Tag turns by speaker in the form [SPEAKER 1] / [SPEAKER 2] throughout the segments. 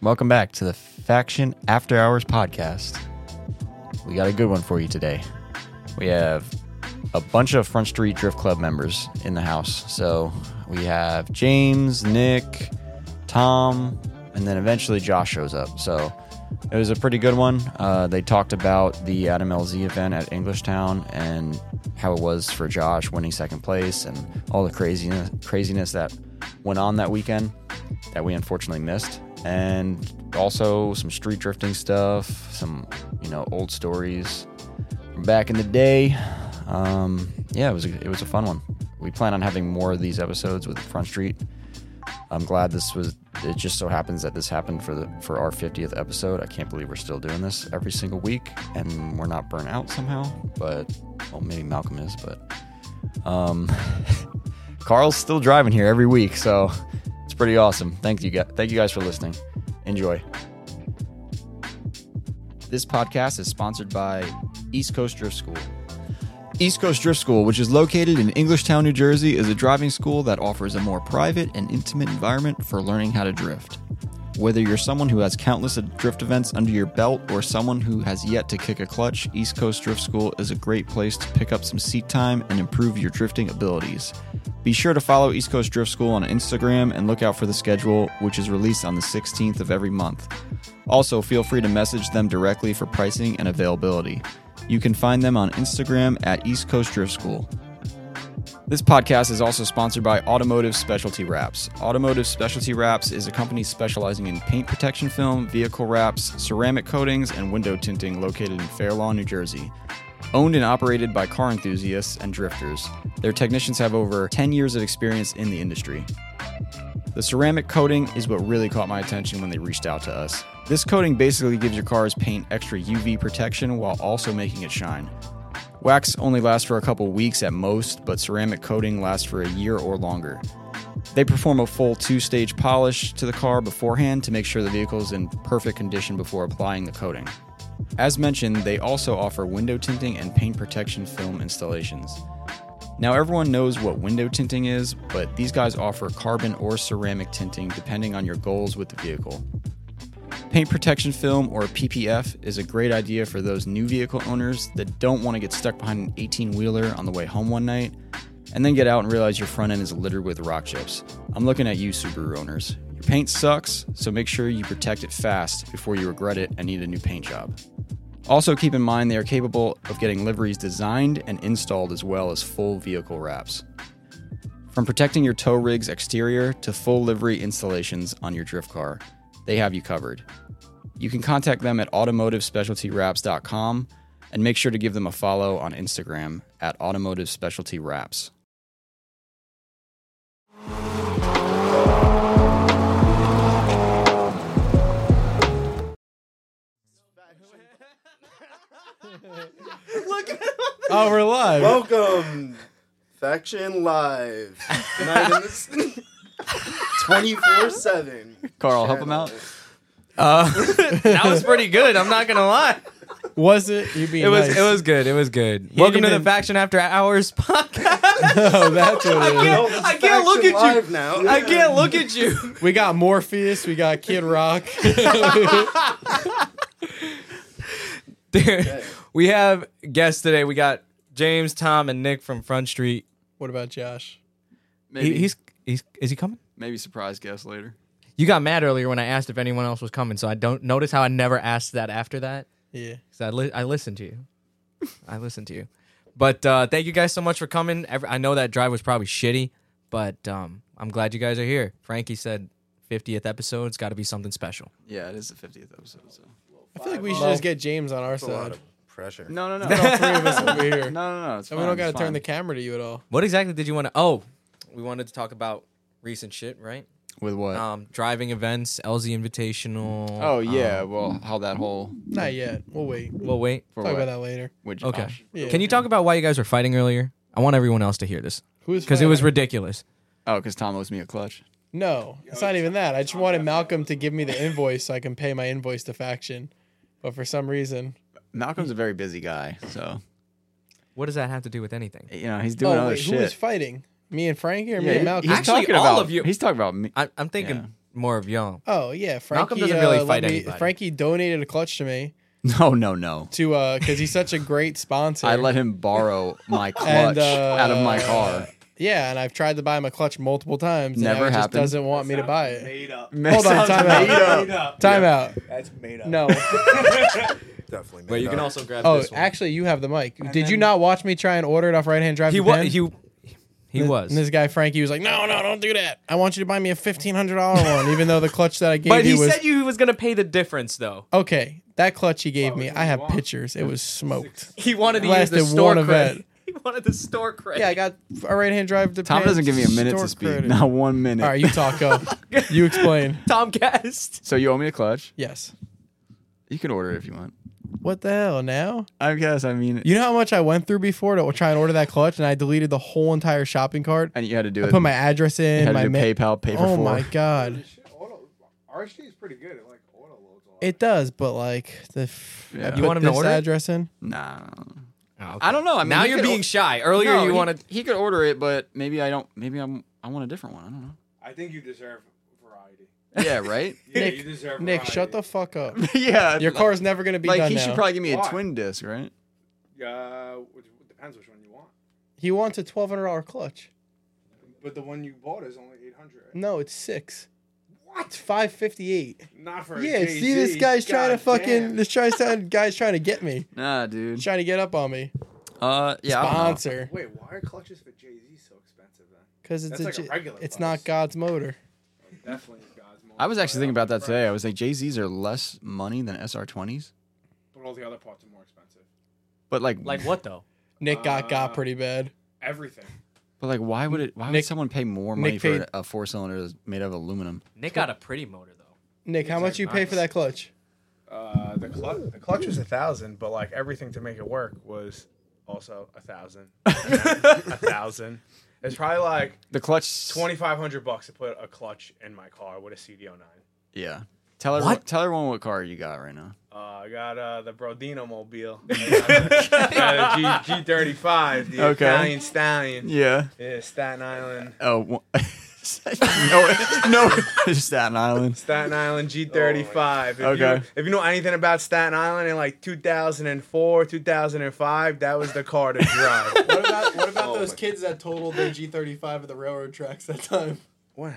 [SPEAKER 1] Welcome back to the Faction After Hours podcast. We got a good one for you today. We have a bunch of Front Street Drift Club members in the house. So we have James, Nick, Tom, and then eventually Josh shows up. So it was a pretty good one. Uh, they talked about the Adam LZ event at Englishtown and how it was for Josh winning second place and all the craziness craziness that went on that weekend that we unfortunately missed. And also some street drifting stuff, some you know old stories from back in the day. Um, yeah, it was a, it was a fun one. We plan on having more of these episodes with Front Street. I'm glad this was. It just so happens that this happened for the for our 50th episode. I can't believe we're still doing this every single week, and we're not burnt out somehow. But well, maybe Malcolm is, but um, Carl's still driving here every week, so it's pretty awesome. Thank you guys. Thank you guys for listening. Enjoy. This podcast is sponsored by East Coast Drift School. East Coast Drift School, which is located in Englishtown, New Jersey, is a driving school that offers a more private and intimate environment for learning how to drift. Whether you're someone who has countless drift events under your belt or someone who has yet to kick a clutch, East Coast Drift School is a great place to pick up some seat time and improve your drifting abilities. Be sure to follow East Coast Drift School on Instagram and look out for the schedule, which is released on the 16th of every month. Also, feel free to message them directly for pricing and availability. You can find them on Instagram at East Coast Drift School. This podcast is also sponsored by Automotive Specialty Wraps. Automotive Specialty Wraps is a company specializing in paint protection film, vehicle wraps, ceramic coatings, and window tinting located in Fair Lawn, New Jersey. Owned and operated by car enthusiasts and drifters, their technicians have over 10 years of experience in the industry. The ceramic coating is what really caught my attention when they reached out to us. This coating basically gives your car's paint extra UV protection while also making it shine. Wax only lasts for a couple weeks at most, but ceramic coating lasts for a year or longer. They perform a full two stage polish to the car beforehand to make sure the vehicle is in perfect condition before applying the coating. As mentioned, they also offer window tinting and paint protection film installations. Now, everyone knows what window tinting is, but these guys offer carbon or ceramic tinting depending on your goals with the vehicle. Paint protection film, or PPF, is a great idea for those new vehicle owners that don't want to get stuck behind an 18 wheeler on the way home one night and then get out and realize your front end is littered with rock chips. I'm looking at you, Subaru owners. Your paint sucks, so make sure you protect it fast before you regret it and need a new paint job. Also, keep in mind they are capable of getting liveries designed and installed as well as full vehicle wraps. From protecting your tow rig's exterior to full livery installations on your drift car, they have you covered. You can contact them at automotivespecialtywraps.com and make sure to give them a follow on Instagram at automotivespecialtywraps. Oh, we're live.
[SPEAKER 2] Welcome, Faction Live, twenty four seven.
[SPEAKER 1] Carl, help him out. Uh,
[SPEAKER 3] That was pretty good. I'm not gonna lie.
[SPEAKER 4] Was it? You being
[SPEAKER 3] It was.
[SPEAKER 4] nice.
[SPEAKER 3] It was good. It was good. Welcome to the
[SPEAKER 4] didn't-
[SPEAKER 3] Faction After Hours podcast.
[SPEAKER 4] Oh, that's what it is.
[SPEAKER 3] I can't look at you.
[SPEAKER 2] Live now.
[SPEAKER 3] I can't look at you.
[SPEAKER 4] We got Morpheus. We got Kid Rock.
[SPEAKER 3] Dude, we have guests today. We got James, Tom, and Nick from Front Street.
[SPEAKER 4] what about Josh?
[SPEAKER 3] He, he's he's is he coming?
[SPEAKER 1] maybe surprise guest later.
[SPEAKER 3] You got mad earlier when I asked if anyone else was coming, so I don't notice how I never asked that after that.
[SPEAKER 4] Yeah.
[SPEAKER 3] So I, li- I listened to you. I listened to you. But uh, thank you guys so much for coming. Every- I know that drive was probably shitty, but um, I'm glad you guys are here. Frankie said 50th episode. It's got to be something special.
[SPEAKER 1] Yeah, it is the 50th episode. So.
[SPEAKER 4] I feel like we should just get James on our
[SPEAKER 2] a lot
[SPEAKER 4] side.
[SPEAKER 2] of pressure.
[SPEAKER 1] No, no, no.
[SPEAKER 4] All three of us over here.
[SPEAKER 1] No, no, no. It's
[SPEAKER 4] And we don't got to turn the camera to you at all.
[SPEAKER 3] What exactly did you want to? Oh, we wanted to talk about recent shit, right?
[SPEAKER 1] with what?
[SPEAKER 5] Oh.
[SPEAKER 3] Um, driving events, LZ Invitational.
[SPEAKER 1] oh yeah,
[SPEAKER 3] um,
[SPEAKER 1] well, how that whole
[SPEAKER 4] Not yet. We'll wait.
[SPEAKER 3] well, wait.
[SPEAKER 1] for
[SPEAKER 4] Talk
[SPEAKER 1] what?
[SPEAKER 4] about that later.
[SPEAKER 1] Which
[SPEAKER 3] Okay.
[SPEAKER 1] Josh.
[SPEAKER 4] Yeah.
[SPEAKER 3] Can you talk about why you guys were fighting earlier? I want everyone else to hear this
[SPEAKER 4] Who is?
[SPEAKER 3] because it
[SPEAKER 4] fighting?
[SPEAKER 3] was ridiculous.
[SPEAKER 1] Oh, because Tom owes me a clutch.
[SPEAKER 4] no. It's not even that. I just wanted Malcolm to give me the invoice so I can pay my invoice to faction, but for some reason,
[SPEAKER 1] Malcolm's a very busy guy, so
[SPEAKER 3] What does that have to do with anything?
[SPEAKER 1] you know he's doing
[SPEAKER 4] oh
[SPEAKER 1] other
[SPEAKER 4] wait, who
[SPEAKER 1] shit.
[SPEAKER 4] was fighting? Me and Frankie or
[SPEAKER 1] Yeah,
[SPEAKER 4] me
[SPEAKER 1] he-
[SPEAKER 4] and Malcolm?
[SPEAKER 1] he's
[SPEAKER 3] Actually,
[SPEAKER 1] talking
[SPEAKER 3] all
[SPEAKER 1] about
[SPEAKER 3] of you-
[SPEAKER 1] He's talking about me.
[SPEAKER 3] I, I'm thinking
[SPEAKER 1] Yeah.
[SPEAKER 3] more of Young.
[SPEAKER 5] Oh yeah, Frankie.
[SPEAKER 3] Malcolm doesn't really
[SPEAKER 5] uh, let
[SPEAKER 3] fight
[SPEAKER 5] me-
[SPEAKER 3] anybody.
[SPEAKER 5] Frankie donated a clutch to me
[SPEAKER 1] No, no, no.
[SPEAKER 5] to uh because he's such a great sponsor.
[SPEAKER 1] I let him borrow my clutch
[SPEAKER 5] And, uh,
[SPEAKER 1] out of my car.
[SPEAKER 5] Yeah, and I've tried to buy him a clutch multiple times. And
[SPEAKER 1] Never
[SPEAKER 5] now he just
[SPEAKER 1] happened.
[SPEAKER 5] doesn't want me to buy it.
[SPEAKER 6] Made up.
[SPEAKER 1] Hold
[SPEAKER 5] on, time out.
[SPEAKER 6] Made up.
[SPEAKER 5] Time out.
[SPEAKER 6] That's made up.
[SPEAKER 5] No.
[SPEAKER 2] Definitely.
[SPEAKER 3] But you
[SPEAKER 2] made
[SPEAKER 3] can
[SPEAKER 2] up.
[SPEAKER 3] also grab
[SPEAKER 5] Oh,
[SPEAKER 3] this one.
[SPEAKER 5] actually, you have the mic. Did you
[SPEAKER 6] then-
[SPEAKER 5] not watch me try and order it off right hand drive?
[SPEAKER 3] he
[SPEAKER 5] Japan?
[SPEAKER 3] was he he
[SPEAKER 5] And-
[SPEAKER 3] was.
[SPEAKER 5] And this guy Frankie was like, "No, no, don't do that. I want you to buy me a fifteen hundred dollar one, even though the clutch that I gave
[SPEAKER 3] but he
[SPEAKER 5] you was
[SPEAKER 3] said you was gonna pay the difference though.
[SPEAKER 5] okay." That clutch he gave me, I have pictures. It was smoked.
[SPEAKER 3] He wanted to use
[SPEAKER 5] Lasted
[SPEAKER 3] the store
[SPEAKER 5] one
[SPEAKER 3] credit.
[SPEAKER 5] event.
[SPEAKER 3] He wanted the store credit.
[SPEAKER 5] Yeah, I got a right hand drive to.
[SPEAKER 1] Tom
[SPEAKER 5] Japan
[SPEAKER 1] doesn't give me a minute
[SPEAKER 5] store
[SPEAKER 1] to speak.
[SPEAKER 5] credit.
[SPEAKER 1] Not one minute.
[SPEAKER 5] All right, you talk. Go. you explain.
[SPEAKER 3] Tom Guest.
[SPEAKER 1] So you owe me a clutch.
[SPEAKER 5] Yes.
[SPEAKER 1] You can order it if you want.
[SPEAKER 5] What the hell now?
[SPEAKER 1] I guess. I mean,
[SPEAKER 5] You know how much I went through before to try and order that clutch, and I deleted the whole entire shopping cart.
[SPEAKER 1] and you had to do
[SPEAKER 5] I
[SPEAKER 1] it.
[SPEAKER 5] put my address
[SPEAKER 1] you
[SPEAKER 5] in,
[SPEAKER 1] had to
[SPEAKER 5] my
[SPEAKER 1] do
[SPEAKER 5] ma-
[SPEAKER 1] PayPal, pay for
[SPEAKER 5] Oh
[SPEAKER 1] four.
[SPEAKER 5] my god,
[SPEAKER 6] RSG is pretty good. It like auto loads a lot.
[SPEAKER 5] it does. But like the, f-
[SPEAKER 1] Yeah.
[SPEAKER 5] I
[SPEAKER 1] You
[SPEAKER 5] put
[SPEAKER 3] want him to
[SPEAKER 5] this
[SPEAKER 3] order it?
[SPEAKER 5] address in.
[SPEAKER 1] Nah. I don't know. I mean,
[SPEAKER 3] Oh, now
[SPEAKER 1] he
[SPEAKER 3] you're
[SPEAKER 1] could
[SPEAKER 3] being
[SPEAKER 1] o-
[SPEAKER 3] shy. Earlier
[SPEAKER 1] No,
[SPEAKER 3] you
[SPEAKER 1] he-
[SPEAKER 3] wanted
[SPEAKER 1] He could order it, but maybe I don't. Maybe I'm. I want a different one. I don't know.
[SPEAKER 6] I think you deserve variety.
[SPEAKER 1] Yeah. Right.
[SPEAKER 6] Yeah,
[SPEAKER 5] Nick-
[SPEAKER 6] you deserve
[SPEAKER 5] Nick,
[SPEAKER 6] variety.
[SPEAKER 5] shut the fuck up.
[SPEAKER 1] yeah.
[SPEAKER 5] Your car's never gonna be
[SPEAKER 1] Like
[SPEAKER 5] done
[SPEAKER 1] he
[SPEAKER 5] now.
[SPEAKER 1] should probably give me a
[SPEAKER 6] Why?
[SPEAKER 1] twin disc, right?
[SPEAKER 6] Uh, which, it depends which one you want.
[SPEAKER 5] he wants a twelve hundred dollar clutch.
[SPEAKER 6] But the one you bought is only eight hundred.
[SPEAKER 5] No, it's six. What? Five fifty eight.
[SPEAKER 6] Not for a
[SPEAKER 5] Yeah,
[SPEAKER 6] Jay-Z.
[SPEAKER 5] see, this guy's trying to
[SPEAKER 6] God
[SPEAKER 5] fucking.
[SPEAKER 6] damn.
[SPEAKER 5] This try, sound guy's trying to get me.
[SPEAKER 1] Nah, dude.
[SPEAKER 5] Trying to get up on me.
[SPEAKER 1] Uh, yeah. I don't know.
[SPEAKER 5] Sponsor,
[SPEAKER 6] Wait, why are clutches for Jay Z so expensive then?
[SPEAKER 5] because it's
[SPEAKER 6] That's like a
[SPEAKER 5] J-
[SPEAKER 6] regular
[SPEAKER 5] It's
[SPEAKER 6] price.
[SPEAKER 5] not God's motor.
[SPEAKER 6] Definitely God's
[SPEAKER 1] I was actually thinking about that today. I was like, Jay Z's are less money than SR20s,
[SPEAKER 6] But all the other parts are more expensive.
[SPEAKER 1] but like,
[SPEAKER 3] to like what though?
[SPEAKER 5] Nick got got
[SPEAKER 6] Uh,
[SPEAKER 5] pretty bad.
[SPEAKER 6] Everything.
[SPEAKER 1] but like, why would it? Why would
[SPEAKER 5] Nick-
[SPEAKER 1] someone pay more money
[SPEAKER 5] Nick
[SPEAKER 1] for
[SPEAKER 5] paid-
[SPEAKER 1] a four cylinder that's made out of aluminum?
[SPEAKER 3] Nick got a pretty motor though.
[SPEAKER 5] Nick, how
[SPEAKER 6] Nick's
[SPEAKER 5] much you
[SPEAKER 6] like,
[SPEAKER 5] pay for
[SPEAKER 6] nice.
[SPEAKER 5] that clutch?
[SPEAKER 6] Uh, the, clu- the clutch was a thousand, but like everything to make it work was also a thousand. a thousand. It's probably like
[SPEAKER 1] The clutch
[SPEAKER 6] twenty five hundred bucks to put a clutch in my car with a CDO nine.
[SPEAKER 1] Yeah. Tell everyone,
[SPEAKER 3] What?
[SPEAKER 1] tell everyone what car you got right now.
[SPEAKER 6] Uh, I got uh, the Brodino mobile. I got a G thirty five, the
[SPEAKER 1] Okay.
[SPEAKER 6] Italian stallion.
[SPEAKER 1] Yeah.
[SPEAKER 6] Yeah, Staten Island.
[SPEAKER 1] Oh, wha- no, no, it's Staten Island.
[SPEAKER 6] Staten Island G35. if
[SPEAKER 1] Okay.
[SPEAKER 6] You, if you know anything about Staten Island in like 2004, 2005, that was the car to drive.
[SPEAKER 5] What about what about
[SPEAKER 6] Oh those my-
[SPEAKER 5] kids that totaled their G thirty five at the railroad tracks that time?
[SPEAKER 6] what?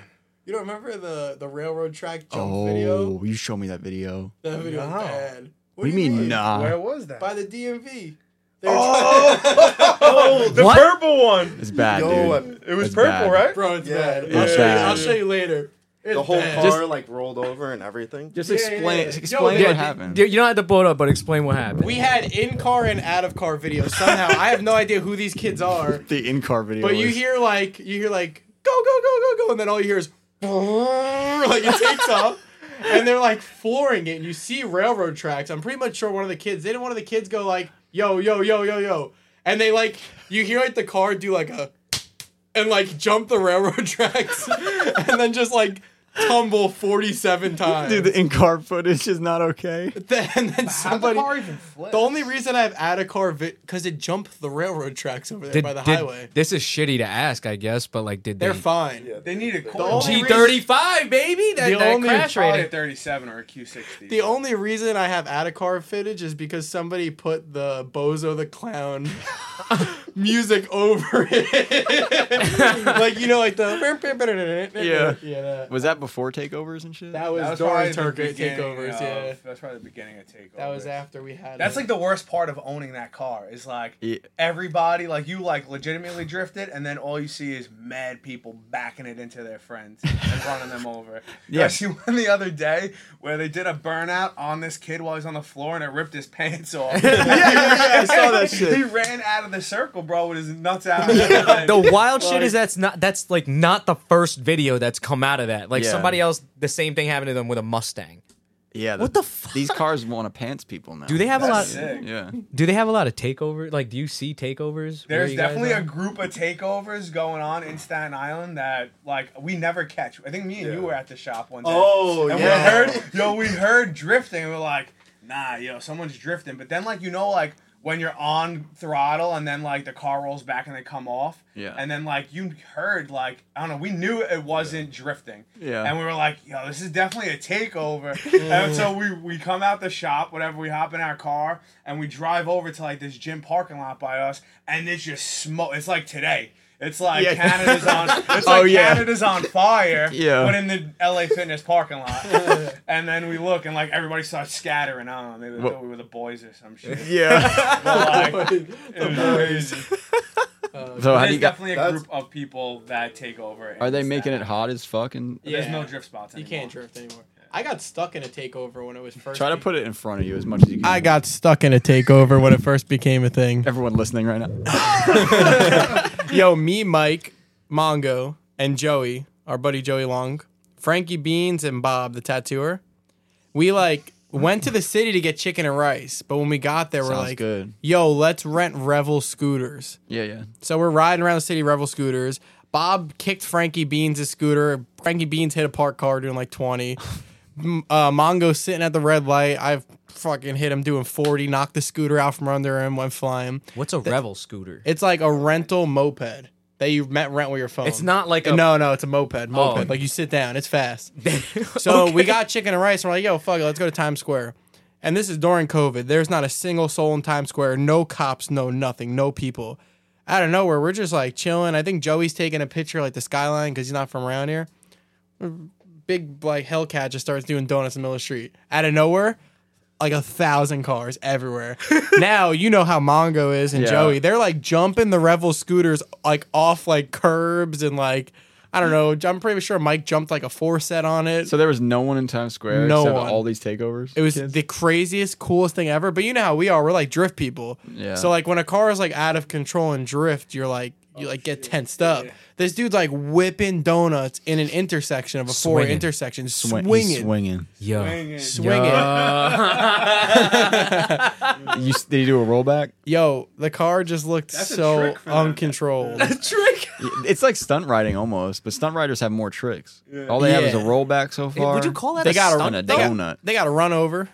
[SPEAKER 5] You don't remember the the railroad track
[SPEAKER 1] Oh, you showed me that video.
[SPEAKER 5] That
[SPEAKER 6] video was No. bad.
[SPEAKER 1] What do you mean, nah?
[SPEAKER 6] Where was that?
[SPEAKER 5] the DMV.
[SPEAKER 6] oh, the
[SPEAKER 3] What?
[SPEAKER 6] purple one.
[SPEAKER 1] It's bad,
[SPEAKER 2] Yo,
[SPEAKER 1] dude.
[SPEAKER 6] It
[SPEAKER 1] That's
[SPEAKER 6] was purple,
[SPEAKER 1] bad.
[SPEAKER 6] right?
[SPEAKER 5] Bro, it's
[SPEAKER 2] Yeah,
[SPEAKER 5] bad.
[SPEAKER 2] yeah.
[SPEAKER 5] I'll, show you, I'll
[SPEAKER 1] Bad.
[SPEAKER 5] show you later. It's
[SPEAKER 2] The whole
[SPEAKER 5] bad.
[SPEAKER 2] car like rolled over and everything.
[SPEAKER 1] Just
[SPEAKER 5] Yeah, yeah,
[SPEAKER 1] explain,
[SPEAKER 5] yeah.
[SPEAKER 1] explain
[SPEAKER 5] Yo,
[SPEAKER 1] what
[SPEAKER 5] dude,
[SPEAKER 1] happened.
[SPEAKER 3] You don't have to blow it up, but explain what happened.
[SPEAKER 5] we had in car and out of car videos somehow. I have no idea who these kids are,
[SPEAKER 1] the in-car video.
[SPEAKER 5] but you
[SPEAKER 1] was-
[SPEAKER 5] hear like you hear like go go go go go, and then all you hear is like it takes off. And they're like flooring it, and you see railroad tracks. I'm pretty much sure one of the kids, didn't one of the kids go like, yo, yo, yo, yo, yo. And they like, you hear like the car do like a, and like jump the railroad tracks, and then just like tumble 47 times.
[SPEAKER 1] dude, the in-car footage is not okay.
[SPEAKER 5] Then- and then somebody.
[SPEAKER 6] How did the car even flip?
[SPEAKER 5] The only reason I have add a car because it jumped the railroad tracks over there by the highway.
[SPEAKER 3] This is shitty to ask, I guess, but like, did
[SPEAKER 5] They're
[SPEAKER 3] they?
[SPEAKER 5] fine.
[SPEAKER 6] they need a
[SPEAKER 5] The only
[SPEAKER 3] G
[SPEAKER 5] reason-
[SPEAKER 3] thirty five, baby. That,
[SPEAKER 5] The
[SPEAKER 3] that
[SPEAKER 5] only
[SPEAKER 3] crash
[SPEAKER 6] Probably a
[SPEAKER 3] rating.
[SPEAKER 6] 37 or a Q60.
[SPEAKER 5] The only reason I have add a car footage is because somebody put the Bozo the Clown music over it. like, you know, like the.
[SPEAKER 1] Yeah.
[SPEAKER 5] Yeah, that,
[SPEAKER 1] Was that before takeovers and shit?
[SPEAKER 5] that was,
[SPEAKER 6] That
[SPEAKER 5] was
[SPEAKER 6] probably
[SPEAKER 5] during
[SPEAKER 6] the
[SPEAKER 5] Turkey
[SPEAKER 6] beginning
[SPEAKER 5] takeovers.
[SPEAKER 6] of-
[SPEAKER 5] yeah.
[SPEAKER 6] That's probably the beginning of takeovers.
[SPEAKER 5] That was after we had.
[SPEAKER 6] That's
[SPEAKER 5] it.
[SPEAKER 6] like the worst part of owning that car is like
[SPEAKER 1] Yeah.
[SPEAKER 6] everybody like you like legitimately drifted and then all you see is mad people backing it into their friends and running them over.
[SPEAKER 1] Yeah.
[SPEAKER 6] I see one the other day where they did a burnout on this kid while he's on the floor and it ripped his pants off.
[SPEAKER 1] yeah, I saw that
[SPEAKER 6] He
[SPEAKER 1] shit.
[SPEAKER 6] ran out of the circle, bro, with his nuts out.
[SPEAKER 3] The wild shit
[SPEAKER 6] Like-
[SPEAKER 3] is that's not that's like not the first video that's come out of that. Like
[SPEAKER 1] Yeah.
[SPEAKER 3] somebody else, the same thing happened to them with a Mustang.
[SPEAKER 1] Yeah,
[SPEAKER 3] What the fuck?
[SPEAKER 1] These cars want to pants people now.
[SPEAKER 3] Do they have a lot?
[SPEAKER 6] That's sick.
[SPEAKER 1] Yeah.
[SPEAKER 3] Do they have a lot of takeover? Like, do you see takeovers? where
[SPEAKER 6] There's
[SPEAKER 3] you guys
[SPEAKER 6] definitely
[SPEAKER 3] are?
[SPEAKER 6] a group of takeovers going on in Staten Island that like we never catch. I think me and you were at the shop one day.
[SPEAKER 2] Oh,
[SPEAKER 6] and
[SPEAKER 2] yeah.
[SPEAKER 6] we heard yo, we heard drifting. and We're like, nah, yo, someone's drifting. But then like you know like when you're on throttle and then like the car rolls back and they come off.
[SPEAKER 1] Yeah.
[SPEAKER 6] And then like you heard like I don't know, we knew it wasn't drifting.
[SPEAKER 1] Yeah.
[SPEAKER 6] And we were like, yo, this is definitely a takeover. and so we we come out the shop, whatever, we hop in our car and we drive over to like this gym parking lot by us and it's just smoke it's like today. It's like
[SPEAKER 1] Yeah.
[SPEAKER 6] Canada's on it's
[SPEAKER 1] Oh,
[SPEAKER 6] like
[SPEAKER 1] yeah.
[SPEAKER 6] Canada's on fire.
[SPEAKER 1] Yeah.
[SPEAKER 6] But in the LA Fitness parking lot. and then we look and like everybody starts scattering. I don't know, maybe they
[SPEAKER 1] Well-
[SPEAKER 6] thought we were the boys or some shit.
[SPEAKER 1] Yeah.
[SPEAKER 6] But, like, it was crazy.
[SPEAKER 5] Um,
[SPEAKER 1] so how do
[SPEAKER 6] There's
[SPEAKER 1] you got?
[SPEAKER 6] definitely a
[SPEAKER 2] That's-
[SPEAKER 6] group of people that take over. and
[SPEAKER 1] Are they
[SPEAKER 6] it's
[SPEAKER 1] making
[SPEAKER 6] that.
[SPEAKER 1] it hot as fuck? And
[SPEAKER 6] There's
[SPEAKER 5] Yeah.
[SPEAKER 6] no drift spots
[SPEAKER 5] You
[SPEAKER 6] anymore.
[SPEAKER 5] can't drift anymore. I got stuck in a takeover when it was first.
[SPEAKER 1] try to
[SPEAKER 5] be-
[SPEAKER 1] put it in front of you as much as you can.
[SPEAKER 5] I got stuck in a takeover when it first became a thing.
[SPEAKER 1] everyone listening right now.
[SPEAKER 5] Yo, me, Mike, Mongo, and Joey, our buddy Joey Long, Frankie Beans, and Bob, the tattooer. We like went to the city to get chicken and rice, but when we got there, we're
[SPEAKER 1] Sounds
[SPEAKER 5] like,
[SPEAKER 1] good.
[SPEAKER 5] "Yo, let's rent Revel scooters."
[SPEAKER 1] Yeah, yeah.
[SPEAKER 5] So we're riding around the city Revel scooters. Bob kicked Frankie Beans' scooter. Frankie Beans hit a parked car doing like 20. M- uh, Mongo's sitting at the red light. I've fucking hit him doing 40, knocked the scooter out from under him, went flying.
[SPEAKER 3] What's a Revel scooter?
[SPEAKER 5] It's like a rental moped that you met rent with your phone.
[SPEAKER 3] It's not like a
[SPEAKER 5] No, no, it's a moped. Moped.
[SPEAKER 3] Oh.
[SPEAKER 5] Like you sit down, it's fast. So we got chicken and rice. And we're like, yo, fuck it, let's go to Times Square. And this is during COVID. There's not a single soul in Times Square. No cops, no nothing, no people. Out of nowhere, we're just like chilling. I think Joey's taking a picture like the skyline because he's not from around here. Big like Hellcat just starts doing donuts in the middle of the street. Out of nowhere, like a thousand cars everywhere. now you know how Mongo is and
[SPEAKER 1] Yeah.
[SPEAKER 5] Joey. They're like jumping the Revel scooters like off like curbs and like I don't know. I'm pretty sure Mike jumped like a four set on it.
[SPEAKER 1] So there was no one in Times Square
[SPEAKER 5] No
[SPEAKER 1] except
[SPEAKER 5] one.
[SPEAKER 1] all these takeovers.
[SPEAKER 5] It was
[SPEAKER 1] kids?
[SPEAKER 5] the craziest, coolest thing ever. But you know how we are. We're like drift people.
[SPEAKER 1] Yeah.
[SPEAKER 5] So like when a car is like out of control and drift, you're like you like
[SPEAKER 6] Oh,
[SPEAKER 5] get tensed up. This dude's like whipping donuts in an intersection of a four
[SPEAKER 3] Swinging.
[SPEAKER 5] intersection,
[SPEAKER 1] Swing-
[SPEAKER 5] swinging,
[SPEAKER 1] he's swinging.
[SPEAKER 3] Yo.
[SPEAKER 6] Swinging.
[SPEAKER 5] swinging.
[SPEAKER 1] You, s- did he do a rollback?
[SPEAKER 5] Yo, the car just looked
[SPEAKER 6] That's a
[SPEAKER 5] so
[SPEAKER 6] trick for them.
[SPEAKER 5] uncontrolled.
[SPEAKER 3] Trick.
[SPEAKER 1] It's like stunt riding almost, but stunt riders have more tricks. All they have is a
[SPEAKER 5] Yeah.
[SPEAKER 1] rollback so far.
[SPEAKER 3] Would you call that
[SPEAKER 5] They
[SPEAKER 3] a
[SPEAKER 5] got a-
[SPEAKER 1] on a
[SPEAKER 3] stunt?
[SPEAKER 5] they got-
[SPEAKER 1] donut?
[SPEAKER 5] they got to run over.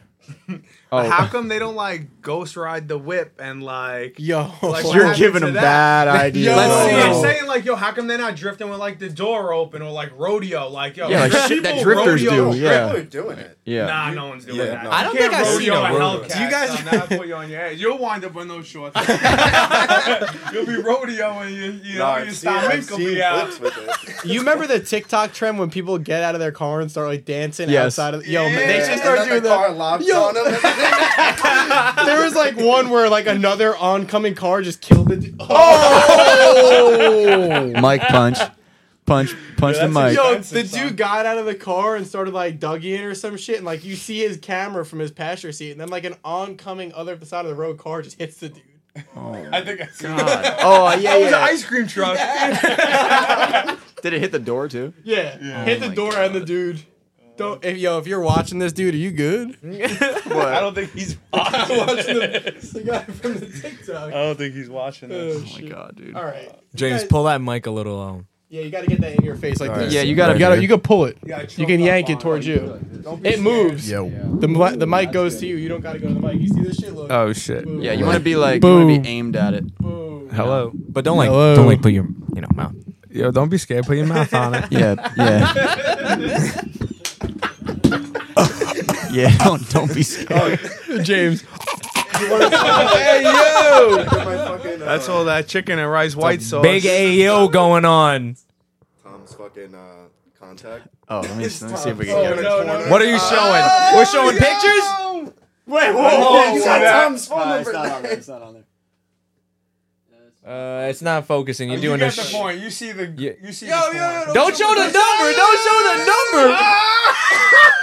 [SPEAKER 1] Oh,
[SPEAKER 6] How come they don't like ghost ride the whip and like?
[SPEAKER 5] Yo,
[SPEAKER 6] Like,
[SPEAKER 1] you're
[SPEAKER 6] happened
[SPEAKER 1] giving
[SPEAKER 6] to
[SPEAKER 1] them
[SPEAKER 6] that?
[SPEAKER 1] bad ideas. Oh.
[SPEAKER 6] Let's see.
[SPEAKER 5] Yo.
[SPEAKER 6] I'm saying like, yo, how come they're not drifting with like the door open or like rodeo? Like, yo,
[SPEAKER 1] Yeah, like
[SPEAKER 6] drift
[SPEAKER 1] shit that
[SPEAKER 6] people
[SPEAKER 1] drifters
[SPEAKER 6] rodeo-
[SPEAKER 1] do,
[SPEAKER 2] Yeah.
[SPEAKER 1] yeah.
[SPEAKER 2] People are doing it.
[SPEAKER 1] Yeah.
[SPEAKER 6] Nah, no one's doing
[SPEAKER 2] Yeah,
[SPEAKER 6] that.
[SPEAKER 2] no.
[SPEAKER 3] I don't
[SPEAKER 6] You can't
[SPEAKER 3] think I've seen
[SPEAKER 6] rodeo
[SPEAKER 3] a
[SPEAKER 6] a
[SPEAKER 3] rodeo.
[SPEAKER 6] Hellcat.
[SPEAKER 3] You guys-
[SPEAKER 6] son. That'll put you on your ass. You'll wind up with no shorts. You'll be rodeoing. You, you know,
[SPEAKER 2] Nah,
[SPEAKER 6] your
[SPEAKER 2] I've seen,
[SPEAKER 6] stomach
[SPEAKER 2] I've
[SPEAKER 6] will
[SPEAKER 2] seen
[SPEAKER 6] be out.
[SPEAKER 2] clips with it.
[SPEAKER 5] you remember the TikTok trend when people get out of their car and start like dancing
[SPEAKER 1] Yes.
[SPEAKER 5] outside of? Yo,
[SPEAKER 6] Yeah.
[SPEAKER 5] man, they
[SPEAKER 6] Yeah,
[SPEAKER 5] should
[SPEAKER 2] And
[SPEAKER 5] start
[SPEAKER 2] then
[SPEAKER 5] doing
[SPEAKER 2] the
[SPEAKER 5] that.
[SPEAKER 2] car lobs
[SPEAKER 5] Yo.
[SPEAKER 2] on them.
[SPEAKER 5] There was like one where like another oncoming car just killed the. Oh,
[SPEAKER 1] Mike Oh. punch, punch, punch the
[SPEAKER 6] that's
[SPEAKER 1] mic.
[SPEAKER 6] exactly-
[SPEAKER 5] Oh, yo,
[SPEAKER 6] That's
[SPEAKER 5] the
[SPEAKER 6] insane.
[SPEAKER 5] dude got out of the car and started like Dougie it or some shit, and like you see his camera from his passenger seat, and then like an oncoming other side of the road car just hits the dude.
[SPEAKER 6] I think I seen
[SPEAKER 3] God.
[SPEAKER 6] that.
[SPEAKER 1] oh yeah,
[SPEAKER 6] It was an
[SPEAKER 1] yeah.
[SPEAKER 6] ice cream truck.
[SPEAKER 1] Did it hit the door too?
[SPEAKER 5] Yeah, hit the
[SPEAKER 1] Oh my
[SPEAKER 5] door and the dude. Don't if yo if you're watching this dude, are you good?
[SPEAKER 6] I don't think he's.
[SPEAKER 5] watching the, it's the guy from the TikTok.
[SPEAKER 6] I don't think he's watching
[SPEAKER 5] Oh,
[SPEAKER 6] this.
[SPEAKER 1] Oh
[SPEAKER 5] shit.
[SPEAKER 1] my god, dude.
[SPEAKER 5] All right,
[SPEAKER 3] James, pull that mic a little. Um,
[SPEAKER 5] Yeah, you got to get that in your face like
[SPEAKER 2] All right.
[SPEAKER 5] this.
[SPEAKER 1] Yeah, you gotta-
[SPEAKER 5] you gotta,
[SPEAKER 1] dude.
[SPEAKER 5] you can pull it.
[SPEAKER 6] Yeah,
[SPEAKER 5] You can yank it towards you. It moves. The mi- the mic
[SPEAKER 1] that's
[SPEAKER 5] goes
[SPEAKER 1] good.
[SPEAKER 5] to you. You don't gotta go to the mic. You see this shit? Look.
[SPEAKER 3] oh shit.
[SPEAKER 5] Boom.
[SPEAKER 1] Yeah, you want to be like, you want to
[SPEAKER 5] Boom.
[SPEAKER 1] be aimed at it.
[SPEAKER 5] Boom.
[SPEAKER 3] Hello. But don't like
[SPEAKER 5] Hello.
[SPEAKER 3] don't like put your you know mouth.
[SPEAKER 6] Yo, don't be scared. Put your mouth on it.
[SPEAKER 1] Yeah, yeah. yeah, don't, don't be scared.
[SPEAKER 5] James.
[SPEAKER 6] hey yo!
[SPEAKER 2] That's uh,
[SPEAKER 6] That's all that chicken and rice white sauce.
[SPEAKER 3] Big AEO going on.
[SPEAKER 2] Tom's fucking uh, contact.
[SPEAKER 1] Oh, let me, let me see if we
[SPEAKER 2] Oh,
[SPEAKER 1] can get it.
[SPEAKER 2] no, no, no.
[SPEAKER 3] What are you showing? We're showing pictures?
[SPEAKER 6] pictures?
[SPEAKER 5] Wait,
[SPEAKER 6] Oh,
[SPEAKER 2] you
[SPEAKER 6] wow.
[SPEAKER 2] got
[SPEAKER 6] that-
[SPEAKER 2] Tom's phone number.
[SPEAKER 1] not on there.
[SPEAKER 3] Uh, it's not focusing.
[SPEAKER 2] Oh,
[SPEAKER 3] You're
[SPEAKER 6] You
[SPEAKER 3] doing a
[SPEAKER 6] get the
[SPEAKER 3] sh-
[SPEAKER 6] point. You see the.
[SPEAKER 3] Yeah.
[SPEAKER 6] You see
[SPEAKER 5] Yo,
[SPEAKER 6] the.
[SPEAKER 5] yo, yo,
[SPEAKER 6] point.
[SPEAKER 3] Don't show the number. Don't show the number.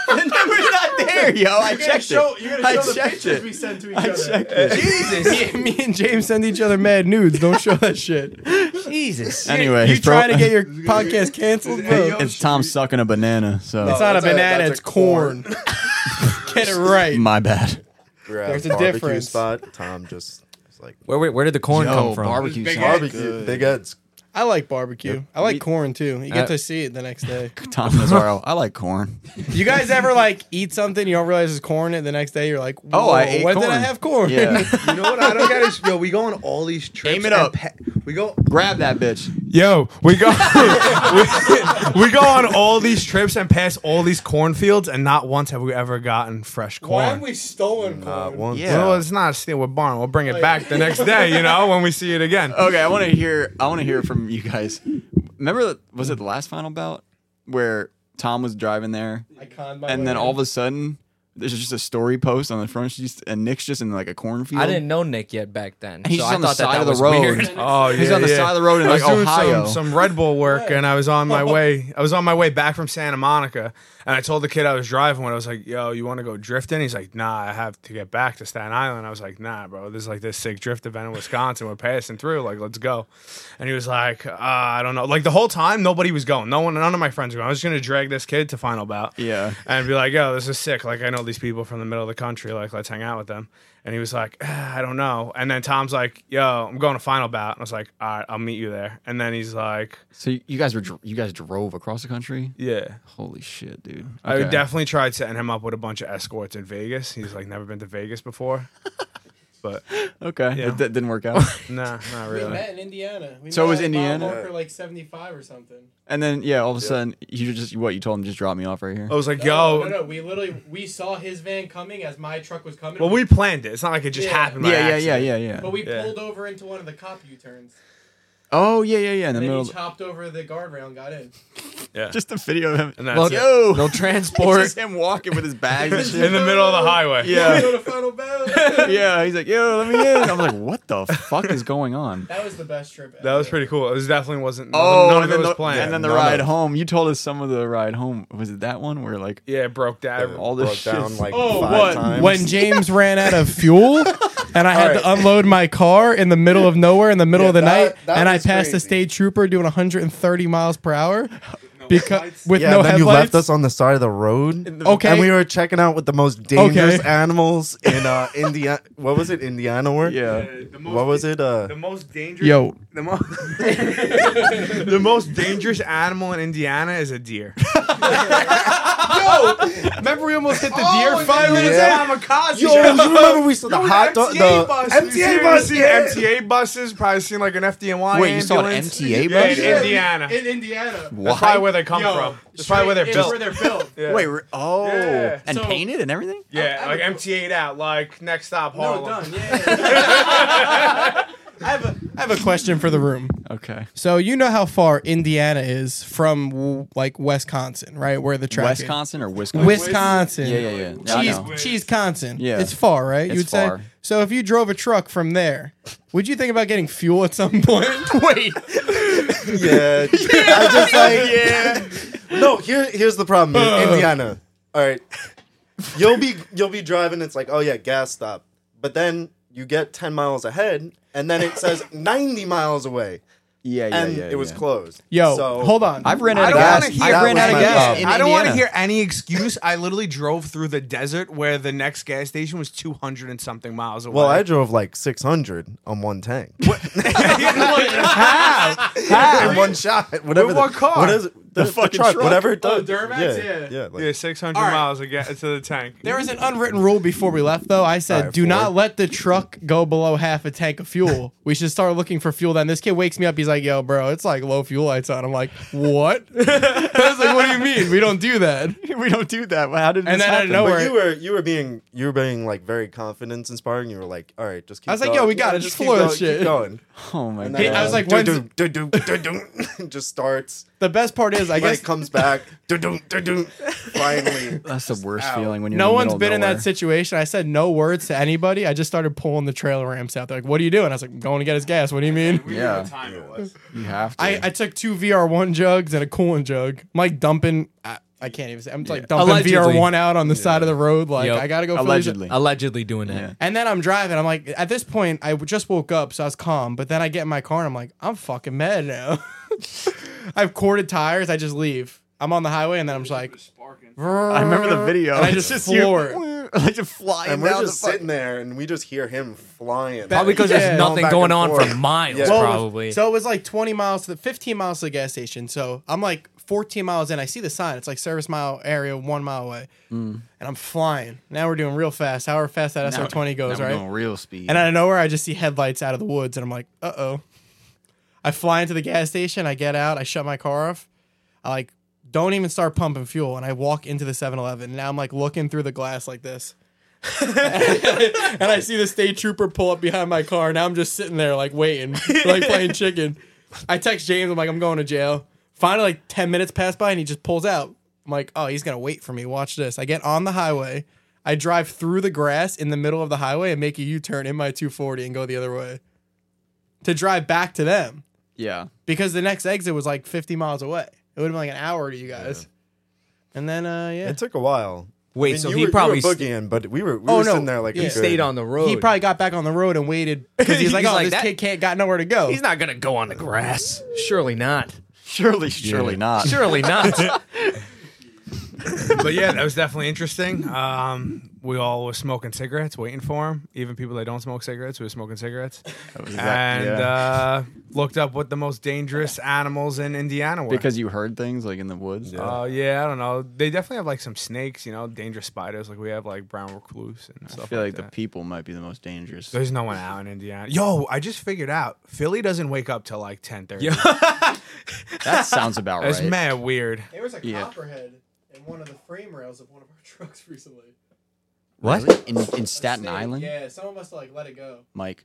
[SPEAKER 1] The number's not there, yo. I
[SPEAKER 5] You're gonna
[SPEAKER 1] checked
[SPEAKER 5] show,
[SPEAKER 1] it.
[SPEAKER 5] you're gonna
[SPEAKER 1] I
[SPEAKER 5] show the
[SPEAKER 1] checked
[SPEAKER 5] pictures
[SPEAKER 1] it.
[SPEAKER 5] we send to each
[SPEAKER 1] I
[SPEAKER 5] other.
[SPEAKER 1] checked it.
[SPEAKER 5] Jesus. me, me and James send each other mad nudes. Don't show that shit.
[SPEAKER 3] Jesus.
[SPEAKER 1] Anyway,
[SPEAKER 5] You
[SPEAKER 1] his pro-
[SPEAKER 5] trying to get your podcast canceled,
[SPEAKER 6] Hey,
[SPEAKER 5] bro?
[SPEAKER 6] yo,
[SPEAKER 1] It's Tom sucking a banana, so
[SPEAKER 5] It's not a
[SPEAKER 2] that's a-
[SPEAKER 5] banana.
[SPEAKER 2] that's a
[SPEAKER 5] It's corn. Get it right.
[SPEAKER 1] my bad.
[SPEAKER 2] We're at
[SPEAKER 5] There's a
[SPEAKER 2] barbecue
[SPEAKER 5] difference.
[SPEAKER 2] spot. Tom just was like
[SPEAKER 3] Where, where where did the corn come from?
[SPEAKER 1] barbecue
[SPEAKER 6] Big
[SPEAKER 1] sauce.
[SPEAKER 6] Ed's.
[SPEAKER 2] barbecue. Big Ed's.
[SPEAKER 5] I like barbecue. I like
[SPEAKER 1] We-
[SPEAKER 5] corn too. You
[SPEAKER 3] Uh,
[SPEAKER 5] get to see it the next day.
[SPEAKER 1] Tom Mazzaro, I like corn.
[SPEAKER 5] You guys ever like eat something you don't realize is corn, and the next day you're like,
[SPEAKER 1] Oh, I
[SPEAKER 5] "Whoa,
[SPEAKER 1] ate
[SPEAKER 5] when did I
[SPEAKER 1] corn."
[SPEAKER 5] have corn?"
[SPEAKER 1] Yeah.
[SPEAKER 6] You know what I don't get is yo, we go on all these trips.
[SPEAKER 1] Aim it
[SPEAKER 6] and
[SPEAKER 1] up.
[SPEAKER 6] pa- we go
[SPEAKER 1] Grab that bitch.
[SPEAKER 6] Yo, we go we, we go on all these trips and pass all these cornfields, and not once have we ever gotten fresh corn.
[SPEAKER 5] Why have we stolen corn?
[SPEAKER 1] Yeah.
[SPEAKER 6] Well, it's not a steal. We're born. We'll bring it back the next day. You know when we see it again.
[SPEAKER 1] Okay, I want to hear. I want to hear from you guys. Remember, the- was it the last final bout where Tom was driving there,
[SPEAKER 5] I conned my
[SPEAKER 1] and
[SPEAKER 5] way
[SPEAKER 1] then
[SPEAKER 5] in.
[SPEAKER 1] all of a sudden there's just a story post on the front sheet, and Nick's just in like a cornfield.
[SPEAKER 3] I didn't know Nick yet back then.
[SPEAKER 1] He's
[SPEAKER 3] so
[SPEAKER 1] just
[SPEAKER 3] I
[SPEAKER 1] on the
[SPEAKER 3] thought that
[SPEAKER 1] side
[SPEAKER 3] that
[SPEAKER 1] of the
[SPEAKER 3] was
[SPEAKER 1] road.
[SPEAKER 3] weird.
[SPEAKER 6] Oh yeah,
[SPEAKER 1] He's on the
[SPEAKER 6] yeah.
[SPEAKER 1] side of the road in,
[SPEAKER 6] I was
[SPEAKER 1] like,
[SPEAKER 6] doing
[SPEAKER 1] Ohio.
[SPEAKER 6] Some, some Red Bull work, and I was on my way. I was on my way back from Santa Monica, and I told the kid I was driving. When I was like, "Yo, you want to go drifting?" He's like, "Nah, I have to get back to Staten Island." I was like, "Nah, bro, there's like this sick drift event in Wisconsin. We're passing through. Like, let's go." And he was like, uh, "I don't know." Like the whole time, nobody was going. No one, none of my friends were going. I was just gonna drag this kid to Final Bout.
[SPEAKER 1] Yeah.
[SPEAKER 6] and be like, "Yo, this is sick. Like, I know these people from the middle of the country. Like, let's hang out with them." And he was like, "Ah, "I don't know." And then Tom's like, "Yo, I'm going to final bout." And I was like, "All right, I'll meet you there." And then he's like,
[SPEAKER 1] So you- you guys were dr- you guys drove across the country.
[SPEAKER 6] "Yeah."
[SPEAKER 1] Holy shit, dude!
[SPEAKER 6] I
[SPEAKER 1] Okay.
[SPEAKER 6] definitely tried setting him up with a bunch of escorts in Vegas. He's like never been to Vegas before, but
[SPEAKER 1] okay.
[SPEAKER 6] Yeah.
[SPEAKER 1] It d- didn't work out.
[SPEAKER 6] nah, not
[SPEAKER 5] We
[SPEAKER 6] really.
[SPEAKER 5] met in Indiana. We
[SPEAKER 1] So
[SPEAKER 5] met
[SPEAKER 1] it was
[SPEAKER 5] at Bob
[SPEAKER 1] Indiana?
[SPEAKER 5] Walker, like 75 or something.
[SPEAKER 1] and then yeah, Oh, all of a sudden you just what you told him just drop me off right here.
[SPEAKER 6] I was like,
[SPEAKER 5] No,
[SPEAKER 6] "Yo."
[SPEAKER 5] no, no, we literally we saw his van coming as my truck was coming.
[SPEAKER 6] Well, we planned it. It's not like it just
[SPEAKER 5] Yeah.
[SPEAKER 6] happened.
[SPEAKER 1] yeah,
[SPEAKER 6] By
[SPEAKER 1] yeah, yeah,
[SPEAKER 6] accident.
[SPEAKER 1] yeah, yeah.
[SPEAKER 5] but we
[SPEAKER 6] yeah.
[SPEAKER 5] pulled over into one of the cop U turns.
[SPEAKER 1] oh yeah, yeah, yeah. In the
[SPEAKER 5] And then
[SPEAKER 1] middle,
[SPEAKER 5] he chopped over the guardrail and got in.
[SPEAKER 1] just a video of him.
[SPEAKER 6] And
[SPEAKER 1] Well,
[SPEAKER 6] that's it.
[SPEAKER 1] yo,
[SPEAKER 3] No transport.
[SPEAKER 1] just him walking with his bags and shit.
[SPEAKER 6] in the middle of the highway.
[SPEAKER 1] Yeah.
[SPEAKER 5] Go to Final Bell.
[SPEAKER 1] yeah, he's like, yo, let me in. I'm like, what the fuck is going on?
[SPEAKER 5] That was the best trip. Ever.
[SPEAKER 6] That was pretty cool. It was definitely wasn't. none of
[SPEAKER 1] Oh, and then
[SPEAKER 6] it was
[SPEAKER 1] the,
[SPEAKER 6] planned.
[SPEAKER 1] and then the
[SPEAKER 6] None of
[SPEAKER 1] ride
[SPEAKER 6] it.
[SPEAKER 1] home. You told us some of the ride home. Was it that one where like
[SPEAKER 6] Yeah, it broke down.
[SPEAKER 1] all this shit?
[SPEAKER 2] down like
[SPEAKER 5] Oh,
[SPEAKER 2] five
[SPEAKER 5] what?
[SPEAKER 2] times.
[SPEAKER 5] When James ran out of fuel and I had to unload my car in the middle of nowhere in the middle
[SPEAKER 2] Yeah,
[SPEAKER 5] of the
[SPEAKER 2] that-
[SPEAKER 5] night
[SPEAKER 2] that
[SPEAKER 5] and I
[SPEAKER 2] was
[SPEAKER 5] passed a
[SPEAKER 2] crazy.
[SPEAKER 5] state trooper doing 130 miles per hour because with
[SPEAKER 2] yeah,
[SPEAKER 5] no
[SPEAKER 2] then
[SPEAKER 5] headlights.
[SPEAKER 2] you left us on the side of the road.
[SPEAKER 5] Okay.
[SPEAKER 2] And we were checking out with the most dangerous animals in uh Indiana. What was it? Indiana were?
[SPEAKER 1] Yeah.
[SPEAKER 2] What was it? Uh
[SPEAKER 6] The most dangerous.
[SPEAKER 5] Yo,
[SPEAKER 6] The most, the most dangerous animal in Indiana is a deer.
[SPEAKER 5] remember we almost hit the deer five minutes
[SPEAKER 2] Yeah.
[SPEAKER 5] out?
[SPEAKER 6] kamikaze.
[SPEAKER 2] Yo, you remember we saw the hot dog? The
[SPEAKER 6] MTA
[SPEAKER 2] MTA
[SPEAKER 6] buses.
[SPEAKER 2] bus.
[SPEAKER 6] Seen
[SPEAKER 2] yeah.
[SPEAKER 6] MTA buses. Probably seen like an FDNY.
[SPEAKER 1] Wait, you saw an
[SPEAKER 6] ambulance.
[SPEAKER 1] MTA
[SPEAKER 6] Yeah,
[SPEAKER 1] bus?
[SPEAKER 6] in
[SPEAKER 1] Yeah.
[SPEAKER 6] Indiana.
[SPEAKER 5] In Indiana.
[SPEAKER 6] That's probably where they come from. That's probably where they're
[SPEAKER 5] straight-
[SPEAKER 6] built.
[SPEAKER 5] Where they're built.
[SPEAKER 6] Yeah.
[SPEAKER 1] Wait, we're- oh,
[SPEAKER 6] Yeah.
[SPEAKER 1] and
[SPEAKER 5] So-
[SPEAKER 1] painted and everything.
[SPEAKER 6] yeah,
[SPEAKER 5] I- I
[SPEAKER 6] like
[SPEAKER 5] would-
[SPEAKER 6] MTA'd out. Like next stop Harlem.
[SPEAKER 5] No, done. Yeah. I have a I have a question for the room.
[SPEAKER 1] Okay,
[SPEAKER 5] So you know how far Indiana is from w- like Wisconsin, right? Where the track is.
[SPEAKER 1] Wisconsin or Wisconsin?
[SPEAKER 5] Wisconsin.
[SPEAKER 1] Yeah, yeah, yeah. No, I
[SPEAKER 5] Cheese,
[SPEAKER 1] know.
[SPEAKER 5] Cheeseconsin.
[SPEAKER 1] Yeah.
[SPEAKER 5] It's far, right?
[SPEAKER 1] It's
[SPEAKER 5] you would
[SPEAKER 1] far.
[SPEAKER 5] say. So if you drove a truck from there, would you think about getting fuel at some point? Wait.
[SPEAKER 2] Yeah. I just like yeah. No, here here's the problem, in Indiana. All right, you'll be you'll be driving. It's like oh yeah, gas stop. But then you get ten miles ahead, and then it says ninety miles away,
[SPEAKER 1] Yeah, yeah,
[SPEAKER 2] and
[SPEAKER 1] yeah.
[SPEAKER 2] it was
[SPEAKER 1] yeah.
[SPEAKER 2] closed.
[SPEAKER 5] Yo,
[SPEAKER 2] So-
[SPEAKER 5] hold on.
[SPEAKER 1] I've ran
[SPEAKER 6] I
[SPEAKER 1] out of
[SPEAKER 6] don't
[SPEAKER 1] gas.
[SPEAKER 6] wanna hear-
[SPEAKER 1] I
[SPEAKER 2] That
[SPEAKER 1] ran
[SPEAKER 2] was
[SPEAKER 1] out of
[SPEAKER 2] my
[SPEAKER 1] gas.
[SPEAKER 2] problem.
[SPEAKER 1] in
[SPEAKER 6] I don't want to
[SPEAKER 1] Indiana.
[SPEAKER 6] hear any excuse. I literally drove through the desert where the next gas station was 200 and something miles away.
[SPEAKER 2] Well, I drove like six hundred on one tank.
[SPEAKER 6] How?
[SPEAKER 2] in one shot, whatever.
[SPEAKER 6] what car?
[SPEAKER 2] What is it? The,
[SPEAKER 1] fucking
[SPEAKER 2] truck,
[SPEAKER 1] truck.
[SPEAKER 2] whatever it does.
[SPEAKER 5] Duramax?
[SPEAKER 2] yeah,
[SPEAKER 5] Yeah.
[SPEAKER 2] yeah. like-
[SPEAKER 6] Yeah, 600
[SPEAKER 5] All right.
[SPEAKER 6] miles to get to the tank.
[SPEAKER 5] There was an unwritten rule before we left, though. I said,
[SPEAKER 2] All right,
[SPEAKER 5] do not
[SPEAKER 2] Ford.
[SPEAKER 5] let the truck go below half a tank of fuel. we should start looking for fuel then. This kid wakes me up. He's like, yo, bro, it's like low fuel lights on. I'm like, what? I was like, what do you mean? We don't do that.
[SPEAKER 1] we don't do that. How did
[SPEAKER 5] And
[SPEAKER 1] this
[SPEAKER 5] then out
[SPEAKER 1] happen?
[SPEAKER 5] of
[SPEAKER 2] but
[SPEAKER 5] nowhere,
[SPEAKER 2] you were you were being you were being like very confidence inspiring. You were like, all right, just keep.
[SPEAKER 5] I was like,
[SPEAKER 2] going.
[SPEAKER 5] yo, we got
[SPEAKER 2] Yeah,
[SPEAKER 5] it. Just
[SPEAKER 2] keep
[SPEAKER 5] floor that
[SPEAKER 2] going,
[SPEAKER 5] shit.
[SPEAKER 2] Keep going.
[SPEAKER 1] oh my
[SPEAKER 2] And
[SPEAKER 1] god!
[SPEAKER 2] then,
[SPEAKER 5] I was
[SPEAKER 2] uh,
[SPEAKER 5] like, when's-
[SPEAKER 2] doo-doo, doo-doo, doo-doo, just starts.
[SPEAKER 5] the best part is, I
[SPEAKER 2] Like
[SPEAKER 5] guess
[SPEAKER 2] comes back. doo-doo, doo-doo, Finally,
[SPEAKER 1] That's the worst
[SPEAKER 2] Ow.
[SPEAKER 1] feeling when you're
[SPEAKER 5] no
[SPEAKER 1] in the
[SPEAKER 5] one's
[SPEAKER 1] middle of
[SPEAKER 5] been in
[SPEAKER 1] nowhere.
[SPEAKER 5] that situation. I said no words to anybody. I just started pulling the trailer ramps out. They're like, what are you doing? I was like, I'm going to get his gas. What do you mean?
[SPEAKER 1] Yeah. what
[SPEAKER 6] time it was.
[SPEAKER 1] You have to.
[SPEAKER 5] I, I took two VR1 jugs and a coolant jug. I'm like dumping. I, I can't even say. I'm like dumping
[SPEAKER 3] Allegedly.
[SPEAKER 5] VR1 out on the side of the road. Like,
[SPEAKER 3] Yep.
[SPEAKER 5] I got to go. fill these-
[SPEAKER 1] Allegedly.
[SPEAKER 3] Allegedly doing that.
[SPEAKER 5] And then I'm driving. I'm like, at this point, I just woke up, so I was calm. But then I get in my car and I'm like, I'm fucking mad now. I have corded tires. I just leave. I'm on the highway and then I'm just like,
[SPEAKER 1] I remember the video.
[SPEAKER 5] And I just
[SPEAKER 1] you.
[SPEAKER 5] floor it.
[SPEAKER 1] like just flying
[SPEAKER 2] and we're
[SPEAKER 1] down
[SPEAKER 2] just
[SPEAKER 1] the fucking-
[SPEAKER 2] sitting there and we just hear him flying.
[SPEAKER 5] Probably
[SPEAKER 3] because
[SPEAKER 5] Yeah.
[SPEAKER 3] there's
[SPEAKER 2] Going
[SPEAKER 3] nothing
[SPEAKER 2] back
[SPEAKER 3] going
[SPEAKER 2] and
[SPEAKER 3] on
[SPEAKER 2] forth.
[SPEAKER 3] for miles,
[SPEAKER 2] Yeah.
[SPEAKER 5] Well, it was-
[SPEAKER 3] probably.
[SPEAKER 5] so it was like 20 miles to the 15 miles to the gas station. So I'm like 14 miles in. I see the sign. It's like service mile area, one mile away. And I'm flying. Now we're doing real fast. However fast that
[SPEAKER 1] Mm. Now-
[SPEAKER 5] SR 20 goes,
[SPEAKER 1] now we're
[SPEAKER 5] right?
[SPEAKER 1] Going real speed.
[SPEAKER 5] And out of nowhere, I just see headlights out of the woods, and I'm like, uh oh. I fly into the gas station, I get out, I shut my car off. I like don't even start pumping fuel, and I walk into the 7 Eleven. And now I'm like looking through the glass like this. and I see the state trooper pull up behind my car. Now I'm just sitting there like waiting, like playing chicken. I text James, I'm like, I'm going to jail. Finally, like 10 minutes pass by, and he just pulls out. I'm like, oh, he's going to wait for me. Watch this. I get on the highway. I drive through the grass in the middle of the highway and make a U turn in my 240 and go the other way to drive back to them
[SPEAKER 1] yeah.
[SPEAKER 5] because the next exit was like 50 miles away. It would have been like an hour to you guys. And then, uh, yeah.
[SPEAKER 2] It took a while.
[SPEAKER 3] Wait,
[SPEAKER 2] And
[SPEAKER 3] so
[SPEAKER 2] you
[SPEAKER 3] he
[SPEAKER 2] were, you were
[SPEAKER 3] probably st-
[SPEAKER 2] boogieing, but we were we
[SPEAKER 5] Oh,
[SPEAKER 2] were
[SPEAKER 5] no.
[SPEAKER 2] sitting there like
[SPEAKER 5] He
[SPEAKER 2] a
[SPEAKER 3] he
[SPEAKER 2] good-
[SPEAKER 3] stayed on the road.
[SPEAKER 5] he probably got back on the road and waited because he's like,
[SPEAKER 3] He's
[SPEAKER 5] oh,
[SPEAKER 3] like,
[SPEAKER 5] this
[SPEAKER 3] that-
[SPEAKER 5] kid can't got nowhere to go.
[SPEAKER 3] He's not gonna go on the grass. Surely not.
[SPEAKER 1] Surely, surely not.
[SPEAKER 3] Surely not.
[SPEAKER 6] but yeah, that was definitely interesting. Um, we all were smoking cigarettes, waiting for him. Even people that don't smoke cigarettes, we were smoking cigarettes.
[SPEAKER 1] exact-
[SPEAKER 6] and
[SPEAKER 1] yeah.
[SPEAKER 6] uh, looked up what the most dangerous animals in Indiana were.
[SPEAKER 1] Because you heard things like in the woods. Oh,
[SPEAKER 6] uh, yeah, I don't know. They definitely have like some snakes, you know, dangerous spiders. Like we have like brown recluse and stuff.
[SPEAKER 1] I feel like
[SPEAKER 6] that.
[SPEAKER 1] the people might be the most dangerous.
[SPEAKER 6] There's no one out in Indiana. Yo, I just figured out Philly doesn't wake up till like ten thirty.
[SPEAKER 3] Yeah.
[SPEAKER 1] That sounds about
[SPEAKER 6] That's
[SPEAKER 1] right.
[SPEAKER 6] mad weird.
[SPEAKER 5] there was a
[SPEAKER 1] Yeah.
[SPEAKER 5] copperhead in one of the frame rails of one of our trucks recently.
[SPEAKER 1] Really? In, in Staten Island,
[SPEAKER 5] Yeah, someone must have like let it go.
[SPEAKER 1] Mike.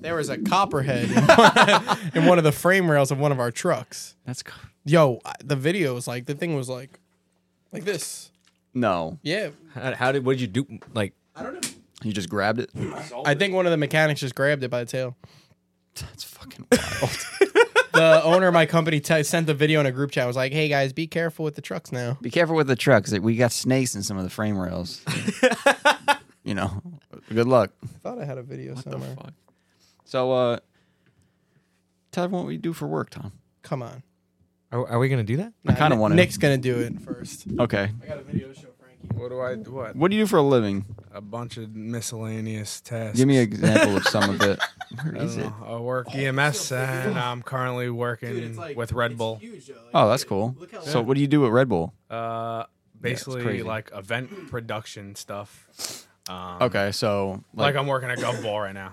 [SPEAKER 5] There was a copperhead in one- in one of the frame rails of one of our trucks.
[SPEAKER 1] That's
[SPEAKER 5] Yo, I- the video was like the thing was like, like this.
[SPEAKER 1] no.
[SPEAKER 5] Yeah,
[SPEAKER 3] how, how did what did you do? Like
[SPEAKER 5] I don't know.
[SPEAKER 1] You just grabbed it.
[SPEAKER 5] I think one of the mechanics just grabbed it by the tail.
[SPEAKER 1] That's fucking wild.
[SPEAKER 5] The owner of my company t- sent the video in a group chat. Was like, "Hey guys, be careful with the trucks now."
[SPEAKER 1] Be careful with the trucks. We got snakes in some of the frame rails. you know. Good luck.
[SPEAKER 5] I thought I had a video somewhere.
[SPEAKER 1] So, uh, tell everyone what you do for work, Tom.
[SPEAKER 5] Come on,
[SPEAKER 3] are, are we gonna do that?
[SPEAKER 1] I kinda
[SPEAKER 5] Nick-
[SPEAKER 1] wanna-
[SPEAKER 5] Nick's gonna do it first.
[SPEAKER 1] Okay.
[SPEAKER 5] I got a video to show Frankie.
[SPEAKER 6] What do I do? What?
[SPEAKER 1] What do you do for a living?
[SPEAKER 6] A bunch of miscellaneous tests.
[SPEAKER 1] Give me an example of some of it. Where is it?
[SPEAKER 6] I work EMS, and I'm currently working with Red Bull.
[SPEAKER 1] Oh, that's cool. So, what do you do at Red Bull?
[SPEAKER 6] Uh, basically,
[SPEAKER 1] crazy.
[SPEAKER 6] like event production stuff. Um,
[SPEAKER 1] Okay, so
[SPEAKER 6] Like,
[SPEAKER 1] like,
[SPEAKER 6] I'm working at Gov Ball right now.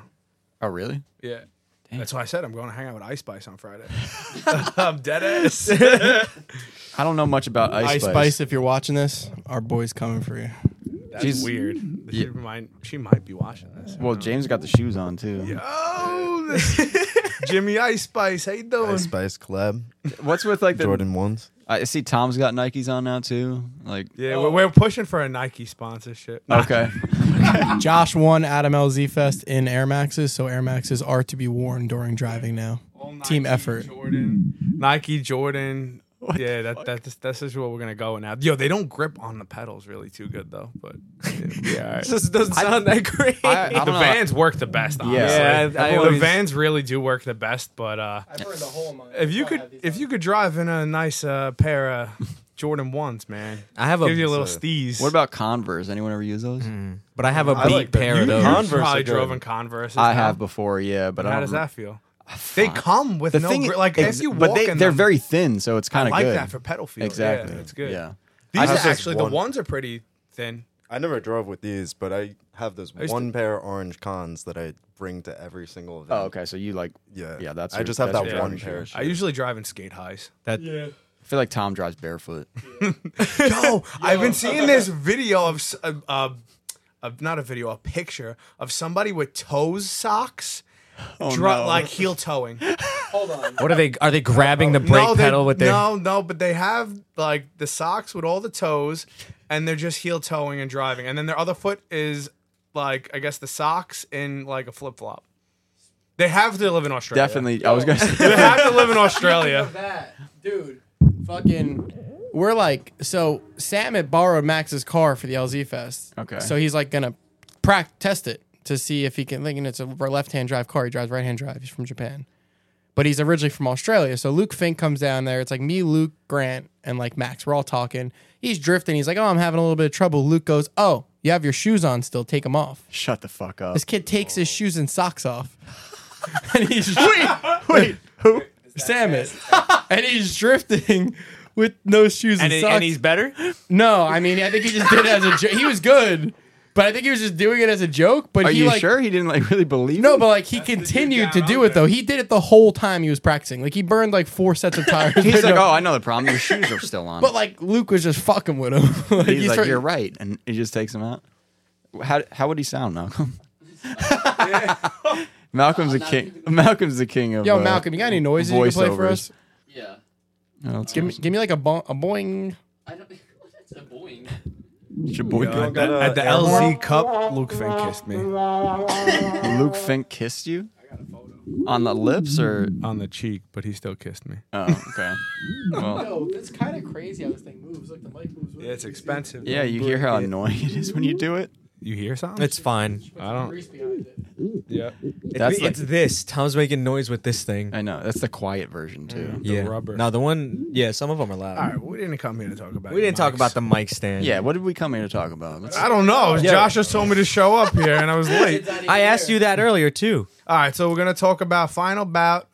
[SPEAKER 1] oh really?
[SPEAKER 6] Yeah. That's why I said I'm going to hang out with Ice Spice on Friday. I'm dead ass.
[SPEAKER 1] I don't know much about Ice,
[SPEAKER 5] Ice
[SPEAKER 1] Spice.
[SPEAKER 5] Spice, if you're watching this, our boy's coming for you.
[SPEAKER 6] That's
[SPEAKER 1] She's-
[SPEAKER 6] weird. She,
[SPEAKER 1] Yeah.
[SPEAKER 6] might, she might be watching this.
[SPEAKER 1] Well, James got the shoes on too.
[SPEAKER 6] Oh, this- Jimmy Ice Spice, how you doing?
[SPEAKER 2] Ice Spice collab.
[SPEAKER 1] What's with like the?
[SPEAKER 2] Jordan ones.
[SPEAKER 1] I see Tom's got Nikes on now too. Like
[SPEAKER 6] Yeah, we're, we're pushing for a Nike sponsorship.
[SPEAKER 1] okay,
[SPEAKER 5] Josh won Adam LZ Fest in Air Maxes, so Air Maxes are to be worn during driving now. Team effort.
[SPEAKER 6] Jordan, Nike, Jordan. yeah, that, that that's that's just what we're gonna go with now. Yo, they don't grip on the pedals really too good though. But yeah,
[SPEAKER 3] This doesn't sound that great.
[SPEAKER 1] I, I
[SPEAKER 6] the
[SPEAKER 1] don't know.
[SPEAKER 6] Vans work the best. Honestly.
[SPEAKER 1] Yeah,
[SPEAKER 3] I- I
[SPEAKER 6] the
[SPEAKER 3] always-
[SPEAKER 6] Vans really do work the best. But uh, if you could if you could drive in a nice uh, pair of Jordan ones, man,
[SPEAKER 3] I have
[SPEAKER 6] give you a
[SPEAKER 3] a
[SPEAKER 6] little
[SPEAKER 2] So-
[SPEAKER 6] steez.
[SPEAKER 1] What about Converse? Anyone ever use those?
[SPEAKER 3] but I have a
[SPEAKER 2] I
[SPEAKER 3] beat
[SPEAKER 2] like that.
[SPEAKER 3] pair
[SPEAKER 6] you,
[SPEAKER 3] of
[SPEAKER 6] you
[SPEAKER 3] those.
[SPEAKER 2] Converse are
[SPEAKER 6] probably
[SPEAKER 2] good.
[SPEAKER 6] drove in Converse.
[SPEAKER 1] I have before, yeah, but I
[SPEAKER 6] How
[SPEAKER 1] don't
[SPEAKER 6] does
[SPEAKER 1] rem-
[SPEAKER 6] that feel? They come with
[SPEAKER 1] The
[SPEAKER 6] no
[SPEAKER 1] thing,
[SPEAKER 6] grip. Like
[SPEAKER 1] ex-
[SPEAKER 6] as you walk
[SPEAKER 1] but they,
[SPEAKER 6] in
[SPEAKER 1] they're
[SPEAKER 6] them,
[SPEAKER 1] very thin, so it's kind of
[SPEAKER 6] like
[SPEAKER 1] good.
[SPEAKER 6] that for pedal feel.
[SPEAKER 1] exactly,
[SPEAKER 6] yeah, it's good.
[SPEAKER 1] Yeah, I
[SPEAKER 6] These
[SPEAKER 1] have
[SPEAKER 6] are
[SPEAKER 1] this
[SPEAKER 6] actually
[SPEAKER 2] one-
[SPEAKER 6] the ones are pretty thin.
[SPEAKER 2] I never drove with these, but I have this
[SPEAKER 6] used to-
[SPEAKER 2] one pair of orange cons that I bring to every single event.
[SPEAKER 1] Oh, okay. So you like?
[SPEAKER 2] Yeah.
[SPEAKER 1] yeah. That's.
[SPEAKER 2] I
[SPEAKER 1] your-
[SPEAKER 2] just have
[SPEAKER 1] that's
[SPEAKER 2] that
[SPEAKER 1] your
[SPEAKER 2] one
[SPEAKER 1] driving
[SPEAKER 2] pair.
[SPEAKER 1] shoe.
[SPEAKER 6] I usually drive in skate highs.
[SPEAKER 3] That
[SPEAKER 1] I feel like Tom drives barefoot.
[SPEAKER 6] Yo, I've been seeing this video of, s- of, of- of not a video, a picture of somebody with toes socks,
[SPEAKER 1] Oh,
[SPEAKER 6] dra- like heel toeing.
[SPEAKER 3] what are they? Are they grabbing the brake
[SPEAKER 6] no, they-
[SPEAKER 3] pedal with their?
[SPEAKER 6] no, no, but they have like the socks with all the toes, and they're just heel toeing and driving, and then their other foot is like I guess the socks in like a flip flop. They have to live in Australia.
[SPEAKER 1] Definitely. I was gonna.
[SPEAKER 6] They
[SPEAKER 1] say
[SPEAKER 6] have to live in Australia.
[SPEAKER 5] that, dude, fucking. We're like, so Sam had borrowed Max's car for the LZ Fest.
[SPEAKER 1] Okay.
[SPEAKER 5] So he's like gonna prac test it to see if he can. Thinking it's a left-hand drive car. He drives right-hand drive. He's from Japan, but he's originally from Australia. So Luke Fink comes down there. It's like me, Luke, Grant, and like Max. We're all talking. He's drifting. He's like, oh, I'm having a little bit of trouble. Luke goes, oh, You have your shoes on still, take them off.
[SPEAKER 7] Shut the fuck up.
[SPEAKER 5] This kid takes his shoes and socks off. and he's
[SPEAKER 7] Wait, who?
[SPEAKER 5] Samus. and he's drifting with no shoes and,
[SPEAKER 3] And, it-
[SPEAKER 5] socks.
[SPEAKER 3] and he's better.
[SPEAKER 5] no, I mean, I think he just did it as a joke. He was good, but I think he was just doing it as a joke. But
[SPEAKER 7] Are
[SPEAKER 5] he
[SPEAKER 7] you
[SPEAKER 5] like,
[SPEAKER 7] sure he didn't like really believe?
[SPEAKER 5] No,
[SPEAKER 7] it?
[SPEAKER 5] but like he
[SPEAKER 6] the dude
[SPEAKER 5] continued to
[SPEAKER 6] down
[SPEAKER 5] do
[SPEAKER 6] under.
[SPEAKER 5] it though. He did it the whole time he was practicing. Like he burned like four sets of tires.
[SPEAKER 1] He's like, oh, I know the problem. Your shoes are still on.
[SPEAKER 5] But like Luke was just fucking with him. like,
[SPEAKER 1] he's,
[SPEAKER 5] he's
[SPEAKER 1] like,
[SPEAKER 5] trying-
[SPEAKER 1] you're right, and he just takes him out. How how would he sound, Malcolm? Malcolm's the king. Malcolm's the king of.
[SPEAKER 5] Yo,
[SPEAKER 1] uh,
[SPEAKER 5] Malcolm, you got any noises you can play for
[SPEAKER 1] voiceovers.
[SPEAKER 5] us?
[SPEAKER 8] Yeah.
[SPEAKER 1] Oh, it's
[SPEAKER 5] Give me, give me like a, bo- a boing.
[SPEAKER 8] I don't. That's a boing.
[SPEAKER 1] your boy
[SPEAKER 2] Y'all got a
[SPEAKER 6] At the
[SPEAKER 2] air
[SPEAKER 6] LZ Cup, Luke Fink kissed me
[SPEAKER 1] Luke Fink kissed you on the lips, or
[SPEAKER 6] on the cheek, but he still kissed me.
[SPEAKER 1] oh, okay. Well,
[SPEAKER 9] Yo, that's kind of crazy how this thing moves. Look, the mic moves. with
[SPEAKER 6] Yeah, it's
[SPEAKER 9] it.
[SPEAKER 6] expensive.
[SPEAKER 1] yeah, you hear how annoying it is when you do it.
[SPEAKER 6] You hear something?
[SPEAKER 3] It's fine.
[SPEAKER 6] I don't.
[SPEAKER 9] Grease behind it.
[SPEAKER 6] Yeah.
[SPEAKER 1] That's
[SPEAKER 3] It's,
[SPEAKER 1] like-
[SPEAKER 3] it's this. Tom's making noise with this thing.
[SPEAKER 1] I know that's the quiet version too.
[SPEAKER 3] yeah.
[SPEAKER 6] rubber.
[SPEAKER 3] Now the one. Yeah, some of them are loud.
[SPEAKER 6] All right, we didn't come here to talk about.
[SPEAKER 3] We didn't talk
[SPEAKER 6] mics.
[SPEAKER 3] about the mic stand.
[SPEAKER 1] Yeah, what did we come here to talk about? Let's-
[SPEAKER 6] I don't know. Josh just told me to show up here, and I was late.
[SPEAKER 3] I asked you that earlier too.
[SPEAKER 6] All right, so we're gonna talk about final bout,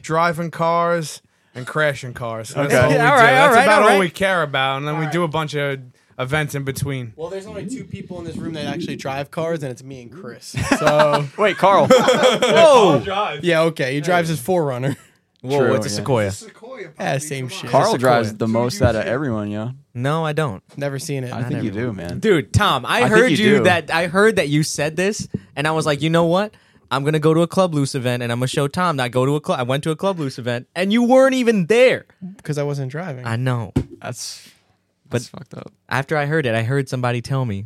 [SPEAKER 6] driving cars and crashing cars. That's
[SPEAKER 1] Okay.
[SPEAKER 6] all we
[SPEAKER 3] All
[SPEAKER 6] do.
[SPEAKER 3] right,
[SPEAKER 6] That's
[SPEAKER 3] all right,
[SPEAKER 6] about
[SPEAKER 3] all
[SPEAKER 6] all,
[SPEAKER 3] right.
[SPEAKER 6] we care about, and then we do a bunch of events in between.
[SPEAKER 5] Well, there's only two people in this room that actually drive cars, and it's me and Chris. So
[SPEAKER 1] Wait, Carl.
[SPEAKER 3] Whoa.
[SPEAKER 5] yeah, okay. He drives his forerunner.
[SPEAKER 3] Whoa.
[SPEAKER 1] True,
[SPEAKER 3] it's a
[SPEAKER 1] yeah.
[SPEAKER 3] Sequoia.
[SPEAKER 6] Sequoia.
[SPEAKER 5] Yeah, same shit.
[SPEAKER 1] Carl drives
[SPEAKER 5] Sequoia.
[SPEAKER 1] the most out of everyone, yo.
[SPEAKER 3] No, I don't.
[SPEAKER 5] Never seen it.
[SPEAKER 1] I think you do, man.
[SPEAKER 3] Dude, Tom,
[SPEAKER 1] I
[SPEAKER 3] I,
[SPEAKER 1] think
[SPEAKER 3] heard
[SPEAKER 1] you
[SPEAKER 3] you,
[SPEAKER 1] do.
[SPEAKER 3] that I heard that you said this, and I was like, you know what? I'm gonna go to a Club Loose event, and I'm gonna show Tom that I go to a club. I went to a Club Loose event, and you weren't even there.
[SPEAKER 5] because I wasn't driving.
[SPEAKER 3] I know.
[SPEAKER 1] That's
[SPEAKER 3] But-
[SPEAKER 1] that's fucked up.
[SPEAKER 3] After I heard it, I heard somebody tell me,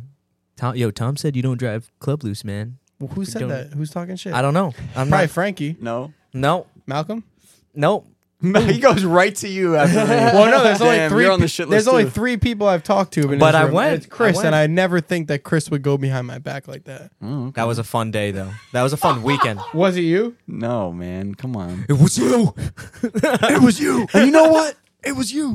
[SPEAKER 3] Tom, yo, Tom said you don't drive Club Loose, man.
[SPEAKER 5] Well, who said
[SPEAKER 3] don't-
[SPEAKER 5] that? Who's talking shit?
[SPEAKER 3] I don't know. I'm
[SPEAKER 5] Probably
[SPEAKER 3] not.
[SPEAKER 5] Frankie.
[SPEAKER 1] No,
[SPEAKER 3] No,
[SPEAKER 5] Malcolm.
[SPEAKER 3] no.
[SPEAKER 1] he goes right to you after.
[SPEAKER 5] Well, no, there's only
[SPEAKER 1] Damn,
[SPEAKER 5] 3
[SPEAKER 1] you're on the
[SPEAKER 5] pe-
[SPEAKER 1] shit
[SPEAKER 5] there's
[SPEAKER 1] list,
[SPEAKER 5] only
[SPEAKER 1] too.
[SPEAKER 5] three people I've talked to, in
[SPEAKER 3] But
[SPEAKER 5] this
[SPEAKER 3] I
[SPEAKER 5] room,
[SPEAKER 3] went.
[SPEAKER 5] and It's
[SPEAKER 3] I
[SPEAKER 5] Chris,
[SPEAKER 3] went. Mm.
[SPEAKER 5] and I never think that Chris would go behind my back like that.
[SPEAKER 3] That was a fun day though. That was a fun weekend.
[SPEAKER 5] Was it you?
[SPEAKER 1] no, man, come on.
[SPEAKER 3] it was you.
[SPEAKER 1] It was you, and you know what? It was you.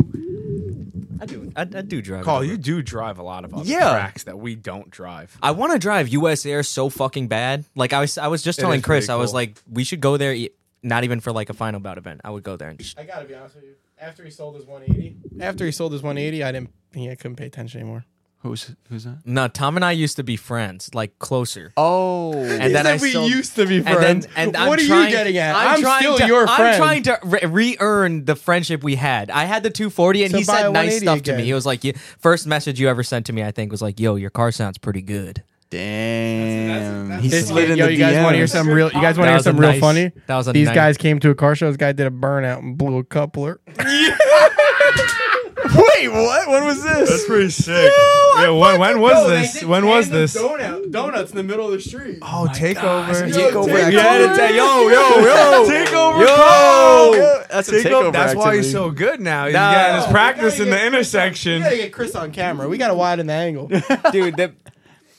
[SPEAKER 3] I do. I, I do drive.
[SPEAKER 6] Carl, you do drive a lot of other
[SPEAKER 3] Yeah.
[SPEAKER 6] tracks that we don't drive.
[SPEAKER 3] I want to drive U.S. Air so fucking bad. Like I was, I was just
[SPEAKER 6] It
[SPEAKER 3] telling
[SPEAKER 6] is pretty
[SPEAKER 3] Chris, I was
[SPEAKER 6] cool.
[SPEAKER 3] like, we should go there. e- Not even for like a final bout event. I would go there and just.
[SPEAKER 9] I gotta be honest with you. After he sold his 180,
[SPEAKER 5] After he sold his 180, I didn't. Yeah, I couldn't pay attention anymore.
[SPEAKER 1] Who's who's that?
[SPEAKER 3] No, Tom and I used to be friends, like closer.
[SPEAKER 1] Oh,
[SPEAKER 3] And then I
[SPEAKER 5] we
[SPEAKER 3] sold-
[SPEAKER 5] used to be
[SPEAKER 3] and then-
[SPEAKER 5] friends.
[SPEAKER 3] and I'm
[SPEAKER 5] what are
[SPEAKER 3] trying-
[SPEAKER 5] you getting at?
[SPEAKER 3] I'm,
[SPEAKER 5] I'm,
[SPEAKER 3] trying
[SPEAKER 5] still
[SPEAKER 3] to,
[SPEAKER 5] your friend.
[SPEAKER 3] I'm trying to re- re-earn the friendship we had. I had the 240, and
[SPEAKER 5] So
[SPEAKER 3] he
[SPEAKER 5] buy a
[SPEAKER 3] said nice
[SPEAKER 5] 180
[SPEAKER 3] stuff to me.
[SPEAKER 5] again.
[SPEAKER 3] He was like, you, first message you ever sent to me, I think, was like, "Yo, your car sounds pretty good."
[SPEAKER 1] damn.
[SPEAKER 6] that's-
[SPEAKER 1] he
[SPEAKER 6] that's-
[SPEAKER 1] slid in
[SPEAKER 5] yo,
[SPEAKER 1] the
[SPEAKER 5] you guys want to hear
[SPEAKER 1] DMs.
[SPEAKER 5] something real? You guys want
[SPEAKER 3] That
[SPEAKER 5] to hear
[SPEAKER 3] was a
[SPEAKER 5] something real
[SPEAKER 3] nice-
[SPEAKER 5] funny?
[SPEAKER 3] that was a
[SPEAKER 5] These
[SPEAKER 3] nice-
[SPEAKER 5] guys came to a car show. This guy did a burnout and blew a coupler.
[SPEAKER 1] Wait, what? When was this?
[SPEAKER 6] pretty sick. yeah, when, when was this? When was this?
[SPEAKER 9] donut, donuts in the middle of the street.
[SPEAKER 6] Oh, takeover.
[SPEAKER 1] Takeover.
[SPEAKER 6] Yeah,
[SPEAKER 1] activity.
[SPEAKER 6] it's a- yo, yo, yo. takeover. Yo.
[SPEAKER 1] That's a
[SPEAKER 6] Takeover.
[SPEAKER 1] takeover.
[SPEAKER 6] That's why he's
[SPEAKER 1] activity.
[SPEAKER 6] so good now. He's
[SPEAKER 3] No.
[SPEAKER 6] getting his
[SPEAKER 3] No, we
[SPEAKER 6] practice
[SPEAKER 5] gotta
[SPEAKER 6] in
[SPEAKER 5] get-
[SPEAKER 6] the intersection.
[SPEAKER 5] Oh, We gotta get Chris on camera. We gotta widen the angle.
[SPEAKER 3] Dude, that,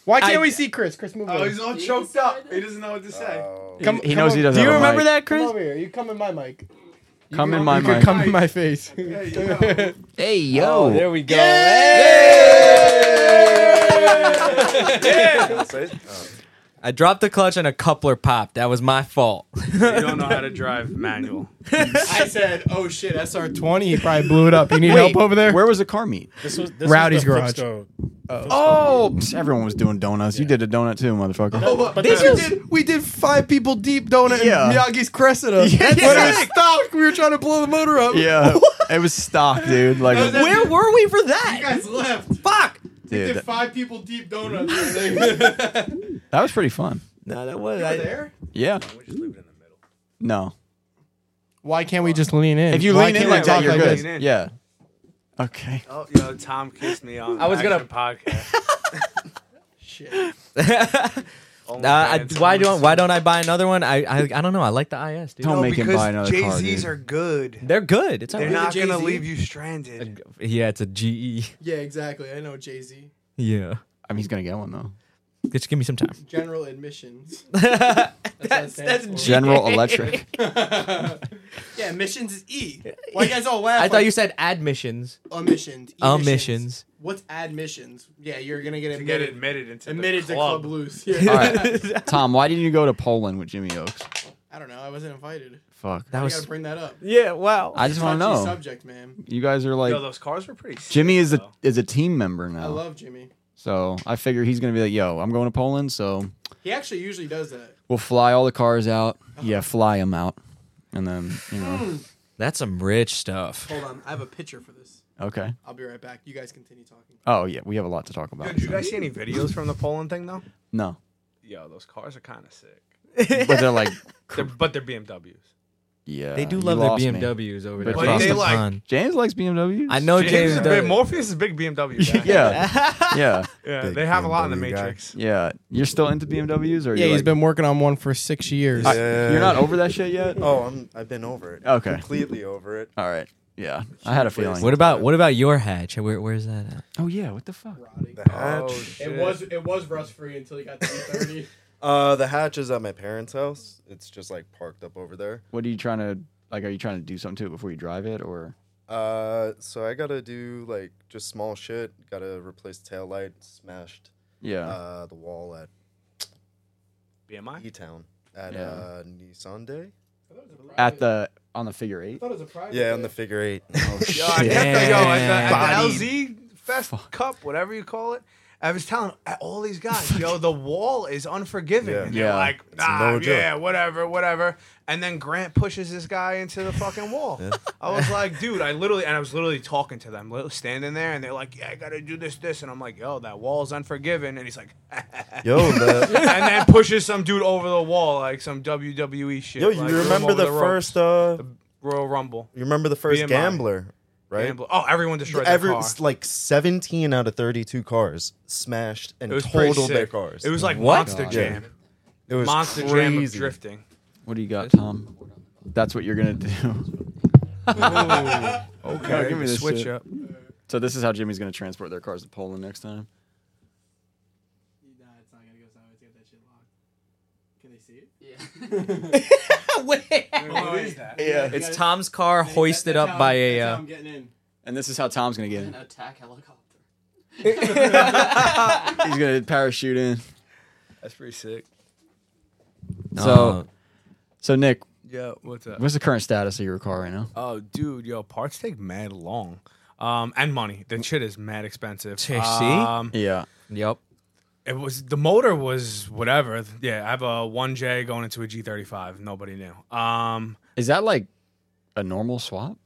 [SPEAKER 5] Why can't
[SPEAKER 3] I-
[SPEAKER 5] we see Chris? Chris, move over.
[SPEAKER 6] all
[SPEAKER 8] choked up. He
[SPEAKER 6] doesn't know what to say.
[SPEAKER 5] Come-
[SPEAKER 1] he
[SPEAKER 5] come
[SPEAKER 1] knows
[SPEAKER 5] on.
[SPEAKER 1] he doesn't.
[SPEAKER 3] do you
[SPEAKER 1] have a
[SPEAKER 3] remember
[SPEAKER 1] mic.
[SPEAKER 3] that,
[SPEAKER 5] Come
[SPEAKER 3] Chris?
[SPEAKER 5] over here. You come in my mic.
[SPEAKER 1] Come in my
[SPEAKER 5] you can
[SPEAKER 1] mind.
[SPEAKER 5] come in my face.
[SPEAKER 1] Hey yo.
[SPEAKER 3] there we go.
[SPEAKER 2] That's it? Oh.
[SPEAKER 3] I dropped the clutch and a coupler popped. That was my fault.
[SPEAKER 6] You don't know how to drive manual.
[SPEAKER 5] I said, "Oh shit, SR20." He probably blew it up. You need help over there?
[SPEAKER 1] Where was the car meet?
[SPEAKER 7] This was, this
[SPEAKER 5] Rowdy's
[SPEAKER 7] was the
[SPEAKER 5] garage.
[SPEAKER 7] Flipstone.
[SPEAKER 1] Oh, psh, everyone was doing donuts. You did a donut too, motherfucker.
[SPEAKER 5] But this we, did, we did five people deep donut
[SPEAKER 1] Yeah.
[SPEAKER 5] in Miyagi's Cressida.
[SPEAKER 1] Yeah.
[SPEAKER 5] When it was stopped, we were trying to blow the motor up.
[SPEAKER 1] Yeah, it was stock, dude. Like,
[SPEAKER 3] Where were we for that?
[SPEAKER 9] guys left.
[SPEAKER 3] Fuck.
[SPEAKER 1] dude,
[SPEAKER 9] Did
[SPEAKER 1] that,
[SPEAKER 9] five people deep donuts. you
[SPEAKER 1] that was pretty fun.
[SPEAKER 3] No, that was.
[SPEAKER 9] were
[SPEAKER 3] I,
[SPEAKER 9] there?
[SPEAKER 1] Yeah. No.
[SPEAKER 5] Why can't we just lean in?
[SPEAKER 1] If you
[SPEAKER 5] Why
[SPEAKER 1] lean in
[SPEAKER 5] can't
[SPEAKER 1] like
[SPEAKER 5] we
[SPEAKER 1] that,
[SPEAKER 5] talk
[SPEAKER 1] you're
[SPEAKER 6] like
[SPEAKER 1] good.
[SPEAKER 6] this? Lean in.
[SPEAKER 1] Yeah. Okay.
[SPEAKER 6] Oh, yo, Tom kissed me on.
[SPEAKER 3] I was gonna- Action
[SPEAKER 6] podcast. Oh
[SPEAKER 3] Uh, I, why don't Why don't I buy another one? I I, I don't know. I like the IS, dude.
[SPEAKER 1] Don't make him buy another
[SPEAKER 6] Jay
[SPEAKER 1] car.
[SPEAKER 6] Z's
[SPEAKER 1] Dude.
[SPEAKER 6] are good.
[SPEAKER 3] They're good. It's
[SPEAKER 6] They're
[SPEAKER 3] alright.
[SPEAKER 6] not gonna
[SPEAKER 5] Jay-Z?
[SPEAKER 6] leave you stranded.
[SPEAKER 3] Yeah, it's a GE.
[SPEAKER 5] Yeah, exactly. I know Jay Z.
[SPEAKER 3] Yeah.
[SPEAKER 1] I mean, he's gonna get one though.
[SPEAKER 3] Just give me some time.
[SPEAKER 4] General admissions.
[SPEAKER 3] that's E.
[SPEAKER 4] stands for.
[SPEAKER 1] General Electric.
[SPEAKER 4] yeah, missions is E. Why you guys all laugh?
[SPEAKER 3] I
[SPEAKER 4] like-
[SPEAKER 3] thought you said admissions.
[SPEAKER 4] omissions.
[SPEAKER 3] Omissions.
[SPEAKER 4] What's admissions? Yeah, you're gonna get
[SPEAKER 6] to get
[SPEAKER 4] admitted.
[SPEAKER 6] admitted into
[SPEAKER 4] admitted
[SPEAKER 6] the
[SPEAKER 4] to
[SPEAKER 6] club.
[SPEAKER 4] Club Loose. Yeah.
[SPEAKER 1] All right. Tom, why didn't you go to Poland with Jimmy Oaks?
[SPEAKER 4] I don't know. I wasn't invited.
[SPEAKER 1] Fuck.
[SPEAKER 3] That
[SPEAKER 4] I gotta
[SPEAKER 3] was
[SPEAKER 4] bring that up.
[SPEAKER 3] yeah. Wow.
[SPEAKER 1] I just want to
[SPEAKER 4] Touchy
[SPEAKER 1] know.
[SPEAKER 4] Subject, man.
[SPEAKER 1] You guys are
[SPEAKER 6] Yo,
[SPEAKER 1] like
[SPEAKER 6] those cars were pretty. Sick,
[SPEAKER 1] Jimmy is a
[SPEAKER 6] though.
[SPEAKER 1] is a team member
[SPEAKER 4] I
[SPEAKER 1] now.
[SPEAKER 4] love Jimmy.
[SPEAKER 1] So I figure he's gonna be like, "Yo, I'm going to Poland, so
[SPEAKER 4] He actually usually does that.
[SPEAKER 1] we'll fly all the cars out. Yeah, fly them out, and then you know,
[SPEAKER 3] That's some rich stuff.
[SPEAKER 4] Hold on, I have a picture for this.
[SPEAKER 1] okay.
[SPEAKER 4] I'll be right back. You guys continue talking.
[SPEAKER 1] Oh yeah, we have a lot to talk about.
[SPEAKER 6] Yo, did you guys see any videos from the Poland thing though?
[SPEAKER 1] no,
[SPEAKER 6] Yo, those cars are kind of sick.
[SPEAKER 1] but they're like,
[SPEAKER 6] They're, but they're BMWs.
[SPEAKER 1] yeah,
[SPEAKER 3] They do
[SPEAKER 1] you
[SPEAKER 3] love their
[SPEAKER 1] lost me.
[SPEAKER 3] BMWs over
[SPEAKER 1] But
[SPEAKER 3] there.
[SPEAKER 1] But
[SPEAKER 6] they like-
[SPEAKER 1] James likes BMWs.
[SPEAKER 3] I know
[SPEAKER 6] James
[SPEAKER 3] James
[SPEAKER 6] is a big,
[SPEAKER 3] does.
[SPEAKER 6] Morpheus is a big BMW guy.
[SPEAKER 1] Yeah, yeah,
[SPEAKER 6] yeah.
[SPEAKER 2] Big
[SPEAKER 6] They have a lot in the
[SPEAKER 2] BMW guy.
[SPEAKER 6] Matrix.
[SPEAKER 1] yeah. You're still into BMWs, or
[SPEAKER 4] Yeah, he's
[SPEAKER 1] you're like-
[SPEAKER 4] been working on one for six years.
[SPEAKER 1] I- you're not over that shit yet.
[SPEAKER 2] Oh, I'm. I've been over it.
[SPEAKER 1] Okay.
[SPEAKER 2] Completely over it.
[SPEAKER 1] All right. Yeah, I had a feeling.
[SPEAKER 3] What about what about your hatch? Where, where's that at?
[SPEAKER 1] Oh yeah, what the fuck?
[SPEAKER 4] Rotting.
[SPEAKER 2] The
[SPEAKER 6] Oh,
[SPEAKER 2] hatch.
[SPEAKER 6] shit.
[SPEAKER 4] It was it was rust free until he got to 30.
[SPEAKER 2] Uh, the hatch is at my parents' house. It's just like parked up over there.
[SPEAKER 1] What are you trying to like? Are you trying to do something to it before you drive it, or
[SPEAKER 2] Uh, so I gotta do like just small shit. Gotta replace tail light. Smashed
[SPEAKER 1] yeah?
[SPEAKER 2] uh the wall at
[SPEAKER 6] BMI.
[SPEAKER 2] E Town at
[SPEAKER 1] Yeah.
[SPEAKER 2] uh Nissan Day.
[SPEAKER 1] at the on the figure eight.
[SPEAKER 4] thought it was a private.
[SPEAKER 2] Yeah, on the figure eight.
[SPEAKER 6] Yo, I kept the, yo, at the, at
[SPEAKER 1] Bodied.
[SPEAKER 6] the LZ Fest Cup, whatever you call it. I was telling all these guys, yo, the wall is unforgiving.
[SPEAKER 2] Yeah.
[SPEAKER 6] And they're
[SPEAKER 1] Yeah.
[SPEAKER 6] like,
[SPEAKER 2] a
[SPEAKER 6] nah,
[SPEAKER 2] no joke.
[SPEAKER 6] yeah, whatever, whatever. And then Grant pushes this guy into the fucking wall. I was like, dude, I literally, and I was literally talking to them, literally standing there, and they're like, yeah, I gotta do this, this. And I'm like, yo, that wall's unforgiving. And he's like,
[SPEAKER 2] Yo, the,
[SPEAKER 6] and then pushes some dude over the wall, like some WWE shit.
[SPEAKER 2] yo,
[SPEAKER 6] like,
[SPEAKER 2] you
[SPEAKER 6] threw him
[SPEAKER 2] remember
[SPEAKER 6] over
[SPEAKER 2] the,
[SPEAKER 6] ropes.
[SPEAKER 2] first? Uh,
[SPEAKER 6] Royal Rumble.
[SPEAKER 2] you remember the first
[SPEAKER 6] BMI.
[SPEAKER 2] gambler, right?
[SPEAKER 6] Gambler. Oh, everyone destroyed
[SPEAKER 2] Every
[SPEAKER 6] their car.
[SPEAKER 2] s- like seventeen out of thirty-two cars smashed and
[SPEAKER 6] It was pretty
[SPEAKER 2] totaled their
[SPEAKER 6] sick.
[SPEAKER 2] cars.
[SPEAKER 6] It was like
[SPEAKER 3] What?
[SPEAKER 6] Monster
[SPEAKER 1] God.
[SPEAKER 6] Jam.
[SPEAKER 2] It was
[SPEAKER 6] Monster Jam of
[SPEAKER 2] crazy.
[SPEAKER 6] drifting.
[SPEAKER 1] What do you got, Tom? That's what you're gonna do.
[SPEAKER 6] Okay,
[SPEAKER 1] Yeah, give me this
[SPEAKER 6] switch
[SPEAKER 1] shit.
[SPEAKER 6] up.
[SPEAKER 1] So this is how Jimmy's gonna transport their cars to Poland next time.
[SPEAKER 4] Nah, it's not gonna go sideways. Get that shit locked. Can they see it?
[SPEAKER 10] Yeah.
[SPEAKER 4] Oh,
[SPEAKER 6] What is that?
[SPEAKER 1] Yeah.
[SPEAKER 4] It's
[SPEAKER 3] It's Tom's car hoisted up by a.
[SPEAKER 4] That's how
[SPEAKER 3] Uh,
[SPEAKER 4] I'm getting in.
[SPEAKER 1] And this is how Tom's gonna get
[SPEAKER 10] An
[SPEAKER 1] in.
[SPEAKER 10] attack helicopter.
[SPEAKER 1] He's gonna parachute in.
[SPEAKER 6] That's pretty sick.
[SPEAKER 1] So, so Nick,
[SPEAKER 6] Yeah, what's up?
[SPEAKER 1] what's the current status of your car right now?
[SPEAKER 6] Oh, dude, yo, parts take mad long. Um, and money. The shit is mad expensive.
[SPEAKER 3] See?
[SPEAKER 6] Um,
[SPEAKER 1] Yeah.
[SPEAKER 3] yep.
[SPEAKER 6] it was the motor was whatever. Yeah, I have a one J going into a G thirty five. Nobody knew. Um,
[SPEAKER 1] Is that like a normal swap?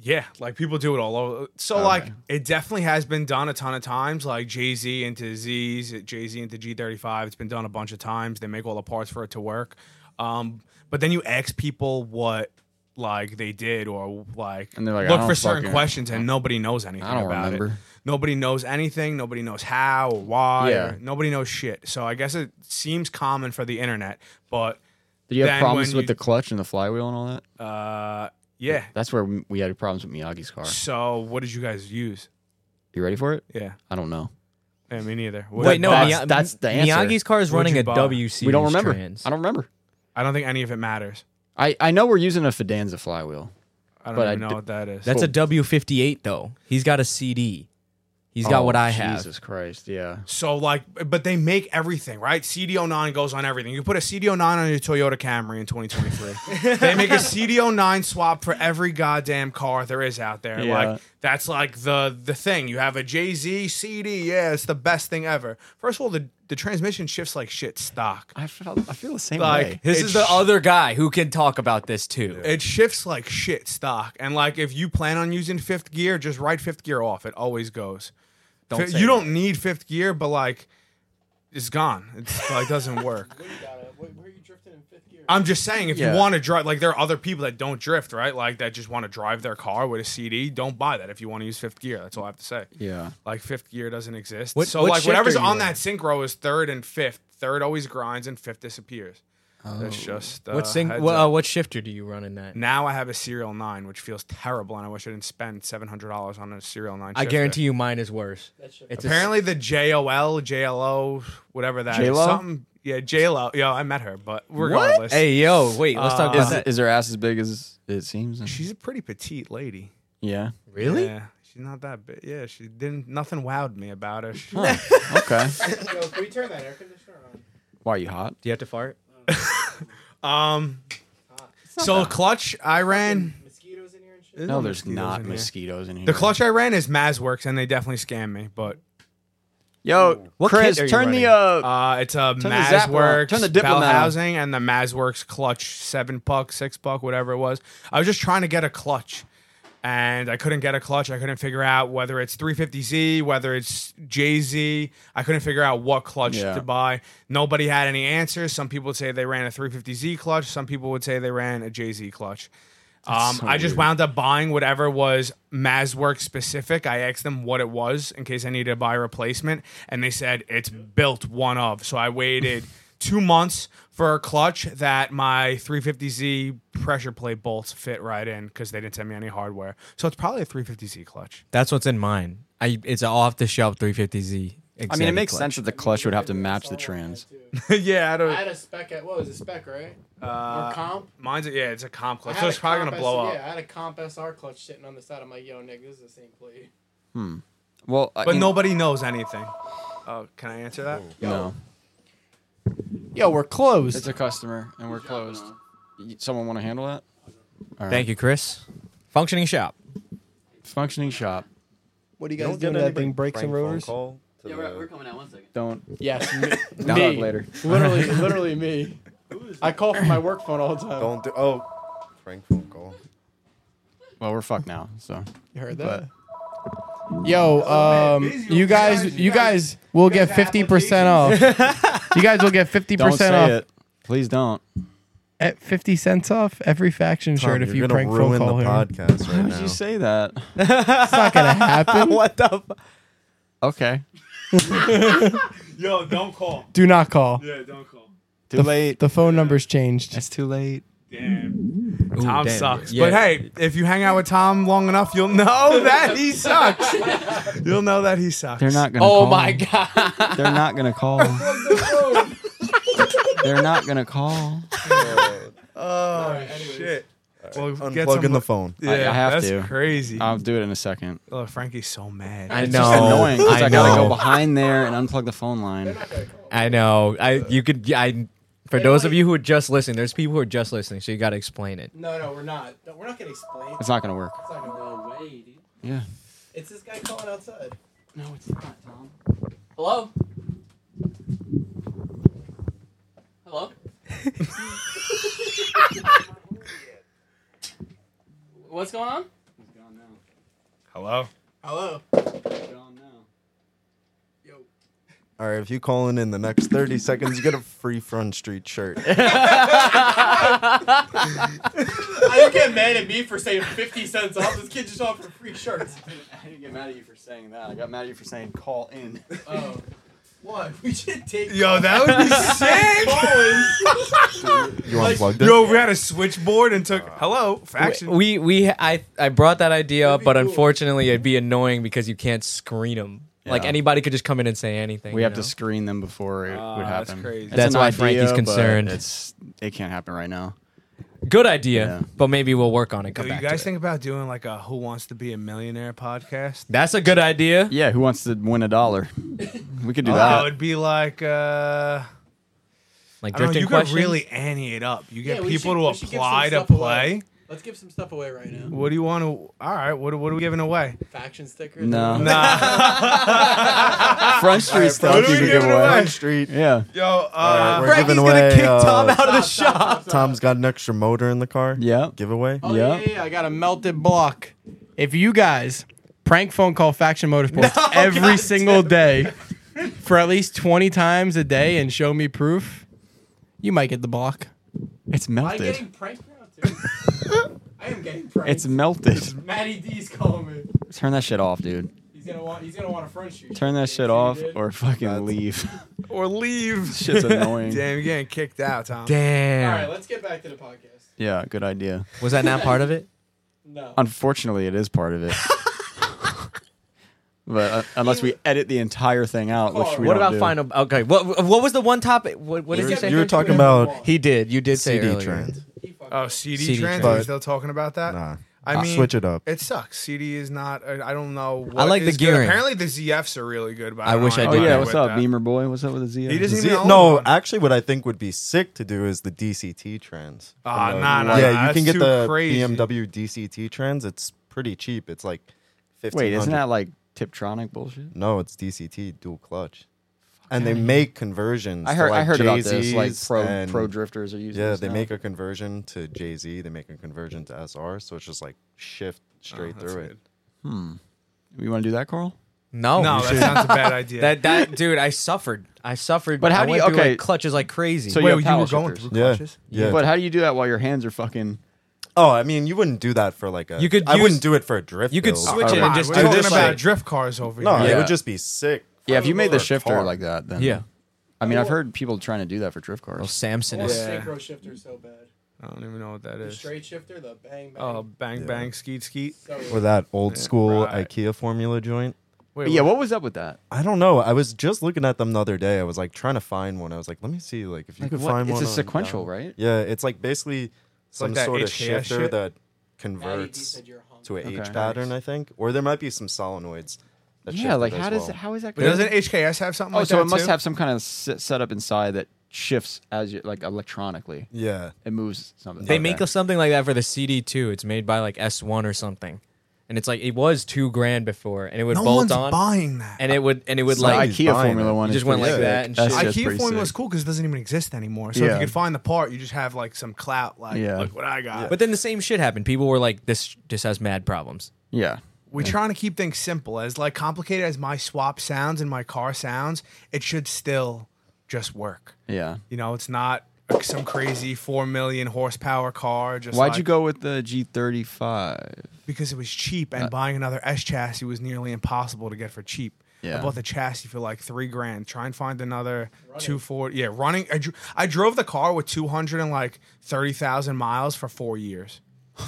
[SPEAKER 6] Yeah, like people do it all over. So like it definitely has been done a ton of times. Like Jay Z into Z's, Jay Z into G thirty five. It's been done a bunch of times. They make all the parts for it to work. Um, but then you ask people what like they did or like,
[SPEAKER 1] And they're like, I
[SPEAKER 6] look
[SPEAKER 1] don't
[SPEAKER 6] for certain
[SPEAKER 1] fucking-
[SPEAKER 6] questions and nobody knows anything
[SPEAKER 1] I don't
[SPEAKER 6] about it.
[SPEAKER 1] remember.
[SPEAKER 6] Nobody knows anything. Nobody knows how or why.
[SPEAKER 1] Yeah.
[SPEAKER 6] or- nobody knows shit. So I guess it seems common for the internet, but
[SPEAKER 1] Did you have
[SPEAKER 6] Then
[SPEAKER 1] problems
[SPEAKER 6] when
[SPEAKER 1] with the
[SPEAKER 6] you-
[SPEAKER 1] clutch and the flywheel and all that?
[SPEAKER 6] uh, yeah.
[SPEAKER 1] That's where we- we had problems with Miyagi's car.
[SPEAKER 6] So what did you guys use?
[SPEAKER 1] You ready for it?
[SPEAKER 6] Yeah,
[SPEAKER 1] I don't know.
[SPEAKER 6] yeah me neither. What-
[SPEAKER 3] Wait, no.
[SPEAKER 1] that's-
[SPEAKER 3] Mia-
[SPEAKER 1] that's the answer.
[SPEAKER 3] Miyagi's car is
[SPEAKER 6] What'd
[SPEAKER 3] running
[SPEAKER 6] you
[SPEAKER 3] a
[SPEAKER 6] buy?
[SPEAKER 3] W series.
[SPEAKER 1] we don't remember.
[SPEAKER 3] trans.
[SPEAKER 1] I don't remember.
[SPEAKER 6] I don't think any of it matters.
[SPEAKER 1] I, I know we're using a Fidanza flywheel.
[SPEAKER 6] I don't
[SPEAKER 1] But I
[SPEAKER 6] even know
[SPEAKER 1] d-
[SPEAKER 6] what that is.
[SPEAKER 3] That's a W fifty eight though. He's got a CD. He's got
[SPEAKER 1] Oh,
[SPEAKER 3] what I have.
[SPEAKER 1] Jesus Christ. Yeah.
[SPEAKER 6] so like, but they make everything right. CD09 goes on everything. You put a CD09 on your Toyota Camry in 2023. they make a CD09 swap for every goddamn car there is out there.
[SPEAKER 1] Yeah.
[SPEAKER 6] Like that's like the the thing. You have a Jay Z CD. Yeah, it's the best thing ever. First of all, the the transmission shifts like shit stock.
[SPEAKER 1] I felt I feel the same
[SPEAKER 6] Like,
[SPEAKER 1] way.
[SPEAKER 3] This
[SPEAKER 6] It
[SPEAKER 3] is the
[SPEAKER 6] sh-
[SPEAKER 3] other guy who can talk about this too.
[SPEAKER 6] It shifts like shit stock. And like if you plan on using fifth gear, just write fifth gear off. It always goes.
[SPEAKER 3] Don't
[SPEAKER 6] Fi-
[SPEAKER 3] say
[SPEAKER 6] you
[SPEAKER 3] that.
[SPEAKER 6] don't need fifth gear, but like it's gone. It's like doesn't work.
[SPEAKER 4] What do you got? uh, Where, where are you drifting in fifth gear?
[SPEAKER 6] I'm just saying if
[SPEAKER 1] Yeah.
[SPEAKER 6] you want to drive like there are other people that don't drift, right? Like that just want to drive their car with a CD, don't buy that if you want to use fifth gear. That's all I have to say.
[SPEAKER 1] Yeah.
[SPEAKER 6] Like fifth gear doesn't exist.
[SPEAKER 3] What-
[SPEAKER 6] so
[SPEAKER 3] what
[SPEAKER 6] like
[SPEAKER 3] shift
[SPEAKER 6] whatever's
[SPEAKER 3] are you
[SPEAKER 6] on
[SPEAKER 3] in?
[SPEAKER 6] that synchro is third and fifth. Third always grinds and fifth disappears. That's just uh,
[SPEAKER 3] Oh. What sing?
[SPEAKER 6] heads
[SPEAKER 3] What,
[SPEAKER 6] up.
[SPEAKER 3] uh, what shifter do you run in that?
[SPEAKER 6] Now I have a serial nine, which feels terrible, and I wish I didn't spend seven hundred dollars on a serial nine.
[SPEAKER 3] I guarantee you, mine is worse. It's a s-
[SPEAKER 6] Apparently, the JOL, JLO, whatever that is,
[SPEAKER 1] J-Lo?
[SPEAKER 6] something. Yeah, JLO. Yo, I met her, but regardless,
[SPEAKER 3] Hey, yo, wait. Let's talk
[SPEAKER 6] Uh,
[SPEAKER 1] Is,
[SPEAKER 3] about that.
[SPEAKER 1] is her ass as big as it seems?
[SPEAKER 6] she's a pretty petite lady.
[SPEAKER 1] yeah.
[SPEAKER 3] Really?
[SPEAKER 6] Yeah, she's not that big. Yeah, she didn't. Nothing wowed me about her. She-
[SPEAKER 1] Okay.
[SPEAKER 4] Yo, can we turn that air conditioner on?
[SPEAKER 1] Why are you hot?
[SPEAKER 3] Do you have to fart?
[SPEAKER 6] um, so clutch I ran.
[SPEAKER 4] Mosquitoes in here and shit.
[SPEAKER 1] No, there's not
[SPEAKER 6] in here.
[SPEAKER 1] mosquitoes in here.
[SPEAKER 6] The clutch I ran is MazWorks, and they definitely scammed me. But
[SPEAKER 1] Yo,
[SPEAKER 3] What
[SPEAKER 1] Chris,
[SPEAKER 3] kit are you
[SPEAKER 1] turn the uh,
[SPEAKER 6] uh, it's a
[SPEAKER 1] the Zapper on.
[SPEAKER 6] MazWorks,
[SPEAKER 1] Turn the Diplomat on.
[SPEAKER 6] Bell Housing, and the MazWorks clutch seven puck, six puck, whatever it was. I was just trying to get a clutch, and I couldn't get a clutch. I couldn't figure out whether it's 350Z, whether it's JZ. I couldn't figure out what clutch
[SPEAKER 1] Yeah.
[SPEAKER 6] to buy. Nobody had any answers. Some people would say they ran a 350Z clutch. Some people would say they ran a JZ clutch. Um,
[SPEAKER 1] so
[SPEAKER 6] I just
[SPEAKER 1] weird.
[SPEAKER 6] wound up buying whatever was MazWorks specific. I asked them what it was in case I needed to buy a replacement, and they said it's built one of. So I waited two months for a clutch that my 350Z pressure plate bolts fit right in because they didn't send me any hardware. So it's probably a 350Z clutch.
[SPEAKER 3] That's what's in mine. I it's an off the shelf 350Z.
[SPEAKER 1] I mean, it makes sense that the clutch would have to match the trans.
[SPEAKER 6] yeah, I
[SPEAKER 4] I
[SPEAKER 6] don't.
[SPEAKER 4] had a spec at what was it spec right or
[SPEAKER 6] Uh,
[SPEAKER 4] comp?
[SPEAKER 6] mine's a, yeah, it's a comp
[SPEAKER 4] I
[SPEAKER 6] clutch,
[SPEAKER 4] had
[SPEAKER 6] so
[SPEAKER 4] a
[SPEAKER 6] it's probably
[SPEAKER 4] comp
[SPEAKER 6] gonna blow
[SPEAKER 4] S-
[SPEAKER 6] up.
[SPEAKER 4] Yeah, I had a comp SR clutch sitting on the side. I'm like, yo, Nick, this is the same plate.
[SPEAKER 1] Well, I
[SPEAKER 6] But
[SPEAKER 1] mean-
[SPEAKER 6] nobody knows anything. Oh, can I answer that?
[SPEAKER 1] No.
[SPEAKER 4] Yo, we're closed.
[SPEAKER 1] It's a customer, and we're closed. Y- Someone want to handle that?
[SPEAKER 3] Thank you, Chris. Functioning shop.
[SPEAKER 1] Functioning shop.
[SPEAKER 5] What are you guys doing? to That thing breaks and rotors.
[SPEAKER 2] Call to
[SPEAKER 10] Yeah,
[SPEAKER 2] the-
[SPEAKER 10] we're, we're coming out one second.
[SPEAKER 1] Don't
[SPEAKER 4] Yes, me.
[SPEAKER 1] talk later.
[SPEAKER 4] Literally, literally me. I call from my work phone all the time.
[SPEAKER 2] don't do. Oh, prank phone call.
[SPEAKER 1] Well, we're fucked now. So
[SPEAKER 4] You heard that? Yo, um,
[SPEAKER 6] busy
[SPEAKER 4] you
[SPEAKER 6] over
[SPEAKER 4] guys,
[SPEAKER 6] there.
[SPEAKER 4] you guys will get fifteen percent off. You guys will get fifty
[SPEAKER 1] don't
[SPEAKER 4] percent
[SPEAKER 1] say
[SPEAKER 4] off e,
[SPEAKER 1] it. Please don't.
[SPEAKER 5] At fifty cents off every faction shirt if you prank phone call
[SPEAKER 2] the
[SPEAKER 5] him.
[SPEAKER 2] podcast right
[SPEAKER 1] Why did
[SPEAKER 2] now.
[SPEAKER 1] you say that?
[SPEAKER 5] It's not gonna happen.
[SPEAKER 3] What the? F-
[SPEAKER 1] Okay.
[SPEAKER 6] Yo, don't call.
[SPEAKER 5] Do not call.
[SPEAKER 6] Yeah, don't call.
[SPEAKER 1] Too late.
[SPEAKER 5] The phone number's changed.
[SPEAKER 1] It's too late.
[SPEAKER 6] Damn. Tom
[SPEAKER 3] damn.
[SPEAKER 6] sucks.
[SPEAKER 3] Yeah.
[SPEAKER 6] But hey, if you hang out with Tom long enough, you'll know that he sucks. you'll know that he sucks.
[SPEAKER 1] They're not gonna.
[SPEAKER 4] Oh
[SPEAKER 1] call.
[SPEAKER 4] my god!
[SPEAKER 1] They're not gonna call. They're not gonna call.
[SPEAKER 6] Oh shit. Well, get
[SPEAKER 2] Unplugging
[SPEAKER 6] some-
[SPEAKER 2] the phone.
[SPEAKER 6] Yeah,
[SPEAKER 1] I- I have
[SPEAKER 6] that's
[SPEAKER 1] to.
[SPEAKER 6] crazy.
[SPEAKER 1] I'll do it in a second.
[SPEAKER 6] oh, Frankie's so mad.
[SPEAKER 3] Um, I know.
[SPEAKER 1] It's just annoying 'cause I,
[SPEAKER 3] Oh, I
[SPEAKER 1] gotta go
[SPEAKER 3] know.
[SPEAKER 1] behind there and unplug the phone line.
[SPEAKER 3] I know. I you could. I for those of you who are just listening, there's people who are just listening, so you got to explain it.
[SPEAKER 4] No, no, we're not. No, We're not gonna explain.
[SPEAKER 1] It's not gonna work.
[SPEAKER 4] It's not gonna work.
[SPEAKER 10] No way, dude.
[SPEAKER 1] Yeah.
[SPEAKER 4] It's this guy calling outside.
[SPEAKER 10] No, it's not, Tom. Hello? Hello? What's going on? He's gone now.
[SPEAKER 6] Hello.
[SPEAKER 4] Hello.
[SPEAKER 10] He's gone now.
[SPEAKER 2] All right, if you call in in the next 30 seconds, you get a free Front Street shirt.
[SPEAKER 4] I don't get mad at me for saying fifty cents off. This kid just offered free shirts.
[SPEAKER 1] I didn't get mad at you for saying that. I got mad at you for saying call in.
[SPEAKER 4] Oh, what? We should take.
[SPEAKER 6] Yo, that would be sick.
[SPEAKER 2] You unplugged it?
[SPEAKER 6] Yo, we had a switchboard and took hello faction.
[SPEAKER 3] We we I I brought that idea up,
[SPEAKER 4] be
[SPEAKER 3] but
[SPEAKER 4] cool.
[SPEAKER 3] unfortunately, it'd be annoying because you can't screen them. Like
[SPEAKER 1] Yeah.
[SPEAKER 3] anybody could just come in and say anything.
[SPEAKER 1] We
[SPEAKER 3] you
[SPEAKER 1] have to
[SPEAKER 3] know?
[SPEAKER 1] screen them before it would
[SPEAKER 6] Ah, that's
[SPEAKER 1] happen.
[SPEAKER 6] crazy.
[SPEAKER 1] It's
[SPEAKER 3] That's
[SPEAKER 1] an
[SPEAKER 3] why Frankie's
[SPEAKER 1] but
[SPEAKER 3] concerned.
[SPEAKER 1] It's it can't happen right now.
[SPEAKER 3] Good idea,
[SPEAKER 1] Yeah.
[SPEAKER 3] but maybe we'll work on it.
[SPEAKER 6] Do
[SPEAKER 3] Come
[SPEAKER 6] you
[SPEAKER 3] back
[SPEAKER 6] guys
[SPEAKER 3] to it.
[SPEAKER 6] think about doing like a Who Wants to Be a Millionaire podcast?
[SPEAKER 3] that's a good idea?
[SPEAKER 1] Yeah, who wants to win a dollar? We could do
[SPEAKER 6] That
[SPEAKER 1] that.
[SPEAKER 6] would be like uh
[SPEAKER 3] Like
[SPEAKER 6] I don't know,
[SPEAKER 3] drifting
[SPEAKER 6] you
[SPEAKER 3] questions.
[SPEAKER 6] could really ante it up. You get
[SPEAKER 4] Yeah, we
[SPEAKER 6] people
[SPEAKER 4] should- we
[SPEAKER 6] to
[SPEAKER 4] should give some
[SPEAKER 6] apply to
[SPEAKER 4] stuff away.
[SPEAKER 6] play.
[SPEAKER 4] Let's give some stuff away right now.
[SPEAKER 6] What do you want to? All right, what, what are we giving away?
[SPEAKER 4] Faction stickers.
[SPEAKER 1] No.
[SPEAKER 6] Nah,
[SPEAKER 1] Front Street
[SPEAKER 6] What
[SPEAKER 1] stuff
[SPEAKER 6] are
[SPEAKER 1] you
[SPEAKER 6] we
[SPEAKER 1] could give
[SPEAKER 6] giving
[SPEAKER 1] away.
[SPEAKER 6] away?
[SPEAKER 2] Front Street.
[SPEAKER 1] Yeah.
[SPEAKER 6] yo, uh,
[SPEAKER 2] All right, we're
[SPEAKER 3] Frankie's
[SPEAKER 2] giving
[SPEAKER 3] gonna
[SPEAKER 2] away.
[SPEAKER 3] kick
[SPEAKER 2] uh,
[SPEAKER 3] Tom out of the
[SPEAKER 4] Stop,
[SPEAKER 3] shop.
[SPEAKER 4] stop, stop, stop.
[SPEAKER 2] Tom's got an extra motor in the car.
[SPEAKER 1] Yeah.
[SPEAKER 2] Giveaway.
[SPEAKER 4] Oh,
[SPEAKER 1] Yeah.
[SPEAKER 4] yeah, yeah, yeah, I got a melted
[SPEAKER 5] Block. If you guys prank phone call faction motorsports every
[SPEAKER 3] God
[SPEAKER 5] single day for at least twenty times a day and show me proof, you might get the block.
[SPEAKER 1] It's
[SPEAKER 4] Am I
[SPEAKER 1] melted.
[SPEAKER 4] getting pranked now too? I am getting pranked.
[SPEAKER 1] It's melted.
[SPEAKER 4] Matty D's calling me.
[SPEAKER 1] Turn that shit off, dude.
[SPEAKER 4] He's gonna want. He's gonna want a front shoot.
[SPEAKER 1] Turn that shit off or fucking leave.
[SPEAKER 6] or leave.
[SPEAKER 1] Shit's annoying.
[SPEAKER 6] Damn, you're getting kicked out, Tom.
[SPEAKER 5] All
[SPEAKER 3] Damn.
[SPEAKER 5] right, let's get back to the podcast.
[SPEAKER 1] Yeah, good idea.
[SPEAKER 3] Was that not part of it?
[SPEAKER 5] No.
[SPEAKER 1] Unfortunately, it is part of it. but uh, unless we edit the entire thing out, which we
[SPEAKER 3] Oh, what
[SPEAKER 1] don't
[SPEAKER 3] about
[SPEAKER 1] do.
[SPEAKER 3] final? Okay, what what was the one topic? What, what did you say?
[SPEAKER 2] You were talking about
[SPEAKER 3] he did. You did say
[SPEAKER 2] CD
[SPEAKER 3] earlier.
[SPEAKER 2] trend.
[SPEAKER 6] Oh, CD,
[SPEAKER 3] CD
[SPEAKER 6] trans.
[SPEAKER 2] trans.
[SPEAKER 6] Are we still talking about that?
[SPEAKER 2] Nah.
[SPEAKER 6] I mean,
[SPEAKER 2] switch it up.
[SPEAKER 6] It sucks. CD is not. I I don't know. What
[SPEAKER 3] I like the
[SPEAKER 6] is good.
[SPEAKER 3] gearing.
[SPEAKER 6] Apparently, the ZFs are really good. But
[SPEAKER 3] I
[SPEAKER 6] don't
[SPEAKER 3] wish I
[SPEAKER 6] know
[SPEAKER 1] Oh
[SPEAKER 3] did
[SPEAKER 6] anything
[SPEAKER 1] yeah,
[SPEAKER 3] that.
[SPEAKER 1] what's
[SPEAKER 6] with
[SPEAKER 1] up,
[SPEAKER 6] that.
[SPEAKER 1] Beamer boy? What's up with the Z?
[SPEAKER 6] He doesn't
[SPEAKER 2] Z-
[SPEAKER 6] even own
[SPEAKER 2] no,
[SPEAKER 6] one.
[SPEAKER 2] actually, what I think would be sick to do is the DCT trends.
[SPEAKER 6] Ah,
[SPEAKER 2] From the-
[SPEAKER 6] nah, nah,
[SPEAKER 2] yeah,
[SPEAKER 6] nah,
[SPEAKER 2] you can
[SPEAKER 6] that's
[SPEAKER 2] get
[SPEAKER 6] too
[SPEAKER 2] the
[SPEAKER 6] crazy.
[SPEAKER 2] BMW DCT trends. It's pretty cheap. It's like fifteen.
[SPEAKER 1] Wait, isn't that like Tiptronic bullshit?
[SPEAKER 2] No, it's DCT dual clutch, and they make conversions.
[SPEAKER 1] I heard
[SPEAKER 2] To like
[SPEAKER 1] I heard about this. Like
[SPEAKER 2] Jay-Z's
[SPEAKER 1] pro
[SPEAKER 2] and-
[SPEAKER 1] pro drifters are using.
[SPEAKER 2] Yeah,
[SPEAKER 1] this
[SPEAKER 2] they
[SPEAKER 1] now.
[SPEAKER 2] make a conversion to Jay Z. They make a conversion to SR. So it's just like shift straight
[SPEAKER 1] Oh,
[SPEAKER 6] that's
[SPEAKER 2] through it.
[SPEAKER 6] good.
[SPEAKER 1] You want to do that, Carl?
[SPEAKER 3] No,
[SPEAKER 6] No, that sounds a bad idea.
[SPEAKER 3] that that dude, I suffered. I suffered.
[SPEAKER 1] But how
[SPEAKER 3] I
[SPEAKER 1] do
[SPEAKER 3] went
[SPEAKER 1] you-
[SPEAKER 3] through,
[SPEAKER 1] okay.
[SPEAKER 3] like, clutches like crazy.
[SPEAKER 1] So
[SPEAKER 6] Wait,
[SPEAKER 1] you have
[SPEAKER 6] you
[SPEAKER 1] paddle
[SPEAKER 6] were going
[SPEAKER 1] shifters.
[SPEAKER 6] through
[SPEAKER 2] Yeah,
[SPEAKER 6] clutches.
[SPEAKER 2] yeah.
[SPEAKER 1] But how do you do that while your hands are fucking?
[SPEAKER 2] oh, I mean, you wouldn't do that for like a.
[SPEAKER 3] You could
[SPEAKER 2] I
[SPEAKER 3] use-
[SPEAKER 2] wouldn't do it for a drift.
[SPEAKER 3] you could
[SPEAKER 2] build.
[SPEAKER 3] switch it
[SPEAKER 6] Come
[SPEAKER 3] and
[SPEAKER 6] on,
[SPEAKER 3] just
[SPEAKER 6] we're
[SPEAKER 3] do
[SPEAKER 6] talking
[SPEAKER 3] this.
[SPEAKER 6] about
[SPEAKER 3] Like,
[SPEAKER 6] drift cars over
[SPEAKER 2] No,
[SPEAKER 6] here.
[SPEAKER 2] it
[SPEAKER 1] Yeah.
[SPEAKER 2] would just be sick.
[SPEAKER 1] Yeah, if you made
[SPEAKER 2] Or
[SPEAKER 1] the
[SPEAKER 2] a
[SPEAKER 1] shifter
[SPEAKER 2] car.
[SPEAKER 1] like that, then
[SPEAKER 3] yeah.
[SPEAKER 1] I mean, I've heard people trying to do that for drift
[SPEAKER 3] Oh,
[SPEAKER 1] cars.
[SPEAKER 3] Samson
[SPEAKER 5] I want
[SPEAKER 3] is.
[SPEAKER 5] a synchro shifter so bad.
[SPEAKER 6] I don't even know what that
[SPEAKER 5] The
[SPEAKER 6] is.
[SPEAKER 5] straight shifter, the bang bang.
[SPEAKER 6] Oh, bang
[SPEAKER 2] Yeah.
[SPEAKER 6] bang, skeet skeet.
[SPEAKER 5] so
[SPEAKER 2] or that old school
[SPEAKER 6] right.
[SPEAKER 2] IKEA formula joint.
[SPEAKER 6] Wait,
[SPEAKER 1] Yeah, what was up with that?
[SPEAKER 2] I don't know. I was just looking at them the other day. I was like trying to find one. I was like, let me see, like if you
[SPEAKER 1] Like,
[SPEAKER 2] could
[SPEAKER 1] what-
[SPEAKER 2] find
[SPEAKER 1] it's
[SPEAKER 2] one.
[SPEAKER 1] a
[SPEAKER 2] on-
[SPEAKER 3] um,
[SPEAKER 1] sequential, right?
[SPEAKER 2] Yeah, it's like basically some
[SPEAKER 6] that
[SPEAKER 2] sort of
[SPEAKER 6] HKS
[SPEAKER 2] shifter
[SPEAKER 6] shit?
[SPEAKER 2] that
[SPEAKER 5] Maddie D
[SPEAKER 2] converts
[SPEAKER 5] said you're hungry.
[SPEAKER 2] to an H
[SPEAKER 1] Okay.
[SPEAKER 2] pattern, I think, or there might be some solenoids. That
[SPEAKER 1] Yeah,
[SPEAKER 2] shift
[SPEAKER 1] like
[SPEAKER 2] it
[SPEAKER 1] how
[SPEAKER 2] as
[SPEAKER 1] does
[SPEAKER 2] well.
[SPEAKER 1] how is that?
[SPEAKER 6] But doesn't HKS have something
[SPEAKER 1] Oh,
[SPEAKER 6] like
[SPEAKER 1] so
[SPEAKER 6] that
[SPEAKER 1] it must
[SPEAKER 6] too?
[SPEAKER 1] have some kind of se- setup inside that shifts as you like electronically.
[SPEAKER 2] Yeah,
[SPEAKER 1] It moves something.
[SPEAKER 3] They
[SPEAKER 1] Okay.
[SPEAKER 3] make something like that for the CD too. It's made by like S1 or something, and it's like it was two grand before, and it would
[SPEAKER 6] No
[SPEAKER 3] bolt
[SPEAKER 6] one's
[SPEAKER 3] on,
[SPEAKER 6] buying that.
[SPEAKER 3] and it would and it would
[SPEAKER 1] The
[SPEAKER 3] like
[SPEAKER 2] Somebody's
[SPEAKER 1] IKEA
[SPEAKER 2] buying
[SPEAKER 1] Formula
[SPEAKER 2] it.
[SPEAKER 1] One.
[SPEAKER 3] You
[SPEAKER 1] is
[SPEAKER 3] just went
[SPEAKER 1] pretty
[SPEAKER 3] like
[SPEAKER 1] sick.
[SPEAKER 3] that and
[SPEAKER 1] That's
[SPEAKER 3] shit.
[SPEAKER 1] just
[SPEAKER 6] IKEA
[SPEAKER 1] pretty
[SPEAKER 6] formula
[SPEAKER 1] sick.
[SPEAKER 6] is cool because it doesn't even exist anymore. So if
[SPEAKER 1] Yeah.
[SPEAKER 6] you could find the part, you just have like some clout. Like,
[SPEAKER 1] Yeah.
[SPEAKER 6] look what I got.
[SPEAKER 3] But then the same shit happened. People were like, "This just has mad problems."
[SPEAKER 1] Yeah.
[SPEAKER 6] We're trying to keep things simple. As like complicated as my swap sounds and my car sounds, it should still just work.
[SPEAKER 1] Yeah.
[SPEAKER 6] You know, it's not uh, some crazy four million horsepower car. Just
[SPEAKER 1] Why'd
[SPEAKER 6] like-
[SPEAKER 1] you go with the G35?
[SPEAKER 6] Because it was cheap,
[SPEAKER 1] Uh,
[SPEAKER 6] and buying another S chassis was nearly impossible to get for cheap.
[SPEAKER 1] Yeah.
[SPEAKER 6] I bought the chassis for like three grand. Try and find another two forty. Yeah, running. I, dr- I drove the car with two hundred and like thirty thousand miles for four years.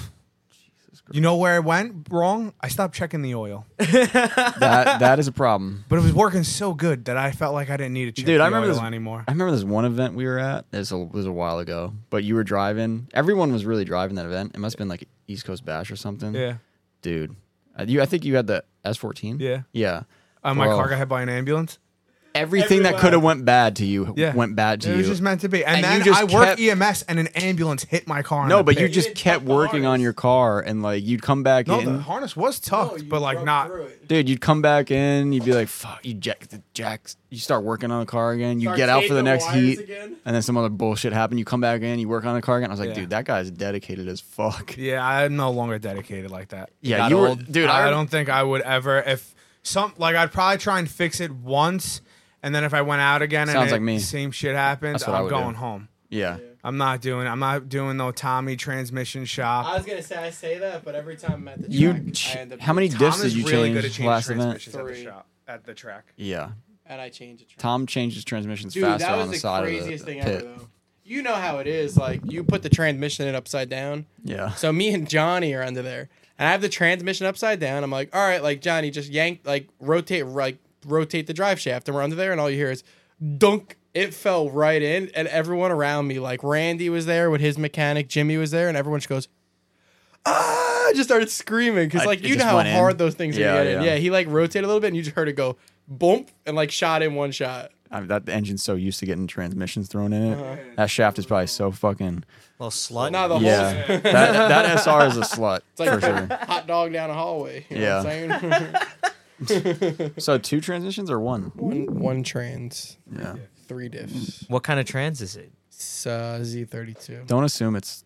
[SPEAKER 6] You know where it went wrong? I stopped checking the oil.
[SPEAKER 1] That that is a problem.
[SPEAKER 6] But it was working so good that I felt like I didn't need to check
[SPEAKER 1] Dude, I
[SPEAKER 6] the
[SPEAKER 1] remember
[SPEAKER 6] oil
[SPEAKER 1] this-
[SPEAKER 6] anymore.
[SPEAKER 1] I remember this one event we were at. This was a- was a while ago, but you were driving. Everyone was really driving that event. It must have been like East Coast Bash or something.
[SPEAKER 6] Yeah.
[SPEAKER 1] dude. Uh, You, I think you had the S14.
[SPEAKER 6] Yeah.
[SPEAKER 1] yeah.
[SPEAKER 6] Uh, my
[SPEAKER 1] Bro.
[SPEAKER 6] car got hit by an ambulance.
[SPEAKER 1] Everything that could have went bad to you
[SPEAKER 6] Yeah.
[SPEAKER 1] went bad to
[SPEAKER 6] It
[SPEAKER 1] you.
[SPEAKER 6] was just meant to be. And,
[SPEAKER 1] And
[SPEAKER 6] then
[SPEAKER 1] you just
[SPEAKER 6] I worked
[SPEAKER 1] kept-
[SPEAKER 6] EMS and an ambulance hit my car. in
[SPEAKER 1] no,
[SPEAKER 6] the
[SPEAKER 1] but you
[SPEAKER 6] pit.
[SPEAKER 1] just
[SPEAKER 5] didn't
[SPEAKER 1] kept
[SPEAKER 5] cut the
[SPEAKER 1] working on
[SPEAKER 5] harness.
[SPEAKER 1] your car, and like you'd come back
[SPEAKER 6] No, the
[SPEAKER 1] in,
[SPEAKER 6] harness was
[SPEAKER 5] No,
[SPEAKER 6] tucked,
[SPEAKER 5] you
[SPEAKER 6] but like
[SPEAKER 5] broke
[SPEAKER 6] not.
[SPEAKER 5] through it.
[SPEAKER 1] dude. You'd come back in, you'd be like, "Fuck!" You jack the jacks. You start working on the car again. You
[SPEAKER 5] Start
[SPEAKER 1] get out for
[SPEAKER 5] skating
[SPEAKER 1] the next
[SPEAKER 5] wires
[SPEAKER 1] heat,
[SPEAKER 5] again.
[SPEAKER 1] and then some other bullshit happened. You come back in, you work on the car again. I was like,
[SPEAKER 6] Yeah.
[SPEAKER 1] dude, that guy's dedicated as fuck.
[SPEAKER 6] Yeah, I'm no longer dedicated like that.
[SPEAKER 1] Yeah,
[SPEAKER 3] got
[SPEAKER 1] you were,
[SPEAKER 3] old.
[SPEAKER 1] dude.
[SPEAKER 6] I,
[SPEAKER 1] I,
[SPEAKER 6] don't think I would ever. If some like, I'd probably try and fix it once, and then if I went out again and
[SPEAKER 1] Sounds
[SPEAKER 6] it-
[SPEAKER 1] like me.
[SPEAKER 6] same shit happens,
[SPEAKER 1] That's what I
[SPEAKER 6] I'm
[SPEAKER 1] would
[SPEAKER 6] going
[SPEAKER 1] do.
[SPEAKER 6] home.
[SPEAKER 1] Yeah.
[SPEAKER 6] I'm not doing. I'm not doing no Tommy transmission shop.
[SPEAKER 5] I was gonna say I say that, but every time I'm at the track,
[SPEAKER 1] You.
[SPEAKER 5] I end up
[SPEAKER 1] how many
[SPEAKER 5] doing
[SPEAKER 1] diffs
[SPEAKER 6] Tom
[SPEAKER 1] did
[SPEAKER 6] is
[SPEAKER 1] you
[SPEAKER 6] really
[SPEAKER 1] change
[SPEAKER 6] good at changing
[SPEAKER 1] last event?
[SPEAKER 6] transmissions at the
[SPEAKER 5] Three.
[SPEAKER 6] shop at the track.
[SPEAKER 1] Yeah.
[SPEAKER 5] and I change the track.
[SPEAKER 1] Tom changed his transmissions
[SPEAKER 5] Dude,
[SPEAKER 1] faster
[SPEAKER 5] that was
[SPEAKER 1] on the,
[SPEAKER 5] the,
[SPEAKER 1] side
[SPEAKER 5] craziest
[SPEAKER 1] of the
[SPEAKER 5] thing
[SPEAKER 1] pit.
[SPEAKER 5] ever though. You know how it is. Like you put the transmission in upside down.
[SPEAKER 1] Yeah.
[SPEAKER 5] So me and Johnny are under there, and I have the transmission upside down. I'm like, all right, like Johnny, just yank, like rotate, like rotate the drive shaft, and we're under there, and all you hear is dunk. It fell right in, and everyone around me, like Randy was there with his mechanic, Jimmy was there, and everyone just goes, ah, just started screaming because
[SPEAKER 1] I-
[SPEAKER 5] like
[SPEAKER 1] it
[SPEAKER 5] you know
[SPEAKER 1] just
[SPEAKER 5] how
[SPEAKER 1] went in?
[SPEAKER 5] hard those things
[SPEAKER 1] Yeah,
[SPEAKER 5] are getting.
[SPEAKER 1] yeah.
[SPEAKER 5] Yeah. he like rotated a little bit, and you just heard it go bump and like shot in one shot.
[SPEAKER 1] I mean, that engine's so used to getting transmissions thrown in it. That shaft is probably so fucking.
[SPEAKER 3] Little slut.
[SPEAKER 5] Now Uh-huh. the
[SPEAKER 1] Uh,
[SPEAKER 5] whole
[SPEAKER 1] Yeah. that, that SR is a slut
[SPEAKER 5] like-
[SPEAKER 1] for sure.
[SPEAKER 5] hot dog down a hallway. You know
[SPEAKER 1] Yeah.
[SPEAKER 5] what I'm saying?
[SPEAKER 1] So two transmissions or one?
[SPEAKER 5] one, one trans,
[SPEAKER 1] Yeah.
[SPEAKER 5] three diffs.
[SPEAKER 3] What kind of trans is it?
[SPEAKER 5] It's uh, Z32.
[SPEAKER 1] Don't assume it's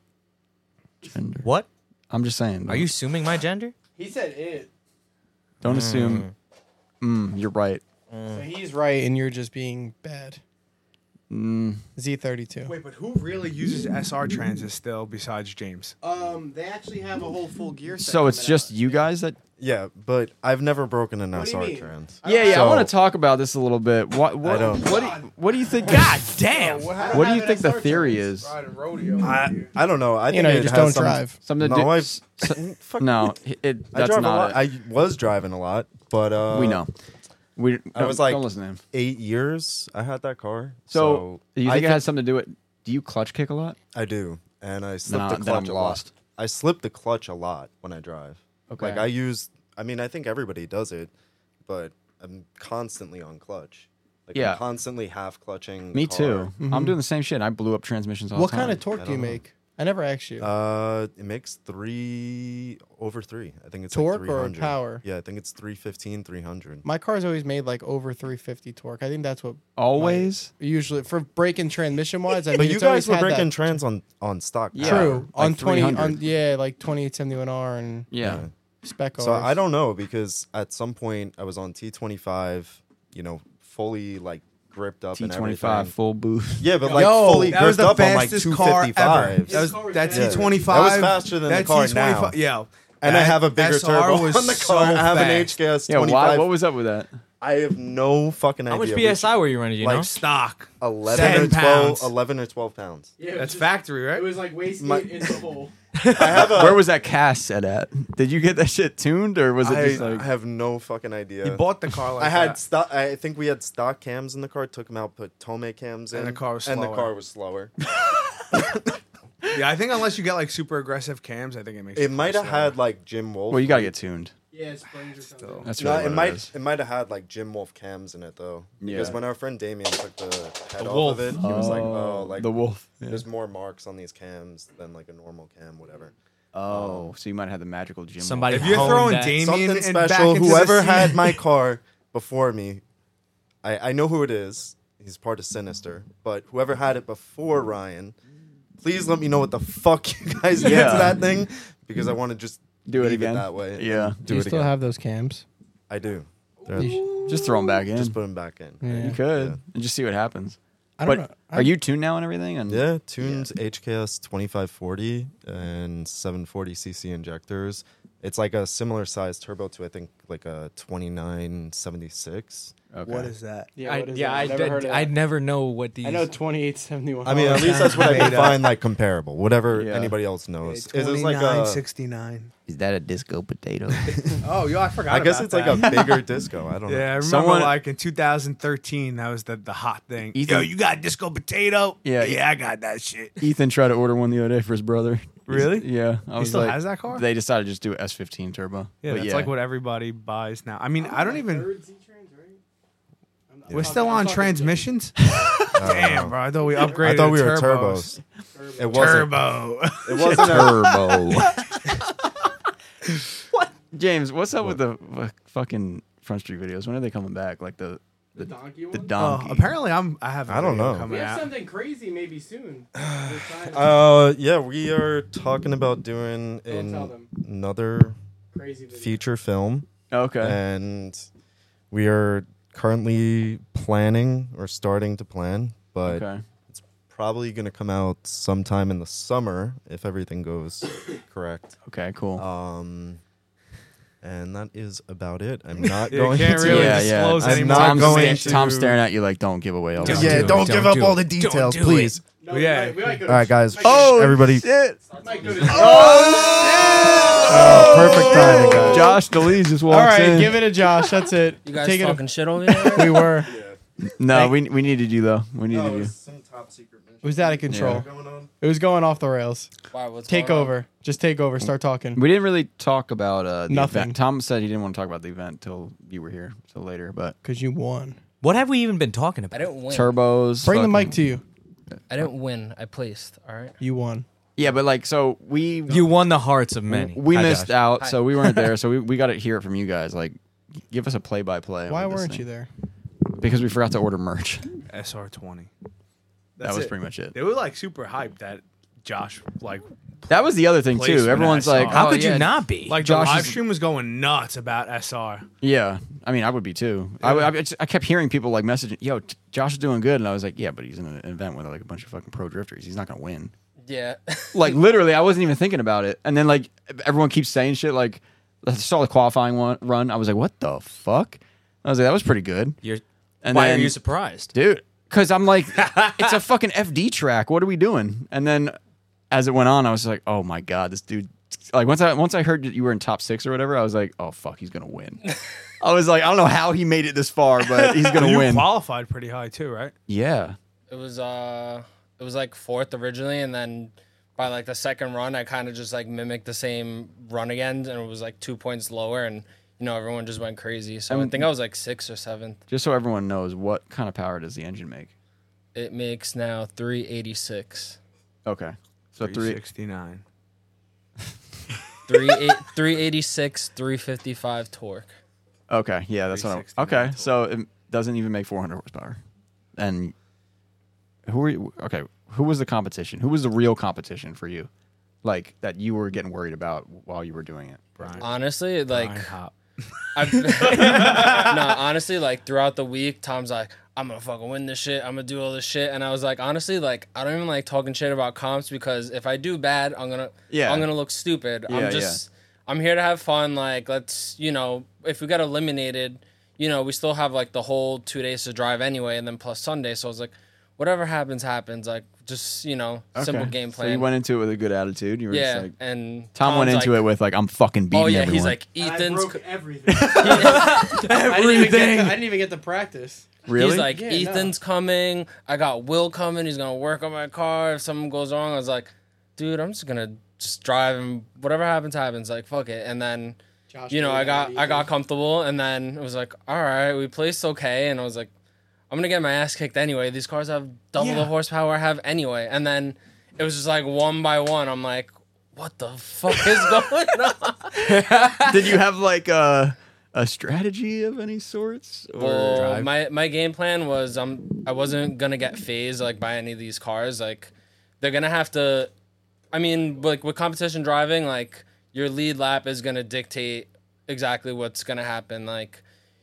[SPEAKER 1] gender.
[SPEAKER 3] What
[SPEAKER 1] I'm just saying.
[SPEAKER 3] are you assuming my gender?
[SPEAKER 5] He said it.
[SPEAKER 1] Don't assume. Mm, you're right.
[SPEAKER 5] So he's right, and you're just being bad. Z32.
[SPEAKER 2] Mm.
[SPEAKER 6] Wait, but who really uses SR transit still besides James?
[SPEAKER 4] Um, they actually have a whole full gear.
[SPEAKER 1] So it's just you guys that.
[SPEAKER 2] Yeah, but I've never broken an
[SPEAKER 4] What do you
[SPEAKER 2] SR
[SPEAKER 4] mean?
[SPEAKER 2] trans.
[SPEAKER 1] Yeah, yeah. I
[SPEAKER 2] So-
[SPEAKER 1] want to talk about this a little bit. What? What?
[SPEAKER 2] don't.
[SPEAKER 1] What do, you, what do you think? God damn! What do you think the theory is?
[SPEAKER 6] rodeo.
[SPEAKER 2] I, I don't know. I
[SPEAKER 5] You
[SPEAKER 2] think
[SPEAKER 5] know, you
[SPEAKER 2] it
[SPEAKER 5] just
[SPEAKER 2] has
[SPEAKER 5] don't
[SPEAKER 2] some-
[SPEAKER 5] drive.
[SPEAKER 1] Something to
[SPEAKER 2] No,
[SPEAKER 1] do.
[SPEAKER 2] I-
[SPEAKER 1] s- s-
[SPEAKER 2] Fuck
[SPEAKER 1] no, it,
[SPEAKER 2] I
[SPEAKER 1] that's
[SPEAKER 2] drive a
[SPEAKER 1] not.
[SPEAKER 2] lot.
[SPEAKER 1] it.
[SPEAKER 2] I was driving a lot, but uh,
[SPEAKER 1] we know. We.
[SPEAKER 2] I was like-
[SPEAKER 1] don't listen to him.
[SPEAKER 2] Eight years I had that car.
[SPEAKER 1] So, you
[SPEAKER 2] I
[SPEAKER 1] think it
[SPEAKER 2] thi-
[SPEAKER 1] has something to do with? Do you clutch kick a lot?
[SPEAKER 2] I do, and I slip
[SPEAKER 1] Nah,
[SPEAKER 2] the
[SPEAKER 1] then
[SPEAKER 2] clutch
[SPEAKER 1] I'm
[SPEAKER 2] a
[SPEAKER 1] lost.
[SPEAKER 2] lot. I slip the clutch a lot when I drive.
[SPEAKER 1] Okay.
[SPEAKER 2] Like I use. I mean, I think everybody does it, but I'm constantly on clutch. Like
[SPEAKER 1] Yeah.
[SPEAKER 2] I'm constantly half clutching.
[SPEAKER 1] Me
[SPEAKER 2] car.
[SPEAKER 1] too. I'm doing the same shit. I blew up transmissions all
[SPEAKER 5] What
[SPEAKER 1] the time.
[SPEAKER 5] kind of torque do you
[SPEAKER 2] don't know.
[SPEAKER 5] make? I never asked you.
[SPEAKER 2] Uh, it makes three over three. I think it's
[SPEAKER 5] Torque or
[SPEAKER 2] like 300.
[SPEAKER 5] power?
[SPEAKER 2] Yeah, I think it's 315, 300.
[SPEAKER 5] My car's always made like over 350 torque. I think that's what
[SPEAKER 1] always?
[SPEAKER 5] usually for braking transmission wise. I mean,
[SPEAKER 2] But you
[SPEAKER 5] it's always
[SPEAKER 2] guys were
[SPEAKER 5] had that-
[SPEAKER 2] breaking trans on on stock.
[SPEAKER 1] Yeah.
[SPEAKER 2] power.
[SPEAKER 5] True.
[SPEAKER 1] like
[SPEAKER 5] on 20,
[SPEAKER 1] 300.
[SPEAKER 5] on, yeah, like 2871R and
[SPEAKER 1] Yeah.
[SPEAKER 2] Yeah.
[SPEAKER 5] spec
[SPEAKER 2] So I
[SPEAKER 5] Rs.
[SPEAKER 2] don't know because at some point I was on T25, you know, fully like gripped up and
[SPEAKER 1] T25
[SPEAKER 2] everything.
[SPEAKER 1] full boost.
[SPEAKER 2] Yeah, but like fully
[SPEAKER 6] that was
[SPEAKER 2] gripped
[SPEAKER 6] the
[SPEAKER 2] up on like
[SPEAKER 6] fastest car ever.
[SPEAKER 2] 255.
[SPEAKER 6] That was that
[SPEAKER 2] Yeah.
[SPEAKER 6] T25.
[SPEAKER 2] That was faster than the
[SPEAKER 6] that
[SPEAKER 2] car
[SPEAKER 6] T25
[SPEAKER 2] now.
[SPEAKER 6] Yeah.
[SPEAKER 2] And I have a bigger
[SPEAKER 6] SR
[SPEAKER 2] turbo
[SPEAKER 6] was
[SPEAKER 2] on the
[SPEAKER 6] so
[SPEAKER 2] car. I have an
[SPEAKER 6] fast.
[SPEAKER 2] HKS
[SPEAKER 1] Yeah,
[SPEAKER 2] 25.
[SPEAKER 1] why? What was up with that?
[SPEAKER 2] I have no fucking
[SPEAKER 3] How much
[SPEAKER 2] idea. but
[SPEAKER 3] PSI were you running? You
[SPEAKER 2] like
[SPEAKER 3] know?
[SPEAKER 6] Stock.
[SPEAKER 2] 11 or
[SPEAKER 6] 10
[SPEAKER 2] 12,
[SPEAKER 6] pounds.
[SPEAKER 2] 11 or 12 pounds.
[SPEAKER 6] That's factory,
[SPEAKER 4] It
[SPEAKER 6] right?
[SPEAKER 4] was like waist
[SPEAKER 2] My-
[SPEAKER 4] deep in the hole.
[SPEAKER 2] I have a.
[SPEAKER 1] Where was that cast set at? Did you get that shit tuned or was it
[SPEAKER 2] I,
[SPEAKER 1] just like
[SPEAKER 2] I have no fucking idea.
[SPEAKER 6] You bought the car like
[SPEAKER 2] I had
[SPEAKER 6] that.
[SPEAKER 2] stock. I think we had stock cams in the car. Took them out, put Tome cams in,
[SPEAKER 6] And the car was
[SPEAKER 2] and the
[SPEAKER 6] slower.
[SPEAKER 2] car was slower.
[SPEAKER 6] Yeah, I think unless you get like super aggressive cams, I think it makes
[SPEAKER 2] It might have had like Jim Wolf.
[SPEAKER 1] Well, you got to get tuned.
[SPEAKER 4] Yeah, it's planes or something.
[SPEAKER 1] That's
[SPEAKER 2] No,
[SPEAKER 1] really
[SPEAKER 2] it
[SPEAKER 1] what
[SPEAKER 2] might
[SPEAKER 1] it is.
[SPEAKER 2] it might have had like Jim Wolf cams in it though. Because
[SPEAKER 1] Yeah.
[SPEAKER 2] when our friend Damien took the head off
[SPEAKER 6] wolf.
[SPEAKER 2] of it, he was like, "Oh, like
[SPEAKER 1] the wolf. Yeah.
[SPEAKER 2] there's more marks on these cams than like a normal cam, whatever."
[SPEAKER 1] Oh, so you might have the magical gym.
[SPEAKER 3] Somebody.
[SPEAKER 6] If you're
[SPEAKER 3] honed
[SPEAKER 6] throwing
[SPEAKER 3] that.
[SPEAKER 6] Damien
[SPEAKER 2] Something
[SPEAKER 6] and back
[SPEAKER 2] special.
[SPEAKER 6] into the
[SPEAKER 2] Whoever had
[SPEAKER 6] scene-
[SPEAKER 2] my car before me, I I know who it is. He's part of Sinister, but whoever had it before Ryan, please let me know what the fuck you guys did
[SPEAKER 1] Yeah.
[SPEAKER 2] to that thing, because I want to just
[SPEAKER 1] do it
[SPEAKER 2] leave
[SPEAKER 1] again
[SPEAKER 2] that way.
[SPEAKER 1] Yeah,
[SPEAKER 5] Do
[SPEAKER 2] do
[SPEAKER 5] you
[SPEAKER 2] it
[SPEAKER 5] still
[SPEAKER 2] again.
[SPEAKER 5] have those cams?
[SPEAKER 2] I do. They're-
[SPEAKER 5] You sh-
[SPEAKER 1] just throw them back in.
[SPEAKER 2] Just put them back in.
[SPEAKER 5] yeah.
[SPEAKER 1] you could and just see what happens.
[SPEAKER 5] I don't
[SPEAKER 1] but
[SPEAKER 5] know.
[SPEAKER 1] are you tuned now and everything? And
[SPEAKER 2] Yeah, Tunes HKS 2540 and 740cc injectors. It's like a similar size turbo to I think like a 2976.
[SPEAKER 1] okay.
[SPEAKER 6] What is that?
[SPEAKER 3] I, yeah, I did- I never know what these.
[SPEAKER 11] I know 2871.
[SPEAKER 2] I mean,
[SPEAKER 5] Oh,
[SPEAKER 2] uh, at least that's what I can
[SPEAKER 6] Beta.
[SPEAKER 2] find like comparable. Whatever
[SPEAKER 1] Yeah.
[SPEAKER 2] anybody else knows. Is this like a?
[SPEAKER 6] 69.
[SPEAKER 1] is that a disco potato?
[SPEAKER 6] Oh, yo, I forgot.
[SPEAKER 2] I guess
[SPEAKER 6] about
[SPEAKER 2] it's
[SPEAKER 6] that.
[SPEAKER 2] like a bigger disco. I don't
[SPEAKER 6] Yeah, I remember
[SPEAKER 1] Someone-
[SPEAKER 6] like in 2013, that was the, the hot thing.
[SPEAKER 1] Ethan-
[SPEAKER 6] Yo, you got disco potato?
[SPEAKER 1] Yeah.
[SPEAKER 6] Yeah, I got that shit.
[SPEAKER 1] Ethan tried to order one the other day for his brother.
[SPEAKER 6] Really?
[SPEAKER 1] Yeah, I was
[SPEAKER 6] still
[SPEAKER 1] like,
[SPEAKER 6] has that car?
[SPEAKER 1] They decided to just do S15 turbo.
[SPEAKER 6] Yeah,
[SPEAKER 1] but
[SPEAKER 6] that's
[SPEAKER 1] yeah.
[SPEAKER 6] like what everybody buys now. I mean, I don't even.
[SPEAKER 4] Third Z trans, right?
[SPEAKER 6] We're still on transmissions?
[SPEAKER 2] know.
[SPEAKER 6] Damn, bro. I thought we upgraded.
[SPEAKER 2] I thought we
[SPEAKER 6] to
[SPEAKER 2] were
[SPEAKER 6] turbos.
[SPEAKER 2] turbos. It wasn't.
[SPEAKER 6] Turbo.
[SPEAKER 2] It wasn't. A,
[SPEAKER 1] turbo. what? James, what's up with the f- fucking front street videos? When are they coming back? Like the
[SPEAKER 4] The donkey one.
[SPEAKER 1] the
[SPEAKER 6] Oh,
[SPEAKER 1] donkey.
[SPEAKER 6] apparently, I'm. I have. a
[SPEAKER 2] I don't
[SPEAKER 6] video
[SPEAKER 2] know.
[SPEAKER 4] we
[SPEAKER 6] Coming
[SPEAKER 4] have
[SPEAKER 6] out.
[SPEAKER 4] something crazy maybe soon.
[SPEAKER 6] Um,
[SPEAKER 2] uh, yeah, we are talking about doing
[SPEAKER 4] Don't tell
[SPEAKER 2] an,
[SPEAKER 4] them.
[SPEAKER 2] another
[SPEAKER 4] crazy video.
[SPEAKER 2] feature film.
[SPEAKER 1] okay.
[SPEAKER 2] and we are currently planning or starting to plan, but
[SPEAKER 1] Okay.
[SPEAKER 2] probably going to come out sometime in the summer if everything goes correct.
[SPEAKER 1] Okay. Cool.
[SPEAKER 2] Um, and that is about it. I'm not
[SPEAKER 6] You
[SPEAKER 2] going
[SPEAKER 6] can't
[SPEAKER 2] to.
[SPEAKER 6] really
[SPEAKER 1] yeah, yeah.
[SPEAKER 6] disclose
[SPEAKER 1] I'm
[SPEAKER 6] anymore.
[SPEAKER 1] Tom's,
[SPEAKER 2] I'm going
[SPEAKER 1] sta-
[SPEAKER 2] to-
[SPEAKER 1] Tom's staring at you like, don't give away all.
[SPEAKER 6] Don't
[SPEAKER 1] the
[SPEAKER 2] Yeah,
[SPEAKER 6] do it,
[SPEAKER 2] don't give
[SPEAKER 6] don't
[SPEAKER 2] up
[SPEAKER 6] do
[SPEAKER 2] all
[SPEAKER 6] it,
[SPEAKER 2] the
[SPEAKER 6] don't
[SPEAKER 2] details,
[SPEAKER 6] do it.
[SPEAKER 2] please.
[SPEAKER 4] No, We
[SPEAKER 6] Yeah.
[SPEAKER 4] might, we might go to,
[SPEAKER 2] All right, guys.
[SPEAKER 1] Oh,
[SPEAKER 2] everybody.
[SPEAKER 1] shit.
[SPEAKER 4] We might go to, oh,
[SPEAKER 2] Oh, perfect timing, guys.
[SPEAKER 1] Josh DeLees just walks
[SPEAKER 5] All right,
[SPEAKER 1] in.
[SPEAKER 5] give it to Josh. That's it.
[SPEAKER 11] You guys
[SPEAKER 5] Take it.
[SPEAKER 11] fucking shit over there.
[SPEAKER 5] we were.
[SPEAKER 1] no, we we needed you though. We needed
[SPEAKER 6] Oh,
[SPEAKER 1] you.
[SPEAKER 2] some top secret mission
[SPEAKER 5] It was out of control.
[SPEAKER 2] going on.
[SPEAKER 5] It was going off the rails.
[SPEAKER 11] Why, what's
[SPEAKER 5] Take
[SPEAKER 11] going on?
[SPEAKER 5] over. Just take over. Start talking.
[SPEAKER 1] We didn't really talk about uh, the
[SPEAKER 5] Nothing.
[SPEAKER 1] event. Tom said he didn't want to talk about the event till you were here, till later. But
[SPEAKER 5] Because you won.
[SPEAKER 3] What have we even been talking
[SPEAKER 11] I
[SPEAKER 3] about?
[SPEAKER 11] didn't win.
[SPEAKER 1] turbos.
[SPEAKER 5] Bring the
[SPEAKER 1] fucking-
[SPEAKER 5] mic to you.
[SPEAKER 11] I didn't win. I placed. All right.
[SPEAKER 5] You won.
[SPEAKER 1] Yeah, but like, so we
[SPEAKER 3] You won the hearts of many.
[SPEAKER 1] we
[SPEAKER 3] Hi,
[SPEAKER 1] missed
[SPEAKER 3] Josh.
[SPEAKER 1] out, so we weren't there. So we, we got to hear it from you guys. Like, give us a play by play.
[SPEAKER 5] Why weren't you there?
[SPEAKER 1] Because we forgot to order merch.
[SPEAKER 6] SR20.
[SPEAKER 1] that was pretty much it.
[SPEAKER 6] They were like super hyped that Josh like
[SPEAKER 1] That was the other thing
[SPEAKER 6] Placement
[SPEAKER 1] too. Everyone's
[SPEAKER 11] Oh,
[SPEAKER 6] I saw.
[SPEAKER 1] like, "Oh,
[SPEAKER 3] How
[SPEAKER 1] "How
[SPEAKER 3] could
[SPEAKER 1] could
[SPEAKER 3] you
[SPEAKER 11] yeah.
[SPEAKER 3] not be?
[SPEAKER 6] like
[SPEAKER 1] Josh
[SPEAKER 6] the live
[SPEAKER 1] is-
[SPEAKER 6] stream was going nuts about SR.
[SPEAKER 1] yeah?" I mean, I would be too. I would- I, would- I, just- I kept hearing people like messaging, "Yo, t- Josh is doing good," and I was like, "Yeah, but he's in an event with like a bunch of fucking pro drifters. He's not gonna win."
[SPEAKER 3] Yeah.
[SPEAKER 1] Like literally, I wasn't even thinking about it. And then like everyone keeps saying shit. Like I saw the qualifying one, run. I was like, "What the fuck?" I was like, "That was pretty good."
[SPEAKER 3] You're,
[SPEAKER 1] And
[SPEAKER 3] why
[SPEAKER 1] then-
[SPEAKER 3] are you surprised?
[SPEAKER 1] dude. Because I'm like, it's a fucking FD track. What are we doing? And then as it went on, I was like, oh my god, this dude. Like once I once I heard that you were in top six or whatever, I was like, oh fuck, he's gonna win. I was like, I don't know how he made it this far, but he's gonna
[SPEAKER 12] you
[SPEAKER 1] win.
[SPEAKER 12] qualified pretty high too, right?
[SPEAKER 1] yeah,
[SPEAKER 13] It was uh, it was like fourth originally, and then by like the second run, I kind of just like mimicked the same run again, and it was like two points lower, and you know everyone just went crazy. So I think I was like sixth or seventh.
[SPEAKER 1] just so everyone knows, what kind of power does the engine make?
[SPEAKER 13] It makes now three eighty six.
[SPEAKER 1] Okay, so three.
[SPEAKER 12] 369.
[SPEAKER 13] 386, 355 torque.
[SPEAKER 1] Okay, yeah, that's what. I, okay, so it doesn't even make 400 horsepower. And who were you? Okay, who was the competition? Who was the real competition for you? Like that you were getting worried about while you were doing it.
[SPEAKER 13] Honestly, like
[SPEAKER 12] Hop.
[SPEAKER 13] I've, no, honestly, like throughout the week, Tom's like, I'm gonna fucking win this shit. I'm gonna do all this shit, and I was like, honestly, like I don't even like talking shit about comps because if I do bad, I'm gonna,
[SPEAKER 1] Yeah.
[SPEAKER 13] I'm gonna look stupid.
[SPEAKER 1] Yeah,
[SPEAKER 13] I'm just, I'm here to have fun. Like, let's, you know, if we got eliminated, you know, we still have like the whole two days to drive anyway, and then plus Sunday. So I was like, whatever happens, happens. Like, just you know, simple
[SPEAKER 1] Okay.
[SPEAKER 13] game
[SPEAKER 1] So
[SPEAKER 13] plan.
[SPEAKER 1] you went into it with a good attitude. You were
[SPEAKER 13] yeah,
[SPEAKER 1] just like,
[SPEAKER 13] and
[SPEAKER 1] Tom went into it with like, I'm fucking beating
[SPEAKER 13] Oh yeah,
[SPEAKER 1] everyone.
[SPEAKER 13] he's like
[SPEAKER 4] I
[SPEAKER 13] Ethan's.
[SPEAKER 4] broke
[SPEAKER 13] co-
[SPEAKER 4] everything.
[SPEAKER 13] I didn't even get
[SPEAKER 4] I
[SPEAKER 13] to-
[SPEAKER 4] didn't even get to practice.
[SPEAKER 1] really?
[SPEAKER 13] He's like,
[SPEAKER 4] Yeah, no.
[SPEAKER 13] Ethan's coming. I got Will coming. He's gonna work on my car. If something goes wrong, I was like, dude, I'm just gonna just drive and whatever happens, happens. Like, fuck it. And then,
[SPEAKER 4] Josh
[SPEAKER 13] you know,
[SPEAKER 4] really
[SPEAKER 13] I got I
[SPEAKER 4] easy.
[SPEAKER 13] got comfortable, and then it was like, all right, we placed okay, and I was like, I'm gonna get my ass kicked anyway. These cars have double the horsepower I have anyway. And then it was just like one by one. I'm like, what the fuck is going on?
[SPEAKER 1] did you have like a a strategy of any sorts? Or
[SPEAKER 13] Well, my my game plan was um I wasn't gonna get phased like by any of these cars. Like they're gonna have to. I mean, like with competition driving, like your lead lap is gonna dictate exactly what's gonna happen. Like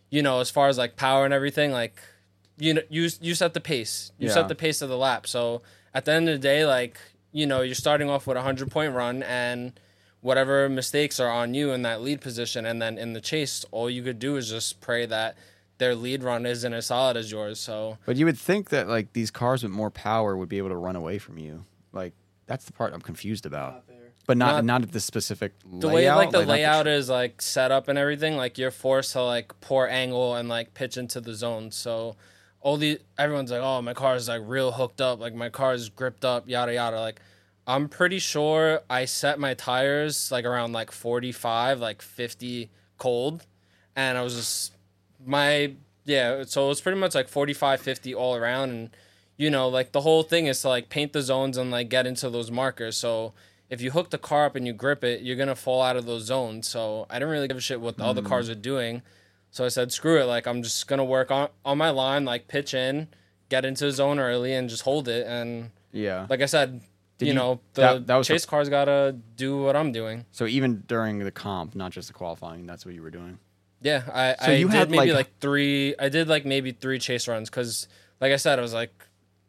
[SPEAKER 13] you know, as far as like power and everything, like you know, you you set the pace. You
[SPEAKER 1] Yeah.
[SPEAKER 13] set the pace of the lap. So at the end of the day, like you know, you're starting off with a hundred point run and whatever mistakes are on you in that lead position and then in the chase all you could do is just pray that their lead run isn't as solid as yours so
[SPEAKER 1] But you would think that like these cars with more power would be able to run away from you. Like that's the part I'm confused about. But not not,
[SPEAKER 13] Not-
[SPEAKER 1] at this specific
[SPEAKER 13] the
[SPEAKER 1] layout.
[SPEAKER 13] way like the
[SPEAKER 1] not
[SPEAKER 13] layout is like set up and everything like you're forced to like poor angle and like pitch into the zone so all the everyone's like oh my car is like real hooked up like my car is gripped up yada yada like i'm pretty sure i set my tires like around like 45 like 50 cold and i was just my yeah so it was pretty much like 45 50 all around and you know like the whole thing is to like paint the zones and like get into those markers so if you hook the car up and you grip it you're gonna fall out of those zones so i didn't really give a shit what the
[SPEAKER 1] Mm.
[SPEAKER 13] other cars are doing so i said screw it like i'm just gonna work on on my line like pitch in get into the zone early and just hold it and
[SPEAKER 1] yeah.
[SPEAKER 13] like i said you,
[SPEAKER 1] you-
[SPEAKER 13] know the
[SPEAKER 1] that- that was the-
[SPEAKER 13] chase car's gotta do what i'm doing
[SPEAKER 1] so even during the comp, not just the qualifying, that's what you were doing.
[SPEAKER 13] Yeah, I,
[SPEAKER 1] So
[SPEAKER 13] I
[SPEAKER 1] you
[SPEAKER 13] did
[SPEAKER 1] had,
[SPEAKER 13] maybe
[SPEAKER 1] like-
[SPEAKER 13] like, three. I did like maybe three chase runs because, like I said, I was like,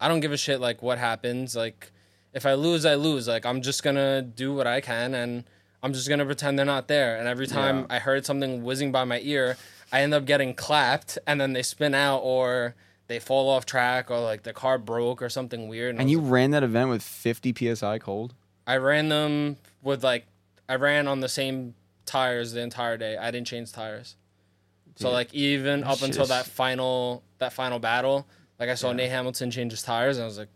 [SPEAKER 13] I don't give a shit like what happens. Like, if I lose, I lose. Like, I'm just gonna do what I can, and I'm just gonna pretend they're not there. And every time I heard something whizzing by my ear, I end up getting clapped, and then they spin out or they fall off track or like the car broke or something weird. I
[SPEAKER 1] And
[SPEAKER 13] was
[SPEAKER 1] you ran that event with 50 psi cold.
[SPEAKER 13] I ran them with like I ran on the same tires the entire day. I didn't change tires. So like even up until that final that final battle, like I saw Nate Hamilton change his tires and I was like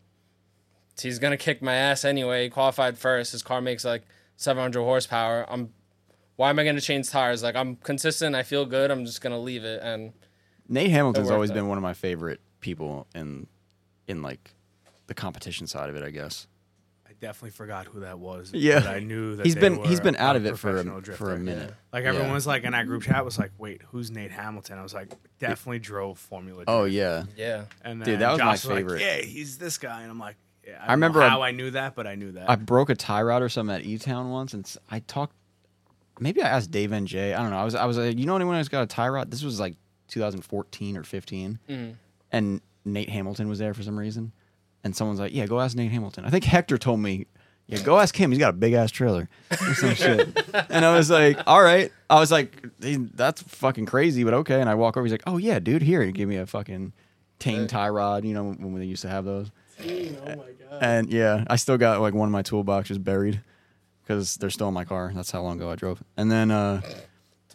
[SPEAKER 13] he's going to kick my ass anyway. He qualified first. His car makes like 700 horsepower. I'm why am I going to change tires? Like I'm consistent. I feel good. I'm just going to leave it and
[SPEAKER 1] Nate Hamilton's
[SPEAKER 13] worked
[SPEAKER 1] always
[SPEAKER 13] out.
[SPEAKER 1] been one of my favorite people in in like the competition side of it, I guess.
[SPEAKER 12] I definitely forgot who that was.
[SPEAKER 1] Yeah.
[SPEAKER 12] but I knew that
[SPEAKER 1] He's
[SPEAKER 12] they
[SPEAKER 1] been
[SPEAKER 12] were
[SPEAKER 1] he's been out
[SPEAKER 12] a
[SPEAKER 1] of it for
[SPEAKER 12] professional
[SPEAKER 1] a, for
[SPEAKER 12] drifter.
[SPEAKER 1] a minute.
[SPEAKER 12] Like
[SPEAKER 1] Yeah.
[SPEAKER 12] everyone was like in that group chat was like, "Wait, who's Nate Hamilton?" I was like, "Definitely drove Formula."
[SPEAKER 1] Oh
[SPEAKER 12] Drift."
[SPEAKER 1] yeah.
[SPEAKER 13] yeah.
[SPEAKER 12] and then
[SPEAKER 1] Dude, that was my
[SPEAKER 12] Josh like,
[SPEAKER 1] favorite.
[SPEAKER 12] yeah, he's this guy, and I'm like, yeah, I, don't
[SPEAKER 1] remember
[SPEAKER 12] know
[SPEAKER 1] I-
[SPEAKER 12] how I knew that, but I knew that.
[SPEAKER 1] I broke a tie rod or something at E Town once, and s- I talked. Maybe I asked Dave and Jay. I don't know. I was I was like, you know anyone who's got a tie rod? This was like 2014 or 15,
[SPEAKER 13] Mhm.
[SPEAKER 1] and Nate Hamilton was there for some reason, and someone's like, "Yeah, go ask Nate Hamilton." I think Hector told me, "Yeah, go ask him. He's got a big ass trailer." Or some shit. And I was like, "All right." I was like, "Hey, "That's fucking crazy," but okay. And I walk over. He's like, "Oh yeah, dude, here." He gave me a fucking Tane tie rod. You know when they used to have those.
[SPEAKER 4] oh my god.
[SPEAKER 1] And yeah, I still got like one of my toolboxes buried because they're still in my car. That's how long ago I drove. And then, uh,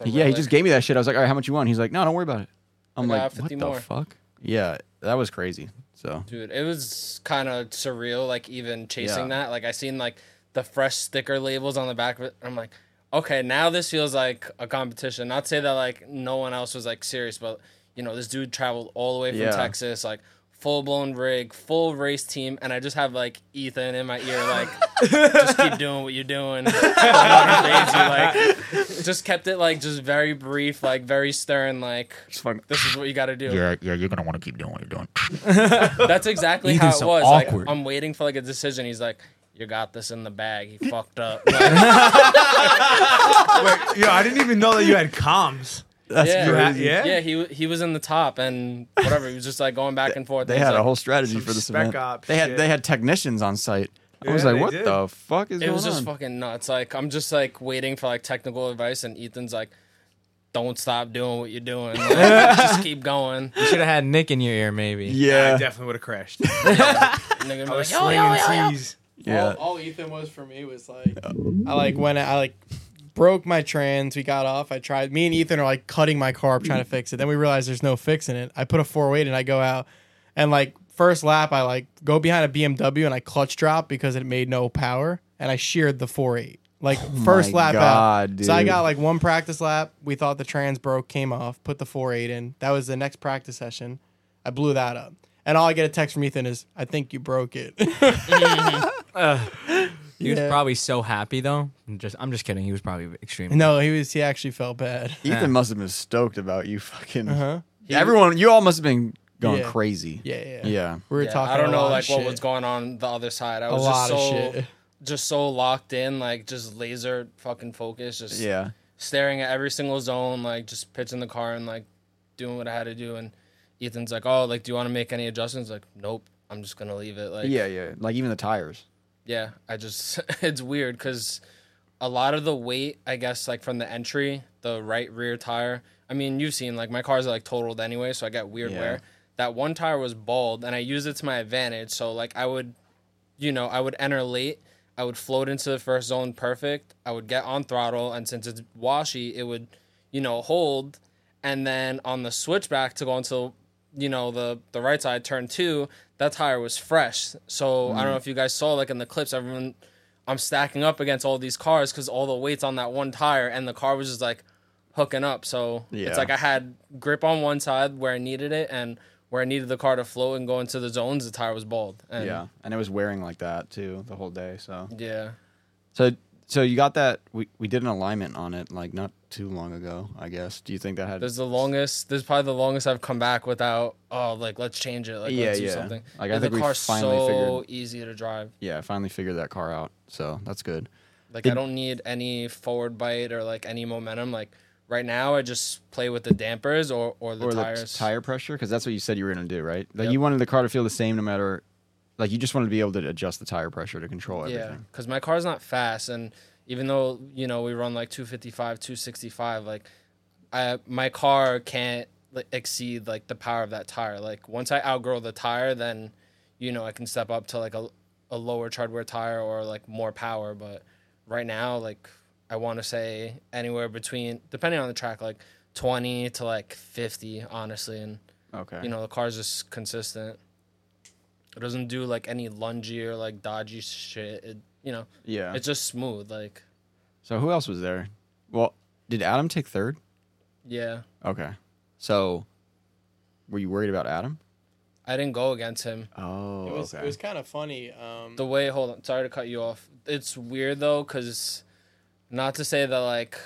[SPEAKER 13] a
[SPEAKER 1] yeah, he
[SPEAKER 13] relic.
[SPEAKER 1] just gave me that shit. I was like, all right, how much you want? He's like, no, don't worry about it. I'm
[SPEAKER 13] I got
[SPEAKER 1] like, what
[SPEAKER 13] 50
[SPEAKER 1] the
[SPEAKER 13] more.
[SPEAKER 1] fuck? Yeah, that was crazy. So
[SPEAKER 13] Dude, it was kind of surreal, like even chasing
[SPEAKER 1] Yeah.
[SPEAKER 13] that. Like I seen like the fresh sticker labels on the back of it. I'm like, okay, now this feels like a competition. Not to say that like no one else was like serious, but you know, this dude traveled all the way from
[SPEAKER 1] Yeah.
[SPEAKER 13] Texas, like full blown rig, full race team, and I just have like Ethan in my ear, like just keep doing what you're doing. Don't let it phase you, like, just kept it like just very brief, like very stern, like this is what you got to do.
[SPEAKER 1] yeah, you're gonna want to keep doing what you're doing.
[SPEAKER 13] That's exactly
[SPEAKER 1] Ethan's
[SPEAKER 13] how it
[SPEAKER 1] so
[SPEAKER 13] was.
[SPEAKER 1] awkward.
[SPEAKER 13] Like I'm waiting for like a decision. He's like, "You got this in the bag." He fucked up.
[SPEAKER 6] Wait, yo, I didn't even know that you had comms.
[SPEAKER 13] yeah,
[SPEAKER 6] Yeah.
[SPEAKER 13] yeah. he wa- he was in the top and whatever. He was just like going back and forth.
[SPEAKER 1] They
[SPEAKER 13] He's
[SPEAKER 1] had a
[SPEAKER 13] like-
[SPEAKER 1] whole strategy
[SPEAKER 6] some
[SPEAKER 1] for this
[SPEAKER 6] spec
[SPEAKER 1] event.
[SPEAKER 6] op
[SPEAKER 1] They had
[SPEAKER 6] shit.
[SPEAKER 1] they had technicians on site. I was
[SPEAKER 6] Yeah,
[SPEAKER 1] like,
[SPEAKER 6] they
[SPEAKER 1] what
[SPEAKER 6] did.
[SPEAKER 1] the fuck is
[SPEAKER 13] It
[SPEAKER 1] going
[SPEAKER 13] was just
[SPEAKER 1] on?
[SPEAKER 13] fucking nuts. Like I'm just like waiting for like technical advice, and Ethan's like, "Don't stop doing what you're doing. Like, just keep going."
[SPEAKER 3] You should have had Nick in your ear, maybe.
[SPEAKER 6] I
[SPEAKER 1] yeah,
[SPEAKER 6] definitely would have crashed.
[SPEAKER 13] Nigga,
[SPEAKER 6] I
[SPEAKER 13] like,
[SPEAKER 6] was
[SPEAKER 13] yo,
[SPEAKER 6] slinging
[SPEAKER 13] yo, yo, yo.
[SPEAKER 6] T's.
[SPEAKER 1] yeah.
[SPEAKER 4] All, all Ethan was for me was like,
[SPEAKER 5] I like went. I like broke my trans. We got off. I tried. Me and Ethan are like cutting my car up trying to fix it. Then we realized there's no fixing it. I put a four weight and I go out and like first lap I like go behind a BMW and I clutch drop because it made no power and I sheared the four oh eight. Like first
[SPEAKER 1] Oh my
[SPEAKER 5] lap out.
[SPEAKER 1] God,
[SPEAKER 5] So I
[SPEAKER 1] dude.
[SPEAKER 5] got like one practice lap. We thought the trans broke, came off, put the four oh eight in. That was the next practice session. I blew that up. And all I get a text from Ethan is, I think you broke it.
[SPEAKER 3] He
[SPEAKER 5] Yeah.
[SPEAKER 3] was probably so happy though. I'm just I'm just kidding. He was probably extremely.
[SPEAKER 5] no, he was he actually felt bad.
[SPEAKER 1] Ethan must have been stoked about you fucking.
[SPEAKER 5] Uh-huh.
[SPEAKER 1] Everyone, you all must have been going
[SPEAKER 5] Yeah.
[SPEAKER 1] crazy.
[SPEAKER 5] Yeah, yeah.
[SPEAKER 1] yeah.
[SPEAKER 5] We were
[SPEAKER 13] Yeah,
[SPEAKER 5] talking.
[SPEAKER 13] I don't
[SPEAKER 5] a
[SPEAKER 13] know
[SPEAKER 5] lot
[SPEAKER 13] like
[SPEAKER 5] of
[SPEAKER 13] what
[SPEAKER 5] shit.
[SPEAKER 13] was going on the other side. I
[SPEAKER 5] A
[SPEAKER 13] was
[SPEAKER 5] lot
[SPEAKER 13] just
[SPEAKER 5] of
[SPEAKER 13] so
[SPEAKER 5] shit.
[SPEAKER 13] just so locked in, like just laser fucking focused, just
[SPEAKER 1] yeah.
[SPEAKER 13] staring at every single zone, like just pitching the car and like doing what I had to do. And Ethan's like, "Oh, like, do you want to make any adjustments?" Like, nope, I'm just gonna leave it. Like,
[SPEAKER 1] yeah, yeah. Like even the tires.
[SPEAKER 13] yeah. I just it's weird because a lot of the weight, I guess, like from the entry, the right rear tire. I mean, you've seen like my cars are like totaled anyway, so I got weird
[SPEAKER 1] Yeah.
[SPEAKER 13] wear. That one tire was bald, and I used it to my advantage. So like I would, you know, I would enter late. I would float into the first zone perfect. I would get on throttle, and since it's washy, it would, you know, hold. And then on the switchback to go into, you know, the the right side turn two, that tire was fresh. So
[SPEAKER 1] Mm.
[SPEAKER 13] I don't know if you guys saw like in the clips, everyone, I'm stacking up against all these cars because all the weight's on that one tire, and the car was just like hooking up. So
[SPEAKER 1] Yeah.
[SPEAKER 13] it's like I had grip on one side where I needed it, and where I needed the car to float and go into the zones, the tire was bald. And
[SPEAKER 1] yeah, and it was wearing like that too the whole day. So
[SPEAKER 13] Yeah.
[SPEAKER 1] so so you got that. We we did an alignment on it like not too long ago, I guess. Do you think that had?
[SPEAKER 13] There's the longest. There's probably the longest I've come back without. Oh, like let's change it. Like
[SPEAKER 1] Yeah,
[SPEAKER 13] let's do
[SPEAKER 1] yeah.
[SPEAKER 13] something.
[SPEAKER 1] Like, I
[SPEAKER 13] And
[SPEAKER 1] think
[SPEAKER 13] the
[SPEAKER 1] we
[SPEAKER 13] car's
[SPEAKER 1] finally
[SPEAKER 13] so easy to drive.
[SPEAKER 1] yeah, I finally figured that car out. So that's good.
[SPEAKER 13] Like
[SPEAKER 1] Did-
[SPEAKER 13] I don't need any forward bite or like any momentum. Like right now, I just play with the dampers or or the
[SPEAKER 1] or the
[SPEAKER 13] tires.
[SPEAKER 1] t- tire pressure, because that's what you said you were gonna do, right? Like
[SPEAKER 13] Yep.
[SPEAKER 1] you wanted the car to feel the same no matter. Like you just wanted to be able to adjust the tire pressure to control
[SPEAKER 13] yeah,
[SPEAKER 1] everything.
[SPEAKER 13] because my car's not fast, and even though you know we run like 255, 265, like I my car can't like, exceed like the power of that tire. Like once I outgrow the tire, then you know I can step up to like a a lower tread wear tire or like more power. But right now, like I want to say anywhere between depending on the track, like 20 to like 50, honestly, and
[SPEAKER 1] Okay.
[SPEAKER 13] you know the car's just consistent. It doesn't do like any lungy or like dodgy shit. It, you know,
[SPEAKER 1] yeah.
[SPEAKER 13] it's just smooth. Like
[SPEAKER 1] so who else was there? Well, did Adam take third?
[SPEAKER 13] yeah,
[SPEAKER 1] Okay. So, were you worried about Adam?
[SPEAKER 13] I didn't go against him.
[SPEAKER 1] Oh,
[SPEAKER 5] It was, it was kind of funny. Um,
[SPEAKER 13] The way, hold on, sorry to cut you off. It's weird though, cause not to say that like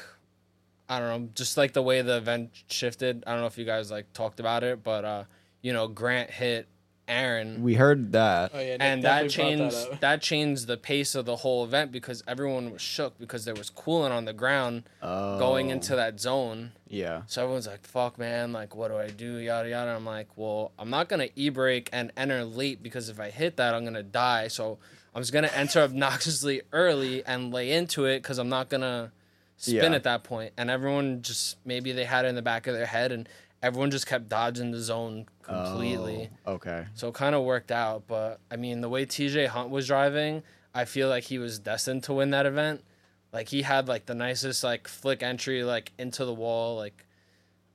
[SPEAKER 13] I don't know, just like the way the event shifted. I don't know if you guys like talked about it, but uh, you know, Grant hit Aaron.
[SPEAKER 1] We heard that. Oh, yeah, Nick
[SPEAKER 13] and that
[SPEAKER 1] definitely brought that
[SPEAKER 13] changed
[SPEAKER 1] up.
[SPEAKER 13] that, changed the pace of the whole event because everyone was shook because there was coolant on the ground going
[SPEAKER 1] Oh.
[SPEAKER 13] into that zone.
[SPEAKER 1] Yeah.
[SPEAKER 13] So everyone's like, "Fuck, man! Like, what do I do?" Yada yada. I'm like, "Well, I'm not gonna e-brake and enter late because if I hit that, I'm gonna die. So I'm just gonna enter obnoxiously early and lay into it because I'm not gonna spin
[SPEAKER 1] Yeah.
[SPEAKER 13] at that point." And everyone just maybe they had it in the back of their head, and everyone just kept dodging the zone completely.
[SPEAKER 1] Oh, okay.
[SPEAKER 13] So it kind of worked out, but I mean, the way TJ Hunt was driving, I feel like he was destined to win that event. Like he had like the nicest like flick entry like into the wall. Like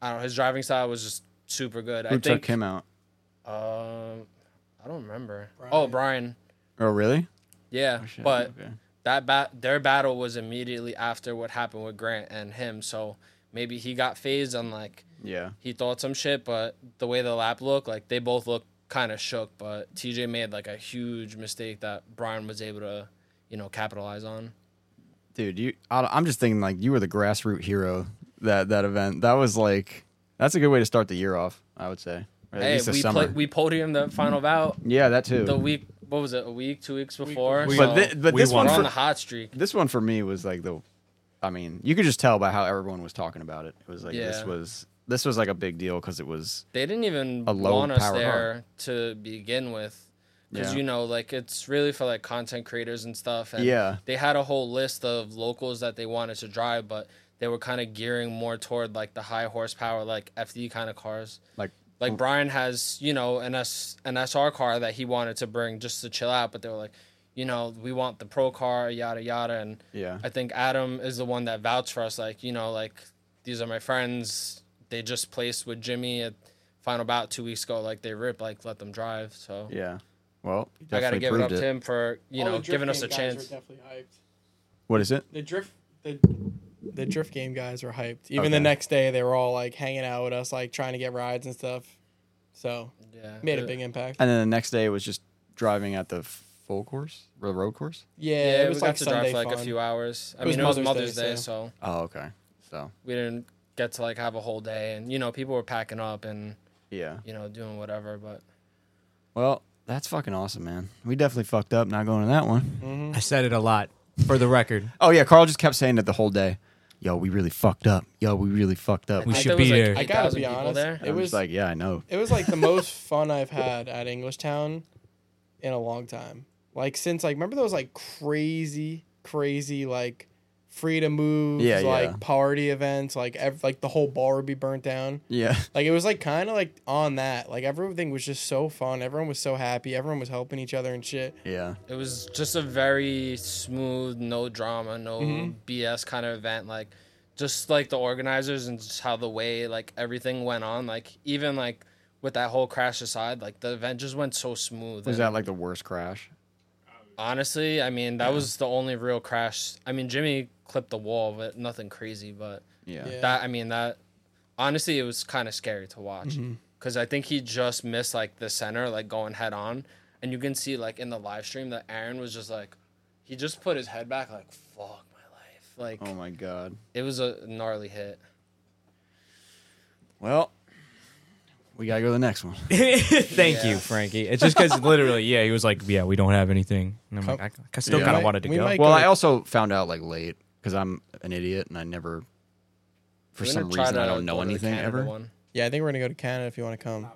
[SPEAKER 13] I don't know, his driving style was just super good.
[SPEAKER 1] Who
[SPEAKER 13] I think
[SPEAKER 1] took him out?
[SPEAKER 13] Um, I don't remember. Oh, Brian.
[SPEAKER 1] Oh, really?
[SPEAKER 13] Yeah,
[SPEAKER 1] Oh, shit,
[SPEAKER 13] but
[SPEAKER 1] okay.
[SPEAKER 13] that bat their battle was immediately after what happened with Grant and him. So maybe he got phased on like
[SPEAKER 1] Yeah.
[SPEAKER 13] he thought some shit, but the way the lap looked, like they both looked kind of shook. But TJ made like a huge mistake that Brian was able to, you know, capitalize on.
[SPEAKER 1] Dude, you. I, I'm just thinking like you were the grassroots hero that that event. That was like that's a good way to start the year off. I would say. Or at
[SPEAKER 13] Hey,
[SPEAKER 1] least the
[SPEAKER 13] we
[SPEAKER 1] summer.
[SPEAKER 13] played we podiumed the final bout.
[SPEAKER 1] Yeah, that too.
[SPEAKER 13] The week, what was it? A week, two weeks before.
[SPEAKER 1] but
[SPEAKER 13] so
[SPEAKER 1] thi- but
[SPEAKER 13] we
[SPEAKER 1] this one
[SPEAKER 13] were on
[SPEAKER 1] for-
[SPEAKER 13] the hot streak.
[SPEAKER 1] This one for me was like the, I mean, you could just tell by how everyone was talking about it. It was like this
[SPEAKER 13] Yeah.
[SPEAKER 1] was this was like a big deal because it was
[SPEAKER 13] They didn't even
[SPEAKER 1] a low
[SPEAKER 13] want us
[SPEAKER 1] power
[SPEAKER 13] there to begin with. Because
[SPEAKER 1] Yeah.
[SPEAKER 13] you know, like it's really for like content creators and stuff. And
[SPEAKER 1] Yeah.
[SPEAKER 13] They had a whole list of locals that they wanted to drive, but they were kind of gearing more toward like the high horsepower, like FD kind of cars.
[SPEAKER 1] like
[SPEAKER 13] Like Brian has, you know, an S an SR car that he wanted to bring just to chill out, but they were like, you know, we want the pro car, yada yada, and
[SPEAKER 1] Yeah.
[SPEAKER 13] I think Adam is the one that vouched for us, like you know, like these are my friends. They just placed with Jimmy at final bout two weeks ago. Like they ripped, like let them drive. So
[SPEAKER 1] yeah. Well, you
[SPEAKER 13] I
[SPEAKER 1] definitely
[SPEAKER 13] gotta give it up
[SPEAKER 1] proved
[SPEAKER 13] to him for you
[SPEAKER 5] All
[SPEAKER 13] know
[SPEAKER 5] the Drift
[SPEAKER 13] giving us a
[SPEAKER 5] Game guys
[SPEAKER 13] chance.
[SPEAKER 5] Were definitely hyped.
[SPEAKER 1] What is it?
[SPEAKER 5] The drift the the drift game guys were hyped. Even
[SPEAKER 1] Okay.
[SPEAKER 5] the next day, they were all like hanging out with us, like trying to get rides and stuff. So
[SPEAKER 13] yeah,
[SPEAKER 5] made a big impact.
[SPEAKER 1] And then the next day was just driving at the full course, the road course.
[SPEAKER 5] Yeah,
[SPEAKER 13] Yeah,
[SPEAKER 5] it
[SPEAKER 13] we
[SPEAKER 5] was
[SPEAKER 13] got
[SPEAKER 5] like
[SPEAKER 13] to drive
[SPEAKER 5] Sunday
[SPEAKER 13] for like a
[SPEAKER 5] fun.
[SPEAKER 13] few hours. I
[SPEAKER 5] It was
[SPEAKER 13] mean, it was
[SPEAKER 5] Mother's
[SPEAKER 13] Mother's
[SPEAKER 5] Day,
[SPEAKER 13] Day,
[SPEAKER 5] so-
[SPEAKER 13] so
[SPEAKER 1] Oh, okay. So
[SPEAKER 13] we didn't get to like have a whole day, and you know, people were packing up and
[SPEAKER 1] yeah.
[SPEAKER 13] you know doing whatever, but.
[SPEAKER 1] Well, that's fucking awesome, man. We definitely fucked up not going to that one.
[SPEAKER 3] I said it a lot for the record.
[SPEAKER 1] Oh yeah, Carl just kept saying it the whole day. Yo, we really fucked up. Yo, we really fucked up.
[SPEAKER 13] We I should thought it was be like there.
[SPEAKER 5] I gotta
[SPEAKER 13] 8,000
[SPEAKER 5] be
[SPEAKER 13] people
[SPEAKER 5] honest.
[SPEAKER 13] there?
[SPEAKER 1] It
[SPEAKER 5] It
[SPEAKER 1] was
[SPEAKER 5] was
[SPEAKER 1] like, yeah, I know.
[SPEAKER 5] it was like the most fun I've had at Englishtown in a long time. Like since like remember those like crazy, crazy like free to move
[SPEAKER 1] Yeah, yeah.
[SPEAKER 5] like party events, like ev- like the whole bar would be burnt down.
[SPEAKER 1] Yeah.
[SPEAKER 5] Like it was like kind of like on that. Like everything was just so fun. Everyone was so happy. Everyone was helping each other and shit.
[SPEAKER 1] Yeah.
[SPEAKER 13] It was just a very smooth, no drama, no
[SPEAKER 1] Mm-hmm.
[SPEAKER 5] Mhm.
[SPEAKER 13] BS kind of event. Like, just like the organizers and just how the way like everything went on. Like even like with that whole crash aside, like the event just went so smooth.
[SPEAKER 1] Was
[SPEAKER 13] And
[SPEAKER 1] that like the worst crash?
[SPEAKER 13] honestly? I mean, that was the only real crash. I mean, Jimmy clipped the wall, but nothing crazy. But
[SPEAKER 1] Yeah.
[SPEAKER 5] Yeah.
[SPEAKER 13] that I mean that honestly, it was kind of scary to watch
[SPEAKER 1] Mm-hmm.
[SPEAKER 5] Mhm.
[SPEAKER 13] because I think he just missed like the center, like going head on, and you can see like in the live stream that Aaron was just like, he just put his head back like, fuck my life, like
[SPEAKER 1] Oh my god.
[SPEAKER 13] it was a gnarly hit.
[SPEAKER 1] Well, we gotta go to the next one.
[SPEAKER 3] Thank
[SPEAKER 13] Yeah.
[SPEAKER 3] you, Frankie. It's just because literally, yeah, he was like, yeah, we don't have anything. And I'm
[SPEAKER 5] Come-
[SPEAKER 3] like, I, I still
[SPEAKER 1] Yeah.
[SPEAKER 3] kind
[SPEAKER 5] We
[SPEAKER 3] of wanted to
[SPEAKER 5] might- we
[SPEAKER 3] go.
[SPEAKER 5] might-
[SPEAKER 1] Well,
[SPEAKER 5] go
[SPEAKER 1] I
[SPEAKER 5] to-
[SPEAKER 1] also found out like late because I'm an idiot and I never, for
[SPEAKER 13] We're
[SPEAKER 1] some
[SPEAKER 13] gonna try
[SPEAKER 1] reason, I
[SPEAKER 13] to
[SPEAKER 1] don't
[SPEAKER 13] go
[SPEAKER 1] know
[SPEAKER 13] to the
[SPEAKER 1] anything
[SPEAKER 13] Canada
[SPEAKER 1] ever.
[SPEAKER 13] One.
[SPEAKER 5] Yeah, I think we're gonna go to Canada if you want to come.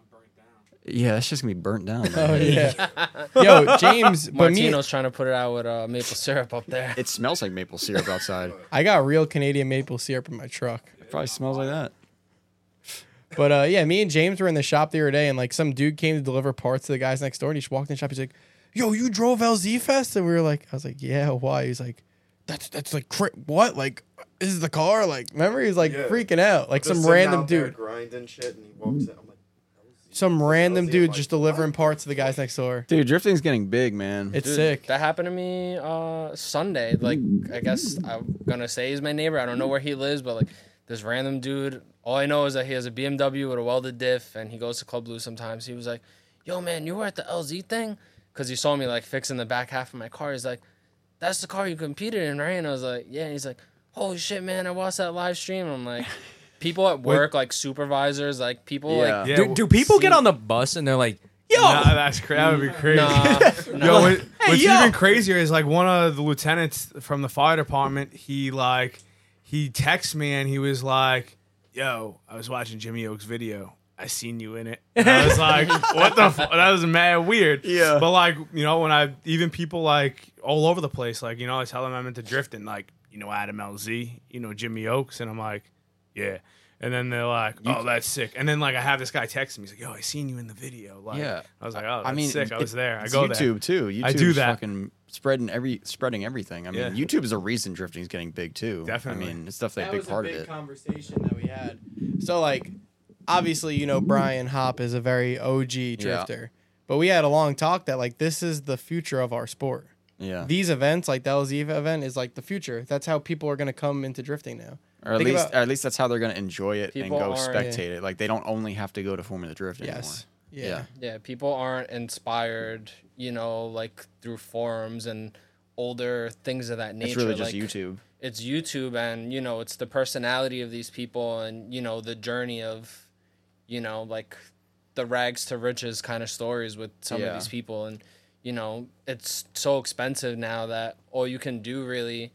[SPEAKER 1] Yeah, that's just gonna be burnt down. man.
[SPEAKER 5] Oh yeah. Yo, James, but me,
[SPEAKER 13] Martino's trying to put it out with uh, maple syrup up there.
[SPEAKER 1] It smells like maple syrup outside.
[SPEAKER 5] I got real Canadian maple syrup in my truck.
[SPEAKER 1] It probably smells like that.
[SPEAKER 5] But uh, yeah, me and James were in the shop the other day, and like some dude came to deliver parts to the guys next door, and he just walked in the shop. He's like, "Yo, you drove LZ Fest?" And we were like, "I was like, yeah, why?" He's like, "That's that's like cra- what? Like, this is the car? Like, remember? He's like
[SPEAKER 2] Yeah.
[SPEAKER 5] freaking out, like
[SPEAKER 2] Just
[SPEAKER 5] some
[SPEAKER 2] sitting
[SPEAKER 5] random
[SPEAKER 2] out there
[SPEAKER 5] dude,
[SPEAKER 2] grinding shit, and he walks in. I'm like,
[SPEAKER 5] some random
[SPEAKER 2] LZ,
[SPEAKER 5] dude
[SPEAKER 2] like,
[SPEAKER 5] just delivering parts to the guys next door.
[SPEAKER 1] Dude, drifting's getting big, man.
[SPEAKER 5] It's
[SPEAKER 13] Dude,
[SPEAKER 5] sick.
[SPEAKER 13] That happened to me uh, Sunday. Like, I guess I'm gonna say he's my neighbor. I don't know where he lives, but like this random dude. All I know is that he has a BMW with a welded diff, and he goes to Club Blue sometimes. He was like, "Yo, man, you were at the LZ thing," because he saw me like fixing the back half of my car. He's like, "That's the car you competed in, right?" And I was like, "Yeah." And he's like, "Holy shit, man! I watched that live stream." I'm like. People at work, like supervisors, like people,
[SPEAKER 1] Yeah.
[SPEAKER 13] like
[SPEAKER 3] do, do people get on the bus and they're like,
[SPEAKER 6] Yo, that's crazy. That would be crazy.
[SPEAKER 13] Nah.
[SPEAKER 6] Yo,
[SPEAKER 13] Nah.
[SPEAKER 6] what-
[SPEAKER 13] Hey,
[SPEAKER 6] what's
[SPEAKER 13] yo.
[SPEAKER 6] even crazier is like one of the lieutenants from the fire department. He like he texts me and he was like, "Yo, I was watching Jimmy Oak's video. I seen you in it." And I was like, "What the? Fu-? That was mad weird."
[SPEAKER 12] Yeah.
[SPEAKER 6] But like you know, when I even people like all over the place, like you know, I tell them I'm into drifting, like you know Adam LZ, you know Jimmy Oaks, and I'm like, "Yeah." And then they're like, "Oh, that's sick." And then like I have this guy text me, he's like, "Yo, I seen you in the video." Like,
[SPEAKER 1] Yeah.
[SPEAKER 6] I was like, "Oh,
[SPEAKER 1] I mean,
[SPEAKER 6] sick. I
[SPEAKER 1] it-
[SPEAKER 6] was there. I
[SPEAKER 1] it's
[SPEAKER 6] go
[SPEAKER 1] YouTube
[SPEAKER 6] there.
[SPEAKER 1] too. YouTube's
[SPEAKER 6] I do that.
[SPEAKER 1] Fucking spreading every spreading everything. I mean,
[SPEAKER 6] Yeah.
[SPEAKER 1] YouTube is a reason drifting's getting big too.
[SPEAKER 6] Definitely.
[SPEAKER 1] I mean, it's definitely
[SPEAKER 5] That
[SPEAKER 1] a big
[SPEAKER 5] was a
[SPEAKER 1] part
[SPEAKER 5] big
[SPEAKER 1] of it.
[SPEAKER 5] conversation that we had. So like, obviously, you know, Brian Hop is a very OG drifter, but we had a long talk that like this is the future of our sport.
[SPEAKER 1] yeah.
[SPEAKER 5] These events, like the LZ event, is like the future. That's how people are going to come into drifting now.
[SPEAKER 1] or at
[SPEAKER 5] Think
[SPEAKER 1] least,
[SPEAKER 5] about-
[SPEAKER 1] or at least that's how they're gonna enjoy it and
[SPEAKER 13] People
[SPEAKER 1] go
[SPEAKER 13] are-
[SPEAKER 1] spectate it. Like they don't only have to go to Formula Drift anymore.
[SPEAKER 5] Yes.
[SPEAKER 1] Yeah.
[SPEAKER 13] Yeah, people aren't inspired, you know, like through forums and older things of that nature.
[SPEAKER 1] It's really just
[SPEAKER 13] like,
[SPEAKER 1] YouTube.
[SPEAKER 13] It's YouTube, and you know, it's the personality of these people, and you know, the journey of, you know, like the rags to riches kind of stories with some
[SPEAKER 1] Yeah.
[SPEAKER 13] of these people, and you know, it's so expensive now that all you can do really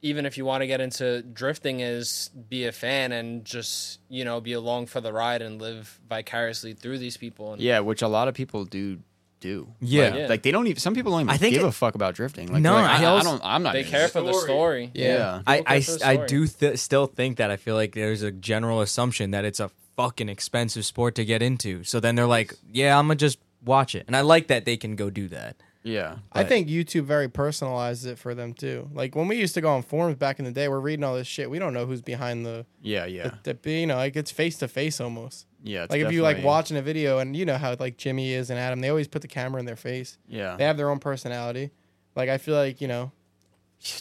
[SPEAKER 13] even if you want to get into drifting is be a fan and just you know be along for the ride and live vicariously through these people and
[SPEAKER 1] Yeah, which a lot of people do do.
[SPEAKER 13] Yeah.
[SPEAKER 1] Like,
[SPEAKER 13] Yeah.
[SPEAKER 1] like, they don't even. Some people don't even
[SPEAKER 13] I think
[SPEAKER 1] give
[SPEAKER 13] it-
[SPEAKER 1] a fuck about drifting. Like,
[SPEAKER 13] No,
[SPEAKER 1] no, I,
[SPEAKER 13] I
[SPEAKER 1] I
[SPEAKER 13] also-
[SPEAKER 1] don't. I'm not.
[SPEAKER 13] they
[SPEAKER 1] in
[SPEAKER 13] care
[SPEAKER 1] it."
[SPEAKER 13] for the story.
[SPEAKER 1] Yeah. Yeah.
[SPEAKER 3] I,
[SPEAKER 13] People
[SPEAKER 3] I,
[SPEAKER 13] care for the
[SPEAKER 3] I
[SPEAKER 13] story.
[SPEAKER 3] do th- still think that I feel like there's a general assumption that it's a fucking expensive sport to get into. So then they're like, yeah, I'm gonna just watch it, and I like that they can go do that.
[SPEAKER 1] Yeah,
[SPEAKER 5] I think YouTube very personalizes it for them too. Like when we used to go on forums back in the day, we're reading all this shit. We don't know who's behind the
[SPEAKER 1] Yeah, yeah,
[SPEAKER 5] the, the- you know, like it's face to face almost.
[SPEAKER 1] Yeah, it's
[SPEAKER 5] Like if you like
[SPEAKER 1] definitely-
[SPEAKER 5] watching a video and you know how like Jimmy is and Adam, they always put the camera in their face.
[SPEAKER 1] Yeah.
[SPEAKER 5] They have their own personality. Like I feel like, you know,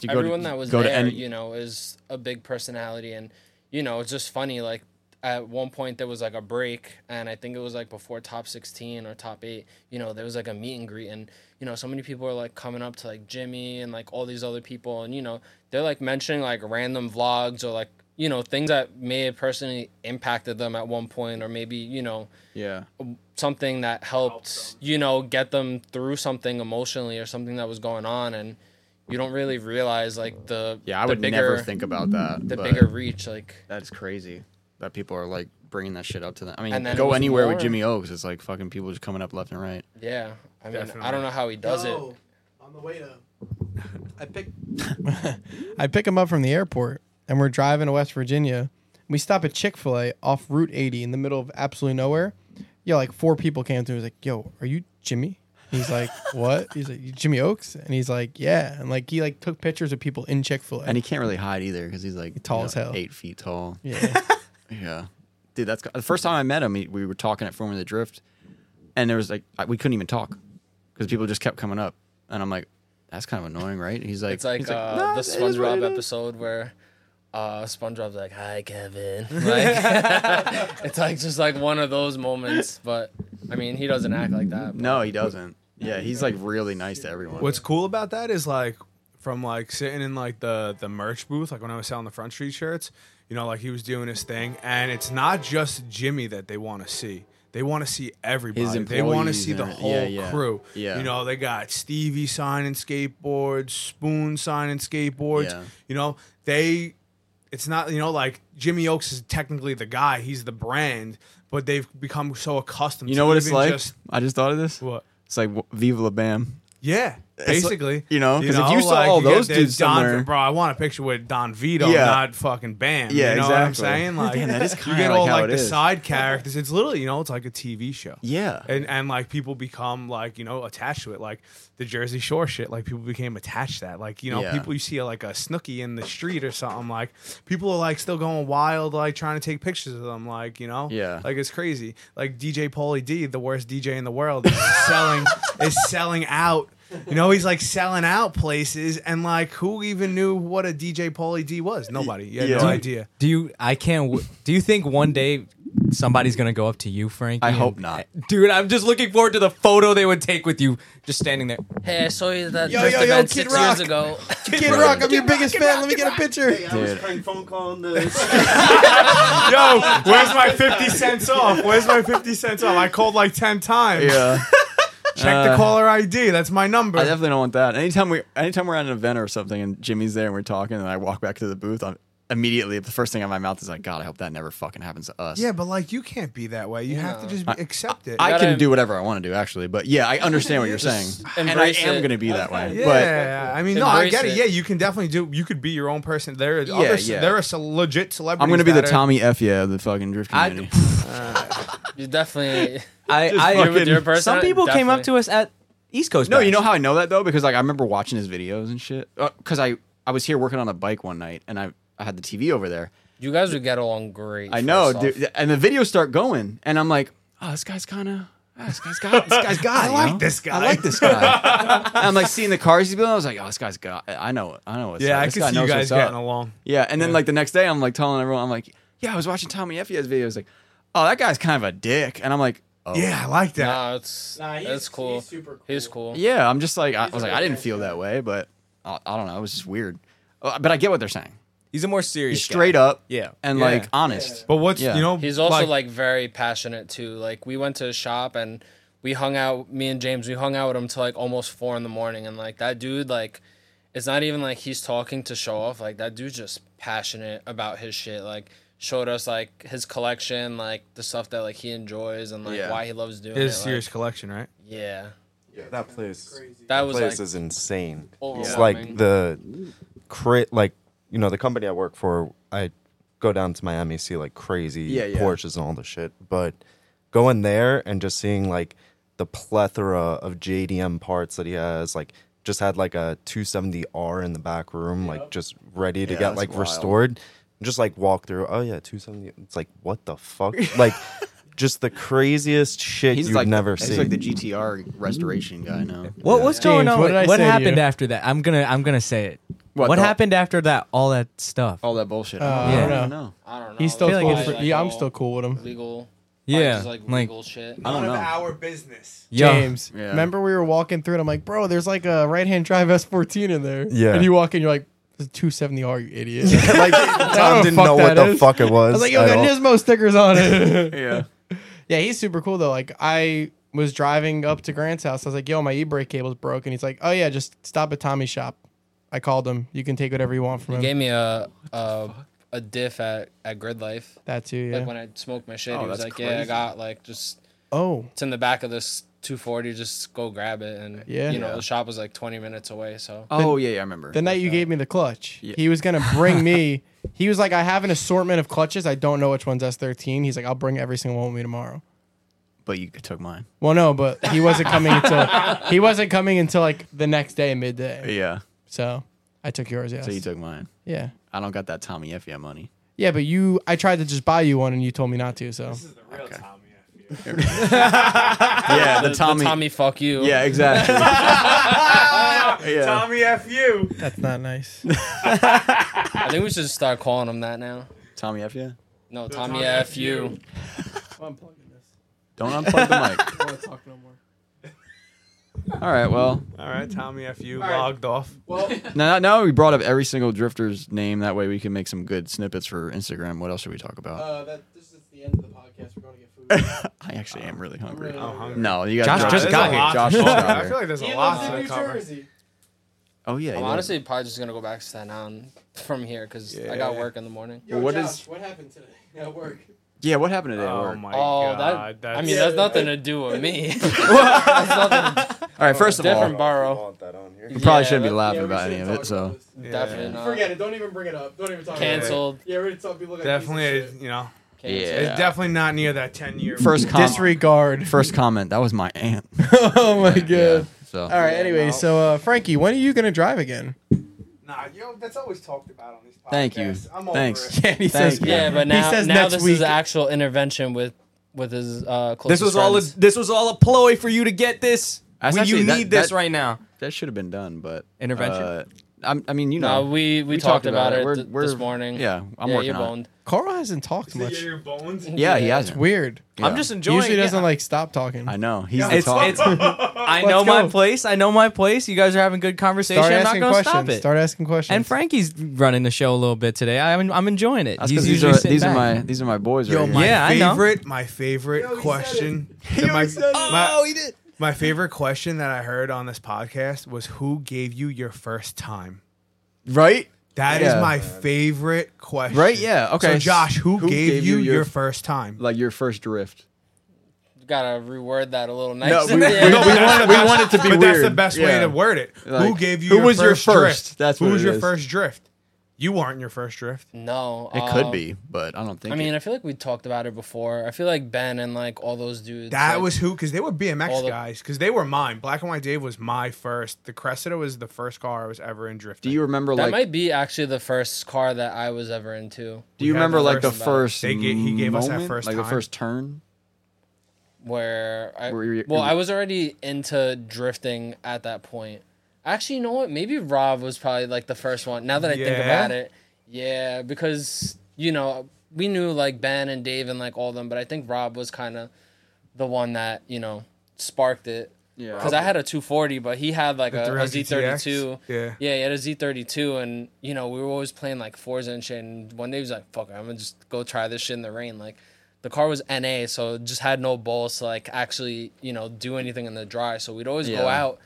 [SPEAKER 1] You go to-
[SPEAKER 13] everyone that was
[SPEAKER 1] go to
[SPEAKER 13] there,
[SPEAKER 1] any-
[SPEAKER 13] you know, is a big personality, and you know, it's just funny. Like at one point, there was like a break, and I think it was like before top sixteen or top eight. You know, there was like a meet and greet, and you know, so many people are like coming up to like Jimmy and like all these other people, and you know, they're like mentioning like random vlogs or like you know things that may have personally impacted them at one point, or maybe you know
[SPEAKER 1] Yeah.
[SPEAKER 13] something that helped you know get them through something emotionally or something that was going on and you don't really realize like the
[SPEAKER 1] Yeah, I
[SPEAKER 13] the
[SPEAKER 1] would never think about that.
[SPEAKER 13] the
[SPEAKER 1] but
[SPEAKER 13] bigger reach like
[SPEAKER 1] that's crazy that people are like bringing that shit up to them. I
[SPEAKER 13] And
[SPEAKER 1] mean,
[SPEAKER 13] then it
[SPEAKER 1] go
[SPEAKER 13] was
[SPEAKER 1] anywhere with
[SPEAKER 13] more-
[SPEAKER 1] Jimmy Oaks, it's like fucking people just coming up left and right.
[SPEAKER 13] yeah i mean i
[SPEAKER 6] Definitely.
[SPEAKER 13] don't know how he does it
[SPEAKER 4] Oh, On the way to, I picked.
[SPEAKER 5] I pick him up from the airport and we're driving to West Virginia. We stop at Chick fil A off Route 80 in the middle of absolutely nowhere. Yeah, like four people came to me and was like, Yo, are you Jimmy? He's like, What? He's like, "You Jimmy Oaks? And he's like, Yeah. And like he like took pictures of people in Chick fil A.
[SPEAKER 1] And he can't really hide either because he's like
[SPEAKER 5] Tall
[SPEAKER 1] you know,
[SPEAKER 5] as hell.
[SPEAKER 1] eight feet tall.
[SPEAKER 5] Yeah.
[SPEAKER 1] yeah, dude, that's the first time I met him. he- We were talking at Formula Drift, and there was like I- we couldn't even talk because people just kept coming up, and I'm like, that's kind of annoying, right? He's like,
[SPEAKER 13] it's like,
[SPEAKER 1] he's
[SPEAKER 13] uh,
[SPEAKER 1] "Nah,
[SPEAKER 13] the
[SPEAKER 1] it is what it
[SPEAKER 13] spongebob
[SPEAKER 1] is."
[SPEAKER 13] episode where uh spongebob's like hi kevin like it's like just like one of those moments but i mean he doesn't act like that but-
[SPEAKER 1] No, he doesn't. Yeah, he's like really nice to everyone.
[SPEAKER 6] What's cool about that is like from like sitting in like the the merch booth, like when I was selling the Front Street shirts, you know, like he was doing his thing, and it's not just Jimmy that they want to see. They want to see everybody. They want to
[SPEAKER 1] employees
[SPEAKER 6] see
[SPEAKER 1] and
[SPEAKER 6] the
[SPEAKER 1] every-
[SPEAKER 6] whole
[SPEAKER 1] yeah, yeah.
[SPEAKER 6] crew.
[SPEAKER 1] Yeah.
[SPEAKER 6] You know, they got Stevie signing skateboards, Spoon signing skateboards.
[SPEAKER 1] Yeah.
[SPEAKER 6] You know, they it's not you know like Jimmy Oaks is technically the guy, he's the brand, but they've become so accustomed
[SPEAKER 1] You
[SPEAKER 6] to
[SPEAKER 1] know what it's
[SPEAKER 6] even
[SPEAKER 1] like?
[SPEAKER 6] just
[SPEAKER 1] I just thought of this.
[SPEAKER 6] What?
[SPEAKER 1] It's like wh- Viva La Bam.
[SPEAKER 6] yeah,
[SPEAKER 1] It's like-
[SPEAKER 6] basically,
[SPEAKER 1] you know, 'cause if you saw all
[SPEAKER 6] get
[SPEAKER 1] those
[SPEAKER 6] the
[SPEAKER 1] dudes
[SPEAKER 6] Don,
[SPEAKER 1] somewhere-
[SPEAKER 6] bro, I want a picture with Don Vito,
[SPEAKER 1] Yeah.
[SPEAKER 6] not fucking Bam.
[SPEAKER 1] Yeah,
[SPEAKER 6] you know what I'm
[SPEAKER 1] exactly.
[SPEAKER 6] saying? Like,
[SPEAKER 1] Damn, that is
[SPEAKER 6] you
[SPEAKER 1] kinda
[SPEAKER 6] get
[SPEAKER 1] like
[SPEAKER 6] all
[SPEAKER 1] how
[SPEAKER 6] like
[SPEAKER 1] it
[SPEAKER 6] the
[SPEAKER 1] is.
[SPEAKER 6] side characters. It's literally, you know, it's like a TV show.
[SPEAKER 1] Yeah.
[SPEAKER 6] and and like people become like you know attached to it, like the Jersey Shore shit. Like people became attached to that. Like you know,
[SPEAKER 1] Yeah.
[SPEAKER 6] people you see like a Snooky in the street or something. Like people are like still going wild, like trying to take pictures of them. Like you know,
[SPEAKER 1] Yeah.
[SPEAKER 6] like it's crazy. Like DJ Paulie D, the worst DJ in the world, is selling is selling out. You know, he's like selling out places, and like who even knew what a DJ Paulie D was? Nobody. You had
[SPEAKER 3] Yeah.
[SPEAKER 6] no idea.
[SPEAKER 3] Do you? I can't. w- Do you think one day somebody's gonna go up to you, Frank.
[SPEAKER 1] I hope not.
[SPEAKER 3] dude. I'm just looking forward to the photo they would take with you, just standing there.
[SPEAKER 13] Hey, I saw you at that
[SPEAKER 3] Yo,
[SPEAKER 13] drift
[SPEAKER 3] yo, yo,
[SPEAKER 13] event
[SPEAKER 3] Kid
[SPEAKER 13] six
[SPEAKER 3] Rock.
[SPEAKER 13] years ago.
[SPEAKER 5] Kid Rock, I'm your biggest fan. Let me get a picture.
[SPEAKER 2] I was prank phone calling this.
[SPEAKER 6] Yo, where's my 50 cents off? Where's my 50 cents off? I called like 10 times.
[SPEAKER 1] Yeah.
[SPEAKER 6] Check the
[SPEAKER 1] Uh,
[SPEAKER 6] caller ID. That's my number.
[SPEAKER 1] I definitely don't want that. Anytime we, anytime we're at an event or something, and Jimmy's there and we're talking, and I walk back to the booth, I'm immediately the first thing out of my mouth is like, God, I hope that never fucking happens to us.
[SPEAKER 6] yeah, but like you can't be that way. You have to just be, accept it.
[SPEAKER 1] I can do whatever I want to do, actually. But yeah, I understand what you're saying, and I
[SPEAKER 13] embrace
[SPEAKER 1] am
[SPEAKER 13] it.
[SPEAKER 1] going to be that way.
[SPEAKER 6] Yeah, I mean, no, I
[SPEAKER 13] Embrace
[SPEAKER 6] get it.
[SPEAKER 13] it.
[SPEAKER 6] Yeah, you can definitely do. You could be your own person. There are
[SPEAKER 1] Yeah,
[SPEAKER 6] other,
[SPEAKER 1] yeah.
[SPEAKER 6] there are some legit
[SPEAKER 1] But
[SPEAKER 6] celebrities.
[SPEAKER 1] I'm going to be the
[SPEAKER 6] that are-
[SPEAKER 1] Tommy F. Yeah of the fucking drift
[SPEAKER 3] I-
[SPEAKER 1] community.
[SPEAKER 13] You definitely.
[SPEAKER 3] I,
[SPEAKER 1] Just
[SPEAKER 3] I
[SPEAKER 1] fucking-
[SPEAKER 13] With your person,
[SPEAKER 3] some people came up to us at East Coast.
[SPEAKER 1] no,
[SPEAKER 3] Bash.
[SPEAKER 1] you know how I know that though because like I remember watching his videos and shit. Because I I was here working on a bike one night, and I I had the TV over there.
[SPEAKER 13] You guys would get along great.
[SPEAKER 1] I know,
[SPEAKER 13] first off.
[SPEAKER 1] dude. And the videos start going, and I'm like, oh, this guy's kind of. this guy's got this guy's got. it,
[SPEAKER 6] I
[SPEAKER 1] you know?
[SPEAKER 6] like this guy.
[SPEAKER 1] I like this guy. And I'm like seeing the cars he's building. I was like, oh, this guy's got. I know. I know. What's
[SPEAKER 6] Yeah,
[SPEAKER 1] up.
[SPEAKER 6] I
[SPEAKER 1] This
[SPEAKER 6] can
[SPEAKER 1] guy
[SPEAKER 6] see you
[SPEAKER 1] knows
[SPEAKER 6] guys
[SPEAKER 1] what's up.
[SPEAKER 6] getting along.
[SPEAKER 1] Yeah, and then like the next day, I'm like telling everyone, I'm like, yeah, I was watching Tommy Effie's videos. Like, oh, that guy's kind of a dick. And I'm like, oh,
[SPEAKER 6] Yeah, I like that.
[SPEAKER 13] Nah, it's
[SPEAKER 4] Nah, he's-
[SPEAKER 13] that's cool.
[SPEAKER 4] he's
[SPEAKER 13] He's
[SPEAKER 4] super cool.
[SPEAKER 13] cool.
[SPEAKER 1] yeah. I'm just like, I, I was like, I didn't feel that way, but I, I don't know. It was just weird. Uh, But I get what they're saying.
[SPEAKER 3] he's a more serious,
[SPEAKER 1] He's straight up,
[SPEAKER 3] Yeah.
[SPEAKER 1] and
[SPEAKER 6] Yeah.
[SPEAKER 1] like honest.
[SPEAKER 6] But what's
[SPEAKER 1] Yeah.
[SPEAKER 6] you know?
[SPEAKER 13] He's also like, very passionate too. Like we went to a shop and we hung out. Me and James, we hung out with him till like almost four in the morning. And like that dude, like it's not even like he's talking to show off. Like that dude's just passionate about his shit. Like showed us like his collection, like the stuff that like he enjoys and like
[SPEAKER 1] Yeah.
[SPEAKER 13] why he loves doing
[SPEAKER 6] his
[SPEAKER 13] it.
[SPEAKER 6] serious collection, right?
[SPEAKER 13] Like, yeah,
[SPEAKER 2] that place.
[SPEAKER 13] that
[SPEAKER 2] That
[SPEAKER 13] was
[SPEAKER 2] place
[SPEAKER 13] like
[SPEAKER 2] is insane. It's
[SPEAKER 13] overwhelming.
[SPEAKER 2] like the crit, like you know, the company I work for. I go down to Miami, see like crazy
[SPEAKER 1] Yeah, yeah.
[SPEAKER 2] Porsches and all the shit. But going there and just seeing like the plethora of JDM parts that he has, like just had like a 270R in the back room, like just ready to
[SPEAKER 1] Yeah,
[SPEAKER 2] get
[SPEAKER 1] that's
[SPEAKER 2] like
[SPEAKER 1] wild.
[SPEAKER 2] restored. Just like walk through. Oh yeah, 270. It's like what the fuck, like. Just the craziest shit
[SPEAKER 1] He's
[SPEAKER 2] you've
[SPEAKER 1] like
[SPEAKER 2] never
[SPEAKER 1] he's
[SPEAKER 2] seen.
[SPEAKER 1] like the GTR restoration guy now.
[SPEAKER 3] What what's
[SPEAKER 5] James,
[SPEAKER 3] going on?
[SPEAKER 5] what
[SPEAKER 3] What,
[SPEAKER 5] did I say to
[SPEAKER 3] happened
[SPEAKER 5] you?
[SPEAKER 3] after that? I'm gonna I'm gonna say it.
[SPEAKER 1] What,
[SPEAKER 3] What,
[SPEAKER 1] the-
[SPEAKER 3] happened after that? All that stuff.
[SPEAKER 1] All that bullshit.
[SPEAKER 5] Uh,
[SPEAKER 1] I
[SPEAKER 5] Yeah.
[SPEAKER 1] don't
[SPEAKER 5] I don't
[SPEAKER 1] know.
[SPEAKER 13] I don't know.
[SPEAKER 5] He's still
[SPEAKER 13] that's
[SPEAKER 5] cool.
[SPEAKER 13] why,
[SPEAKER 5] For,
[SPEAKER 13] like, "Oh,
[SPEAKER 5] yeah, I'm
[SPEAKER 13] all
[SPEAKER 5] still cool with him.
[SPEAKER 13] legal.
[SPEAKER 3] Yeah,
[SPEAKER 13] just, like,
[SPEAKER 3] like-
[SPEAKER 13] legal shit.
[SPEAKER 1] I don't know.
[SPEAKER 6] business.
[SPEAKER 3] Yeah.
[SPEAKER 5] James,
[SPEAKER 1] Yeah.
[SPEAKER 5] remember we were walking through and I'm like, bro, there's like a right hand drive S14 in there.
[SPEAKER 2] Yeah.
[SPEAKER 5] And you walk in, you're like, this is 270R, you idiot.
[SPEAKER 2] like Tom
[SPEAKER 5] the
[SPEAKER 2] didn't
[SPEAKER 5] fuck
[SPEAKER 2] know what
[SPEAKER 5] that
[SPEAKER 2] the
[SPEAKER 5] is.
[SPEAKER 2] fuck it was.
[SPEAKER 5] I was like, yo,
[SPEAKER 2] at
[SPEAKER 5] got
[SPEAKER 2] all.
[SPEAKER 5] Nismo stickers on it.
[SPEAKER 1] Yeah.
[SPEAKER 5] yeah, he's super cool though. Like I was driving up to Grant's house. I was like, yo, my e-brake cable's broken. He's like, oh yeah, just stop at Tommy's shop. I called him. You can take whatever you want from
[SPEAKER 13] He
[SPEAKER 5] him.
[SPEAKER 13] gave me a a, a diff at at Grid Life.
[SPEAKER 5] that too, yeah.
[SPEAKER 13] Like when I smoked my shit,
[SPEAKER 1] Oh,
[SPEAKER 13] he was
[SPEAKER 1] that's
[SPEAKER 13] like, "Yeah, I
[SPEAKER 1] crazy.
[SPEAKER 13] got like just
[SPEAKER 5] oh,
[SPEAKER 13] it's in the back of this 240. Just go grab it." And
[SPEAKER 5] Yeah.
[SPEAKER 13] you know
[SPEAKER 1] Yeah.
[SPEAKER 13] the shop was like 20 minutes away, so
[SPEAKER 1] Oh yeah, yeah, I remember.
[SPEAKER 5] the night you gave me the clutch,
[SPEAKER 1] Yeah.
[SPEAKER 5] he was gonna bring me. He was like, I have an assortment of clutches. I don't know which one's S13. He's like, I'll bring every single one with me tomorrow.
[SPEAKER 1] but you took mine.
[SPEAKER 5] Well, no, but he wasn't coming until he wasn't coming until like the next day, midday.
[SPEAKER 1] Yeah.
[SPEAKER 5] So I took yours. Yes.
[SPEAKER 1] So you took mine.
[SPEAKER 5] yeah.
[SPEAKER 1] I don't got that Tommy Effia money.
[SPEAKER 5] Yeah, but you, I tried to just buy you one and you told me not to. So
[SPEAKER 6] This is the real Tommy.
[SPEAKER 1] Yeah,
[SPEAKER 13] The- the Tommy, fuck you.
[SPEAKER 1] Yeah, exactly. yeah.
[SPEAKER 6] Tommy F you.
[SPEAKER 5] that's not nice.
[SPEAKER 13] I think we should start calling him that now.
[SPEAKER 1] Tommy Effia.
[SPEAKER 13] No, Tommy, F you.
[SPEAKER 1] Don't unplug the
[SPEAKER 5] want to talk no more.
[SPEAKER 1] mic. All right. Well,
[SPEAKER 6] All right, Tommy F you logged off.
[SPEAKER 4] Well,
[SPEAKER 1] now now we brought up every single drifter's name. That way we can make some good snippets for Instagram. What else should we talk about?
[SPEAKER 4] uh, that this is the end of the podcast. We're going to get food.
[SPEAKER 1] I actually am really
[SPEAKER 4] I'm
[SPEAKER 1] hungry.
[SPEAKER 4] really
[SPEAKER 6] I'm hungry.
[SPEAKER 1] No, you guys.
[SPEAKER 3] Josh
[SPEAKER 1] drive-
[SPEAKER 3] just
[SPEAKER 1] there's a
[SPEAKER 3] got
[SPEAKER 6] There's a
[SPEAKER 3] here.
[SPEAKER 1] lot-
[SPEAKER 6] lot
[SPEAKER 1] Josh
[SPEAKER 6] to
[SPEAKER 1] just got
[SPEAKER 6] cover. I feel
[SPEAKER 1] here.
[SPEAKER 6] like there's
[SPEAKER 4] He
[SPEAKER 6] a
[SPEAKER 4] lives
[SPEAKER 6] lot
[SPEAKER 4] in
[SPEAKER 6] to
[SPEAKER 4] New
[SPEAKER 6] cover.
[SPEAKER 4] Jersey.
[SPEAKER 1] Oh yeah.
[SPEAKER 13] I'm
[SPEAKER 1] yeah.
[SPEAKER 13] honestly probably just gonna go back to Staten Island from here because I got work in the morning.
[SPEAKER 4] Yo,
[SPEAKER 1] Well, what
[SPEAKER 4] Josh,
[SPEAKER 1] is-
[SPEAKER 4] what happened today at work?
[SPEAKER 1] Yeah. What happened today? at
[SPEAKER 6] Oh
[SPEAKER 1] work?
[SPEAKER 6] my
[SPEAKER 13] oh,
[SPEAKER 6] god.
[SPEAKER 13] that.
[SPEAKER 6] that's,
[SPEAKER 13] I mean, that's nothing to do with me.
[SPEAKER 1] All right. First of all,
[SPEAKER 13] Different borough.
[SPEAKER 1] we probably
[SPEAKER 13] Yeah,
[SPEAKER 1] shouldn't be
[SPEAKER 13] that-
[SPEAKER 1] laughing
[SPEAKER 4] Yeah, we
[SPEAKER 1] about
[SPEAKER 4] should
[SPEAKER 1] any of
[SPEAKER 4] talk
[SPEAKER 1] it. So
[SPEAKER 4] about this.
[SPEAKER 6] Yeah.
[SPEAKER 13] Definitely not.
[SPEAKER 4] Forget it. Don't even bring it up. Don't even talk
[SPEAKER 13] Canceled.
[SPEAKER 4] about it. Yeah, we're going to tell people like
[SPEAKER 6] definitely, you know,
[SPEAKER 13] Canceled.
[SPEAKER 1] Yeah.
[SPEAKER 6] it's definitely not near that 10 year.
[SPEAKER 1] first comment.
[SPEAKER 5] Disregard.
[SPEAKER 1] First comment. That was my aunt.
[SPEAKER 5] oh my god.
[SPEAKER 1] Yeah. So.
[SPEAKER 5] All right. Anyway, so uh, Frankie, when are you gonna drive again?
[SPEAKER 6] Nah, yo, that's always talked about on these podcasts.
[SPEAKER 1] Thank you.
[SPEAKER 6] I'm over
[SPEAKER 1] Thanks.
[SPEAKER 6] it.
[SPEAKER 5] Yeah, he
[SPEAKER 1] Thank you.
[SPEAKER 13] Yeah, but
[SPEAKER 5] He
[SPEAKER 13] now,
[SPEAKER 5] says
[SPEAKER 13] now
[SPEAKER 5] next
[SPEAKER 13] this
[SPEAKER 5] week.
[SPEAKER 13] is actual intervention with with his uh, closest
[SPEAKER 3] This was all a,
[SPEAKER 13] friends.
[SPEAKER 3] this was all a ploy for you to get this.
[SPEAKER 1] That's
[SPEAKER 3] We- you
[SPEAKER 1] actually- that-
[SPEAKER 3] need this
[SPEAKER 1] that-
[SPEAKER 3] right now.
[SPEAKER 1] That should have been done, but
[SPEAKER 3] Intervention?
[SPEAKER 1] uh, I'm, I mean, you know,
[SPEAKER 13] No, we- we talked about it th- this morning.
[SPEAKER 1] Yeah, I'm
[SPEAKER 13] Yeah,
[SPEAKER 1] working
[SPEAKER 13] you're
[SPEAKER 1] on. it.
[SPEAKER 13] boned.
[SPEAKER 5] Carl hasn't talked much.
[SPEAKER 1] Yeah, he hasn't.
[SPEAKER 5] It's weird.
[SPEAKER 1] I'm just
[SPEAKER 3] enjoying-
[SPEAKER 5] Usually doesn't
[SPEAKER 3] yeah.
[SPEAKER 5] like stop talking.
[SPEAKER 1] I know. He's the
[SPEAKER 3] It's-
[SPEAKER 1] talk.
[SPEAKER 3] it's- I
[SPEAKER 5] Let's
[SPEAKER 3] know my
[SPEAKER 5] go.
[SPEAKER 3] place. I know my place. You guys are having good conversation.
[SPEAKER 5] Start
[SPEAKER 3] I'm not
[SPEAKER 5] asking
[SPEAKER 3] going to stop
[SPEAKER 5] questions.
[SPEAKER 3] it.
[SPEAKER 5] Start asking questions.
[SPEAKER 3] and Frankie's running the show a little bit today. I'm I'm enjoying it.
[SPEAKER 1] That's
[SPEAKER 3] He's
[SPEAKER 1] 'cause these
[SPEAKER 3] usually
[SPEAKER 1] are
[SPEAKER 3] sitting
[SPEAKER 1] these are
[SPEAKER 3] back.
[SPEAKER 1] my these are my boys.
[SPEAKER 6] Yo,
[SPEAKER 1] right
[SPEAKER 6] my
[SPEAKER 1] here.
[SPEAKER 3] Yeah, I know.
[SPEAKER 6] favorite, my favorite question. that my, oh, he did. My favorite question that I heard on this podcast was, "Who gave you your first time?"
[SPEAKER 1] Right.
[SPEAKER 6] That is
[SPEAKER 1] Yeah.
[SPEAKER 6] my favorite question.
[SPEAKER 1] Right, yeah, okay.
[SPEAKER 6] So, Josh, who,
[SPEAKER 1] Who
[SPEAKER 6] gave, you your, first time?
[SPEAKER 1] like your first drift.
[SPEAKER 13] Gotta reword that a little nice.
[SPEAKER 1] No, we, we,
[SPEAKER 13] Yeah.
[SPEAKER 1] we want, we want it to be
[SPEAKER 6] but
[SPEAKER 1] weird.
[SPEAKER 6] that's the best way
[SPEAKER 1] Yeah.
[SPEAKER 6] to word it. who
[SPEAKER 1] Like,
[SPEAKER 6] gave you?
[SPEAKER 1] who
[SPEAKER 6] your
[SPEAKER 1] was your
[SPEAKER 6] first
[SPEAKER 1] first?
[SPEAKER 6] Drift?
[SPEAKER 1] That's
[SPEAKER 6] who
[SPEAKER 1] what
[SPEAKER 6] was
[SPEAKER 1] it
[SPEAKER 6] your
[SPEAKER 1] is.
[SPEAKER 6] first drift. You weren't your first drift.
[SPEAKER 13] No,
[SPEAKER 1] It could
[SPEAKER 13] um,
[SPEAKER 1] be, but I don't think.
[SPEAKER 13] I mean,
[SPEAKER 1] it,
[SPEAKER 13] I feel like we talked about it before. I feel like Ben and like all those dudes.
[SPEAKER 6] That
[SPEAKER 13] like,
[SPEAKER 6] was who, because they were BMX
[SPEAKER 13] all the-
[SPEAKER 6] guys, because they were mine. Black and White Dave was my first. The Cressida was the first car I was ever in drifting.
[SPEAKER 1] do you remember
[SPEAKER 13] That
[SPEAKER 1] like?
[SPEAKER 13] might be actually the first car that I was ever into.
[SPEAKER 1] do you
[SPEAKER 6] we had
[SPEAKER 1] remember
[SPEAKER 6] the
[SPEAKER 1] like the
[SPEAKER 6] first-
[SPEAKER 1] first?
[SPEAKER 6] They ga- he gave us that
[SPEAKER 1] moment?
[SPEAKER 6] first
[SPEAKER 1] like the
[SPEAKER 6] time.
[SPEAKER 1] first turn.
[SPEAKER 13] Where I
[SPEAKER 1] Were you-
[SPEAKER 13] well, I was already into drifting at that point. Actually, you know what? Maybe Rob was probably like the first one. Now that I think
[SPEAKER 6] Yeah?
[SPEAKER 13] about it, yeah, because you know we knew like Ben and Dave and like all them, but I think Rob was kind of the one that you know sparked it.
[SPEAKER 1] Yeah.
[SPEAKER 13] Because I had a 240, but he had like
[SPEAKER 6] The
[SPEAKER 13] a, a
[SPEAKER 6] 300 GTX?
[SPEAKER 13] Z32.
[SPEAKER 6] Yeah.
[SPEAKER 13] Yeah, he had a Z32, and you know we were always playing like Forza and shit. And one day he was like, "Fuck, it, I'm gonna just go try this shit in the rain." Like, the car was NA, so it just had no balls to like actually you know do anything in the dry. So we'd always go
[SPEAKER 1] Yeah.
[SPEAKER 13] out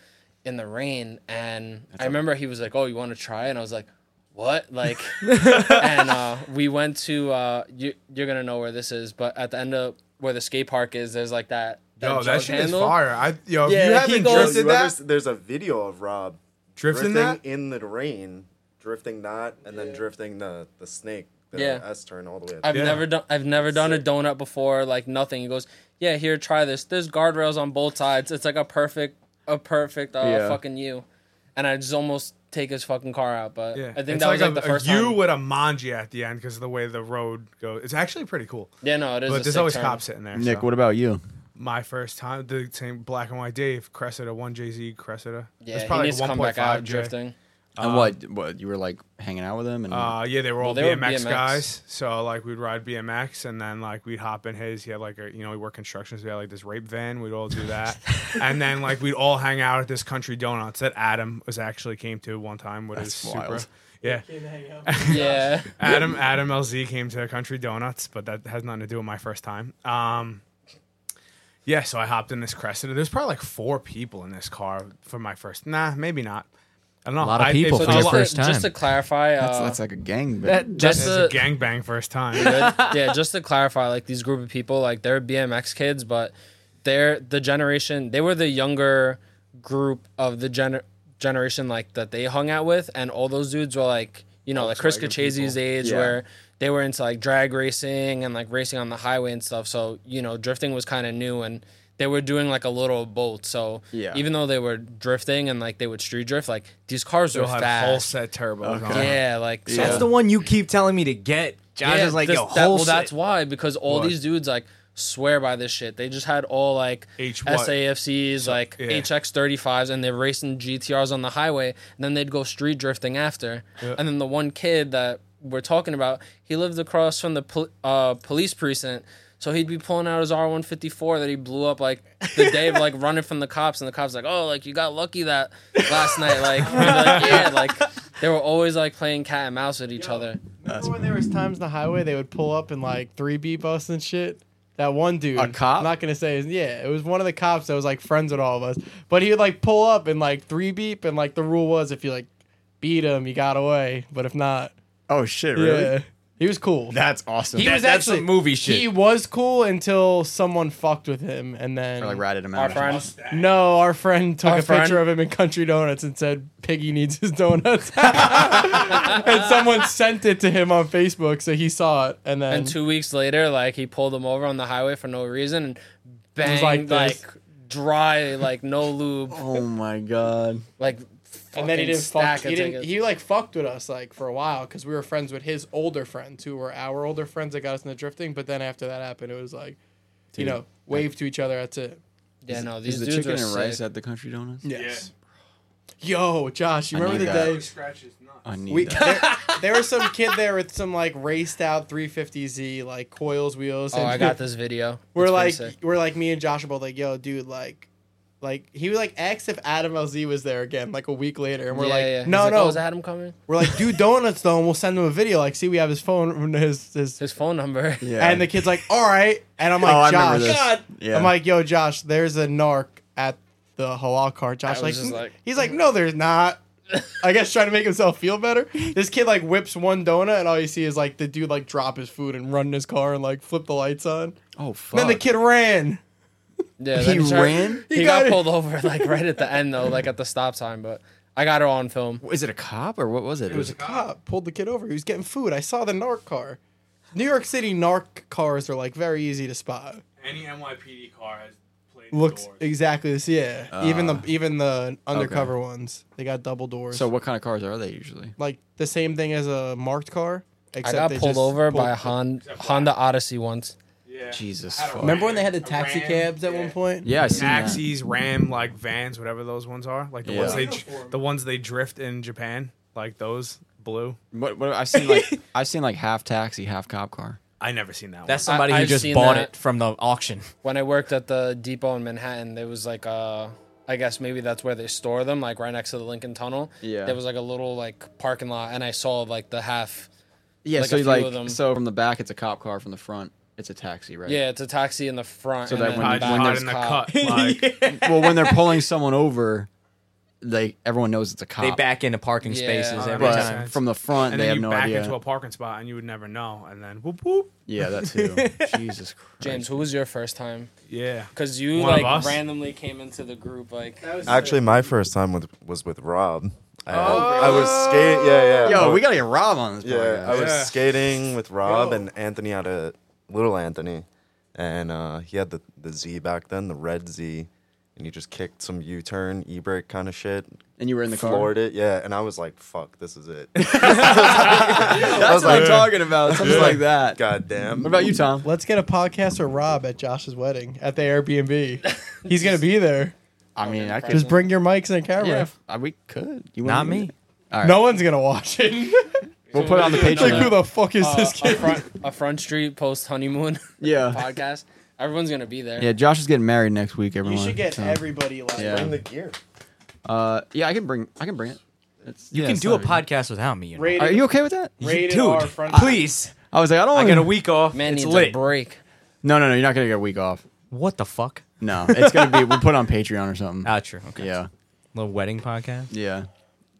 [SPEAKER 13] in the rain, and I remember he was like, "Oh, you want to try?" And I was like. What like, and uh, we went to uh, you. You're gonna know where this is, but at the end of where the skate park is, there's like that.
[SPEAKER 6] Yo,
[SPEAKER 13] jug
[SPEAKER 6] that shit is
[SPEAKER 13] handle.
[SPEAKER 6] fire. I yo, if you
[SPEAKER 13] Yeah, he
[SPEAKER 6] haven't
[SPEAKER 13] goes-
[SPEAKER 6] drifted
[SPEAKER 2] You ever s-
[SPEAKER 6] that,
[SPEAKER 2] there's a video of Rob
[SPEAKER 6] drifting
[SPEAKER 2] drifting
[SPEAKER 6] that,
[SPEAKER 2] in the rain, drifting that, and then drifting the the snake, the
[SPEAKER 13] Yeah.
[SPEAKER 2] S turn all the way. Up.
[SPEAKER 13] I've
[SPEAKER 6] Yeah.
[SPEAKER 13] never done. I've never done a donut before. Like nothing. He goes, yeah, here, try this. There's guardrails on both sides. It's like a perfect, a perfect, uh,
[SPEAKER 1] Yeah.
[SPEAKER 13] fucking you. And I just almost take his fucking car out. But
[SPEAKER 6] yeah,
[SPEAKER 13] I think
[SPEAKER 6] It's
[SPEAKER 13] that was
[SPEAKER 6] a-
[SPEAKER 13] like the
[SPEAKER 6] a
[SPEAKER 13] first
[SPEAKER 6] U
[SPEAKER 13] time.
[SPEAKER 6] with a manji at the end because of the way the road goes. It's actually pretty cool.
[SPEAKER 13] yeah, no, it is.
[SPEAKER 6] But
[SPEAKER 13] a
[SPEAKER 6] there's
[SPEAKER 13] sick
[SPEAKER 6] always
[SPEAKER 13] turn.
[SPEAKER 6] cops sitting there.
[SPEAKER 1] Nick,
[SPEAKER 6] so.
[SPEAKER 1] what about you?
[SPEAKER 6] my first time? The same black and white Dave Cressida one JZ Cressida.
[SPEAKER 13] Yeah,
[SPEAKER 6] It's
[SPEAKER 13] he needs to
[SPEAKER 6] like a
[SPEAKER 13] come
[SPEAKER 6] 1.5
[SPEAKER 13] back out
[SPEAKER 6] J.
[SPEAKER 13] drifting.
[SPEAKER 1] and what? What you were like hanging out with him and
[SPEAKER 6] Um, Uh, yeah, they were all
[SPEAKER 13] they were
[SPEAKER 6] BMX,
[SPEAKER 13] BMX.
[SPEAKER 6] guys. So like we'd ride BMX and then like we'd hop in his. He had like a you know we work construction, so we had like this rape van. We'd all do that, and then like we'd all hang out at this Country Donuts that Adam was actually came to one time with his
[SPEAKER 1] wild.
[SPEAKER 6] Supra. Yeah,
[SPEAKER 13] Yeah,
[SPEAKER 6] Adam Adam LZ came to Country Donuts, but that has nothing to do with my first time. Um, yeah, so I hopped in this Cressida. There's probably like four people in this car for my first. Nah, maybe not. I don't know. A
[SPEAKER 3] lot of people
[SPEAKER 13] so
[SPEAKER 3] for your
[SPEAKER 13] just,
[SPEAKER 3] first
[SPEAKER 13] to, just
[SPEAKER 3] time.
[SPEAKER 13] to clarify, uh,
[SPEAKER 1] that's, that's like a gang.
[SPEAKER 3] That-
[SPEAKER 13] just
[SPEAKER 6] It's a
[SPEAKER 13] to,
[SPEAKER 6] gangbang first time.
[SPEAKER 13] yeah, just to clarify, like these group of people, like they're BMX kids, but they're the generation. They were the younger group of the gener- generation like that they hung out with, and all those dudes were like, you know, like Chris Kachazy's age,
[SPEAKER 1] Yeah.
[SPEAKER 13] where they were into like drag racing and like racing on the highway and stuff. So you know, drifting was kind of new and. They were doing like a little boat, so
[SPEAKER 1] Yeah.
[SPEAKER 13] even though they were drifting and like they would street drift, like these cars
[SPEAKER 6] They'll
[SPEAKER 13] were
[SPEAKER 6] have full
[SPEAKER 13] fast.
[SPEAKER 6] set turbos. on.
[SPEAKER 13] Yeah, like so-
[SPEAKER 3] That's the one you keep telling me to get. Josh
[SPEAKER 13] yeah,
[SPEAKER 3] is like,
[SPEAKER 13] this-
[SPEAKER 3] yo,
[SPEAKER 13] that,
[SPEAKER 3] whole
[SPEAKER 13] well, that's
[SPEAKER 3] set-
[SPEAKER 13] why because all these dudes like swear by this shit. They just had all like
[SPEAKER 6] H what?
[SPEAKER 13] SAFCs, like
[SPEAKER 6] yeah.
[SPEAKER 13] HX thirty fives, and they're racing GTRs on the highway. And then they'd go street drifting after. And then the one kid that we're talking about, he lived across from the pol- uh, police precinct. So he'd be pulling out his R one fifty four that he blew up like the day of like running from the cops, and the cops like, oh, like you got lucky that last night, like, we'd be like, yeah, like they were always like playing cat and mouse with each other.
[SPEAKER 5] Remember when there was times on the highway they would pull up in like three B bus and shit. That one dude,
[SPEAKER 1] A cop?
[SPEAKER 5] I'm not gonna say his. Yeah, it was one of the cops that was like friends with all of us. But he would like pull up and like three beep, and like the rule was if you like beat him, you got away. But if not,
[SPEAKER 1] oh shit! Really?
[SPEAKER 5] yeah, he was cool.
[SPEAKER 1] That's awesome.
[SPEAKER 3] he
[SPEAKER 1] That-
[SPEAKER 3] was
[SPEAKER 1] that's
[SPEAKER 3] actually movie shit.
[SPEAKER 5] he was cool until someone fucked with him, and then
[SPEAKER 1] or, like ratted him out.
[SPEAKER 13] Our
[SPEAKER 1] or
[SPEAKER 13] friend.
[SPEAKER 5] no, our friend took
[SPEAKER 13] Our
[SPEAKER 5] a
[SPEAKER 13] friend?
[SPEAKER 5] picture of him in Country Donuts and said Piggy needs his donuts, and someone sent it to him on Facebook, so he saw it, and then
[SPEAKER 13] And two weeks later, like he pulled him over on the highway for no reason and bang,
[SPEAKER 5] like
[SPEAKER 13] like,
[SPEAKER 5] this.
[SPEAKER 13] dry, like no lube,
[SPEAKER 1] something. Oh my god!
[SPEAKER 13] like
[SPEAKER 5] and then he
[SPEAKER 13] fucking
[SPEAKER 5] didn't
[SPEAKER 13] stack
[SPEAKER 5] fuck.
[SPEAKER 13] of
[SPEAKER 5] He, didn't,
[SPEAKER 13] tickets.
[SPEAKER 5] he like fucked with us like for a while because we were friends with his older friends who were our older friends that got us into drifting. But then after that happened, it was like,
[SPEAKER 1] Dude,
[SPEAKER 5] you know, wave to each other. That's it.
[SPEAKER 13] yeah, no,
[SPEAKER 1] Is
[SPEAKER 13] these
[SPEAKER 1] the
[SPEAKER 13] dudes
[SPEAKER 1] chicken
[SPEAKER 13] were
[SPEAKER 1] and rice
[SPEAKER 13] sick.
[SPEAKER 1] at the Country Donuts?
[SPEAKER 5] Yes. yo, Josh, you
[SPEAKER 6] I
[SPEAKER 5] remember the
[SPEAKER 6] need that.
[SPEAKER 5] day?
[SPEAKER 6] Scratches nuts.
[SPEAKER 1] I need
[SPEAKER 5] we,
[SPEAKER 1] that.
[SPEAKER 5] There, there was some kid there with some like raced out 350Z like coils wheels.
[SPEAKER 13] Oh, I got this video.
[SPEAKER 5] We're
[SPEAKER 13] It's pretty
[SPEAKER 5] like
[SPEAKER 13] sick.
[SPEAKER 5] we're like me and Josh are both like, yo, dude, like. Like he was like asked if Adam LZ was there again, like a week later, and we're
[SPEAKER 13] Yeah,
[SPEAKER 5] like,
[SPEAKER 13] yeah. He's
[SPEAKER 5] no,
[SPEAKER 13] like,
[SPEAKER 5] no,
[SPEAKER 13] "Oh, is Adam coming?
[SPEAKER 5] We're like, do donuts though, and we'll send him a video. Like, see, we have his phone, his his,
[SPEAKER 13] his phone number.
[SPEAKER 1] Yeah.
[SPEAKER 5] And the kid's like, all right, and I'm like,
[SPEAKER 1] Oh, I remember
[SPEAKER 5] Josh,
[SPEAKER 1] this. God. Yeah.
[SPEAKER 5] I'm like, yo, Josh, there's a narc at the halal cart. Josh
[SPEAKER 13] was
[SPEAKER 5] like, "Hmm."
[SPEAKER 13] just like- "Hmm."
[SPEAKER 5] he's like, no, there's not. I guess trying to make himself feel better. This kid like whips one donut, and all you see is like the dude like drop his food and run in his car and like flip the lights on.
[SPEAKER 1] Oh
[SPEAKER 5] fuck! Then the kid ran.
[SPEAKER 13] Yeah,
[SPEAKER 5] He
[SPEAKER 13] then tried-
[SPEAKER 5] ran?
[SPEAKER 13] He,
[SPEAKER 5] He
[SPEAKER 13] got,
[SPEAKER 5] got it.
[SPEAKER 13] pulled over like right at the end though, like at the stop sign. But I got it on film.
[SPEAKER 1] Is it a cop or what was it?
[SPEAKER 5] It was a cop pulled the kid over. He was getting food. I saw the narc car. New York City narc cars are like very easy to spot.
[SPEAKER 6] Any NYPD car has plated
[SPEAKER 5] Looks
[SPEAKER 6] doors.
[SPEAKER 5] exactly this. Yeah,
[SPEAKER 1] Ah.
[SPEAKER 5] even the even the undercover ones. They got double doors.
[SPEAKER 1] So what kind of cars are they usually?
[SPEAKER 5] like the same thing as a marked car.
[SPEAKER 13] I got
[SPEAKER 5] they
[SPEAKER 13] pulled
[SPEAKER 5] just
[SPEAKER 13] over by
[SPEAKER 5] pulled-
[SPEAKER 13] a Hon- Honda Odyssey once.
[SPEAKER 6] Yeah.
[SPEAKER 1] Jesus.
[SPEAKER 5] Remember when they had the taxi cabs at one point?
[SPEAKER 1] Yeah, I seen that.
[SPEAKER 12] taxis, Ram, like vans, whatever those ones are, like the
[SPEAKER 1] Yeah.
[SPEAKER 12] ones they,
[SPEAKER 6] Uniform.
[SPEAKER 12] the ones they drift in Japan, like those blue.
[SPEAKER 1] What, what I've seen like I've seen like half taxi, half cop car.
[SPEAKER 12] I never seen that.
[SPEAKER 3] That's
[SPEAKER 12] one.
[SPEAKER 3] somebody
[SPEAKER 13] I-
[SPEAKER 3] who
[SPEAKER 13] I've
[SPEAKER 3] just
[SPEAKER 13] seen
[SPEAKER 3] bought
[SPEAKER 13] that.
[SPEAKER 3] it from the auction.
[SPEAKER 13] When I worked at the depot in Manhattan, there was like a. I guess maybe that's where they store them, like right next to the Lincoln Tunnel.
[SPEAKER 1] Yeah.
[SPEAKER 13] There was like a little like parking lot, and I saw like the half.
[SPEAKER 1] Yeah,
[SPEAKER 13] like,
[SPEAKER 1] so
[SPEAKER 13] a
[SPEAKER 1] you,
[SPEAKER 13] few of them.
[SPEAKER 1] like so from the back it's a cop car, from the front it's a taxi, right?
[SPEAKER 13] Yeah, it's a taxi in the front.
[SPEAKER 1] So
[SPEAKER 13] and
[SPEAKER 1] that
[SPEAKER 13] then
[SPEAKER 1] when-
[SPEAKER 13] in the
[SPEAKER 1] when
[SPEAKER 13] back
[SPEAKER 1] there's
[SPEAKER 13] is
[SPEAKER 1] the
[SPEAKER 13] cop.
[SPEAKER 12] like
[SPEAKER 1] well, when they're pulling someone over, they everyone knows it's a cop.
[SPEAKER 3] They back into parking
[SPEAKER 13] Yeah.
[SPEAKER 3] spaces
[SPEAKER 12] Oh,
[SPEAKER 3] every
[SPEAKER 12] that makes
[SPEAKER 1] but
[SPEAKER 3] time.
[SPEAKER 12] sense.
[SPEAKER 1] from the front,
[SPEAKER 12] and
[SPEAKER 1] they
[SPEAKER 12] then
[SPEAKER 1] have
[SPEAKER 12] you
[SPEAKER 1] no
[SPEAKER 12] back
[SPEAKER 1] idea.
[SPEAKER 12] into a parking spot and you would never know, and then whoop whoop.
[SPEAKER 1] yeah, that too. Jesus Christ.
[SPEAKER 13] James, who was your first time?
[SPEAKER 12] Yeah,
[SPEAKER 13] Because you
[SPEAKER 12] One of
[SPEAKER 13] like
[SPEAKER 12] us?
[SPEAKER 13] randomly came into the group like.
[SPEAKER 2] Actually, my first time with was with Rob. I, I was skating. Yeah, yeah. I
[SPEAKER 1] Yo,
[SPEAKER 2] was-
[SPEAKER 1] we gotta get Rob on this.
[SPEAKER 2] Yeah,
[SPEAKER 1] podcast.
[SPEAKER 2] I was
[SPEAKER 12] Yeah.
[SPEAKER 2] skating with Rob
[SPEAKER 12] Yo.
[SPEAKER 2] and Anthony out of little Anthony, and uh, he had the the Z back then, the red Z, and he just kicked some U turn, e brake kind of shit.
[SPEAKER 1] and you were in the car.
[SPEAKER 2] Floored it, yeah, and I was like, "Fuck, this is it." I
[SPEAKER 1] That's
[SPEAKER 2] was
[SPEAKER 1] what I'm
[SPEAKER 2] like-
[SPEAKER 1] talking about. Something like that.
[SPEAKER 2] God damn.
[SPEAKER 1] What about you, Tom?
[SPEAKER 5] Let's get a podcast or Rob at Josh's wedding at the Airbnb. He's gonna be there.
[SPEAKER 1] I mean, I could.
[SPEAKER 5] Just bring your mics and camera.
[SPEAKER 1] Yeah, if- uh, we could. You
[SPEAKER 3] Not
[SPEAKER 1] wanna-
[SPEAKER 3] me.
[SPEAKER 1] All right.
[SPEAKER 5] No one's gonna watch it.
[SPEAKER 1] We'll put it on the
[SPEAKER 5] like, who
[SPEAKER 1] Patreon.
[SPEAKER 5] the fuck is
[SPEAKER 13] uh,
[SPEAKER 5] this
[SPEAKER 13] a
[SPEAKER 5] kid?
[SPEAKER 13] front, a front street post honeymoon
[SPEAKER 1] Yeah.
[SPEAKER 13] podcast. Everyone's gonna be there.
[SPEAKER 1] Yeah, Josh is getting married next week, everyone.
[SPEAKER 5] You should get
[SPEAKER 1] so,
[SPEAKER 5] everybody like.
[SPEAKER 1] Yeah.
[SPEAKER 2] the gear?
[SPEAKER 1] Uh, yeah, I can bring. I can bring it. It's,
[SPEAKER 3] You
[SPEAKER 1] yeah,
[SPEAKER 3] can
[SPEAKER 1] it's
[SPEAKER 3] do
[SPEAKER 1] not
[SPEAKER 3] a podcast without me. You know?
[SPEAKER 1] Are
[SPEAKER 5] Rated,
[SPEAKER 1] you okay with that?
[SPEAKER 5] rated
[SPEAKER 3] Dude,
[SPEAKER 5] R front.
[SPEAKER 3] please.
[SPEAKER 1] I was like, I don't
[SPEAKER 3] I
[SPEAKER 1] want
[SPEAKER 3] got a
[SPEAKER 1] to.
[SPEAKER 3] week off.
[SPEAKER 13] man
[SPEAKER 3] it's
[SPEAKER 13] needs a
[SPEAKER 3] lit.
[SPEAKER 13] break.
[SPEAKER 1] No, no, no. You're not gonna get a week off.
[SPEAKER 3] What the fuck?
[SPEAKER 1] No, it's gonna be. We'll put it on Patreon or something.
[SPEAKER 3] Ah, true. Okay.
[SPEAKER 1] Yeah,
[SPEAKER 3] Little wedding podcast.
[SPEAKER 1] yeah.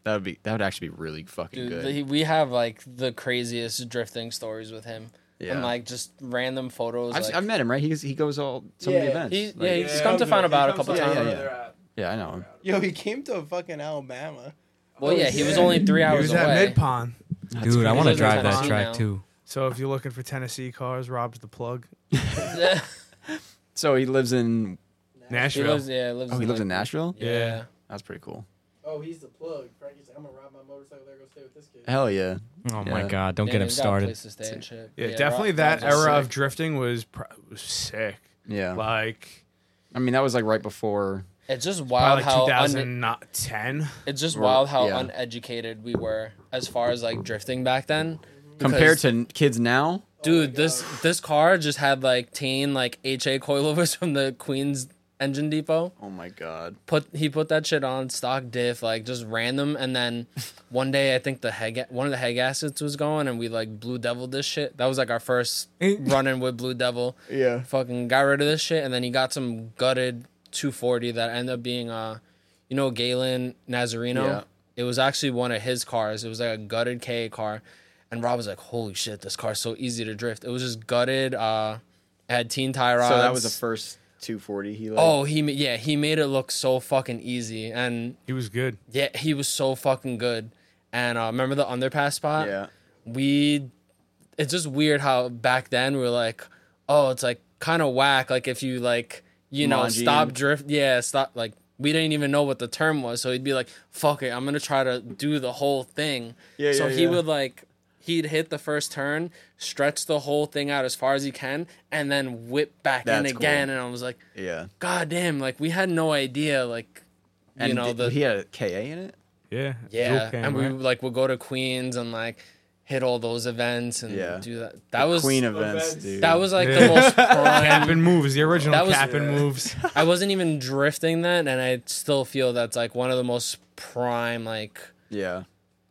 [SPEAKER 1] That would be. That would actually be really fucking
[SPEAKER 13] Dude,
[SPEAKER 1] good.
[SPEAKER 13] the- we have like the craziest drifting stories with him,
[SPEAKER 1] Yeah.
[SPEAKER 13] and like just random photos.
[SPEAKER 1] I've,
[SPEAKER 13] like-
[SPEAKER 1] I've met him, right? He's, he goes all some of the
[SPEAKER 13] Yeah,
[SPEAKER 1] events.
[SPEAKER 13] he-
[SPEAKER 1] Like-
[SPEAKER 13] yeah,
[SPEAKER 6] Yeah,
[SPEAKER 13] he's come to
[SPEAKER 6] I'm
[SPEAKER 13] Found
[SPEAKER 6] good.
[SPEAKER 13] About a
[SPEAKER 6] He
[SPEAKER 13] couple
[SPEAKER 6] comes to
[SPEAKER 13] times.
[SPEAKER 6] Found
[SPEAKER 1] Yeah,
[SPEAKER 6] About where
[SPEAKER 1] yeah, I know him.
[SPEAKER 5] Yo, he came to fucking Alabama.
[SPEAKER 13] well, yeah, he was only three
[SPEAKER 12] he
[SPEAKER 13] hours
[SPEAKER 12] was at
[SPEAKER 13] away.
[SPEAKER 12] Mid Pond.
[SPEAKER 3] Dude, I want to
[SPEAKER 13] He's
[SPEAKER 3] drive
[SPEAKER 13] living in
[SPEAKER 3] that
[SPEAKER 13] Tennessee
[SPEAKER 3] track
[SPEAKER 13] now.
[SPEAKER 3] too.
[SPEAKER 12] So if you're looking for Tennessee cars, Rob's the plug.
[SPEAKER 1] So he lives in.
[SPEAKER 13] he
[SPEAKER 12] Nashville.
[SPEAKER 13] lives, yeah, he lives.
[SPEAKER 1] Oh, he lives in
[SPEAKER 13] like-
[SPEAKER 1] Nashville.
[SPEAKER 13] Yeah.
[SPEAKER 1] That's pretty cool.
[SPEAKER 2] Oh, he's the plug. Frankie's like, I'm gonna ride my motorcycle there, go stay with this kid.
[SPEAKER 1] Hell yeah.
[SPEAKER 3] Oh
[SPEAKER 1] Yeah.
[SPEAKER 3] my god, don't
[SPEAKER 13] Yeah,
[SPEAKER 3] get him
[SPEAKER 13] he's got a
[SPEAKER 3] started.
[SPEAKER 13] place to stay and shit.
[SPEAKER 12] Yeah,
[SPEAKER 13] Rob-
[SPEAKER 12] definitely that
[SPEAKER 13] Rob's a
[SPEAKER 12] era of
[SPEAKER 13] sick-
[SPEAKER 12] drifting was, pr- was sick.
[SPEAKER 1] Yeah.
[SPEAKER 12] Like
[SPEAKER 1] I mean, that was like right before.
[SPEAKER 13] It's just
[SPEAKER 12] by
[SPEAKER 13] wild
[SPEAKER 12] like
[SPEAKER 13] how un-
[SPEAKER 12] 2010.
[SPEAKER 13] It's just
[SPEAKER 1] Or-
[SPEAKER 13] wild how
[SPEAKER 1] yeah.
[SPEAKER 13] uneducated we were as far as like drifting back then.
[SPEAKER 1] Compared to kids now,
[SPEAKER 13] dude, this this car just had like teen like HA coilovers from the Queens engine depot.
[SPEAKER 1] oh my god,
[SPEAKER 13] Put he put that shit on stock diff like just random, and then one day I think the head one of the head gaskets was going, and we like blue devil this shit. That was like our first running with blue devil.
[SPEAKER 1] yeah,
[SPEAKER 13] Fucking got rid of this shit, and then he got some gutted 240 that ended up being uh, you know Galen Nazarino.
[SPEAKER 1] Yeah.
[SPEAKER 13] It was actually one of his cars. It was like a gutted KA car, and Rob was like, "Holy shit, this car's so easy to drift." It was just gutted. Uh, it had teen tie rods.
[SPEAKER 1] So that was the first 240 he like.
[SPEAKER 13] Oh, he ma- yeah, he made it look so fucking easy, and
[SPEAKER 12] He was good.
[SPEAKER 13] yeah, he was so fucking good. And uh, remember the underpass spot?
[SPEAKER 1] yeah,
[SPEAKER 13] we it's just weird how back then we were like oh it's like kind of whack like if you like you know
[SPEAKER 1] Mangy
[SPEAKER 13] stop
[SPEAKER 1] and-
[SPEAKER 13] drift yeah stop like we didn't even know what the term was so he'd be like fuck it i'm gonna try to do the whole thing
[SPEAKER 1] Yeah,
[SPEAKER 13] so
[SPEAKER 1] yeah,
[SPEAKER 13] he
[SPEAKER 1] yeah.
[SPEAKER 13] would like he'd hit the first turn stretch the whole thing out as far as he can and then whip back
[SPEAKER 1] That's
[SPEAKER 13] in again
[SPEAKER 1] cool.
[SPEAKER 13] and i was like
[SPEAKER 1] yeah.
[SPEAKER 13] god damn like we had no idea like you know
[SPEAKER 1] did-
[SPEAKER 13] the
[SPEAKER 1] he had a KA in it.
[SPEAKER 6] Yeah.
[SPEAKER 13] yeah,
[SPEAKER 1] Zulcan,
[SPEAKER 13] and we
[SPEAKER 1] right?
[SPEAKER 13] like would go to Queens and like hit all those events and
[SPEAKER 1] Yeah.
[SPEAKER 13] do that. That
[SPEAKER 1] The
[SPEAKER 13] was
[SPEAKER 1] Queen events, dude.
[SPEAKER 13] That was like
[SPEAKER 6] Yeah.
[SPEAKER 13] the most prime-
[SPEAKER 6] Cap and moves, the original
[SPEAKER 13] That was-
[SPEAKER 6] cap and moves.
[SPEAKER 13] I wasn't even drifting then, and I still feel that's like one of the most prime, like
[SPEAKER 1] yeah,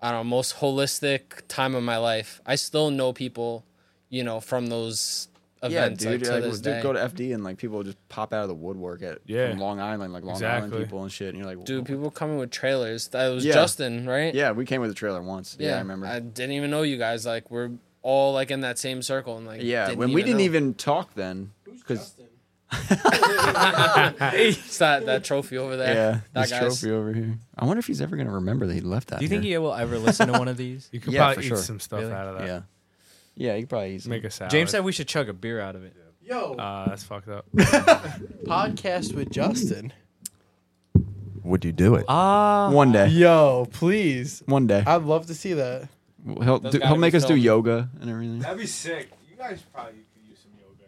[SPEAKER 13] I don't know, most holistic time of my life. I still know people, you know, from those events.
[SPEAKER 1] yeah, dude.
[SPEAKER 13] like, to this
[SPEAKER 1] dude, go
[SPEAKER 13] day.
[SPEAKER 1] to FD and like people will just pop out of the woodwork at
[SPEAKER 13] Yeah.
[SPEAKER 1] from Long Island, like Long
[SPEAKER 13] Exactly.
[SPEAKER 1] Island people and shit. And you're like,
[SPEAKER 13] Dude, people were coming with trailers. That was
[SPEAKER 1] Yeah.
[SPEAKER 13] Justin, right?
[SPEAKER 1] Yeah, we came with a trailer once. Yeah, I remember.
[SPEAKER 13] I didn't even know you guys. Like we're all like in that same circle, and like
[SPEAKER 1] yeah, when we didn't
[SPEAKER 13] know.
[SPEAKER 1] even talk then, because
[SPEAKER 13] it's that that trophy over there.
[SPEAKER 1] yeah,
[SPEAKER 13] that
[SPEAKER 1] this
[SPEAKER 13] guy's.
[SPEAKER 1] trophy over here. I wonder if he's ever gonna remember that he left that.
[SPEAKER 3] Do you think
[SPEAKER 1] here.
[SPEAKER 3] he will ever listen to one of these?
[SPEAKER 6] You could
[SPEAKER 1] Yeah,
[SPEAKER 6] probably
[SPEAKER 1] for
[SPEAKER 6] eat
[SPEAKER 1] sure.
[SPEAKER 6] some stuff
[SPEAKER 1] Really?
[SPEAKER 6] out of that.
[SPEAKER 1] Yeah. Yeah, you could probably eat some-
[SPEAKER 6] Make a salad.
[SPEAKER 3] James said we should chug a beer out of it.
[SPEAKER 14] Yo.
[SPEAKER 6] Uh, that's fucked up.
[SPEAKER 5] Podcast with Justin.
[SPEAKER 1] Would you do it?
[SPEAKER 3] Ah,
[SPEAKER 1] one day.
[SPEAKER 5] Yo, please.
[SPEAKER 1] One day.
[SPEAKER 5] I'd love to see that.
[SPEAKER 1] He'll do, he'll make us do yoga and everything.
[SPEAKER 15] That'd be sick. You guys probably could use some yoga.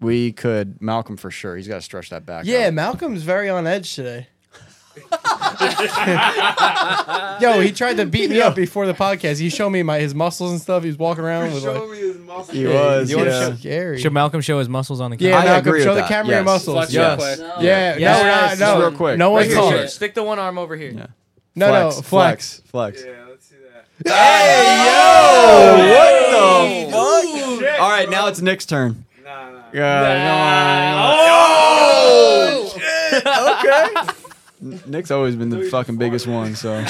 [SPEAKER 1] We could Malcolm for sure. He's got to stretch that back.
[SPEAKER 5] Yeah, Malcolm's very on edge today. Yo, he tried to beat me up before the podcast. He showed me my his muscles and stuff. He was walking around with like,
[SPEAKER 1] He was.
[SPEAKER 5] You wanna
[SPEAKER 1] yeah.
[SPEAKER 5] show- Scary.
[SPEAKER 3] Should Malcolm show his muscles on the
[SPEAKER 5] Yeah,
[SPEAKER 3] camera?
[SPEAKER 5] Malcolm, show the camera your muscles. yes.
[SPEAKER 8] Oh.
[SPEAKER 5] Yeah, no, we're not- no,
[SPEAKER 1] real quick.
[SPEAKER 5] No
[SPEAKER 1] Right
[SPEAKER 5] one's
[SPEAKER 1] here,
[SPEAKER 5] taller.
[SPEAKER 1] shit.
[SPEAKER 3] Stick the one arm over here.
[SPEAKER 5] No,
[SPEAKER 1] flex,
[SPEAKER 5] no, flex.
[SPEAKER 1] flex, flex.
[SPEAKER 5] Hey,
[SPEAKER 1] yo! What the fuck? All right, now it's Nick's turn. Nah, nah.
[SPEAKER 14] Oh,
[SPEAKER 1] okay. Nick's always been the fucking biggest one, so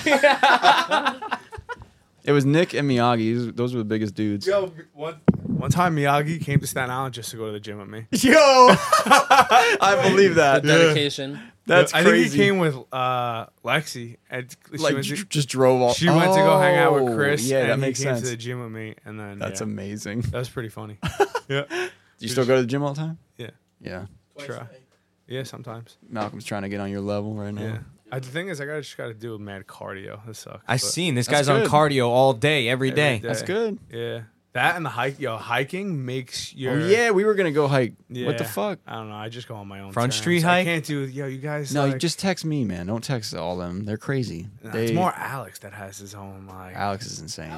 [SPEAKER 1] it was Nick and Miyagi. These- Those were the biggest dudes.
[SPEAKER 6] Yo, one, one time Miyagi came to Staten Island just to go to the gym with me.
[SPEAKER 1] Yo, I believe that.
[SPEAKER 13] The dedication.
[SPEAKER 1] That's
[SPEAKER 6] I think
[SPEAKER 1] crazy.
[SPEAKER 6] he came with uh, Lexi. And she
[SPEAKER 1] Like,
[SPEAKER 6] went to-
[SPEAKER 1] j- just drove off-
[SPEAKER 6] She went to go hang out
[SPEAKER 1] Oh,
[SPEAKER 6] with Chris.
[SPEAKER 1] yeah,
[SPEAKER 6] and
[SPEAKER 1] that
[SPEAKER 6] he
[SPEAKER 1] makes
[SPEAKER 6] came
[SPEAKER 1] sense.
[SPEAKER 6] To the gym with me, and then
[SPEAKER 1] That's
[SPEAKER 6] yeah.
[SPEAKER 1] amazing.
[SPEAKER 6] That was pretty funny. yeah.
[SPEAKER 1] Do you still go to the gym all the time?
[SPEAKER 6] Yeah.
[SPEAKER 1] Yeah.
[SPEAKER 6] Try. Yeah, sometimes.
[SPEAKER 1] Malcolm's trying to get on your level right now.
[SPEAKER 6] Yeah. I, the thing is, I gotta just gotta do mad cardio. This sucks.
[SPEAKER 3] I
[SPEAKER 6] but-
[SPEAKER 3] seen this guy's on cardio all day, every day.
[SPEAKER 6] Yeah. That and the hike, yo, hiking makes your.
[SPEAKER 1] Oh yeah, we were gonna go hike. What the
[SPEAKER 6] Yeah.
[SPEAKER 1] fuck?
[SPEAKER 6] I don't know. I just go on my own.
[SPEAKER 1] Front
[SPEAKER 6] terms.
[SPEAKER 1] street
[SPEAKER 6] I
[SPEAKER 1] hike?
[SPEAKER 6] can't do. Yo, you guys.
[SPEAKER 1] No, you
[SPEAKER 6] like-
[SPEAKER 1] just text me, man. Don't text all them. They're crazy.
[SPEAKER 6] Nah,
[SPEAKER 1] they,
[SPEAKER 6] It's more Alex that has his own like.
[SPEAKER 1] Alex is insane.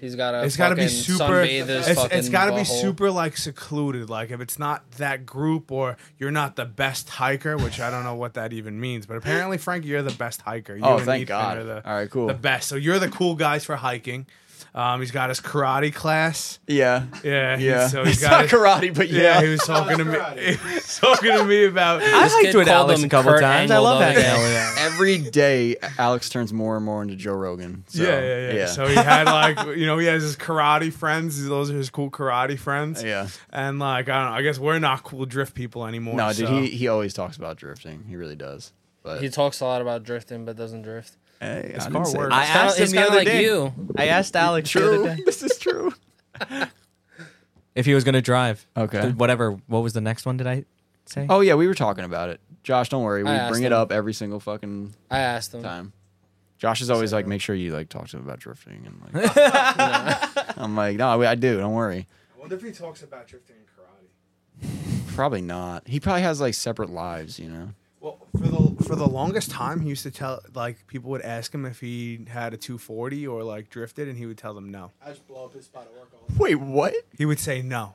[SPEAKER 13] He's got a.
[SPEAKER 6] it's got to be
[SPEAKER 13] fucking
[SPEAKER 6] super.
[SPEAKER 13] sunbathe his
[SPEAKER 6] It's, it's
[SPEAKER 13] fucking
[SPEAKER 6] got to be
[SPEAKER 13] butthole.
[SPEAKER 6] super like secluded. Like if it's not that group or you're not the best hiker, which I don't know what that even means, but apparently Frankie, you're the best hiker. You
[SPEAKER 1] Oh,
[SPEAKER 6] and
[SPEAKER 1] thank
[SPEAKER 6] Ethan
[SPEAKER 1] God.
[SPEAKER 6] are the-
[SPEAKER 1] All right, cool.
[SPEAKER 6] The best. So you're the cool guys for hiking. Um, he's got his karate class.
[SPEAKER 1] Yeah.
[SPEAKER 6] Yeah. he-
[SPEAKER 1] Yeah.
[SPEAKER 6] So he
[SPEAKER 1] It's
[SPEAKER 6] got
[SPEAKER 1] not
[SPEAKER 6] his-
[SPEAKER 1] karate, but yeah.
[SPEAKER 6] he was talking to me. He was talking to me about.
[SPEAKER 3] I
[SPEAKER 6] This
[SPEAKER 3] hiked
[SPEAKER 6] kid
[SPEAKER 3] with
[SPEAKER 6] called
[SPEAKER 3] Alex
[SPEAKER 6] him
[SPEAKER 3] a couple
[SPEAKER 6] Kurt
[SPEAKER 3] times. I
[SPEAKER 6] Angle
[SPEAKER 3] love
[SPEAKER 6] the other
[SPEAKER 3] hacking
[SPEAKER 6] day.
[SPEAKER 3] out with Alex.
[SPEAKER 1] Every day, Alex turns more and more into Joe Rogan. So,
[SPEAKER 6] yeah, yeah, yeah, So he had like, you know, he has his karate friends. Those are his cool karate friends.
[SPEAKER 1] Yeah.
[SPEAKER 6] And like, I don't know. I guess we're not cool drift people anymore.
[SPEAKER 1] no, dude,
[SPEAKER 6] so-
[SPEAKER 1] he he always talks about drifting. He really does. But
[SPEAKER 13] He talks a lot about drifting, but doesn't drift.
[SPEAKER 1] Hey,
[SPEAKER 6] His I car didn't say works. that.
[SPEAKER 13] I
[SPEAKER 6] I
[SPEAKER 13] asked
[SPEAKER 6] asked him
[SPEAKER 13] it's
[SPEAKER 6] the
[SPEAKER 13] kind of
[SPEAKER 6] other
[SPEAKER 13] like
[SPEAKER 6] day.
[SPEAKER 13] you.
[SPEAKER 6] I asked Alex the other True. day.
[SPEAKER 1] this is true.
[SPEAKER 3] If he was gonna drive,
[SPEAKER 1] Okay.
[SPEAKER 3] Th- Whatever. What was the next one? Did I say?
[SPEAKER 1] oh yeah, we were talking about it. Josh, don't worry. We
[SPEAKER 13] I asked
[SPEAKER 1] bring
[SPEAKER 13] him.
[SPEAKER 1] it up every single fucking
[SPEAKER 13] I asked him.
[SPEAKER 1] time. Josh is always like, make sure you like talk to him about drifting, and like, I'm like, no, I I do. Don't worry.
[SPEAKER 6] I wonder if he talks about drifting and karate.
[SPEAKER 1] Probably not. He probably has like separate lives, you know.
[SPEAKER 6] Well, for the for the longest time, he used to tell like people would ask him if he had a 240 or like drifted, and he would tell them no.
[SPEAKER 14] I just blow up his spot at work.
[SPEAKER 1] Wait, what?
[SPEAKER 6] He would say no.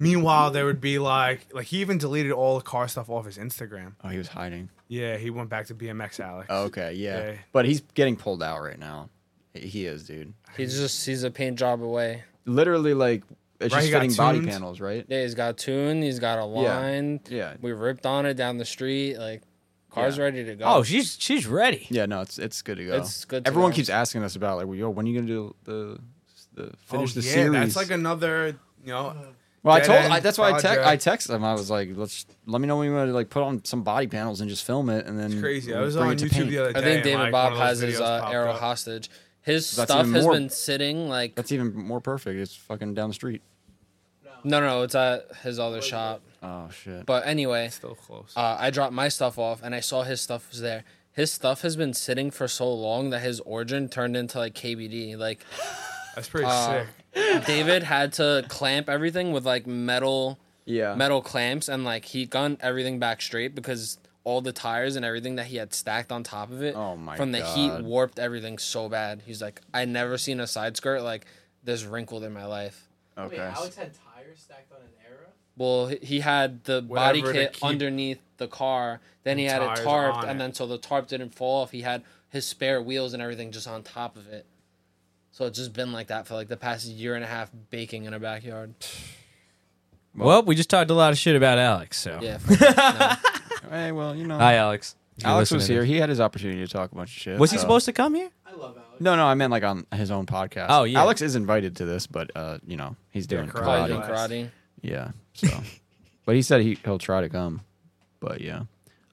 [SPEAKER 6] Meanwhile, there would be like like he even deleted all the car stuff off his Instagram.
[SPEAKER 1] Oh, he was hiding.
[SPEAKER 6] Yeah, he went back to BMX Alex.
[SPEAKER 1] Oh, Okay, yeah. But he's getting pulled out right now. He is, dude.
[SPEAKER 13] He's just he's a paint job away.
[SPEAKER 1] Literally, like it's
[SPEAKER 13] Right, he
[SPEAKER 1] just
[SPEAKER 13] got
[SPEAKER 1] fitting body
[SPEAKER 13] tuned.
[SPEAKER 1] panels, right?
[SPEAKER 13] Yeah, he's got a tune. He's got a
[SPEAKER 1] Yeah,
[SPEAKER 13] line.
[SPEAKER 1] yeah.
[SPEAKER 13] We ripped on it down the street. Like, car's
[SPEAKER 1] Yeah.
[SPEAKER 13] ready to go.
[SPEAKER 3] Oh, she's she's ready.
[SPEAKER 1] Yeah, no, it's it's good to go.
[SPEAKER 13] It's good to
[SPEAKER 1] Everyone
[SPEAKER 13] go.
[SPEAKER 1] keeps asking us about like, well, yo, when are you gonna do the the finish
[SPEAKER 6] oh,
[SPEAKER 1] the
[SPEAKER 6] yeah,
[SPEAKER 1] series?
[SPEAKER 6] That's like another, you know.
[SPEAKER 1] well, I told.
[SPEAKER 6] dead-end
[SPEAKER 1] I, that's why I text.
[SPEAKER 6] project.
[SPEAKER 1] I text them. I was like, let's let me know when you want to like put on some body panels and just film it, and then
[SPEAKER 6] It's crazy. I
[SPEAKER 1] we'll
[SPEAKER 6] was
[SPEAKER 1] bring
[SPEAKER 6] on
[SPEAKER 1] it to
[SPEAKER 6] YouTube
[SPEAKER 1] paint.
[SPEAKER 6] the other
[SPEAKER 13] I
[SPEAKER 6] day and,
[SPEAKER 13] think David
[SPEAKER 6] like,
[SPEAKER 13] Bob
[SPEAKER 6] one of
[SPEAKER 13] has
[SPEAKER 6] those
[SPEAKER 13] his
[SPEAKER 6] videos
[SPEAKER 13] uh,
[SPEAKER 6] popped
[SPEAKER 13] arrow
[SPEAKER 6] up.
[SPEAKER 13] hostage. His
[SPEAKER 1] That's
[SPEAKER 13] stuff
[SPEAKER 1] even
[SPEAKER 13] has
[SPEAKER 1] more-
[SPEAKER 13] been sitting like
[SPEAKER 1] That's even more perfect. It's fucking down the street.
[SPEAKER 13] no, no, it's at his other shop.
[SPEAKER 1] Oh shit.
[SPEAKER 13] But anyway,
[SPEAKER 6] still close.
[SPEAKER 13] Uh, I dropped my stuff off, and I saw his stuff was there. His stuff has been sitting for so long that his origin turned into like KBD. Like
[SPEAKER 6] That's pretty
[SPEAKER 13] uh,
[SPEAKER 6] sick.
[SPEAKER 13] David had to clamp everything with like metal,
[SPEAKER 1] Yeah.
[SPEAKER 13] metal clamps, and like he gunned everything back straight because all the tires and everything that he had stacked on top of it
[SPEAKER 1] Oh my
[SPEAKER 13] from the
[SPEAKER 1] God.
[SPEAKER 13] heat warped everything so bad. He's like, I never seen a side skirt like this wrinkled in my life.
[SPEAKER 1] Okay.
[SPEAKER 4] Wait, Alex had tires stacked on an era.
[SPEAKER 13] Well, he- he had the body
[SPEAKER 4] Whatever to
[SPEAKER 13] kit
[SPEAKER 4] keep
[SPEAKER 13] underneath the car. Then
[SPEAKER 4] the
[SPEAKER 13] he had it
[SPEAKER 4] tires
[SPEAKER 13] tarped,
[SPEAKER 4] on
[SPEAKER 13] and
[SPEAKER 4] it.
[SPEAKER 13] then so the tarp didn't fall off. He had his spare wheels and everything just on top of it. So it's just been like that for like the past year and a half, baking in a backyard.
[SPEAKER 3] Well, we just talked a lot of shit about Alex. So
[SPEAKER 13] Yeah. fuck it, no.
[SPEAKER 1] Hey, well, you know.
[SPEAKER 3] Hi, Alex. You're
[SPEAKER 1] Alex was
[SPEAKER 3] listening
[SPEAKER 1] here. Uh,
[SPEAKER 3] to
[SPEAKER 1] He had his opportunity to talk a bunch of shit.
[SPEAKER 3] Was he
[SPEAKER 1] so-
[SPEAKER 3] supposed to come here?
[SPEAKER 1] No, no, I meant like on his own podcast.
[SPEAKER 3] Oh, yeah.
[SPEAKER 1] Alex is invited to this, but uh, you know he's doing
[SPEAKER 13] karate
[SPEAKER 1] karate.
[SPEAKER 13] class. Doing karate.
[SPEAKER 1] Yeah. So, but he said he he'll try to come. But yeah,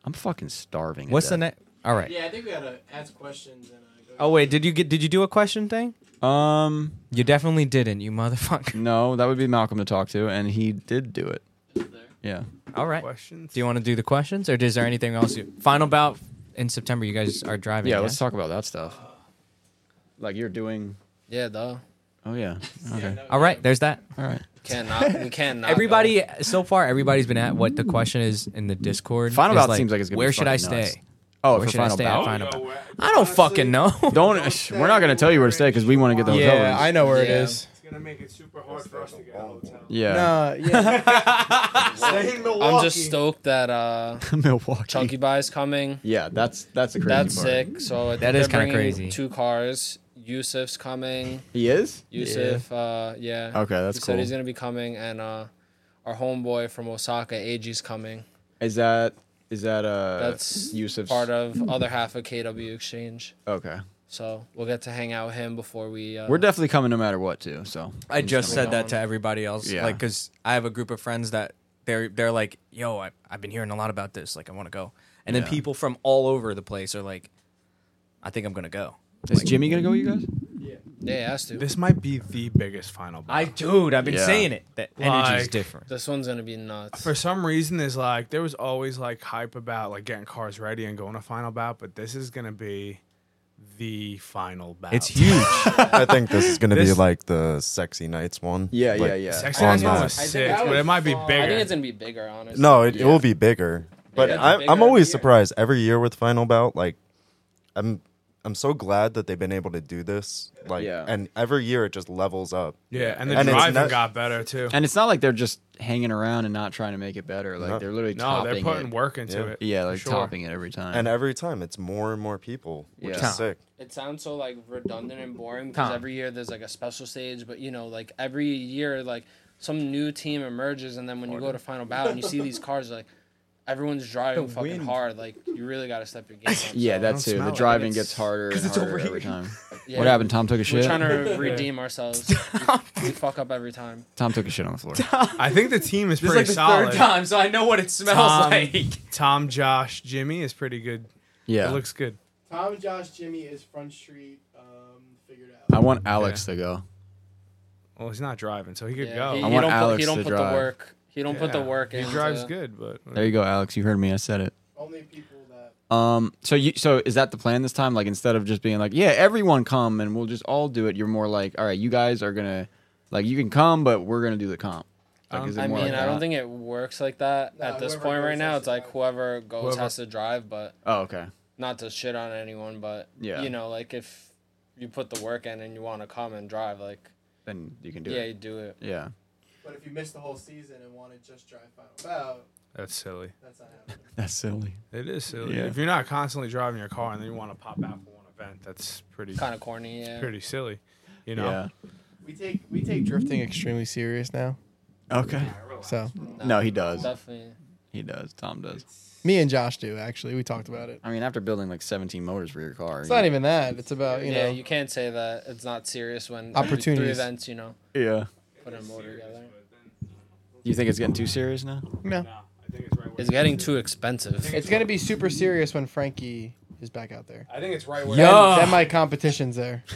[SPEAKER 1] I'm fucking starving. to
[SPEAKER 3] What's the
[SPEAKER 1] death.
[SPEAKER 3] next? All right.
[SPEAKER 4] Yeah, I think we gotta ask questions and uh, go.
[SPEAKER 3] Oh wait, did you get? Did you do a question thing?
[SPEAKER 1] Um,
[SPEAKER 3] you definitely didn't, you motherfucker.
[SPEAKER 1] No, that would be Malcolm to talk to, and he did do it. Yeah.
[SPEAKER 3] All right.
[SPEAKER 12] Questions.
[SPEAKER 3] Do you want to do the questions, or is there anything else? You, final bout in September. You guys are driving.
[SPEAKER 1] Yeah, let's talk about that stuff. Like you're doing.
[SPEAKER 13] Yeah, though.
[SPEAKER 1] Oh yeah. Okay.
[SPEAKER 3] All right, there's that.
[SPEAKER 1] All right.
[SPEAKER 13] Cannot. We cannot.
[SPEAKER 3] Everybody, so far, everybody's been at what the question is in the Discord.
[SPEAKER 1] Final
[SPEAKER 3] is
[SPEAKER 1] bout seems like it's gonna be
[SPEAKER 3] Where should I
[SPEAKER 1] fucking nuts.
[SPEAKER 3] stay?
[SPEAKER 1] Oh,
[SPEAKER 3] where
[SPEAKER 1] for
[SPEAKER 3] should I
[SPEAKER 1] final
[SPEAKER 3] stay
[SPEAKER 1] bout.
[SPEAKER 3] at final bout? I don't fucking know.
[SPEAKER 1] Don't. we're not gonna tell you where to stay because we want to get those.
[SPEAKER 5] Yeah, I know where it
[SPEAKER 13] Yeah.
[SPEAKER 5] is.
[SPEAKER 6] It's gonna make it super hard for us to get a hotel.
[SPEAKER 1] Yeah.
[SPEAKER 5] No, yeah.
[SPEAKER 6] Stay in
[SPEAKER 13] I'm
[SPEAKER 6] Milwaukee.
[SPEAKER 13] just stoked that uh,
[SPEAKER 1] Milwaukee.
[SPEAKER 13] Chunky Buy is coming.
[SPEAKER 1] Yeah, that's that's a crazy.
[SPEAKER 13] That's
[SPEAKER 1] part.
[SPEAKER 13] sick. So I think
[SPEAKER 3] That is
[SPEAKER 13] they're
[SPEAKER 3] kinda
[SPEAKER 13] bringing
[SPEAKER 3] crazy.
[SPEAKER 13] Two cars. Yusuf's coming.
[SPEAKER 1] He is.
[SPEAKER 13] Yusuf, uh, yeah.
[SPEAKER 1] Okay, that's
[SPEAKER 13] he said he's
[SPEAKER 1] cool.
[SPEAKER 13] gonna be coming, and uh, our homeboy from Osaka, Aji's coming.
[SPEAKER 1] Is that is that uh?
[SPEAKER 13] That's
[SPEAKER 1] Yusuf's
[SPEAKER 13] part of other half of KW Exchange.
[SPEAKER 1] Okay.
[SPEAKER 13] So we'll get to hang out with him before we. Uh,
[SPEAKER 1] We're definitely coming no matter what too. So
[SPEAKER 3] I
[SPEAKER 1] He's
[SPEAKER 3] just
[SPEAKER 1] coming.
[SPEAKER 3] said that to everybody else,
[SPEAKER 1] Yeah.
[SPEAKER 3] like because I have a group of friends that they're they're like, "Yo, I, I've been hearing a lot about this. Like, I want to go." And
[SPEAKER 1] Yeah.
[SPEAKER 3] then people from all over the place are like, "I think I'm gonna go."
[SPEAKER 1] Is Jimmy gonna go? You guys?
[SPEAKER 13] Yeah, has to.
[SPEAKER 12] This might be the biggest final. Bout.
[SPEAKER 3] I dude, I've been
[SPEAKER 1] Yeah.
[SPEAKER 3] saying it. That energy's
[SPEAKER 12] Like-
[SPEAKER 3] different.
[SPEAKER 13] This one's gonna be nuts.
[SPEAKER 12] For some reason, there's like there was always like hype about like getting cars ready and going to final bout, but this is gonna be the final bout.
[SPEAKER 3] It's huge.
[SPEAKER 2] I think this is gonna be
[SPEAKER 12] This-
[SPEAKER 2] like the sexy nights one.
[SPEAKER 1] Yeah,
[SPEAKER 2] Like,
[SPEAKER 1] yeah, yeah.
[SPEAKER 12] Sexy
[SPEAKER 2] On
[SPEAKER 12] Nights one
[SPEAKER 2] that.
[SPEAKER 12] was
[SPEAKER 2] I think
[SPEAKER 12] sick,
[SPEAKER 4] that
[SPEAKER 12] but
[SPEAKER 4] was
[SPEAKER 12] it might be
[SPEAKER 4] fun.
[SPEAKER 12] bigger.
[SPEAKER 13] I think it's gonna be bigger, honestly.
[SPEAKER 2] No, it, it
[SPEAKER 1] Yeah.
[SPEAKER 2] will be bigger. But
[SPEAKER 13] it's
[SPEAKER 2] I'm,
[SPEAKER 13] bigger
[SPEAKER 2] I'm always
[SPEAKER 13] every year.
[SPEAKER 2] surprised every year with Final Bout. Like, I'm I'm so glad that they've been able to do this. Like,
[SPEAKER 1] Yeah.
[SPEAKER 2] and every year it just levels up.
[SPEAKER 12] yeah, and the
[SPEAKER 2] And it's
[SPEAKER 12] driving
[SPEAKER 2] not-
[SPEAKER 12] got better too.
[SPEAKER 1] And it's not like they're just hanging around and not trying to make it better. Like
[SPEAKER 2] No.
[SPEAKER 1] they're literally
[SPEAKER 12] No,
[SPEAKER 1] topping
[SPEAKER 12] they're putting
[SPEAKER 1] it.
[SPEAKER 12] work into
[SPEAKER 2] Yeah.
[SPEAKER 12] it.
[SPEAKER 1] yeah, like
[SPEAKER 12] sure.
[SPEAKER 1] topping it every time.
[SPEAKER 2] And every time it's more and more people, which
[SPEAKER 1] Yeah.
[SPEAKER 2] is sick.
[SPEAKER 13] It sounds so like redundant and boring because
[SPEAKER 3] Tom.
[SPEAKER 13] every year there's like a special stage, but you know, like every year, like some new team emerges, and then when you go to final bout and you see these cars, like everyone's driving fucking hard. Like you really got to step your game up.
[SPEAKER 1] yeah,
[SPEAKER 13] so,
[SPEAKER 1] that's
[SPEAKER 12] Don't
[SPEAKER 1] too.
[SPEAKER 12] smell
[SPEAKER 1] The
[SPEAKER 12] it.
[SPEAKER 1] driving
[SPEAKER 12] It's-
[SPEAKER 1] gets harder and
[SPEAKER 12] it's
[SPEAKER 1] harder
[SPEAKER 12] overheating.
[SPEAKER 1] every time.
[SPEAKER 13] yeah,
[SPEAKER 1] What happened? Tom took a
[SPEAKER 13] We're
[SPEAKER 1] shit.
[SPEAKER 13] trying to redeem ourselves. We- we fuck up every time.
[SPEAKER 1] Tom took a shit on the floor.
[SPEAKER 12] I think the team is
[SPEAKER 3] This is
[SPEAKER 12] pretty
[SPEAKER 3] like the
[SPEAKER 12] solid.
[SPEAKER 3] third time, so I know what it smells
[SPEAKER 12] Tom.
[SPEAKER 3] like.
[SPEAKER 12] Tom, Josh, Jimmy is pretty good.
[SPEAKER 1] Yeah,
[SPEAKER 12] It looks good.
[SPEAKER 4] Tom, Josh, Jimmy is Front Street. Um, figured
[SPEAKER 1] I
[SPEAKER 4] out.
[SPEAKER 1] want Alex to go.
[SPEAKER 12] Well, he's not driving, so he could
[SPEAKER 13] Yeah,
[SPEAKER 12] go.
[SPEAKER 13] he,
[SPEAKER 1] I
[SPEAKER 13] he
[SPEAKER 1] want
[SPEAKER 13] don't put,
[SPEAKER 1] Alex
[SPEAKER 13] he don't
[SPEAKER 1] to
[SPEAKER 13] put
[SPEAKER 1] drive.
[SPEAKER 13] the work. He don't put the
[SPEAKER 12] Yeah.
[SPEAKER 13] work.
[SPEAKER 12] He
[SPEAKER 13] into-
[SPEAKER 12] drives good, but
[SPEAKER 1] There you go, Alex. You heard me. I said it.
[SPEAKER 4] Only people that.
[SPEAKER 1] Um. So you. So is that the plan this time? Like instead of just being like, yeah, everyone come and we'll just all do it. You're more like, all right, you guys are gonna, like, you can come, but we're gonna do the comp. Like,
[SPEAKER 12] Um,
[SPEAKER 1] is it
[SPEAKER 13] I
[SPEAKER 1] more
[SPEAKER 13] mean,
[SPEAKER 1] like
[SPEAKER 13] I don't
[SPEAKER 1] that?
[SPEAKER 13] think it works like that
[SPEAKER 4] Nah,
[SPEAKER 13] at this
[SPEAKER 4] whoever
[SPEAKER 13] point
[SPEAKER 4] goes
[SPEAKER 13] right now.
[SPEAKER 4] has
[SPEAKER 13] It's
[SPEAKER 4] to
[SPEAKER 13] like
[SPEAKER 4] drive.
[SPEAKER 13] whoever goes
[SPEAKER 12] Whoever-
[SPEAKER 13] has to drive, but
[SPEAKER 1] Oh, okay.
[SPEAKER 13] not to shit on anyone, but
[SPEAKER 1] Yeah.
[SPEAKER 13] you know, like if you put the work in and you want to come and drive, like
[SPEAKER 1] Then you can do
[SPEAKER 13] yeah,
[SPEAKER 1] it.
[SPEAKER 13] you do it.
[SPEAKER 1] Yeah.
[SPEAKER 4] But if you missed the whole season and want to just drive final bout,
[SPEAKER 12] that's silly.
[SPEAKER 4] that's not happening.
[SPEAKER 1] That's silly.
[SPEAKER 12] It is silly.
[SPEAKER 1] Yeah.
[SPEAKER 12] If you're not constantly driving your car and then you want to pop out for one event, that's pretty
[SPEAKER 13] Kind of corny, yeah.
[SPEAKER 12] pretty silly. You know.
[SPEAKER 1] Yeah.
[SPEAKER 4] We take we take
[SPEAKER 5] Take drifting extremely serious now.
[SPEAKER 1] Okay.
[SPEAKER 5] So
[SPEAKER 1] No, he does.
[SPEAKER 13] Definitely.
[SPEAKER 1] He does. Tom does.
[SPEAKER 5] me and Josh do actually. We talked about it.
[SPEAKER 1] I mean, after building like 17 motors for your car,
[SPEAKER 5] It's not even that. It's about you
[SPEAKER 13] yeah,
[SPEAKER 5] know.
[SPEAKER 13] you can't say that it's not serious when every three
[SPEAKER 5] Opportunities.
[SPEAKER 13] events, you know,
[SPEAKER 1] yeah.
[SPEAKER 13] put a motor together.
[SPEAKER 1] You think it's getting too serious now?
[SPEAKER 5] No.
[SPEAKER 12] I think it's right.
[SPEAKER 13] It's getting too expensive.
[SPEAKER 5] It's gonna be super serious when Frankie is back out there.
[SPEAKER 12] I think it's right.
[SPEAKER 5] Then,
[SPEAKER 3] Yo.
[SPEAKER 5] then my competition's there.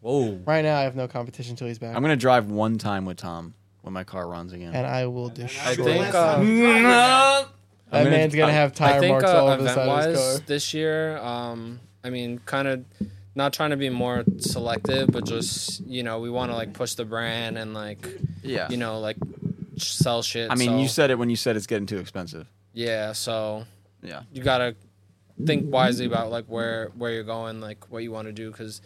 [SPEAKER 3] Whoa.
[SPEAKER 5] Right now, I have no competition until he's back,
[SPEAKER 1] I'm gonna drive one time with Tom when my car runs again.
[SPEAKER 5] and I will
[SPEAKER 13] I
[SPEAKER 5] destroy.
[SPEAKER 13] think
[SPEAKER 5] that
[SPEAKER 13] uh,
[SPEAKER 3] No.
[SPEAKER 1] I'm gonna-
[SPEAKER 5] man's gonna have tire
[SPEAKER 13] I think
[SPEAKER 5] marks all
[SPEAKER 13] uh,
[SPEAKER 5] over the
[SPEAKER 13] event
[SPEAKER 5] side of his
[SPEAKER 13] wise
[SPEAKER 5] car.
[SPEAKER 13] this year, um, I mean, kind of not trying to be more selective, but just you know, we want to like push the brand and like
[SPEAKER 1] yeah.
[SPEAKER 13] you know like sell shit.
[SPEAKER 1] I mean,
[SPEAKER 13] so-
[SPEAKER 1] you said it when you said it's getting too expensive.
[SPEAKER 13] Yeah, so
[SPEAKER 1] Yeah.
[SPEAKER 13] you gotta think wisely about like where where you're going, like what you want to do, because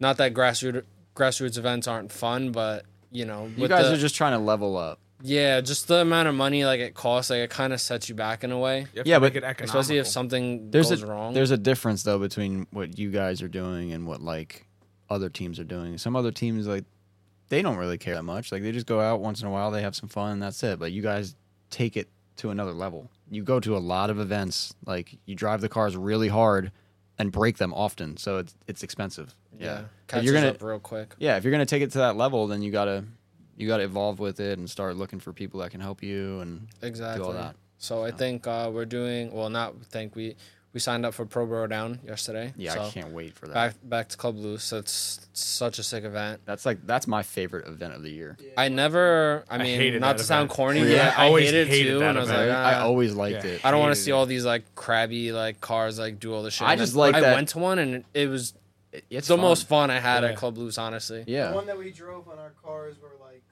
[SPEAKER 13] not that grassroots grassroots events aren't fun, but you know,
[SPEAKER 1] You
[SPEAKER 13] with
[SPEAKER 1] guys
[SPEAKER 13] the-
[SPEAKER 1] are just trying to level up.
[SPEAKER 13] yeah, just the amount of money like it costs, like it kind of sets you back in a way.
[SPEAKER 1] have to Yeah, make but- it
[SPEAKER 13] especially if something
[SPEAKER 1] There's
[SPEAKER 13] goes
[SPEAKER 1] a
[SPEAKER 13] wrong.
[SPEAKER 1] there's a difference though between what you guys are doing and what like other teams are doing. Some other teams like they don't really care that much. Like they just go out once in a while, they have some fun, and that's it. But you guys take it to another level. You go to a lot of events. Like you drive the cars really hard and break them often, so it's it's expensive.
[SPEAKER 13] Yeah.
[SPEAKER 1] Yeah, If
[SPEAKER 13] Catches
[SPEAKER 1] you're gonna
[SPEAKER 13] up real quick.
[SPEAKER 1] Yeah, if you're gonna take it to that level, then you gotta you gotta evolve with it and start looking for people that can help you and
[SPEAKER 13] exactly.
[SPEAKER 1] do all that.
[SPEAKER 13] So I think uh, we're doing well. Not think we we signed up for Pro Bro Down yesterday.
[SPEAKER 1] Yeah, I
[SPEAKER 13] so
[SPEAKER 1] can't wait for that.
[SPEAKER 13] Back back to Club Loose. That's such a sick event.
[SPEAKER 1] That's like that's my favorite event of the year.
[SPEAKER 13] I never. I
[SPEAKER 1] I
[SPEAKER 13] mean,
[SPEAKER 1] hated that
[SPEAKER 13] not to sound
[SPEAKER 1] event.
[SPEAKER 13] corny,
[SPEAKER 1] Really?
[SPEAKER 13] yeah,
[SPEAKER 1] I
[SPEAKER 13] I,
[SPEAKER 1] always
[SPEAKER 13] hated it
[SPEAKER 1] hated
[SPEAKER 13] too.
[SPEAKER 1] that
[SPEAKER 13] and I was like,
[SPEAKER 1] event. I
[SPEAKER 13] ah.
[SPEAKER 1] always liked Yeah. it.
[SPEAKER 13] I don't want to
[SPEAKER 1] Hated
[SPEAKER 13] see all these like crabby like cars like do all the shit.
[SPEAKER 1] I
[SPEAKER 13] And
[SPEAKER 1] just
[SPEAKER 13] then
[SPEAKER 1] like
[SPEAKER 13] I
[SPEAKER 1] that-
[SPEAKER 13] went to one and it was
[SPEAKER 1] it's
[SPEAKER 13] the
[SPEAKER 1] fun.
[SPEAKER 13] most fun I had
[SPEAKER 1] Yeah.
[SPEAKER 13] at Club Loose, honestly.
[SPEAKER 1] Yeah.
[SPEAKER 5] The one that we drove on our cars were like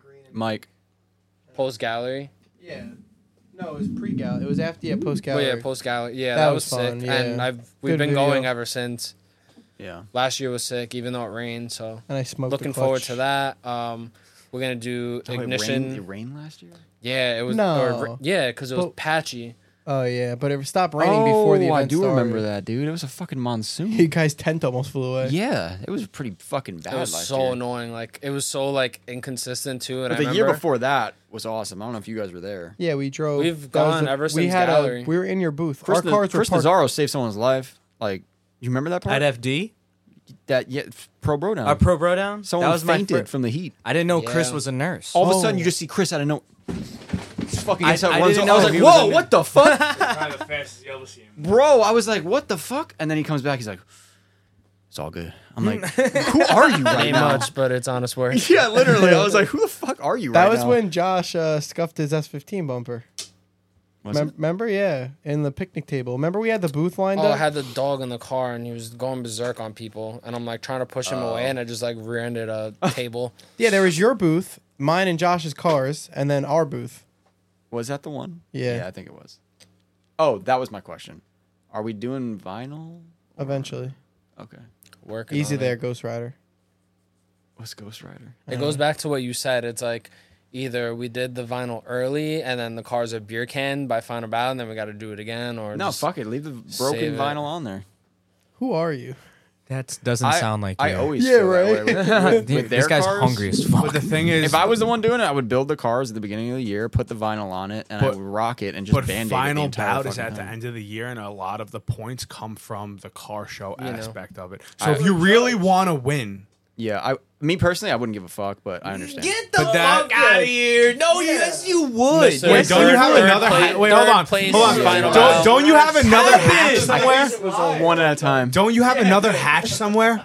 [SPEAKER 5] green and
[SPEAKER 1] Mike.
[SPEAKER 13] Post gallery.
[SPEAKER 5] yeah. No, it was pre gal. It was after yeah post
[SPEAKER 13] Oh
[SPEAKER 5] gallery.
[SPEAKER 13] yeah, post gallery. Yeah,
[SPEAKER 5] That
[SPEAKER 13] that,
[SPEAKER 5] was
[SPEAKER 13] was,
[SPEAKER 5] fun,
[SPEAKER 13] sick.
[SPEAKER 5] yeah.
[SPEAKER 13] And I've we've
[SPEAKER 5] Good
[SPEAKER 13] been
[SPEAKER 5] video.
[SPEAKER 13] going ever since.
[SPEAKER 1] Yeah.
[SPEAKER 13] Last year was sick, even though it rained. So
[SPEAKER 5] And I smoked a
[SPEAKER 13] Looking forward
[SPEAKER 5] clutch.
[SPEAKER 13] to that. Um, we're gonna do
[SPEAKER 1] Oh, it
[SPEAKER 13] ignition.
[SPEAKER 1] rained- it rained last year.
[SPEAKER 13] Yeah, it was.
[SPEAKER 5] No.
[SPEAKER 13] or- yeah, because it was
[SPEAKER 5] But-
[SPEAKER 13] patchy.
[SPEAKER 5] Oh yeah, but it stopped raining before the
[SPEAKER 1] Oh,
[SPEAKER 5] event
[SPEAKER 1] I do
[SPEAKER 5] started.
[SPEAKER 1] remember that, dude. It was a fucking monsoon.
[SPEAKER 5] You guys' tent almost flew away.
[SPEAKER 1] yeah, it was pretty fucking bad
[SPEAKER 13] It was
[SPEAKER 1] last
[SPEAKER 13] so
[SPEAKER 1] year.
[SPEAKER 13] annoying. Like it was so like inconsistent too. And
[SPEAKER 1] But
[SPEAKER 13] I
[SPEAKER 1] the year
[SPEAKER 13] remember-
[SPEAKER 1] before that was awesome. I don't know if you guys were there.
[SPEAKER 5] Yeah, we drove.
[SPEAKER 13] We've
[SPEAKER 5] that was
[SPEAKER 13] gone ever
[SPEAKER 5] we
[SPEAKER 13] since
[SPEAKER 5] had
[SPEAKER 13] gallery.
[SPEAKER 5] A, we were in your booth.
[SPEAKER 1] Chris,
[SPEAKER 5] our cars were
[SPEAKER 1] Chris
[SPEAKER 5] parked.
[SPEAKER 1] Nazaro saved someone's life. Like, you remember that part?
[SPEAKER 3] At FD?
[SPEAKER 1] That yeah, f- pro bro down.
[SPEAKER 3] Our pro bro down?
[SPEAKER 1] Someone
[SPEAKER 3] That was my
[SPEAKER 1] fainted
[SPEAKER 3] fir-
[SPEAKER 1] from the heat.
[SPEAKER 3] I didn't know Chris was a nurse.
[SPEAKER 1] All of a sudden, you just see Chris out of no. Fucking
[SPEAKER 3] I-
[SPEAKER 1] gets out,
[SPEAKER 3] I
[SPEAKER 1] runs
[SPEAKER 3] didn't
[SPEAKER 1] off.
[SPEAKER 3] know
[SPEAKER 1] I was
[SPEAKER 3] if
[SPEAKER 1] like,
[SPEAKER 3] he was
[SPEAKER 1] whoa,
[SPEAKER 3] in the-
[SPEAKER 1] what the fuck?
[SPEAKER 16] Probably the fastest you'll ever see him.
[SPEAKER 1] bro, I was like, what the fuck? And then he comes back, he's like, it's all good. I'm like, who are you right
[SPEAKER 13] Ain't
[SPEAKER 1] now?
[SPEAKER 13] much, but it's honest work.
[SPEAKER 1] Yeah, literally. I was like, who the fuck are you
[SPEAKER 5] that
[SPEAKER 1] right
[SPEAKER 5] was
[SPEAKER 1] now?
[SPEAKER 5] when Josh uh, scuffed his S15 bumper.
[SPEAKER 1] Was
[SPEAKER 5] Mem- remember? Yeah, in the picnic table. Remember we had the booth lined
[SPEAKER 13] Oh, I
[SPEAKER 5] up.
[SPEAKER 13] had the dog in the car and he was going berserk on people, and I'm like trying to push him
[SPEAKER 1] Oh.
[SPEAKER 13] away, and I just like rear-ended a table.
[SPEAKER 5] yeah, there was your booth, mine and Josh's cars, and then our booth.
[SPEAKER 1] Was that the one?
[SPEAKER 5] Yeah.
[SPEAKER 1] Yeah, I think it was. Oh, that was my question. Are we doing vinyl?
[SPEAKER 5] Eventually,
[SPEAKER 1] Okay.
[SPEAKER 13] Working
[SPEAKER 5] easy
[SPEAKER 13] on
[SPEAKER 5] there,
[SPEAKER 13] It.
[SPEAKER 5] Ghost Rider.
[SPEAKER 1] What's Ghost Rider?
[SPEAKER 13] It goes back to what you said. It's like either we did the vinyl early, and then the car's a beer can by final battle, and then we got to do it again, or
[SPEAKER 1] No,
[SPEAKER 13] just-
[SPEAKER 1] fuck it. Leave the
[SPEAKER 13] save
[SPEAKER 1] broken
[SPEAKER 13] it.
[SPEAKER 1] vinyl on there.
[SPEAKER 5] Who are you?
[SPEAKER 3] That doesn't
[SPEAKER 1] I-
[SPEAKER 3] sound like
[SPEAKER 1] I
[SPEAKER 3] you.
[SPEAKER 1] always
[SPEAKER 5] Yeah,
[SPEAKER 1] feel
[SPEAKER 5] right.
[SPEAKER 1] That way with- with,
[SPEAKER 3] Dude,
[SPEAKER 1] with
[SPEAKER 3] this
[SPEAKER 1] their
[SPEAKER 3] guy's
[SPEAKER 1] cars.
[SPEAKER 3] hungry as fuck.
[SPEAKER 6] But the thing is,
[SPEAKER 1] If I was the one doing it, I would build the cars at the beginning of the year, put the vinyl on it, and I
[SPEAKER 6] But-
[SPEAKER 1] would rock it and just
[SPEAKER 6] but
[SPEAKER 1] band-aid
[SPEAKER 6] final
[SPEAKER 1] it the entire
[SPEAKER 6] bout is
[SPEAKER 1] fucking
[SPEAKER 6] at the
[SPEAKER 1] time.
[SPEAKER 6] end of the year, and a lot of the points come from the car show
[SPEAKER 13] You know.
[SPEAKER 6] aspect of it. So
[SPEAKER 1] I-
[SPEAKER 6] if you really want to win,
[SPEAKER 1] Yeah, I me personally, I wouldn't give a fuck, but I understand.
[SPEAKER 3] the
[SPEAKER 6] But that-
[SPEAKER 3] out of here. No, yes, you would.
[SPEAKER 13] Mr.
[SPEAKER 6] Wait, don't you have
[SPEAKER 13] Third
[SPEAKER 6] another
[SPEAKER 13] place-
[SPEAKER 6] hi- wait, hold
[SPEAKER 13] third
[SPEAKER 6] on.
[SPEAKER 13] place
[SPEAKER 6] Hold on.
[SPEAKER 13] is
[SPEAKER 1] Final
[SPEAKER 6] Don't,
[SPEAKER 1] bout.
[SPEAKER 6] don't you have another hatch
[SPEAKER 1] I
[SPEAKER 6] somewhere?
[SPEAKER 1] think it was a one at a time.
[SPEAKER 6] Don't you have another hatch somewhere?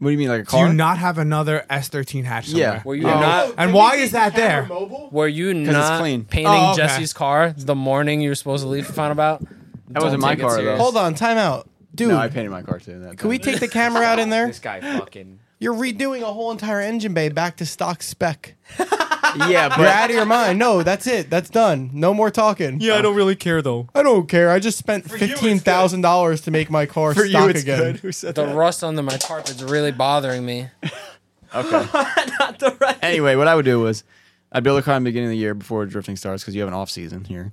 [SPEAKER 1] What do you mean, like a
[SPEAKER 6] Do
[SPEAKER 1] car?
[SPEAKER 6] you not have another S13 hatch somewhere? Oh.
[SPEAKER 1] Yeah.
[SPEAKER 13] Were you not?
[SPEAKER 6] And why is that there?
[SPEAKER 13] Were you
[SPEAKER 1] 'Cause it's
[SPEAKER 13] not
[SPEAKER 1] clean.
[SPEAKER 13] painting
[SPEAKER 6] Oh, okay.
[SPEAKER 13] Jesse's car the morning you were supposed to leave for final battle? That
[SPEAKER 1] wasn't my car, though.
[SPEAKER 5] Hold on, time out, dude.
[SPEAKER 1] no, I painted my car too. That
[SPEAKER 5] Can we take the camera out in there?
[SPEAKER 2] This guy fucking.
[SPEAKER 5] You're redoing a whole entire engine bay back to stock spec.
[SPEAKER 1] yeah,
[SPEAKER 5] You're
[SPEAKER 1] but
[SPEAKER 5] out of your mind. No, that's it. That's done. No more talking.
[SPEAKER 2] Yeah, I don't really care though.
[SPEAKER 5] I don't care. I just spent
[SPEAKER 16] you, it's
[SPEAKER 5] fifteen thousand dollars to make my car
[SPEAKER 1] for you,
[SPEAKER 5] stock
[SPEAKER 1] it's
[SPEAKER 5] again.
[SPEAKER 1] good. Who said
[SPEAKER 13] The
[SPEAKER 1] that?
[SPEAKER 13] rust under my carpet's really bothering me.
[SPEAKER 1] Anyway, what I would do was I'd build a car in the beginning of the year before drifting starts because you have an off season here.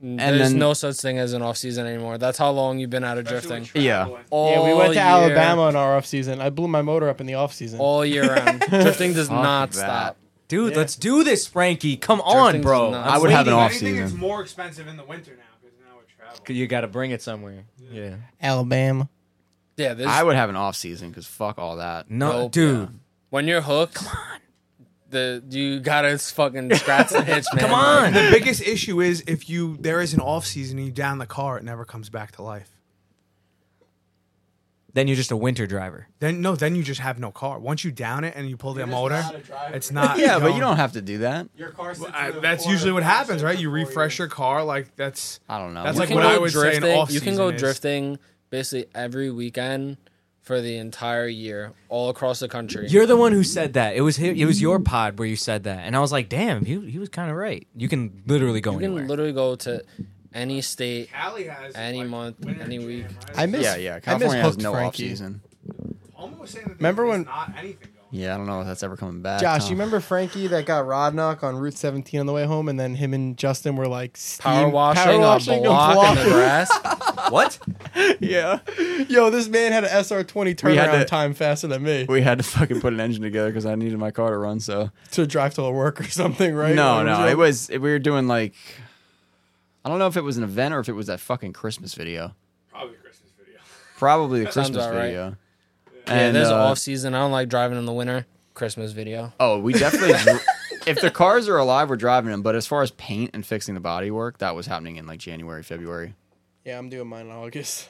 [SPEAKER 13] There's
[SPEAKER 1] then-
[SPEAKER 13] no such thing as an off season anymore. That's how long you've been out of drifting.
[SPEAKER 1] Yeah.
[SPEAKER 5] yeah, we
[SPEAKER 13] All
[SPEAKER 5] went to
[SPEAKER 13] year-
[SPEAKER 5] Alabama in our off season. I blew my motor up in the off season.
[SPEAKER 13] all year round. drifting does
[SPEAKER 1] Fuck
[SPEAKER 13] not
[SPEAKER 1] that.
[SPEAKER 13] stop.
[SPEAKER 3] Dude, let's do this, Frankie. Come on,
[SPEAKER 13] Drifting's
[SPEAKER 3] bro.
[SPEAKER 13] nuts.
[SPEAKER 3] I'm
[SPEAKER 1] I would have an
[SPEAKER 3] waiting.
[SPEAKER 1] off
[SPEAKER 16] Anything is
[SPEAKER 1] season.
[SPEAKER 16] more expensive in the winter now because now we're traveling.
[SPEAKER 3] You got to bring it somewhere. Yeah.
[SPEAKER 5] Alabama.
[SPEAKER 13] Yeah, this,
[SPEAKER 1] I would have an off season because fuck all that.
[SPEAKER 3] No,
[SPEAKER 13] Nope.
[SPEAKER 3] dude.
[SPEAKER 13] when you're hooked, come on. The you gotta fucking scratch the itch, man.
[SPEAKER 3] Come on.
[SPEAKER 6] The biggest issue is if you there is an off season and you down the car, it never comes back to life.
[SPEAKER 3] Then you're just a winter driver.
[SPEAKER 6] Then no, then you just have no car. Once you down it and you pull the motor,
[SPEAKER 8] not a driver.
[SPEAKER 6] it's not.
[SPEAKER 1] Yeah, but you don't have to do that.
[SPEAKER 8] Your car sits
[SPEAKER 6] I-
[SPEAKER 8] in the
[SPEAKER 6] that's
[SPEAKER 8] corner
[SPEAKER 6] usually what
[SPEAKER 8] for six
[SPEAKER 6] happens, right?
[SPEAKER 8] or
[SPEAKER 6] You
[SPEAKER 8] four
[SPEAKER 6] refresh
[SPEAKER 8] years.
[SPEAKER 6] your car, like that's
[SPEAKER 1] I don't know.
[SPEAKER 6] That's
[SPEAKER 13] You
[SPEAKER 6] like
[SPEAKER 13] can
[SPEAKER 6] what
[SPEAKER 13] go
[SPEAKER 6] I would say an
[SPEAKER 13] drifting- You can
[SPEAKER 6] off-season
[SPEAKER 13] go
[SPEAKER 6] is.
[SPEAKER 13] drifting basically every weekend for the entire year, all across the country.
[SPEAKER 3] You're the one who said that. It was hi- it was your pod where you said that, and I was like, damn, he, he was kind of right. You can literally go
[SPEAKER 13] you can
[SPEAKER 3] anywhere.
[SPEAKER 13] literally go to any state,
[SPEAKER 6] Cali has,
[SPEAKER 13] any month, any week.
[SPEAKER 5] I miss-
[SPEAKER 1] yeah, yeah.
[SPEAKER 5] I miss
[SPEAKER 1] California has
[SPEAKER 5] Hooked
[SPEAKER 1] no off
[SPEAKER 5] Frankie.
[SPEAKER 1] season.
[SPEAKER 6] Homer was saying that
[SPEAKER 5] Remember
[SPEAKER 6] remember
[SPEAKER 5] when-
[SPEAKER 6] when not anything.
[SPEAKER 1] Yeah, I don't know if that's ever coming back.
[SPEAKER 5] Josh,
[SPEAKER 1] Tom.
[SPEAKER 5] you remember Frankie that got rod knock on Route 17 on the way home, and then him and Justin were like steam,
[SPEAKER 13] Power washing,
[SPEAKER 5] power
[SPEAKER 13] on
[SPEAKER 5] washing
[SPEAKER 13] a block, in the
[SPEAKER 5] block.
[SPEAKER 13] grass. what?
[SPEAKER 5] yeah, yo, this man had an SR20
[SPEAKER 1] We had
[SPEAKER 5] turnaround
[SPEAKER 1] to-
[SPEAKER 5] time faster than me
[SPEAKER 1] We had to fucking put an engine together because I needed my car to run. So
[SPEAKER 5] to drive to work or something, right?
[SPEAKER 1] no,
[SPEAKER 5] When
[SPEAKER 1] no, it
[SPEAKER 5] up-
[SPEAKER 1] was we were doing like I don't know if it was an event or if it was that fucking Christmas video.
[SPEAKER 6] Probably Christmas video.
[SPEAKER 1] Probably the
[SPEAKER 13] Sounds
[SPEAKER 1] Christmas
[SPEAKER 13] about right.
[SPEAKER 1] video.
[SPEAKER 13] yeah,
[SPEAKER 1] And,
[SPEAKER 13] there's
[SPEAKER 1] uh,
[SPEAKER 13] off season. I don't like driving in the winter. Christmas video.
[SPEAKER 1] Oh, we definitely. dr- if the cars are alive, we're driving them. But as far as paint and fixing the body work, that was happening in like January, February.
[SPEAKER 5] Yeah, I'm doing mine in August.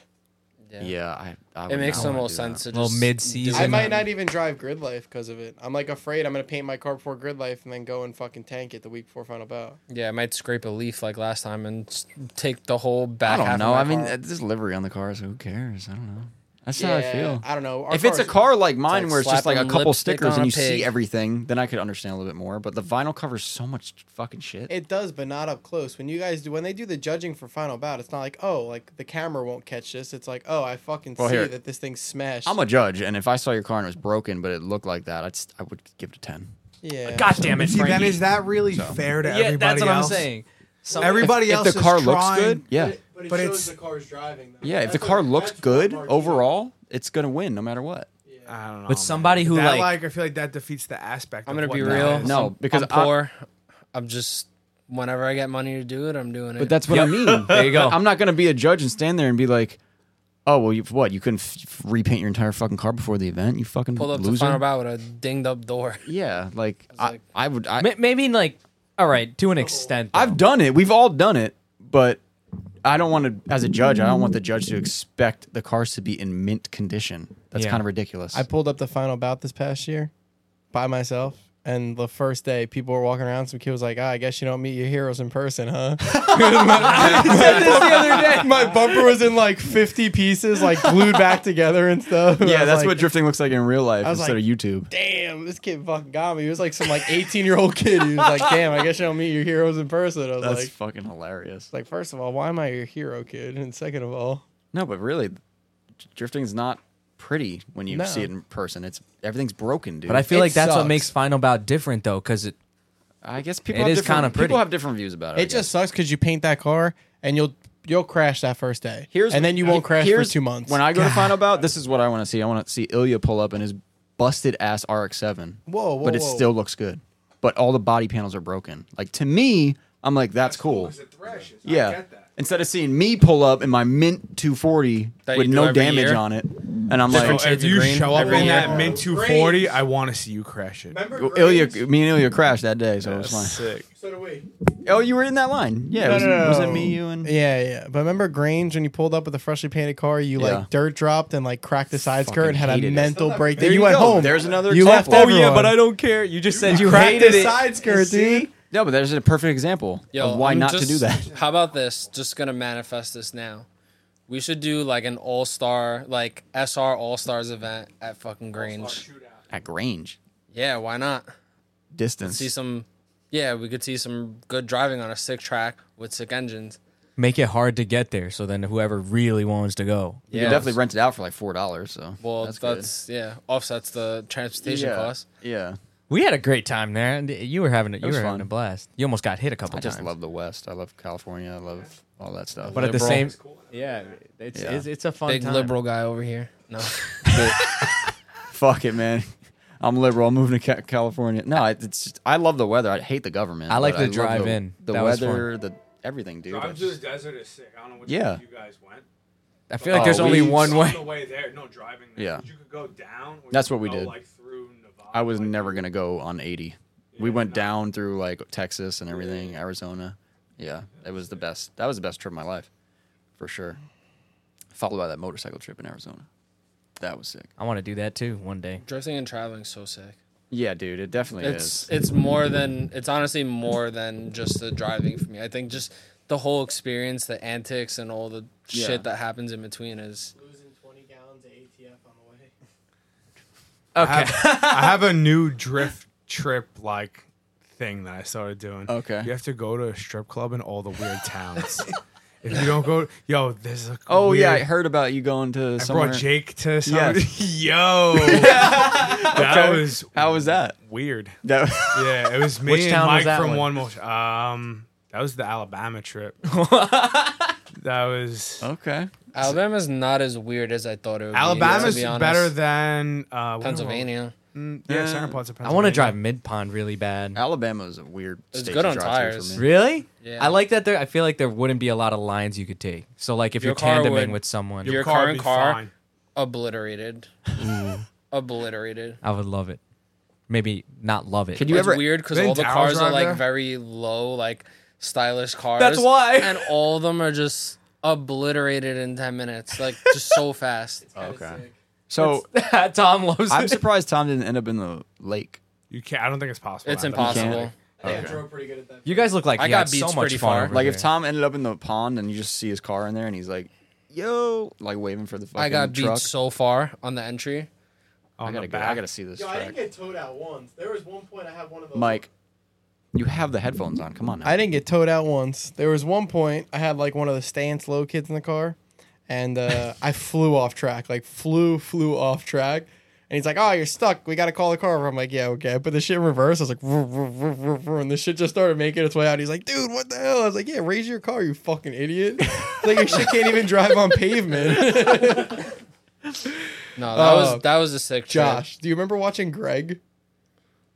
[SPEAKER 1] Yeah, I, Oh, I.
[SPEAKER 13] it
[SPEAKER 1] would
[SPEAKER 13] makes
[SPEAKER 1] not
[SPEAKER 13] the
[SPEAKER 1] wanna
[SPEAKER 13] most
[SPEAKER 1] do that.
[SPEAKER 13] sense to
[SPEAKER 3] Little
[SPEAKER 13] just
[SPEAKER 3] mid-season.
[SPEAKER 13] do
[SPEAKER 5] I
[SPEAKER 13] that.
[SPEAKER 5] might not even drive grid life because of it. I'm like afraid I'm gonna paint my car before grid life and then go and fucking tank it the week before final bout.
[SPEAKER 13] Yeah, I might scrape a leaf like last time and s- take the whole
[SPEAKER 1] I
[SPEAKER 13] back.
[SPEAKER 1] don't
[SPEAKER 13] half
[SPEAKER 1] know. I
[SPEAKER 13] Of my
[SPEAKER 1] mean,
[SPEAKER 13] car.
[SPEAKER 1] it's livery on the cars. Who cares? I don't know. That's how I
[SPEAKER 5] Yeah,
[SPEAKER 1] feel.
[SPEAKER 5] I don't know. Our
[SPEAKER 1] if it's a
[SPEAKER 5] cars-
[SPEAKER 1] car like mine,
[SPEAKER 13] like
[SPEAKER 1] where it's just like a
[SPEAKER 13] slapping
[SPEAKER 1] couple
[SPEAKER 13] lipstick
[SPEAKER 1] stickers and
[SPEAKER 13] on a
[SPEAKER 1] you
[SPEAKER 13] pig.
[SPEAKER 1] see everything, then I could understand a little bit more. But the vinyl covers so much fucking shit.
[SPEAKER 5] It does, but not up close. When you guys do, when they do the judging for final bout, it's not like oh, like the camera won't catch this. It's like oh, I fucking
[SPEAKER 1] Well,
[SPEAKER 5] see
[SPEAKER 1] here.
[SPEAKER 5] that this thing's smashed.
[SPEAKER 1] I'm a judge, and if I saw your car and it was broken, but it looked like that, I'd, st- I would give it a ten.
[SPEAKER 5] yeah.
[SPEAKER 1] God damn it,
[SPEAKER 6] See, then
[SPEAKER 1] Frankie.
[SPEAKER 6] is that really
[SPEAKER 1] So.
[SPEAKER 6] fair to
[SPEAKER 3] Yeah,
[SPEAKER 6] everybody
[SPEAKER 3] that's what
[SPEAKER 6] else?
[SPEAKER 3] I'm saying. Some-
[SPEAKER 6] Everybody
[SPEAKER 1] if
[SPEAKER 6] else
[SPEAKER 1] the car
[SPEAKER 6] is
[SPEAKER 1] looks
[SPEAKER 6] trying-
[SPEAKER 1] good, yeah,
[SPEAKER 17] But it
[SPEAKER 6] But
[SPEAKER 17] shows
[SPEAKER 6] it's-
[SPEAKER 17] the car's driving. Though.
[SPEAKER 1] yeah. If the
[SPEAKER 17] That's
[SPEAKER 1] car
[SPEAKER 17] what-
[SPEAKER 1] looks
[SPEAKER 17] that's what
[SPEAKER 1] good
[SPEAKER 17] marks it.
[SPEAKER 1] overall, it's gonna win no matter what.
[SPEAKER 6] I don't know.
[SPEAKER 3] But somebody who
[SPEAKER 6] man. that,
[SPEAKER 3] like,
[SPEAKER 6] like, I feel like that defeats the aspect.
[SPEAKER 13] I'm
[SPEAKER 6] of
[SPEAKER 13] gonna
[SPEAKER 6] what
[SPEAKER 13] be
[SPEAKER 6] that
[SPEAKER 13] real.
[SPEAKER 6] is.
[SPEAKER 1] No,
[SPEAKER 13] I'm-
[SPEAKER 1] because
[SPEAKER 13] I'm
[SPEAKER 1] I-
[SPEAKER 13] poor. I'm just whenever I get money to do it, I'm doing it.
[SPEAKER 1] But that's what I mean.
[SPEAKER 3] There you go.
[SPEAKER 1] I'm not gonna be a judge and stand there and be like, "Oh well, you what? You couldn't f- f- repaint your entire fucking car before the event? You fucking
[SPEAKER 13] pulled up to
[SPEAKER 1] loser."
[SPEAKER 13] final bout with a dinged up door.
[SPEAKER 1] yeah, like I,
[SPEAKER 13] like-
[SPEAKER 1] I would. I,
[SPEAKER 3] Ma- maybe like, all right, to an extent. though.
[SPEAKER 1] I've done it. We've all done it, but I don't want to. As a judge, I don't want the judge to expect the cars to be in mint condition. That's
[SPEAKER 3] Yeah.
[SPEAKER 1] kind of ridiculous.
[SPEAKER 5] I pulled up the final bout this past year by myself. And the first day, people were walking around. Some kid was like, ah, I guess you don't meet your heroes in person, huh? My bumper was in like 50 pieces, like glued back together and stuff. And I
[SPEAKER 1] yeah,
[SPEAKER 5] was
[SPEAKER 1] that's
[SPEAKER 5] like,
[SPEAKER 1] what drifting looks like in real life
[SPEAKER 5] was
[SPEAKER 1] instead
[SPEAKER 5] like-
[SPEAKER 1] of YouTube.
[SPEAKER 5] Damn, this kid fucking got me. He was like some like 18 year old kid. He was like, damn, I guess you don't meet your heroes in person. I was
[SPEAKER 1] That's
[SPEAKER 5] like,
[SPEAKER 1] fucking hilarious.
[SPEAKER 5] like, first of all, why am I your hero, kid? And second of all,
[SPEAKER 1] No, but really, drifting's not pretty when you
[SPEAKER 5] No.
[SPEAKER 1] see it in person. It's everything's broken, dude.
[SPEAKER 3] but I feel
[SPEAKER 5] It
[SPEAKER 3] like that's
[SPEAKER 5] sucks.
[SPEAKER 3] what makes Final Bout different though, because it
[SPEAKER 1] I guess people
[SPEAKER 3] It
[SPEAKER 1] have
[SPEAKER 3] is
[SPEAKER 1] different-
[SPEAKER 3] kinda pretty.
[SPEAKER 1] people have different views about it. I
[SPEAKER 5] it
[SPEAKER 1] guess.
[SPEAKER 5] just sucks because you paint that car and you'll you'll crash that first day. and then you won't crash for
[SPEAKER 1] here's-
[SPEAKER 5] two months.
[SPEAKER 1] When I go to Final Bout, this is what I want to see. I want to see Ilya pull up in his busted ass RX-7.
[SPEAKER 5] Whoa, whoa,
[SPEAKER 1] but it
[SPEAKER 5] whoa.
[SPEAKER 1] still looks good. But all the body panels are broken. Like to me, I'm like that's, cool.
[SPEAKER 6] 'Cause it thrashes. I
[SPEAKER 1] Yeah.
[SPEAKER 6] get that.
[SPEAKER 1] Instead of seeing me pull up in my mint 240
[SPEAKER 13] That
[SPEAKER 1] with
[SPEAKER 13] you do
[SPEAKER 1] no
[SPEAKER 13] every
[SPEAKER 1] damage
[SPEAKER 13] year?
[SPEAKER 1] on it, and I'm
[SPEAKER 18] So
[SPEAKER 1] like,
[SPEAKER 13] Different shades
[SPEAKER 18] if
[SPEAKER 13] of
[SPEAKER 18] you
[SPEAKER 13] green
[SPEAKER 18] show up
[SPEAKER 13] every
[SPEAKER 18] on
[SPEAKER 13] year.
[SPEAKER 18] that mint 240, I want to see you crash it.
[SPEAKER 17] Remember,
[SPEAKER 1] Well, Ilya,
[SPEAKER 17] Graves?
[SPEAKER 1] me and Ilya crashed that day, so it was fine.
[SPEAKER 5] sick.
[SPEAKER 17] So do we.
[SPEAKER 1] Oh, you were in that line. Yeah,
[SPEAKER 5] No,
[SPEAKER 1] it was,
[SPEAKER 5] no, no,
[SPEAKER 1] was
[SPEAKER 5] no.
[SPEAKER 1] it me, you, and
[SPEAKER 5] Yeah, yeah. But remember Grange when you pulled up with a freshly painted car, you
[SPEAKER 1] Yeah.
[SPEAKER 5] like dirt dropped and like cracked the sides
[SPEAKER 1] Fucking
[SPEAKER 5] skirt and had a
[SPEAKER 1] hated it.
[SPEAKER 5] mental
[SPEAKER 6] Still not-
[SPEAKER 5] breakdown.
[SPEAKER 1] There
[SPEAKER 5] You,
[SPEAKER 1] you
[SPEAKER 5] went
[SPEAKER 1] go.
[SPEAKER 5] home.
[SPEAKER 1] There's another
[SPEAKER 5] You left
[SPEAKER 1] example. Oh,
[SPEAKER 5] everyone.
[SPEAKER 3] don't care. You just said
[SPEAKER 5] You cracked the side skirt, dude.
[SPEAKER 1] No, but that is a perfect example
[SPEAKER 13] Yo,
[SPEAKER 1] of why
[SPEAKER 13] I'm
[SPEAKER 1] not to
[SPEAKER 13] just-
[SPEAKER 1] do that.
[SPEAKER 13] How about this? Just gonna manifest this now. We should do like an all star, like SR all stars event at fucking Grange.
[SPEAKER 1] At Grange,
[SPEAKER 13] Yeah, why not?
[SPEAKER 1] distance.
[SPEAKER 13] See some. Yeah, we could see some good driving on a sick track with sick engines.
[SPEAKER 3] Make it hard to get there, so then whoever really wants to go.
[SPEAKER 1] You
[SPEAKER 13] Yeah.
[SPEAKER 1] can definitely rent it out for like four dollars. So
[SPEAKER 13] Well, that's,
[SPEAKER 1] that's, good.
[SPEAKER 13] yeah offsets the transportation
[SPEAKER 1] yeah.
[SPEAKER 13] cost.
[SPEAKER 1] Yeah,
[SPEAKER 3] We had a great time there, and you were having a, you were
[SPEAKER 1] was
[SPEAKER 3] having
[SPEAKER 1] fun.
[SPEAKER 3] a blast. You almost got hit a couple
[SPEAKER 1] I just
[SPEAKER 3] times.
[SPEAKER 1] love the West. I love California. I love all that stuff.
[SPEAKER 3] but at the
[SPEAKER 13] liberal.
[SPEAKER 3] same, yeah, it's,
[SPEAKER 1] Yeah.
[SPEAKER 3] it's it's a fun
[SPEAKER 13] Big
[SPEAKER 3] time.
[SPEAKER 13] liberal guy over here. No,
[SPEAKER 1] fuck it, man. I'm liberal. I'm moving to Ca- California. No, it- it's just, I love the weather. I hate the government.
[SPEAKER 3] I like
[SPEAKER 1] but
[SPEAKER 3] the
[SPEAKER 1] love
[SPEAKER 3] drive in.
[SPEAKER 1] The
[SPEAKER 3] That was
[SPEAKER 1] weather, the everything, dude. I
[SPEAKER 6] Drive to the
[SPEAKER 1] just-
[SPEAKER 6] desert is sick. I don't know which
[SPEAKER 1] Yeah.
[SPEAKER 6] yeah. you guys went.
[SPEAKER 3] I feel like
[SPEAKER 1] Oh,
[SPEAKER 3] there's only
[SPEAKER 1] we-
[SPEAKER 3] one way.
[SPEAKER 6] On the way there, no driving. There.
[SPEAKER 1] Yeah.
[SPEAKER 6] You could go down. or
[SPEAKER 1] That's
[SPEAKER 6] you
[SPEAKER 1] what we
[SPEAKER 6] could go,
[SPEAKER 1] did.
[SPEAKER 6] Like, through Nevada,
[SPEAKER 1] I was
[SPEAKER 6] like,
[SPEAKER 1] never gonna go on 80. we went down through like Texas and everything, Arizona. Yeah, it was the best. That was the best trip of my life, for sure. Followed by that motorcycle trip in Arizona. That was sick.
[SPEAKER 3] I want to do that too one day.
[SPEAKER 13] drifting and traveling so sick.
[SPEAKER 1] Yeah, dude, it definitely
[SPEAKER 13] it's it's more than it's honestly more than just the driving for me. I think just the whole experience, the antics, and all the
[SPEAKER 1] Yeah.
[SPEAKER 13] shit that happens in between is
[SPEAKER 5] Losing 20 gallons of ATF on the way.
[SPEAKER 18] I have, I have a new drift trip like thing that I started doing.
[SPEAKER 1] Okay.
[SPEAKER 18] You have to go to a strip club in all the weird towns.
[SPEAKER 6] If you don't go, yo, there's a.
[SPEAKER 1] Oh yeah, I
[SPEAKER 6] weird-
[SPEAKER 1] heard about you going to.
[SPEAKER 6] I
[SPEAKER 1] somewhere.
[SPEAKER 6] brought Jake to some.
[SPEAKER 1] Yes.
[SPEAKER 6] Yo, that
[SPEAKER 1] Okay.
[SPEAKER 6] was
[SPEAKER 1] how was that?
[SPEAKER 6] Weird.
[SPEAKER 1] That-
[SPEAKER 6] yeah, it was me
[SPEAKER 1] Which
[SPEAKER 6] and
[SPEAKER 1] town was
[SPEAKER 6] Mike
[SPEAKER 1] that
[SPEAKER 6] from
[SPEAKER 1] one?
[SPEAKER 6] one more. Um, that was the Alabama trip. that was
[SPEAKER 1] okay.
[SPEAKER 13] Alabama's not as weird as I thought it would
[SPEAKER 6] Alabama's
[SPEAKER 13] be. to be honest.
[SPEAKER 6] better than uh, what
[SPEAKER 13] Pennsylvania.
[SPEAKER 6] were- Mm, yeah, certain parts of
[SPEAKER 3] I want
[SPEAKER 6] Pennsylvania.
[SPEAKER 3] to drive Mid Pond really bad.
[SPEAKER 1] Alabama is a weird.
[SPEAKER 13] It's state good to on drive through tires. for me.
[SPEAKER 3] Really?
[SPEAKER 13] Yeah.
[SPEAKER 3] I like that. There, I feel like there wouldn't be a lot of lines you could take. So like if
[SPEAKER 13] Your
[SPEAKER 3] you're
[SPEAKER 13] car
[SPEAKER 3] tandeming
[SPEAKER 13] would-
[SPEAKER 3] with someone,
[SPEAKER 13] your, current car, obliterated,
[SPEAKER 1] Mm.
[SPEAKER 13] obliterated.
[SPEAKER 3] I would love it. Maybe not love it.
[SPEAKER 13] It's weird because all the cars are like very low, like stylish cars.
[SPEAKER 3] why.
[SPEAKER 13] and all of them are just obliterated in ten minutes, like just so fast.
[SPEAKER 1] Oh, Okay. So
[SPEAKER 3] Tom loves.
[SPEAKER 1] I'm
[SPEAKER 13] it.
[SPEAKER 1] surprised Tom didn't end up in the lake.
[SPEAKER 6] You can't. I don't think it's possible.
[SPEAKER 13] It's
[SPEAKER 6] out there.
[SPEAKER 13] impossible.
[SPEAKER 1] Okay.
[SPEAKER 3] You guys look like
[SPEAKER 13] I
[SPEAKER 3] you
[SPEAKER 13] got
[SPEAKER 3] had so
[SPEAKER 13] beats
[SPEAKER 3] much
[SPEAKER 13] pretty
[SPEAKER 3] fun.
[SPEAKER 13] far.
[SPEAKER 3] over
[SPEAKER 1] Like if
[SPEAKER 3] there.
[SPEAKER 1] Tom ended up in the pond and you just see his car in there and he's like, "Yo," like waving for the fucking
[SPEAKER 13] I got beat
[SPEAKER 1] truck.
[SPEAKER 13] so far on the entry.
[SPEAKER 1] I gotta go. I gotta see this
[SPEAKER 19] Yo, I didn't
[SPEAKER 1] track.
[SPEAKER 19] get towed out once. There was one point I had one of those.
[SPEAKER 1] Mike, you have the headphones on. Come on now.
[SPEAKER 5] I didn't get towed out once. There was one point I had like one of the stance low kids in the car, and uh, I flew off track, like flew, flew off track. And he's like, "Oh, you're stuck. We gotta call the car." over." I'm like, "Yeah, okay." But the shit in reverse. I was like, "Vroom, vroom, vroom, vroom, vroom," and the shit just started making its way out. He's like, "Dude, what the hell?" I was like, "Yeah, raise your car, you fucking idiot. like your shit can't even drive on pavement."
[SPEAKER 13] No, that
[SPEAKER 5] Oh.
[SPEAKER 13] was that was a sick. trip.
[SPEAKER 5] Josh, do you remember watching Greg?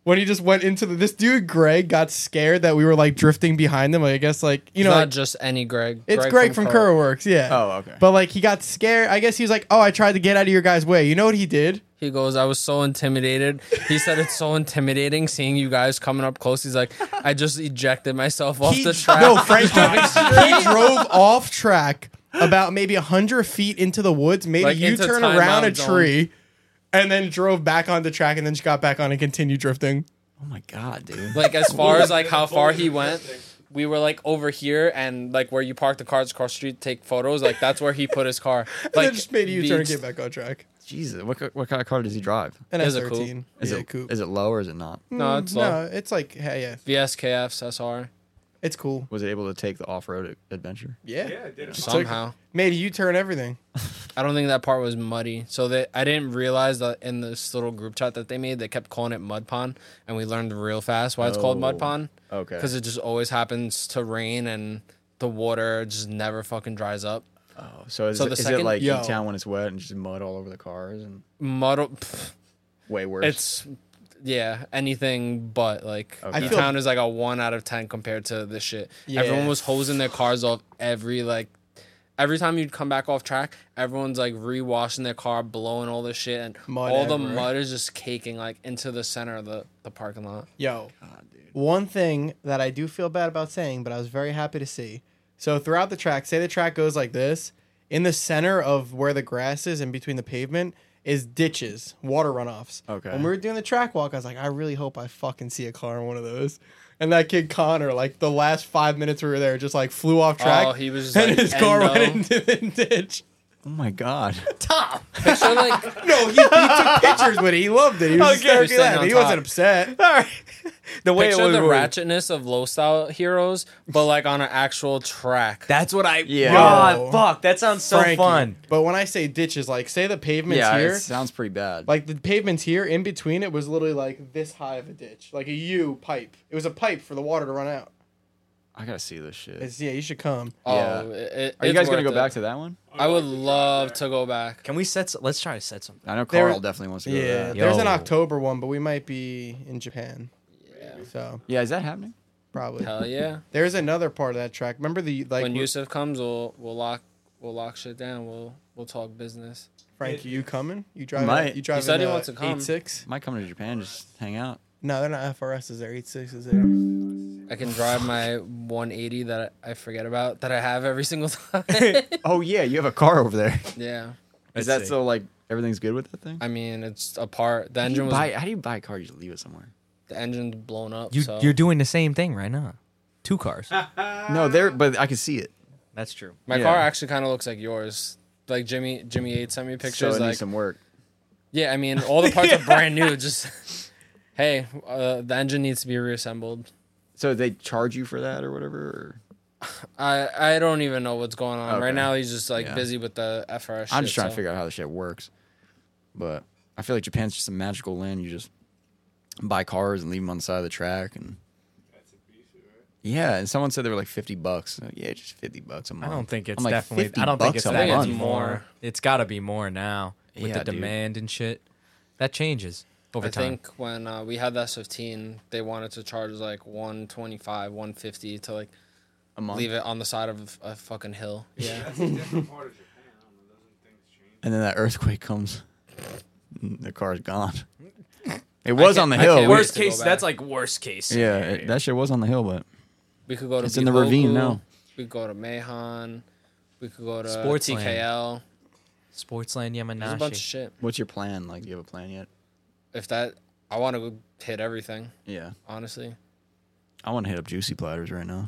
[SPEAKER 5] When he just went into the this dude Greg got scared that we were like drifting behind him. Like, I guess like you
[SPEAKER 13] It's
[SPEAKER 5] know
[SPEAKER 13] not
[SPEAKER 5] like,
[SPEAKER 13] just any Greg.
[SPEAKER 5] It's Greg from, Curl Works, yeah.
[SPEAKER 1] Oh, okay.
[SPEAKER 5] But like he got scared. I guess he was like, "Oh, I tried to get out of your guys' way." You know what he did?
[SPEAKER 13] He goes, I was so intimidated. He said it's so intimidating seeing you guys coming up close. He's like, I just ejected myself off the track.
[SPEAKER 5] No, Frank he drove off track about maybe hundred feet into the woods, made
[SPEAKER 13] Like,
[SPEAKER 5] a U
[SPEAKER 13] into
[SPEAKER 5] turn
[SPEAKER 13] timeout
[SPEAKER 5] around a
[SPEAKER 13] zone.
[SPEAKER 5] tree, and then drove back on the track, and then just got back on and continued drifting.
[SPEAKER 1] Oh my god, dude!
[SPEAKER 13] Like as far as like how far he went, we were like over here and like where you park the cars across the street, take photos. Like that's where he put his car. Like
[SPEAKER 5] and then just made a U turn and
[SPEAKER 13] beats-
[SPEAKER 5] get back on track.
[SPEAKER 1] Jesus, what ki- what kind of car does he drive?
[SPEAKER 5] And
[SPEAKER 13] Is
[SPEAKER 5] S
[SPEAKER 13] it cool?
[SPEAKER 5] thirteen.
[SPEAKER 1] Is
[SPEAKER 5] yeah,
[SPEAKER 1] it
[SPEAKER 5] coupe.
[SPEAKER 1] is it low or is it not?
[SPEAKER 13] No,
[SPEAKER 5] Mm,
[SPEAKER 13] it's
[SPEAKER 5] no,
[SPEAKER 13] low.
[SPEAKER 5] it's like hey, yeah,
[SPEAKER 13] VSKFs SR.
[SPEAKER 5] it's cool.
[SPEAKER 1] Was it able to take the off road adventure?
[SPEAKER 5] Yeah,
[SPEAKER 6] Yeah, it did.
[SPEAKER 5] Just took-
[SPEAKER 13] Somehow.
[SPEAKER 5] made a U turn everything.
[SPEAKER 13] I don't think that part was muddy. So that I didn't realize that in this little group chat that they made, they kept calling it mud pond, and we learned real fast why it's called
[SPEAKER 1] Oh,
[SPEAKER 13] mud pond.
[SPEAKER 1] okay.
[SPEAKER 13] Because it just always happens to rain, and the water just never fucking dries up.
[SPEAKER 1] Oh, so is,
[SPEAKER 13] So
[SPEAKER 1] it-
[SPEAKER 13] the
[SPEAKER 1] is it
[SPEAKER 13] second-
[SPEAKER 1] like
[SPEAKER 5] Yo.
[SPEAKER 1] E town when it's wet and just mud all over the cars and
[SPEAKER 13] Muddle. pff,
[SPEAKER 1] way worse?
[SPEAKER 13] It's yeah, anything but like
[SPEAKER 1] Okay. I
[SPEAKER 13] E
[SPEAKER 5] feel-
[SPEAKER 13] Town is like a one out of ten compared to this shit.
[SPEAKER 5] Yeah.
[SPEAKER 13] Everyone was hosing their cars off every like every time you'd come back off track, everyone's like rewashing their car, blowing all this shit, and
[SPEAKER 5] Mud
[SPEAKER 13] all the
[SPEAKER 5] everywhere.
[SPEAKER 13] mud is just caking like into the center of the, the parking lot.
[SPEAKER 5] Yo, one thing that I do feel bad about saying, but I was very happy to see. So throughout the track, say the track goes like this, in the center of where the grass is and between the pavement is ditches, water runoffs.
[SPEAKER 1] Okay.
[SPEAKER 5] When we were doing the track walk, I was like, I really hope I fucking see a car in one of those. And that kid Connor, like the last five minutes we were there, just like flew off track.
[SPEAKER 13] Oh, he was
[SPEAKER 5] and
[SPEAKER 13] like,
[SPEAKER 5] his car
[SPEAKER 13] endo.
[SPEAKER 5] went into the ditch.
[SPEAKER 1] oh my god!
[SPEAKER 5] Top.
[SPEAKER 13] Picture like
[SPEAKER 5] No, he, he took pictures with it. He loved it. He was
[SPEAKER 13] Okay. You're
[SPEAKER 5] hysterically
[SPEAKER 13] sitting
[SPEAKER 5] laughing.
[SPEAKER 13] on
[SPEAKER 5] He wasn't
[SPEAKER 13] top.
[SPEAKER 5] upset.
[SPEAKER 13] the
[SPEAKER 5] way it
[SPEAKER 13] picture
[SPEAKER 5] was-
[SPEAKER 13] the
[SPEAKER 5] was-
[SPEAKER 13] ratchetness of low style heroes, but like on an actual track.
[SPEAKER 3] That's what I.
[SPEAKER 1] Yeah.
[SPEAKER 3] God,
[SPEAKER 5] Yo.
[SPEAKER 3] fuck. That sounds so
[SPEAKER 5] Frankie.
[SPEAKER 3] fun.
[SPEAKER 5] But when I say ditches, like say the pavement's
[SPEAKER 1] yeah,
[SPEAKER 5] here,
[SPEAKER 1] it sounds pretty bad.
[SPEAKER 5] like the pavement's here, in between it was literally like this high of a ditch, like a U pipe. It was a pipe for the water to run out.
[SPEAKER 1] I gotta see this shit.
[SPEAKER 5] It's, yeah, you should come.
[SPEAKER 13] Oh,
[SPEAKER 1] Yeah.
[SPEAKER 13] it- it-
[SPEAKER 1] Are you
[SPEAKER 13] it's
[SPEAKER 1] guys gonna go
[SPEAKER 13] worth it.
[SPEAKER 1] back to that one?
[SPEAKER 13] I would love to go back.
[SPEAKER 3] Can we set? s- Let's try to set something.
[SPEAKER 1] I know
[SPEAKER 5] There-
[SPEAKER 1] Carl definitely wants to go.
[SPEAKER 5] Yeah,
[SPEAKER 1] To that.
[SPEAKER 5] there's an
[SPEAKER 3] Yo.
[SPEAKER 5] October one, but we might be in Japan. Yeah. So
[SPEAKER 1] Yeah, is that happening?
[SPEAKER 5] probably
[SPEAKER 13] Hell yeah.
[SPEAKER 5] there's another part of that track. Remember the like
[SPEAKER 13] when
[SPEAKER 5] w-
[SPEAKER 13] Yusuf comes, we'll we'll lock we'll lock shit down. We'll we'll talk business.
[SPEAKER 5] Frankie, you coming? You driving?
[SPEAKER 1] Might.
[SPEAKER 5] You driving?
[SPEAKER 13] said he wants to come.
[SPEAKER 5] Eight six?
[SPEAKER 1] Might come to Japan, just hang out.
[SPEAKER 5] No, they're not FRS. Is there eight six? Is there?
[SPEAKER 13] I can drive my 180 that I I forget about that I have every single time.
[SPEAKER 1] Oh yeah, you have a car over there.
[SPEAKER 13] yeah,
[SPEAKER 1] Is
[SPEAKER 3] Let's
[SPEAKER 1] that
[SPEAKER 3] see.
[SPEAKER 1] still like everything's good with that thing?
[SPEAKER 13] I mean it's a part. The
[SPEAKER 1] How do you
[SPEAKER 13] engine was
[SPEAKER 1] buy- how do you buy a car? You just leave it somewhere.
[SPEAKER 13] the engine's blown up.
[SPEAKER 3] You,
[SPEAKER 13] so
[SPEAKER 3] You're doing the same thing right now. Two cars.
[SPEAKER 1] No, there, but I can see it.
[SPEAKER 3] That's true.
[SPEAKER 13] my
[SPEAKER 1] yeah.
[SPEAKER 13] car actually kind of looks like yours. Like Jimmy Jimmy Eight sent me
[SPEAKER 1] So
[SPEAKER 13] pictures.
[SPEAKER 1] it
[SPEAKER 13] like
[SPEAKER 1] needs some work.
[SPEAKER 13] yeah, I mean all the parts are brand new. Just hey, uh, the engine needs to be reassembled.
[SPEAKER 1] So they charge you for that or whatever. Or?
[SPEAKER 13] I I don't even know what's going on
[SPEAKER 1] Okay.
[SPEAKER 13] right now. He's just like
[SPEAKER 1] Yeah.
[SPEAKER 13] busy with the FRS.
[SPEAKER 1] I'm
[SPEAKER 13] shit,
[SPEAKER 1] just trying
[SPEAKER 13] so-
[SPEAKER 1] to figure out how this shit works. But I feel like Japan's just a magical land. You just buy cars and leave them on the side of the track and. Yeah, and someone said they were like fifty bucks. Uh, Yeah, just fifty bucks a month.
[SPEAKER 3] I don't think it's
[SPEAKER 1] I'm like,
[SPEAKER 3] definitely.
[SPEAKER 1] 50
[SPEAKER 3] I don't think
[SPEAKER 1] bucks
[SPEAKER 3] it's
[SPEAKER 1] a
[SPEAKER 3] that
[SPEAKER 1] month.
[SPEAKER 3] much more. It's got to be more now with
[SPEAKER 1] Yeah,
[SPEAKER 3] the
[SPEAKER 1] dude.
[SPEAKER 3] demand and shit. That changes over
[SPEAKER 13] I
[SPEAKER 3] time.
[SPEAKER 13] think when uh, we had the S15, they wanted to charge like 125, 150 to like
[SPEAKER 1] a month?
[SPEAKER 13] leave it on the side of a fucking hill. Yeah.
[SPEAKER 1] And then that earthquake comes, and the car's gone. It
[SPEAKER 13] I
[SPEAKER 1] was
[SPEAKER 13] can't-
[SPEAKER 1] on the
[SPEAKER 13] I
[SPEAKER 1] hill.
[SPEAKER 13] can't
[SPEAKER 1] We-
[SPEAKER 13] wait to go back.
[SPEAKER 3] worst case.
[SPEAKER 1] Yeah, it, that shit was on the hill, but
[SPEAKER 13] We could go to
[SPEAKER 1] It's in the ravine
[SPEAKER 13] Bihoku,
[SPEAKER 1] now.
[SPEAKER 13] We could go to Mahon. We could go to
[SPEAKER 3] Sports land.
[SPEAKER 13] TKL.
[SPEAKER 3] Sportsland
[SPEAKER 13] There's a
[SPEAKER 3] Yamanashi.
[SPEAKER 13] bunch of shit.
[SPEAKER 1] what's your plan? Like, do you have a plan yet?
[SPEAKER 13] If that, I want to hit everything.
[SPEAKER 1] Yeah,
[SPEAKER 13] Honestly,
[SPEAKER 1] I want to hit up Juicy Platters right now.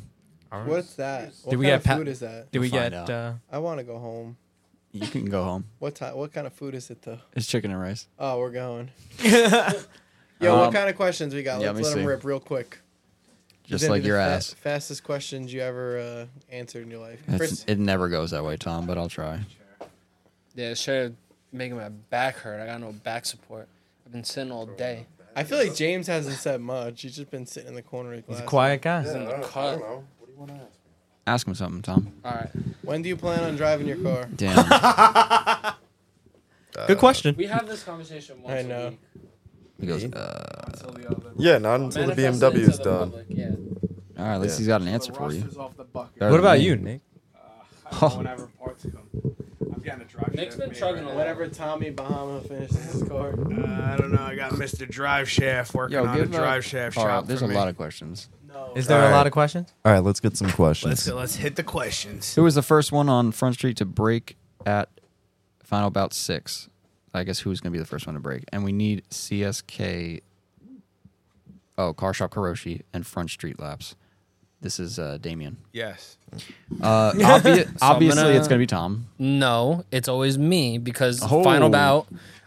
[SPEAKER 20] What's that? What
[SPEAKER 3] Did
[SPEAKER 20] kind
[SPEAKER 3] we get
[SPEAKER 20] of
[SPEAKER 3] pa-
[SPEAKER 20] food? Is that?
[SPEAKER 3] Did we
[SPEAKER 1] Find
[SPEAKER 3] get?
[SPEAKER 1] out.
[SPEAKER 3] Uh,
[SPEAKER 20] I want to go home.
[SPEAKER 1] You can go home.
[SPEAKER 20] What time? What kind of food is it though?
[SPEAKER 1] It's chicken and rice.
[SPEAKER 20] Oh, we're going. Yo,
[SPEAKER 1] Um,
[SPEAKER 20] what kind of questions we got?
[SPEAKER 1] yeah, let me
[SPEAKER 20] Let's let
[SPEAKER 1] see.
[SPEAKER 20] them rip real quick.
[SPEAKER 1] Just
[SPEAKER 20] These are
[SPEAKER 1] like
[SPEAKER 20] the
[SPEAKER 1] your
[SPEAKER 20] fa-
[SPEAKER 1] ass.
[SPEAKER 20] Fastest questions you ever uh, answered in your life.
[SPEAKER 1] It's,
[SPEAKER 20] First-
[SPEAKER 1] it never goes that way, Tom. But I'll try.
[SPEAKER 13] yeah, sure. Making my back hurt. I got no back support. I've been sitting all day.
[SPEAKER 20] I feel like James hasn't said much. He's just been sitting in the corner. With
[SPEAKER 3] he's a
[SPEAKER 20] glasses.
[SPEAKER 3] quiet guy.
[SPEAKER 13] in the cut. All
[SPEAKER 1] Ask him something, Tom.
[SPEAKER 13] right.
[SPEAKER 20] When do you plan on driving your car?
[SPEAKER 1] Damn.
[SPEAKER 3] Good question.
[SPEAKER 13] We have this conversation once
[SPEAKER 20] I know.
[SPEAKER 1] he goes. Uh,
[SPEAKER 13] until the other.
[SPEAKER 2] Yeah, not until the BMW is done.
[SPEAKER 13] Yeah.
[SPEAKER 1] all right, at least
[SPEAKER 2] Yeah.
[SPEAKER 1] he's got an answer for you. Better
[SPEAKER 3] What
[SPEAKER 1] than
[SPEAKER 3] about
[SPEAKER 1] me.
[SPEAKER 3] you, Nick?
[SPEAKER 6] Uh, Whenever parts come, I'm getting a drive.
[SPEAKER 13] Nick's
[SPEAKER 6] shaft
[SPEAKER 13] been
[SPEAKER 6] made right
[SPEAKER 13] chugging a
[SPEAKER 6] now.
[SPEAKER 13] lot.
[SPEAKER 20] Whenever Tommy Bahama finishes his car.
[SPEAKER 6] Uh, I don't know. I got Mr. Drive Shaft working
[SPEAKER 1] Yo,
[SPEAKER 6] on a
[SPEAKER 1] give up.
[SPEAKER 6] drive shaft
[SPEAKER 1] All right,
[SPEAKER 6] shop.
[SPEAKER 1] there's
[SPEAKER 6] for
[SPEAKER 1] a
[SPEAKER 6] me.
[SPEAKER 1] lot of questions.
[SPEAKER 3] Is there a
[SPEAKER 2] Alright.
[SPEAKER 3] lot of questions?
[SPEAKER 2] All right, let's get some
[SPEAKER 6] Let's
[SPEAKER 2] questions.
[SPEAKER 6] go, let's hit the questions.
[SPEAKER 1] Who was the first one on Front Street to break at Final Bout 6? I guess who's going to be the first one to break? And we need CSK, oh, Car Shop Karoshi, and Front Street Laps. This is uh, Damien.
[SPEAKER 6] Yes.
[SPEAKER 1] Uh, obvi-
[SPEAKER 13] I'm
[SPEAKER 1] obviously,
[SPEAKER 13] gonna-
[SPEAKER 1] it's going to be Tom.
[SPEAKER 13] No, it's always me because
[SPEAKER 1] Oh.
[SPEAKER 13] final bout,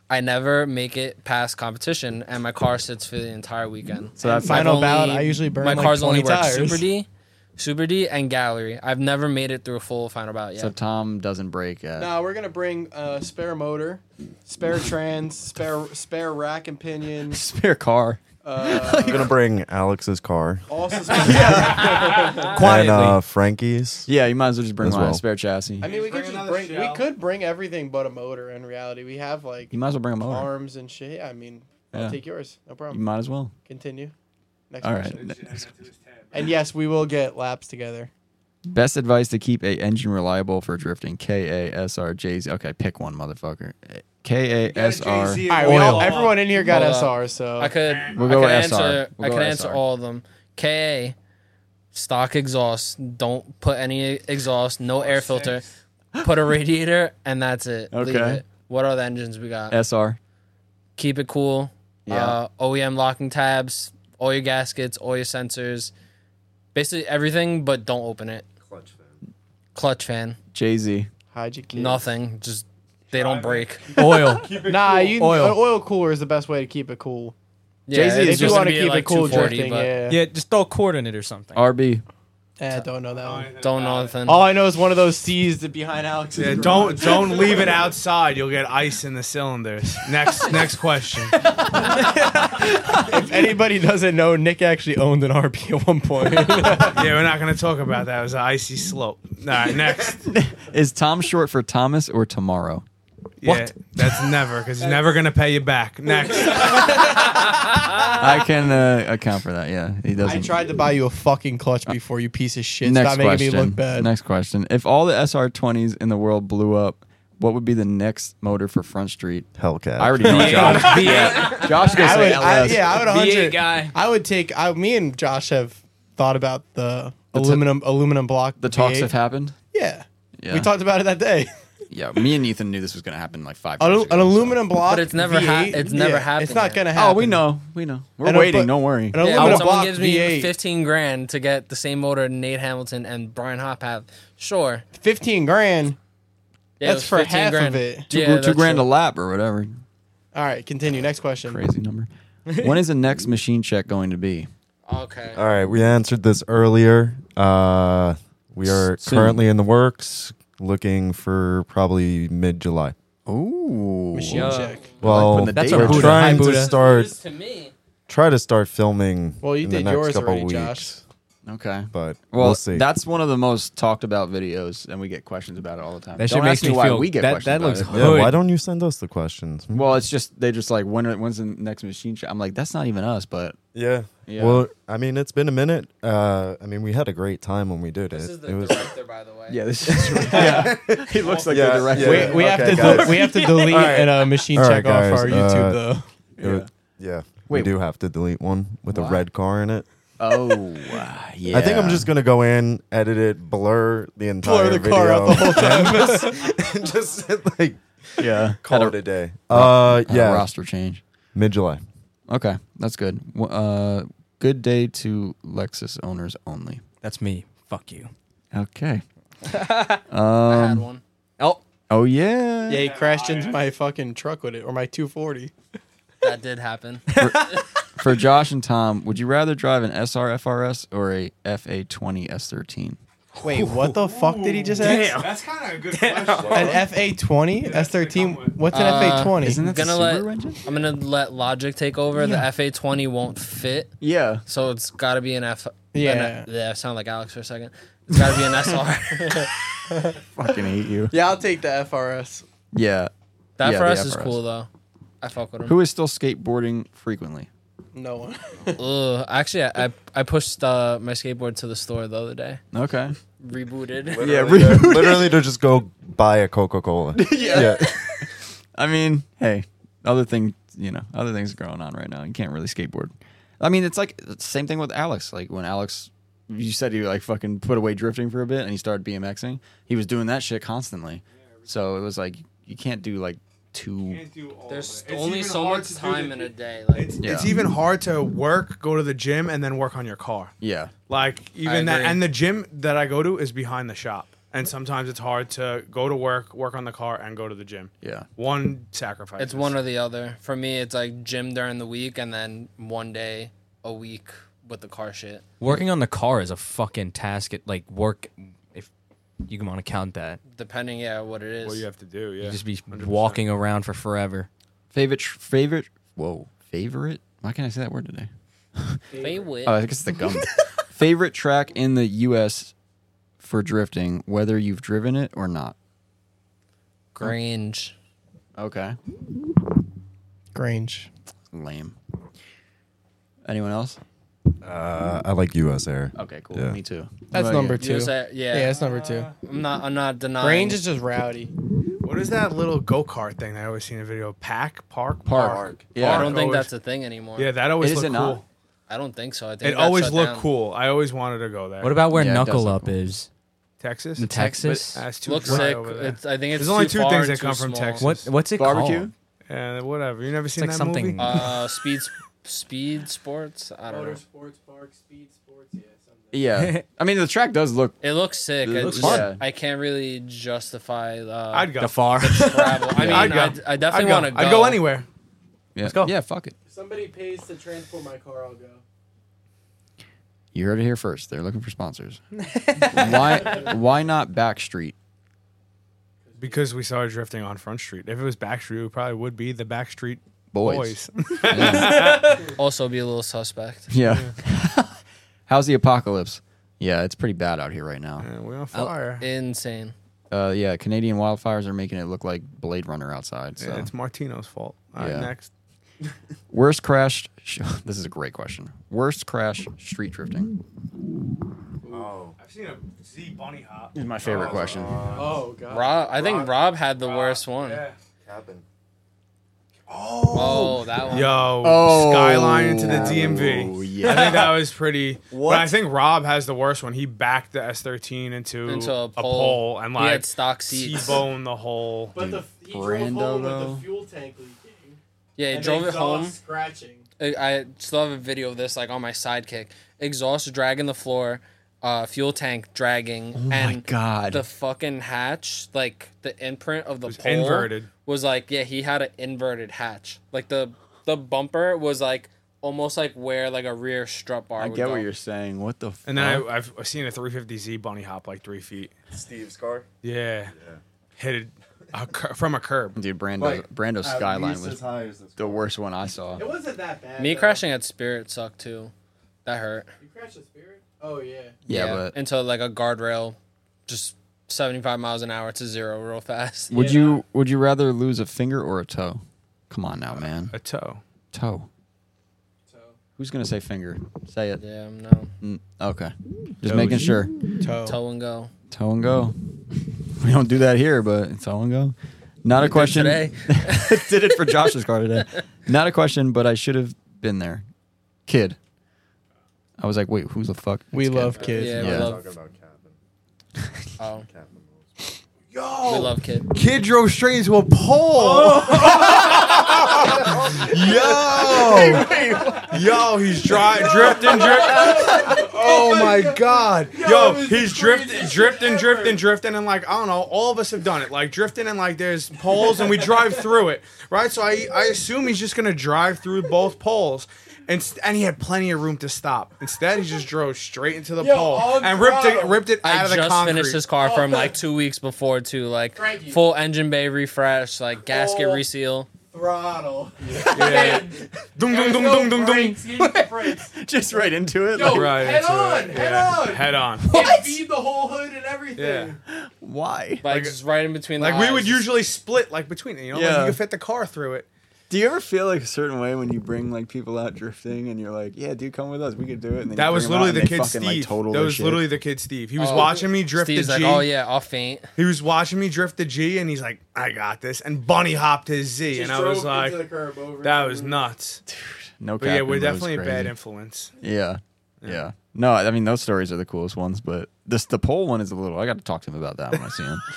[SPEAKER 13] I never make it past competition, and my car sits for the entire weekend.
[SPEAKER 1] So that
[SPEAKER 13] I've
[SPEAKER 5] final
[SPEAKER 13] only-
[SPEAKER 5] bout, I usually burn
[SPEAKER 13] my
[SPEAKER 5] like
[SPEAKER 13] car's
[SPEAKER 5] 20
[SPEAKER 13] only worked
[SPEAKER 5] tires.
[SPEAKER 13] super D, super D, and gallery. I've never made it through a full final bout
[SPEAKER 1] So
[SPEAKER 13] yet.
[SPEAKER 1] Tom doesn't break at.
[SPEAKER 20] No, we're gonna bring uh, spare motor, spare trans, spare spare rack and pinion.
[SPEAKER 1] Spare car.
[SPEAKER 20] Uh,
[SPEAKER 2] I'm gonna bring Alex's car
[SPEAKER 20] also, spare-
[SPEAKER 2] and uh, Frankie's.
[SPEAKER 1] Yeah, you might as well just bring
[SPEAKER 2] As
[SPEAKER 1] one.
[SPEAKER 2] well.
[SPEAKER 1] Spare chassis.
[SPEAKER 20] I mean, we
[SPEAKER 6] Bring
[SPEAKER 20] could just
[SPEAKER 6] another
[SPEAKER 20] bring
[SPEAKER 6] shell.
[SPEAKER 20] we could bring everything but a motor. In reality, we have like
[SPEAKER 1] You might as well bring a motor.
[SPEAKER 20] arms and shit. I mean,
[SPEAKER 1] Yeah.
[SPEAKER 20] I'll take yours. No
[SPEAKER 1] You
[SPEAKER 20] problem.
[SPEAKER 1] might as well.
[SPEAKER 20] Continue. Next
[SPEAKER 1] All
[SPEAKER 20] question.
[SPEAKER 1] right.
[SPEAKER 20] And yes, we will get laps together.
[SPEAKER 1] Best advice to keep a engine reliable for drifting. K A S R J Z. Okay, pick one, motherfucker. K A S R.
[SPEAKER 6] Jay-Z
[SPEAKER 20] All right,
[SPEAKER 6] and
[SPEAKER 20] we all,
[SPEAKER 6] Will.
[SPEAKER 20] everyone in here got
[SPEAKER 13] Hold up.
[SPEAKER 20] SR, so
[SPEAKER 13] I could,
[SPEAKER 1] We'll
[SPEAKER 13] I
[SPEAKER 1] go
[SPEAKER 13] could
[SPEAKER 1] SR.
[SPEAKER 13] answer,
[SPEAKER 1] We'll
[SPEAKER 13] I
[SPEAKER 1] go
[SPEAKER 13] could answer
[SPEAKER 1] SR.
[SPEAKER 13] all of them. Ka, stock exhaust. Don't put any exhaust. No air filter. Put a radiator, and that's it. Leave
[SPEAKER 1] Okay.
[SPEAKER 13] it. What are the engines we got?
[SPEAKER 1] S R.
[SPEAKER 13] keep it cool.
[SPEAKER 1] Yeah.
[SPEAKER 13] Uh, OEM locking tabs, all your gaskets, all your sensors, basically everything, but don't open it. Clutch fan,
[SPEAKER 1] Jay Z.
[SPEAKER 20] hide your keys.
[SPEAKER 13] nothing. Just they don't break.
[SPEAKER 3] Oil.
[SPEAKER 20] Nah, you
[SPEAKER 3] Oil.
[SPEAKER 20] oil. An oil cooler is the best way to keep it cool.
[SPEAKER 13] Yeah,
[SPEAKER 1] Jay-Z is
[SPEAKER 13] it's
[SPEAKER 20] if you
[SPEAKER 13] just
[SPEAKER 20] want
[SPEAKER 13] gonna
[SPEAKER 20] to
[SPEAKER 13] be
[SPEAKER 20] keep
[SPEAKER 13] like
[SPEAKER 20] it cool
[SPEAKER 13] 240,
[SPEAKER 20] drifting,
[SPEAKER 13] but
[SPEAKER 20] yeah.
[SPEAKER 3] Yeah, just throw a cord in it or something.
[SPEAKER 1] R B.
[SPEAKER 20] Eh, don't know that one.
[SPEAKER 13] Don't know a thing.
[SPEAKER 20] All I know is one of those C's that behind Alex.
[SPEAKER 6] Yeah, don't don't leave it outside. You'll get ice in the cylinders. Next next question.
[SPEAKER 5] If anybody doesn't know, Nick actually owned an RP at one point.
[SPEAKER 6] Yeah, we're not gonna talk about that. It was an icy slope. All right, next.
[SPEAKER 1] Is Tom short for Thomas or tomorrow?
[SPEAKER 6] Yeah, That's never because he's never gonna pay you back. Next.
[SPEAKER 1] I can uh, account for that. Yeah, he doesn't.
[SPEAKER 5] I tried to buy you a fucking clutch before you piece of shit.
[SPEAKER 1] Next
[SPEAKER 5] Stop making
[SPEAKER 1] question.
[SPEAKER 5] me look bad.
[SPEAKER 1] Next question. If all the SR twenties in the world blew up, what would be the next motor for Front Street?
[SPEAKER 2] Hellcat.
[SPEAKER 1] I already know what Josh. Josh goes
[SPEAKER 5] I would,
[SPEAKER 1] say
[SPEAKER 5] I,
[SPEAKER 1] LS.
[SPEAKER 5] yeah, I would
[SPEAKER 3] V8
[SPEAKER 5] hundred.
[SPEAKER 3] guy.
[SPEAKER 5] I would take. I, me and Josh have thought about the, aluminum aluminum block.
[SPEAKER 1] The talks
[SPEAKER 5] V8.
[SPEAKER 1] have happened.
[SPEAKER 5] Yeah.
[SPEAKER 1] Yeah.
[SPEAKER 5] we talked about it that day.
[SPEAKER 1] Yeah, me and Ethan knew this was going to happen like five.
[SPEAKER 5] An,
[SPEAKER 1] years
[SPEAKER 5] an
[SPEAKER 1] ago, so-
[SPEAKER 5] aluminum block.
[SPEAKER 13] But it's never ha-
[SPEAKER 5] V8,
[SPEAKER 13] it's never happened
[SPEAKER 5] It's not
[SPEAKER 13] yet.
[SPEAKER 5] gonna
[SPEAKER 1] Oh,
[SPEAKER 5] happen.
[SPEAKER 1] we know. We know. We're
[SPEAKER 5] And a-
[SPEAKER 1] waiting.
[SPEAKER 5] but-
[SPEAKER 1] don't worry.
[SPEAKER 5] An
[SPEAKER 13] Yeah,
[SPEAKER 5] aluminum
[SPEAKER 13] when
[SPEAKER 5] block
[SPEAKER 13] someone gives me
[SPEAKER 5] V8.
[SPEAKER 13] 15 grand to get the same motor Nate Hamilton and Brian Hopp have, sure.
[SPEAKER 5] Fifteen grand.
[SPEAKER 13] Yeah, it
[SPEAKER 5] That's
[SPEAKER 13] was
[SPEAKER 5] for
[SPEAKER 13] 15
[SPEAKER 5] half
[SPEAKER 13] grand.
[SPEAKER 5] of it.
[SPEAKER 1] Two,
[SPEAKER 13] Yeah,
[SPEAKER 1] two
[SPEAKER 13] that's
[SPEAKER 1] grand
[SPEAKER 13] it.
[SPEAKER 1] a lap or whatever.
[SPEAKER 5] All right, continue. Next question.
[SPEAKER 1] Crazy number. when is the next machine check going to be?
[SPEAKER 13] Okay.
[SPEAKER 2] All right, we answered this earlier. Uh, We are
[SPEAKER 1] Soon.
[SPEAKER 2] currently in the works, looking for probably mid July.
[SPEAKER 1] Oh,
[SPEAKER 2] machine
[SPEAKER 21] check.
[SPEAKER 2] Well,
[SPEAKER 21] Like when the That's
[SPEAKER 2] that's
[SPEAKER 21] date a
[SPEAKER 2] we're
[SPEAKER 21] Buddha.
[SPEAKER 2] trying
[SPEAKER 21] Hi, Buddha.
[SPEAKER 2] to
[SPEAKER 21] That's
[SPEAKER 2] start.
[SPEAKER 21] news to me.
[SPEAKER 2] Try to start filming.
[SPEAKER 21] Well, you
[SPEAKER 2] in
[SPEAKER 21] did
[SPEAKER 2] the next
[SPEAKER 21] yours
[SPEAKER 2] couple
[SPEAKER 21] already,
[SPEAKER 2] weeks.
[SPEAKER 21] Josh.
[SPEAKER 1] Okay,
[SPEAKER 2] but
[SPEAKER 1] well,
[SPEAKER 2] we'll see.
[SPEAKER 1] that's one of the most talked about videos, and we get questions about it all the time.
[SPEAKER 2] That
[SPEAKER 1] Don't
[SPEAKER 2] shit makes
[SPEAKER 1] ask me
[SPEAKER 2] me
[SPEAKER 1] why
[SPEAKER 2] feel-
[SPEAKER 1] we get
[SPEAKER 2] that-
[SPEAKER 1] questions.
[SPEAKER 2] that
[SPEAKER 1] about
[SPEAKER 2] looks
[SPEAKER 1] it.
[SPEAKER 2] Yeah, why hood. don't you send us the questions?
[SPEAKER 1] Well, it's just they just like when when's the next machine shop? I'm like that's not even us, but
[SPEAKER 2] Yeah.
[SPEAKER 1] yeah.
[SPEAKER 2] Well, I mean, it's been a minute. Uh, I mean, we had a great time when we did it. it was,
[SPEAKER 13] by the way.
[SPEAKER 1] Yeah, this is yeah. he looks like the director.
[SPEAKER 5] We- we have to
[SPEAKER 2] guys.
[SPEAKER 5] del- we have to delete Alright. and, uh, machine check off our
[SPEAKER 1] uh,
[SPEAKER 5] YouTube,
[SPEAKER 2] it would- yeah. We
[SPEAKER 1] Wait.
[SPEAKER 2] do have to delete one with
[SPEAKER 1] Why?
[SPEAKER 2] a red car in it.
[SPEAKER 1] Oh, uh, yeah.
[SPEAKER 2] I think I'm just gonna go in, edit it, blur the entire
[SPEAKER 1] the
[SPEAKER 2] video,
[SPEAKER 1] car out the whole
[SPEAKER 2] time. just like
[SPEAKER 1] yeah,
[SPEAKER 2] call
[SPEAKER 1] Had
[SPEAKER 2] it a day.
[SPEAKER 1] ro-
[SPEAKER 2] Uh,
[SPEAKER 1] had a
[SPEAKER 2] yeah,
[SPEAKER 1] roster change.
[SPEAKER 2] Mid July.
[SPEAKER 1] Okay, that's good. W- Uh, good day to Lexus owners only.
[SPEAKER 3] That's me. Fuck you.
[SPEAKER 1] Okay.
[SPEAKER 3] I
[SPEAKER 1] Um,
[SPEAKER 3] had one. Oh.
[SPEAKER 1] Oh yeah.
[SPEAKER 5] Yeah, he crashed into my fucking truck with it or my 240.
[SPEAKER 13] That did happen.
[SPEAKER 1] For Josh and Tom, would you rather drive an SR FRS or a FA twenty S thirteen?
[SPEAKER 5] Wait, what the fuck did he just
[SPEAKER 22] Damn.
[SPEAKER 5] ask?
[SPEAKER 22] That's kind of a good question.
[SPEAKER 5] An FA twenty, S thirteen. What's an
[SPEAKER 13] Uh,
[SPEAKER 5] FA twenty?
[SPEAKER 13] gonna let, I'm gonna let Logic take over. The FA20 won't fit.
[SPEAKER 1] Yeah.
[SPEAKER 13] So it's got to be an F. an-
[SPEAKER 5] Yeah.
[SPEAKER 13] yeah. I sound like Alex for a second. It's got to be an SR.
[SPEAKER 1] Fucking hate you.
[SPEAKER 5] Yeah, I'll take the FRS.
[SPEAKER 1] Yeah.
[SPEAKER 13] That
[SPEAKER 1] Yeah,
[SPEAKER 13] for
[SPEAKER 1] the
[SPEAKER 13] us is
[SPEAKER 1] FRS.
[SPEAKER 13] cool though. I fuck with him.
[SPEAKER 1] Who is still skateboarding frequently?
[SPEAKER 5] No one.
[SPEAKER 13] Ugh. Actually, I I, I pushed uh, my skateboard to the store the other day.
[SPEAKER 1] Okay.
[SPEAKER 13] Rebooted.
[SPEAKER 2] Literally to- literally to just go buy a Coca Cola.
[SPEAKER 1] yeah. I mean, hey, other thing, you know, other things going on right now. You can't really skateboard. I mean, it's like it's the same thing with Alex. Like when Alex, you said he like fucking put away drifting for a bit and he started BMXing. He was doing that shit constantly. So it was like you can't do like two.
[SPEAKER 13] There's
[SPEAKER 22] It's
[SPEAKER 13] only
[SPEAKER 22] even
[SPEAKER 13] so
[SPEAKER 22] hard
[SPEAKER 13] much
[SPEAKER 22] to do
[SPEAKER 13] time
[SPEAKER 22] the-
[SPEAKER 13] in a day. Like
[SPEAKER 22] It's,
[SPEAKER 1] Yeah.
[SPEAKER 22] it's even hard to work, go to the gym, and then work on your car.
[SPEAKER 1] Yeah.
[SPEAKER 6] Like even that,
[SPEAKER 13] agree.
[SPEAKER 6] and the gym that I go to is behind the shop, and sometimes it's hard to go to work, work on the car, and go to the gym.
[SPEAKER 1] Yeah,
[SPEAKER 6] one sacrifice.
[SPEAKER 13] It's one or the other. For me, it's like gym during the week and then one day a week with the car shit.
[SPEAKER 3] Working on the car is a fucking task. It like work if you want to count that.
[SPEAKER 13] Depending, yeah, what it is.
[SPEAKER 6] What you have to do, yeah.
[SPEAKER 3] You just be walking around for forever.
[SPEAKER 1] Favorite, favorite. Whoa, favorite. Why can't I say that word today?
[SPEAKER 13] Favorite.
[SPEAKER 1] Oh, I guess it's the gum. favorite track in the U.S. for drifting, whether you've driven it or not.
[SPEAKER 13] Grange.
[SPEAKER 1] Okay.
[SPEAKER 5] Grange.
[SPEAKER 1] Lame. Anyone else?
[SPEAKER 2] Uh, I like US Air.
[SPEAKER 1] Okay, cool.
[SPEAKER 2] Yeah.
[SPEAKER 1] Me too.
[SPEAKER 5] That's
[SPEAKER 1] What about
[SPEAKER 5] number
[SPEAKER 1] you? Uh,
[SPEAKER 5] two.
[SPEAKER 13] Yours, uh, yeah.
[SPEAKER 5] that's number two.
[SPEAKER 13] I'm not. I'm not denying.
[SPEAKER 5] Grange is just rowdy.
[SPEAKER 6] What is that little go kart thing that I always see in a video? Pack, park,
[SPEAKER 1] Park. Yeah.
[SPEAKER 13] I don't think
[SPEAKER 6] always-
[SPEAKER 13] that's a thing anymore.
[SPEAKER 6] Yeah, that always
[SPEAKER 1] Is
[SPEAKER 6] looked
[SPEAKER 1] it
[SPEAKER 6] cool.
[SPEAKER 1] not?
[SPEAKER 13] I don't think so. I think
[SPEAKER 6] It
[SPEAKER 13] that
[SPEAKER 6] always
[SPEAKER 13] shut
[SPEAKER 6] looked
[SPEAKER 13] down.
[SPEAKER 6] cool. I always wanted to go there.
[SPEAKER 3] What about where
[SPEAKER 1] Yeah, it does
[SPEAKER 3] knuckle
[SPEAKER 1] look
[SPEAKER 3] up is?
[SPEAKER 6] Texas?
[SPEAKER 3] The Texas?
[SPEAKER 6] That's too
[SPEAKER 13] Looks
[SPEAKER 6] dry
[SPEAKER 13] sick.
[SPEAKER 6] over there.
[SPEAKER 13] It's- I think it's
[SPEAKER 6] There's only
[SPEAKER 13] too
[SPEAKER 6] two
[SPEAKER 13] far
[SPEAKER 6] things
[SPEAKER 13] and
[SPEAKER 6] that
[SPEAKER 13] too
[SPEAKER 6] come from
[SPEAKER 13] small.
[SPEAKER 6] Texas.
[SPEAKER 3] What what's it
[SPEAKER 1] Barbecue?
[SPEAKER 3] called?
[SPEAKER 6] Yeah, whatever. You never seen
[SPEAKER 3] like
[SPEAKER 6] that
[SPEAKER 3] something-
[SPEAKER 6] movie?
[SPEAKER 13] Uh, speed, speed sports. I don't know.
[SPEAKER 23] Sports Park, Speed Sports, yeah, something.
[SPEAKER 1] Yeah. I mean, the track does look.
[SPEAKER 13] It looks sick.
[SPEAKER 1] It
[SPEAKER 13] I
[SPEAKER 1] looks
[SPEAKER 13] just-
[SPEAKER 1] fun.
[SPEAKER 13] I can't really justify. Uh,
[SPEAKER 6] I'd go.
[SPEAKER 3] The far.
[SPEAKER 13] travel. I mean,
[SPEAKER 6] I'd go.
[SPEAKER 13] I'd- I definitely
[SPEAKER 6] I'd go.
[SPEAKER 13] want to go.
[SPEAKER 6] I'd go anywhere.
[SPEAKER 1] Yeah.
[SPEAKER 6] Let's go.
[SPEAKER 1] Yeah, fuck it.
[SPEAKER 23] If somebody pays to transport my car, I'll go.
[SPEAKER 1] You heard it here first. They're looking for sponsors. why? Why not Backstreet?
[SPEAKER 6] Because we started drifting on Front Street. If it was Back Street, we probably would be the Back Street
[SPEAKER 1] Boys.
[SPEAKER 6] Boys.
[SPEAKER 13] Also, be a little suspect.
[SPEAKER 1] Yeah. How's the apocalypse? Yeah, it's pretty bad out here right now.
[SPEAKER 6] Yeah, we're on fire.
[SPEAKER 13] Insane.
[SPEAKER 1] Uh, yeah, Canadian wildfires are making it look like Blade Runner outside. So.
[SPEAKER 6] Yeah, It's Martino's fault. All right,
[SPEAKER 1] Yeah.
[SPEAKER 6] next.
[SPEAKER 1] Worst crash. Sh- this is a great question. Worst crash street drifting
[SPEAKER 6] I've seen a Z bunny hop.
[SPEAKER 1] is my favorite question.
[SPEAKER 5] Oh god.
[SPEAKER 13] Rob, I think Rob had the worst one.
[SPEAKER 24] Cabin.
[SPEAKER 13] Oh, that one.
[SPEAKER 6] Yo,
[SPEAKER 1] Oh.
[SPEAKER 6] Skyline into the DMV.
[SPEAKER 1] yeah.
[SPEAKER 6] I think that was pretty.
[SPEAKER 24] What?
[SPEAKER 6] But I think Rob has the worst one. He backed the S13 into,
[SPEAKER 13] Into a
[SPEAKER 6] a, pole.
[SPEAKER 13] pole.
[SPEAKER 6] and
[SPEAKER 13] He
[SPEAKER 6] like
[SPEAKER 13] had stock seats.
[SPEAKER 6] T-boned the whole.
[SPEAKER 25] But the, f- he
[SPEAKER 1] Brando,
[SPEAKER 25] drove home with
[SPEAKER 1] though.
[SPEAKER 25] the fuel tank leaking.
[SPEAKER 13] Yeah, he
[SPEAKER 25] and
[SPEAKER 13] drove it
[SPEAKER 25] exhaust
[SPEAKER 13] home.
[SPEAKER 25] Scratching.
[SPEAKER 13] I- I still have a video of this, like on my sidekick. Exhaust dragging the floor, uh, fuel tank dragging,
[SPEAKER 1] Oh my
[SPEAKER 13] and
[SPEAKER 1] God.
[SPEAKER 13] the fucking hatch, like the imprint of the
[SPEAKER 6] was
[SPEAKER 13] pole,
[SPEAKER 6] inverted.
[SPEAKER 13] was like yeah, he had an inverted hatch. Like the the bumper was like almost like where like a rear strut bar.
[SPEAKER 1] I
[SPEAKER 13] would
[SPEAKER 1] get what
[SPEAKER 13] go.
[SPEAKER 1] you're saying. What the?
[SPEAKER 6] And then
[SPEAKER 1] fuck?
[SPEAKER 6] I, I've seen a 350Z bunny hop like three feet.
[SPEAKER 26] Steve's car.
[SPEAKER 6] Yeah. Hit it a cur- from a curb.
[SPEAKER 1] Dude, Brando,
[SPEAKER 6] Like,
[SPEAKER 1] Brando's
[SPEAKER 6] at
[SPEAKER 1] skyline
[SPEAKER 6] least
[SPEAKER 1] was
[SPEAKER 6] as high as
[SPEAKER 1] the worst one I saw.
[SPEAKER 8] It wasn't that bad.
[SPEAKER 13] Me
[SPEAKER 8] though.
[SPEAKER 13] crashing at Spirit sucked too. That hurt.
[SPEAKER 8] You crashed the Spirit? Oh, yeah.
[SPEAKER 1] Yeah, but-
[SPEAKER 13] into like a guardrail, just seventy five miles an hour to zero real fast.
[SPEAKER 1] Would you Would you rather lose a finger or a toe? Come on now, man.
[SPEAKER 6] A toe.
[SPEAKER 1] Toe. Who's gonna say finger? Say it.
[SPEAKER 13] Yeah, no.
[SPEAKER 1] Mm, okay. Just
[SPEAKER 13] Toes.
[SPEAKER 1] making sure.
[SPEAKER 13] Toe. Toe and go.
[SPEAKER 1] Toe and go. We don't do that here, but it's all and go. Not
[SPEAKER 13] We
[SPEAKER 1] a
[SPEAKER 13] did
[SPEAKER 1] question.
[SPEAKER 13] today.
[SPEAKER 1] did it for Josh's car today. Not a question, but I should have been there. Kid. I was like, wait, who's the fuck?
[SPEAKER 5] We
[SPEAKER 1] It's
[SPEAKER 5] love kids.
[SPEAKER 13] Yeah, we love. Oh.
[SPEAKER 26] Yo,
[SPEAKER 13] we love kid.
[SPEAKER 1] Kid drove straight into a pole.
[SPEAKER 6] Yo! Yo, he's dry, drifting, drifting. Oh my god. Yo, he's drifting, drifting, drifting, drifting, and like, I don't know, all of us have done it. Like drifting and like there's poles and we drive through it. Right? So I I assume he's just gonna drive through both poles. And, s- and he had plenty of room to stop. Instead, he just drove straight into the
[SPEAKER 13] Yo,
[SPEAKER 6] pole
[SPEAKER 13] I'm
[SPEAKER 6] and ripped it,
[SPEAKER 13] proud.
[SPEAKER 6] ripped it out
[SPEAKER 13] I
[SPEAKER 6] of the
[SPEAKER 13] just
[SPEAKER 6] concrete.
[SPEAKER 13] finished his
[SPEAKER 6] Oh,
[SPEAKER 13] car from like two weeks before too, like full engine bay refresh, like gasket
[SPEAKER 8] Oh.
[SPEAKER 13] reseal.
[SPEAKER 8] Throttle.
[SPEAKER 13] Yeah.
[SPEAKER 6] Dum,
[SPEAKER 8] There
[SPEAKER 6] dum,
[SPEAKER 8] was
[SPEAKER 6] dum, dum,
[SPEAKER 8] no
[SPEAKER 6] dum, dum.
[SPEAKER 8] brakes. You didn't get brakes.
[SPEAKER 1] Just right into it.
[SPEAKER 8] Yo,
[SPEAKER 1] like-
[SPEAKER 6] right
[SPEAKER 8] head
[SPEAKER 6] into
[SPEAKER 8] on,
[SPEAKER 6] it.
[SPEAKER 8] head
[SPEAKER 6] yeah.
[SPEAKER 8] on.
[SPEAKER 6] Head on.
[SPEAKER 8] It beat the whole hood and
[SPEAKER 6] Yeah.
[SPEAKER 8] everything.
[SPEAKER 1] Why?
[SPEAKER 13] Like, just right in between.
[SPEAKER 6] Like
[SPEAKER 13] the
[SPEAKER 6] we
[SPEAKER 13] eyes.
[SPEAKER 6] would usually split like between it, you know, like
[SPEAKER 1] Yeah.
[SPEAKER 6] you could fit the car through it.
[SPEAKER 1] Do you ever feel like a certain way when you bring like people out drifting and you're like, yeah, dude, come with us, we could do it. And then
[SPEAKER 6] That
[SPEAKER 1] you
[SPEAKER 6] was
[SPEAKER 1] bring 'em out
[SPEAKER 6] literally
[SPEAKER 1] and
[SPEAKER 6] the
[SPEAKER 1] they
[SPEAKER 6] kid
[SPEAKER 1] fucking,
[SPEAKER 6] Steve.
[SPEAKER 1] like, total
[SPEAKER 6] that
[SPEAKER 1] their
[SPEAKER 6] was
[SPEAKER 1] shit.
[SPEAKER 6] literally the kid Steve. He was
[SPEAKER 13] Oh.
[SPEAKER 6] watching me drift
[SPEAKER 13] Steve's
[SPEAKER 6] the G.
[SPEAKER 13] like, oh yeah, I'll faint.
[SPEAKER 6] He was watching me drift the G, and he's like, I got this, and bunny hopped his Z,
[SPEAKER 13] Just
[SPEAKER 6] and I was
[SPEAKER 13] drove
[SPEAKER 6] like,
[SPEAKER 13] into the curb over
[SPEAKER 6] that
[SPEAKER 13] and
[SPEAKER 6] was nuts.
[SPEAKER 1] No,
[SPEAKER 6] but yeah,
[SPEAKER 1] cap,
[SPEAKER 6] we're
[SPEAKER 1] it was
[SPEAKER 6] definitely a bad
[SPEAKER 1] crazy.
[SPEAKER 6] influence.
[SPEAKER 1] Yeah. yeah, No, I mean those stories are the coolest ones, but this the pole one is a little. I got to talk to him about that when I see him.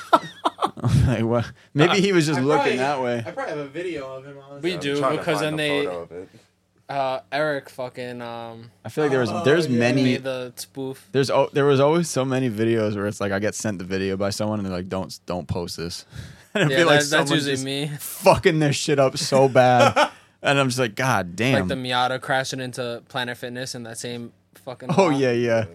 [SPEAKER 1] I'm like, what? Maybe he was just
[SPEAKER 8] I
[SPEAKER 1] looking
[SPEAKER 8] probably-
[SPEAKER 1] that way.
[SPEAKER 8] I probably have a video of him on.
[SPEAKER 13] We do because then they, uh, Eric fucking. Um,
[SPEAKER 1] I feel like there was there's many
[SPEAKER 13] made the spoof.
[SPEAKER 1] there's oh, there was always so many videos where it's like I get sent the video by someone and they're like don't don't post this. And I
[SPEAKER 13] Yeah,
[SPEAKER 1] feel like
[SPEAKER 13] that- that's
[SPEAKER 1] someone's
[SPEAKER 13] usually
[SPEAKER 1] just
[SPEAKER 13] me.
[SPEAKER 1] fucking their shit up so bad, and I'm just like, God damn.
[SPEAKER 13] Like the Miata crashing into Planet Fitness in that same fucking.
[SPEAKER 1] oh
[SPEAKER 13] lot.
[SPEAKER 1] yeah, Oh, yeah,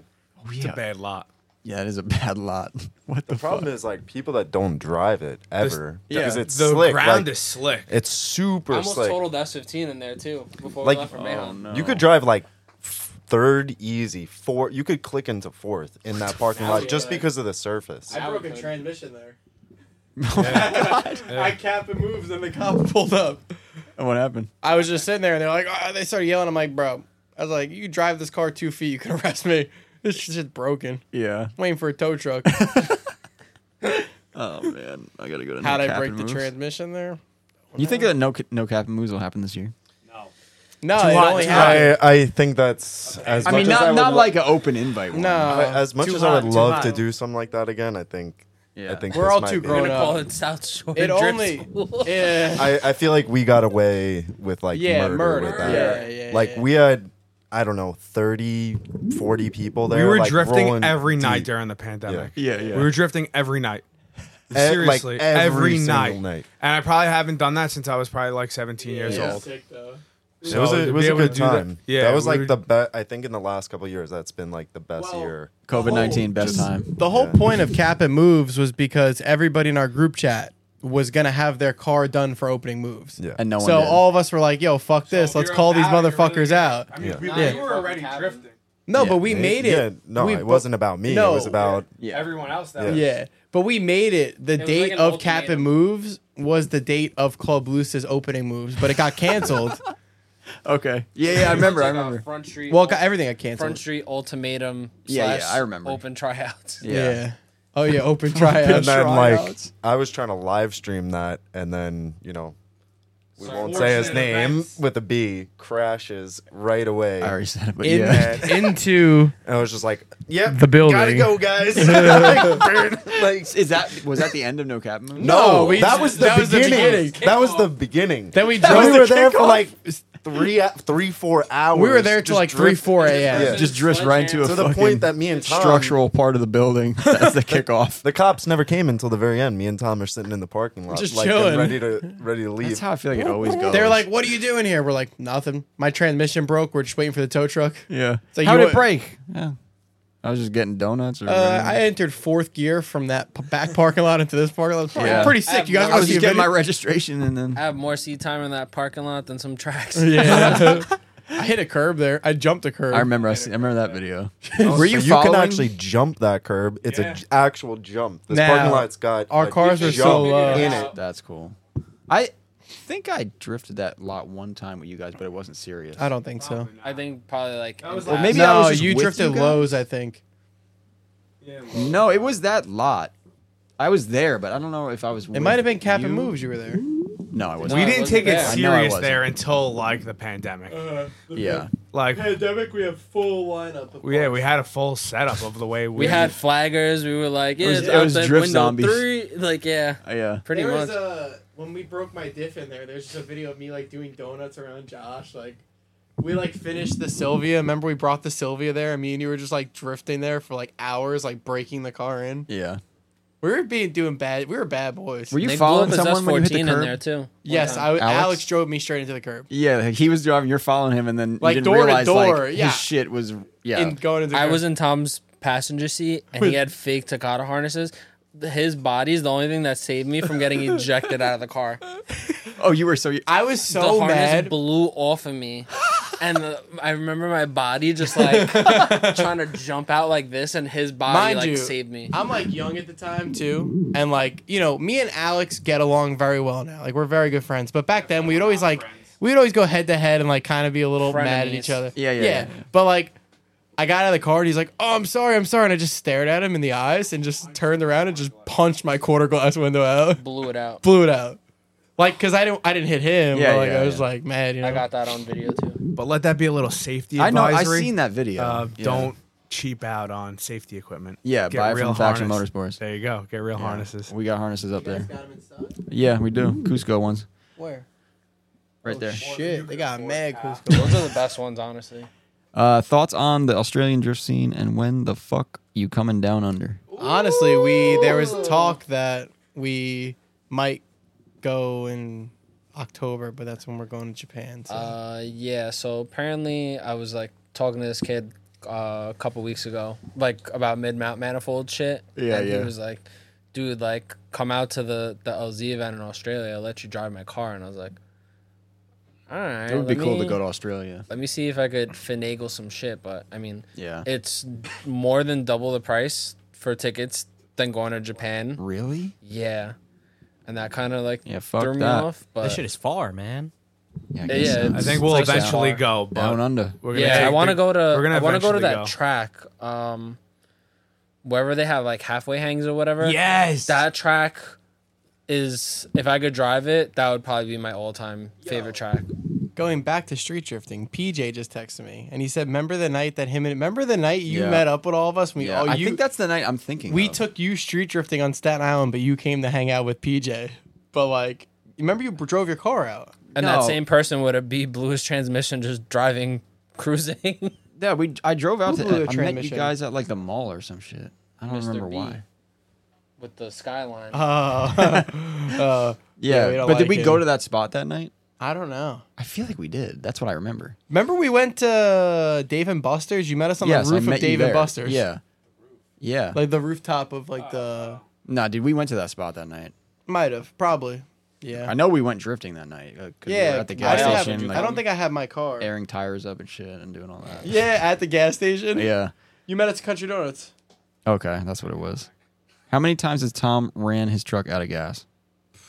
[SPEAKER 6] It's a bad lot.
[SPEAKER 1] yeah. It is a bad lot. What the,
[SPEAKER 2] The problem is like people that don't drive it ever
[SPEAKER 13] yeah.
[SPEAKER 2] because it's
[SPEAKER 6] The
[SPEAKER 2] slick.
[SPEAKER 6] ground
[SPEAKER 2] like,
[SPEAKER 6] is slick.
[SPEAKER 2] It's
[SPEAKER 13] I
[SPEAKER 2] super
[SPEAKER 13] almost
[SPEAKER 2] slick.
[SPEAKER 13] totaled S fifteen in there too before
[SPEAKER 2] like
[SPEAKER 13] we
[SPEAKER 6] Oh,
[SPEAKER 13] left for Mayhem.
[SPEAKER 2] you could drive like f- third easy, four. You could click into fourth in that parking
[SPEAKER 8] Hell
[SPEAKER 2] lot just
[SPEAKER 8] yeah.
[SPEAKER 2] because of the surface.
[SPEAKER 8] I broke a transmission there.
[SPEAKER 5] Oh
[SPEAKER 6] Yeah.
[SPEAKER 8] I cap and moves and the cop
[SPEAKER 5] pulled up.
[SPEAKER 1] And what happened?
[SPEAKER 5] I was just sitting there, and they're like,
[SPEAKER 13] "Oh,"
[SPEAKER 5] "Ah," they started yelling. I'm like, bro, I was like, you drive this car two feet, you can arrest me. This shit's just broken.
[SPEAKER 1] Yeah.
[SPEAKER 5] waiting for a tow truck.
[SPEAKER 1] Oh man, I gotta go to.
[SPEAKER 5] How'd
[SPEAKER 1] no
[SPEAKER 5] I
[SPEAKER 1] cap
[SPEAKER 5] break
[SPEAKER 1] and
[SPEAKER 5] the
[SPEAKER 1] moves.
[SPEAKER 5] transmission there?
[SPEAKER 1] You think that no ca- no cap and moves will happen this year?
[SPEAKER 5] No,
[SPEAKER 1] Too
[SPEAKER 5] it
[SPEAKER 1] hot,
[SPEAKER 5] only
[SPEAKER 1] too
[SPEAKER 5] happened.
[SPEAKER 2] I, I think that's as
[SPEAKER 1] I
[SPEAKER 2] much
[SPEAKER 1] mean,
[SPEAKER 2] as I
[SPEAKER 1] not
[SPEAKER 2] would
[SPEAKER 1] not
[SPEAKER 2] lo-
[SPEAKER 1] like an open invite. One.
[SPEAKER 2] I- as much
[SPEAKER 5] too
[SPEAKER 2] as I
[SPEAKER 5] hot,
[SPEAKER 2] would
[SPEAKER 5] too
[SPEAKER 2] love
[SPEAKER 5] hot.
[SPEAKER 2] to do something like that again, I think I think
[SPEAKER 5] We're
[SPEAKER 2] this
[SPEAKER 5] all
[SPEAKER 2] might
[SPEAKER 5] too
[SPEAKER 2] be-
[SPEAKER 5] grown
[SPEAKER 13] Gonna
[SPEAKER 5] up.
[SPEAKER 3] Oh,
[SPEAKER 13] call it South Shore.
[SPEAKER 5] It
[SPEAKER 13] Drift
[SPEAKER 5] only,
[SPEAKER 13] School.
[SPEAKER 5] yeah.
[SPEAKER 2] I, I feel like we got away with like
[SPEAKER 5] Yeah,
[SPEAKER 2] murder,
[SPEAKER 5] murder.
[SPEAKER 2] with that.
[SPEAKER 5] Yeah, yeah,
[SPEAKER 2] like
[SPEAKER 5] yeah.
[SPEAKER 2] we had I don't know 30 40 people there
[SPEAKER 6] we were
[SPEAKER 2] like,
[SPEAKER 6] drifting
[SPEAKER 2] rolling
[SPEAKER 6] every
[SPEAKER 2] deep.
[SPEAKER 6] night during the pandemic.
[SPEAKER 1] Yeah. Yeah, Eh, yeah.
[SPEAKER 6] We were drifting every night.
[SPEAKER 2] E- like,
[SPEAKER 6] Seriously,
[SPEAKER 2] every
[SPEAKER 6] every,
[SPEAKER 2] single
[SPEAKER 6] night.
[SPEAKER 2] night.
[SPEAKER 6] And I probably haven't done that since I was probably like 17 years
[SPEAKER 2] Yeah.
[SPEAKER 6] old.
[SPEAKER 8] sick though.
[SPEAKER 2] it was
[SPEAKER 6] So
[SPEAKER 2] a,
[SPEAKER 6] to
[SPEAKER 2] it was
[SPEAKER 6] be
[SPEAKER 2] a
[SPEAKER 6] able to
[SPEAKER 2] good
[SPEAKER 6] do that-
[SPEAKER 2] time.
[SPEAKER 6] yeah,
[SPEAKER 2] that was
[SPEAKER 6] we
[SPEAKER 2] like
[SPEAKER 6] were-
[SPEAKER 2] the best. I think in the last couple years, that's been like the best year.
[SPEAKER 1] COVID nineteen best time.
[SPEAKER 5] The whole point of Cap and Moves was because everybody in our group chat was gonna have their car done for opening moves.
[SPEAKER 2] Yeah.
[SPEAKER 1] And no one
[SPEAKER 5] so
[SPEAKER 1] did.
[SPEAKER 5] all of us were like, "Yo, fuck this! Let's call these motherfuckers out."
[SPEAKER 6] I mean, we,
[SPEAKER 5] Yeah.
[SPEAKER 6] we were already drifting.
[SPEAKER 5] No,
[SPEAKER 1] Yeah.
[SPEAKER 5] but we
[SPEAKER 2] It-
[SPEAKER 5] made it.
[SPEAKER 2] yeah, no,
[SPEAKER 5] we
[SPEAKER 2] it
[SPEAKER 5] bo-
[SPEAKER 2] wasn't about me.
[SPEAKER 5] No.
[SPEAKER 2] It was about
[SPEAKER 6] Everyone else that
[SPEAKER 5] Yeah.
[SPEAKER 6] was-
[SPEAKER 5] but we made it. The
[SPEAKER 13] was
[SPEAKER 5] date
[SPEAKER 13] like an
[SPEAKER 5] of Cap
[SPEAKER 13] ultimatum.
[SPEAKER 5] and Moves was the date of Club Loose's opening moves, but it got canceled.
[SPEAKER 1] Okay. Yeah, yeah. I remember. I
[SPEAKER 13] Like a
[SPEAKER 1] remember.
[SPEAKER 13] Front Street.
[SPEAKER 5] well, it
[SPEAKER 13] ult-
[SPEAKER 5] got everything got
[SPEAKER 13] Front
[SPEAKER 5] canceled.
[SPEAKER 13] Street ultimatum.
[SPEAKER 1] Yeah, yeah,
[SPEAKER 13] slash
[SPEAKER 1] I remember.
[SPEAKER 13] Open tryouts.
[SPEAKER 1] Yeah.
[SPEAKER 5] Oh yeah, open tryout.
[SPEAKER 2] and then like
[SPEAKER 1] Tryouts.
[SPEAKER 2] I was trying to live stream that, and then you know we
[SPEAKER 6] Sorry.
[SPEAKER 2] won't say his
[SPEAKER 6] Unfortunate
[SPEAKER 2] name
[SPEAKER 6] events.
[SPEAKER 2] with a B crashes right away.
[SPEAKER 1] I already said it, but
[SPEAKER 5] In-
[SPEAKER 1] yeah.
[SPEAKER 5] into
[SPEAKER 2] And I was just like, yep,
[SPEAKER 5] The building.
[SPEAKER 2] Gotta go, guys. Like, burn. Like,
[SPEAKER 1] Is that was that the end of no cap moves?
[SPEAKER 5] No, we-
[SPEAKER 2] that was the
[SPEAKER 5] that was the
[SPEAKER 2] beginning.
[SPEAKER 5] beginning.
[SPEAKER 2] That was the beginning.
[SPEAKER 5] Then we
[SPEAKER 2] we
[SPEAKER 5] drove.
[SPEAKER 2] were there for like three, uh, three, four hours.
[SPEAKER 5] We were there till
[SPEAKER 2] just
[SPEAKER 5] like three,
[SPEAKER 2] drift-
[SPEAKER 5] four a.m.
[SPEAKER 1] Just drift right into a
[SPEAKER 2] to the
[SPEAKER 1] fucking
[SPEAKER 2] point that me and Tom
[SPEAKER 1] structural part of the building. That's the kickoff.
[SPEAKER 2] The cops never came until the very end. Me and Tom are sitting in the parking lot,
[SPEAKER 5] Just
[SPEAKER 2] like and
[SPEAKER 5] chilling.
[SPEAKER 2] ready to ready to leave.
[SPEAKER 1] That's how I feel like it always goes.
[SPEAKER 5] They're like, "What are you doing here?" We're like, "Nothing. My transmission broke. We're just waiting for the tow truck."
[SPEAKER 1] Yeah.
[SPEAKER 5] It's like,
[SPEAKER 1] How
[SPEAKER 5] you
[SPEAKER 1] did
[SPEAKER 5] know
[SPEAKER 1] it break? Yeah. I was just getting donuts or.
[SPEAKER 5] what? Uh, I entered fourth gear from that p- back parking lot into this parking lot. It's
[SPEAKER 1] Yeah.
[SPEAKER 5] Pretty sick. You guys want to see a video?
[SPEAKER 1] registration and then
[SPEAKER 13] I have more seat time in that parking lot than some tracks.
[SPEAKER 5] Yeah. I hit a curb there. I jumped a curb.
[SPEAKER 1] I remember. I, see, I remember that video.
[SPEAKER 2] Were you? You can actually jump that curb. It's an actual jump. This
[SPEAKER 1] Now,
[SPEAKER 2] parking lot's got
[SPEAKER 1] our
[SPEAKER 2] a
[SPEAKER 1] cars are so uh,
[SPEAKER 2] jump
[SPEAKER 1] low.
[SPEAKER 2] in it.
[SPEAKER 1] That's cool. I think I drifted that lot one time with you guys, but it wasn't serious.
[SPEAKER 5] I don't think so.
[SPEAKER 13] I think probably like.
[SPEAKER 5] Or
[SPEAKER 13] in-
[SPEAKER 1] maybe
[SPEAKER 5] Uh, no,
[SPEAKER 1] I was just
[SPEAKER 5] you
[SPEAKER 1] with
[SPEAKER 5] drifted
[SPEAKER 1] you guys.
[SPEAKER 5] lows. I think.
[SPEAKER 1] No, it was that lot. I was there, but I don't know if I was.
[SPEAKER 5] It might have been Cap and Moves. You were there.
[SPEAKER 1] No, I wasn't.
[SPEAKER 12] we didn't take it
[SPEAKER 1] I know I
[SPEAKER 12] serious
[SPEAKER 1] wasn't.
[SPEAKER 12] there until like the pandemic.
[SPEAKER 10] Uh, the
[SPEAKER 1] Yeah.
[SPEAKER 12] Like
[SPEAKER 10] pandemic, we have full lineup. Of
[SPEAKER 12] we- yeah, we had a full setup of the way we,
[SPEAKER 13] We had flaggers. We were like, yeah,
[SPEAKER 1] was-
[SPEAKER 13] it's
[SPEAKER 1] it was
[SPEAKER 13] outside
[SPEAKER 1] Drift
[SPEAKER 13] window
[SPEAKER 1] Zombies.
[SPEAKER 13] three. Like, yeah,
[SPEAKER 1] Uh, yeah.
[SPEAKER 13] pretty
[SPEAKER 4] there
[SPEAKER 13] much.
[SPEAKER 4] was
[SPEAKER 5] uh,
[SPEAKER 4] a when we broke my diff in there. There's just a video of me like doing donuts around Josh. Like we like finished the
[SPEAKER 5] Sylvia. Remember we brought the Sylvia there, and me and you were just like drifting there for like hours, like breaking the car in.
[SPEAKER 1] Yeah.
[SPEAKER 5] We were being doing bad. We were bad boys.
[SPEAKER 1] Were you
[SPEAKER 13] They blew
[SPEAKER 1] following
[SPEAKER 13] up his
[SPEAKER 1] someone when you hit the
[SPEAKER 13] S14
[SPEAKER 1] curb?
[SPEAKER 13] in there too. one
[SPEAKER 5] Yes,
[SPEAKER 13] time.
[SPEAKER 5] I, Alex?
[SPEAKER 1] Alex?
[SPEAKER 5] Alex drove me straight into the curb.
[SPEAKER 1] Yeah, like, he was driving. You're following him, and then
[SPEAKER 5] Like,
[SPEAKER 1] you didn't
[SPEAKER 5] door to
[SPEAKER 1] realize
[SPEAKER 5] door,
[SPEAKER 1] like
[SPEAKER 5] yeah.
[SPEAKER 1] his shit was yeah.
[SPEAKER 5] In going into the
[SPEAKER 13] I
[SPEAKER 5] curb.
[SPEAKER 13] was in Tom's passenger seat, and he had fake Takata harnesses. His body is the only thing that saved me from getting ejected out of the car.
[SPEAKER 1] oh, you were so.
[SPEAKER 5] I was
[SPEAKER 13] the
[SPEAKER 5] so
[SPEAKER 13] harness
[SPEAKER 5] mad.
[SPEAKER 13] blew off of me. And the, I remember my body just like trying to jump out like this, and his body
[SPEAKER 5] Mind
[SPEAKER 13] like
[SPEAKER 5] you,
[SPEAKER 13] saved me.
[SPEAKER 5] I'm like young at the time too, and like you know, me and Alex get along very well now. Like we're very good friends. But back then, we would always like we would always go head to head and like kind of be a little mad at
[SPEAKER 13] Frenemies.
[SPEAKER 5] each other.
[SPEAKER 1] Yeah, yeah, yeah, yeah.
[SPEAKER 5] But like, I got out of the car and he's like, "Oh, I'm sorry, I'm sorry," and I just stared at him in the eyes and just turned around and just punched my quarter glass window out,
[SPEAKER 13] blew it out.
[SPEAKER 5] blew it out. Like, cause I didn't, I didn't hit him.
[SPEAKER 1] Yeah,
[SPEAKER 5] but like
[SPEAKER 1] yeah,
[SPEAKER 5] I was
[SPEAKER 1] yeah.
[SPEAKER 5] like mad. You know?
[SPEAKER 13] I got that on video too.
[SPEAKER 12] But let that be a little safety
[SPEAKER 1] I know, I've
[SPEAKER 12] advisory.
[SPEAKER 1] seen that video.
[SPEAKER 12] Uh,
[SPEAKER 1] Yeah.
[SPEAKER 12] Don't cheap out on safety equipment.
[SPEAKER 1] Yeah,
[SPEAKER 12] Get
[SPEAKER 1] buy
[SPEAKER 12] real
[SPEAKER 1] from Faction
[SPEAKER 12] harness.
[SPEAKER 1] Motorsports.
[SPEAKER 12] There you go. Get real
[SPEAKER 1] Yeah.
[SPEAKER 12] harnesses.
[SPEAKER 1] We got harnesses up there. Yeah, we do. Cusco ones
[SPEAKER 5] Where? Oh,
[SPEAKER 1] right there.
[SPEAKER 5] Shit, they got mad. Cusco.
[SPEAKER 13] Those are the best ones, honestly.
[SPEAKER 1] Uh, thoughts on the Australian drift scene and when the fuck you coming down under?
[SPEAKER 5] Honestly, we there was talk that we might go in October, but that's when we're going to Japan. So.
[SPEAKER 13] Uh, yeah. So apparently, I was like talking to this kid uh, a couple weeks ago, like about mid mount manifold shit.
[SPEAKER 1] Yeah,
[SPEAKER 13] and
[SPEAKER 1] yeah.
[SPEAKER 13] He was like, "Dude, like, come out to the the LZ event in Australia. I'll let you drive my car." And I was like, "All right."
[SPEAKER 1] It would be
[SPEAKER 13] let
[SPEAKER 1] cool to
[SPEAKER 13] me-
[SPEAKER 1] go to Australia.
[SPEAKER 13] Let me see if I could finagle some shit, but I mean,
[SPEAKER 1] Yeah.
[SPEAKER 13] it's more than double the price for tickets than going to Japan.
[SPEAKER 1] Oh. Really?
[SPEAKER 13] Yeah, and that kind of like
[SPEAKER 1] Yeah, fuck
[SPEAKER 13] threw me
[SPEAKER 1] that.
[SPEAKER 13] off. But
[SPEAKER 3] That shit is far, man.
[SPEAKER 1] Yeah,
[SPEAKER 13] Yeah,
[SPEAKER 1] guess so.
[SPEAKER 13] it's-
[SPEAKER 12] I think we'll
[SPEAKER 13] it's like
[SPEAKER 12] eventually
[SPEAKER 13] far.
[SPEAKER 12] go. But
[SPEAKER 1] down under.
[SPEAKER 12] We're gonna
[SPEAKER 13] Yeah, I
[SPEAKER 12] take
[SPEAKER 13] want to
[SPEAKER 12] the-
[SPEAKER 13] go to.
[SPEAKER 12] We're gonna
[SPEAKER 13] I want to go to
[SPEAKER 12] eventually
[SPEAKER 13] that
[SPEAKER 12] go.
[SPEAKER 13] track. Um, wherever they have like halfway hangs or whatever.
[SPEAKER 12] Yes!
[SPEAKER 13] that track is. If I could drive it, that would probably be my all-time favorite track.
[SPEAKER 5] Going back to street drifting, PJ just texted me and he said, "Remember the night that him and remember the night you
[SPEAKER 1] Yeah.
[SPEAKER 5] met up with all of us? We
[SPEAKER 1] Yeah,
[SPEAKER 5] all
[SPEAKER 1] I
[SPEAKER 5] you
[SPEAKER 1] think that's the night I'm thinking.
[SPEAKER 5] we
[SPEAKER 1] of.
[SPEAKER 5] took you street drifting on Staten Island, but you came to hang out with PJ. But like, remember you drove your car out?
[SPEAKER 13] And that
[SPEAKER 1] No.
[SPEAKER 13] same person would have be blew his transmission just driving cruising.
[SPEAKER 1] Yeah, we. I drove out
[SPEAKER 5] Who blew
[SPEAKER 1] to.
[SPEAKER 5] the
[SPEAKER 1] I met you
[SPEAKER 5] transmission?
[SPEAKER 1] guys at like the mall or some shit. I don't
[SPEAKER 13] Mr.
[SPEAKER 1] remember
[SPEAKER 13] B.
[SPEAKER 1] why.
[SPEAKER 13] With the skyline.
[SPEAKER 5] Oh, uh,
[SPEAKER 1] Yeah,
[SPEAKER 5] we don't
[SPEAKER 1] but did
[SPEAKER 5] like
[SPEAKER 1] we
[SPEAKER 5] him.
[SPEAKER 1] go to that spot that night?
[SPEAKER 5] I don't know.
[SPEAKER 1] I feel like we did. That's what I remember.
[SPEAKER 5] Remember we went to Dave and Buster's. You met us on
[SPEAKER 1] yes,
[SPEAKER 5] the
[SPEAKER 1] I
[SPEAKER 5] roof
[SPEAKER 1] met
[SPEAKER 5] of
[SPEAKER 1] you
[SPEAKER 5] Dave and
[SPEAKER 1] there.
[SPEAKER 5] Buster's.
[SPEAKER 1] Yeah, yeah.
[SPEAKER 5] like the rooftop of like the
[SPEAKER 1] nah, dude, we went to that spot that night.
[SPEAKER 5] might have probably. Yeah.
[SPEAKER 1] I know we went drifting that night. uh, 'cause we were
[SPEAKER 5] yeah.
[SPEAKER 1] at the
[SPEAKER 5] I,
[SPEAKER 1] gas
[SPEAKER 5] didn't have-
[SPEAKER 1] station. like,
[SPEAKER 5] I don't think I had my car.
[SPEAKER 1] airing tires up and shit and doing all that.
[SPEAKER 5] Yeah, at the gas station.
[SPEAKER 1] Yeah.
[SPEAKER 5] You met us at Country Donuts.
[SPEAKER 1] Okay, that's what it was. How many times has Tom ran his truck out of gas?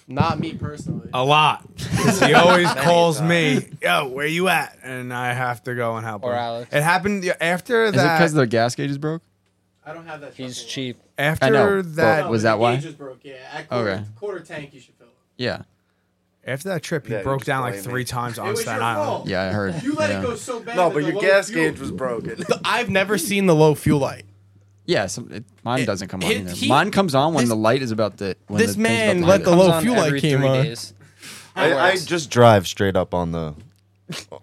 [SPEAKER 5] Not me personally.
[SPEAKER 12] A
[SPEAKER 1] Oh.
[SPEAKER 12] lot. 'Cause he always calls me, "Yo, where you at?" And I have to go and help
[SPEAKER 13] Or
[SPEAKER 12] him.
[SPEAKER 13] Alex.
[SPEAKER 12] It happened yeah, after
[SPEAKER 1] Is it because
[SPEAKER 12] that.
[SPEAKER 1] the gas gauge is broke?
[SPEAKER 4] I don't have that.
[SPEAKER 13] He's cheap.
[SPEAKER 12] After
[SPEAKER 1] I know.
[SPEAKER 12] that,
[SPEAKER 1] but was that
[SPEAKER 4] the
[SPEAKER 1] why?
[SPEAKER 4] gauge was broke. Yeah, at quarter,
[SPEAKER 1] Okay.
[SPEAKER 4] quarter tank you should fill. it.
[SPEAKER 1] Yeah.
[SPEAKER 12] after that trip, he
[SPEAKER 2] Yeah, you
[SPEAKER 12] broke
[SPEAKER 2] just
[SPEAKER 12] down like
[SPEAKER 2] blame
[SPEAKER 12] three
[SPEAKER 2] me.
[SPEAKER 12] times
[SPEAKER 1] Oh,
[SPEAKER 4] it
[SPEAKER 12] on
[SPEAKER 4] was
[SPEAKER 12] Staten
[SPEAKER 4] your
[SPEAKER 12] Island.
[SPEAKER 4] fault.
[SPEAKER 1] Yeah, I heard.
[SPEAKER 4] You let
[SPEAKER 1] yeah.
[SPEAKER 4] it go so bad.
[SPEAKER 2] No,
[SPEAKER 4] that
[SPEAKER 2] but
[SPEAKER 4] the
[SPEAKER 2] your
[SPEAKER 4] low
[SPEAKER 2] gas
[SPEAKER 4] fuel-
[SPEAKER 2] gauge was broken.
[SPEAKER 5] I've never seen the low fuel light.
[SPEAKER 1] Yeah, some, it, mine doesn't come on
[SPEAKER 5] it-
[SPEAKER 1] either.
[SPEAKER 5] he-
[SPEAKER 1] mine comes on when the light is about the. When
[SPEAKER 5] this
[SPEAKER 1] the thing's about
[SPEAKER 5] man
[SPEAKER 1] to
[SPEAKER 5] let
[SPEAKER 1] hit
[SPEAKER 5] the
[SPEAKER 1] it.
[SPEAKER 5] low
[SPEAKER 13] Comes on
[SPEAKER 5] fuel light
[SPEAKER 13] every
[SPEAKER 5] came
[SPEAKER 13] three
[SPEAKER 5] on.
[SPEAKER 13] days.
[SPEAKER 2] I, I just drive straight up on the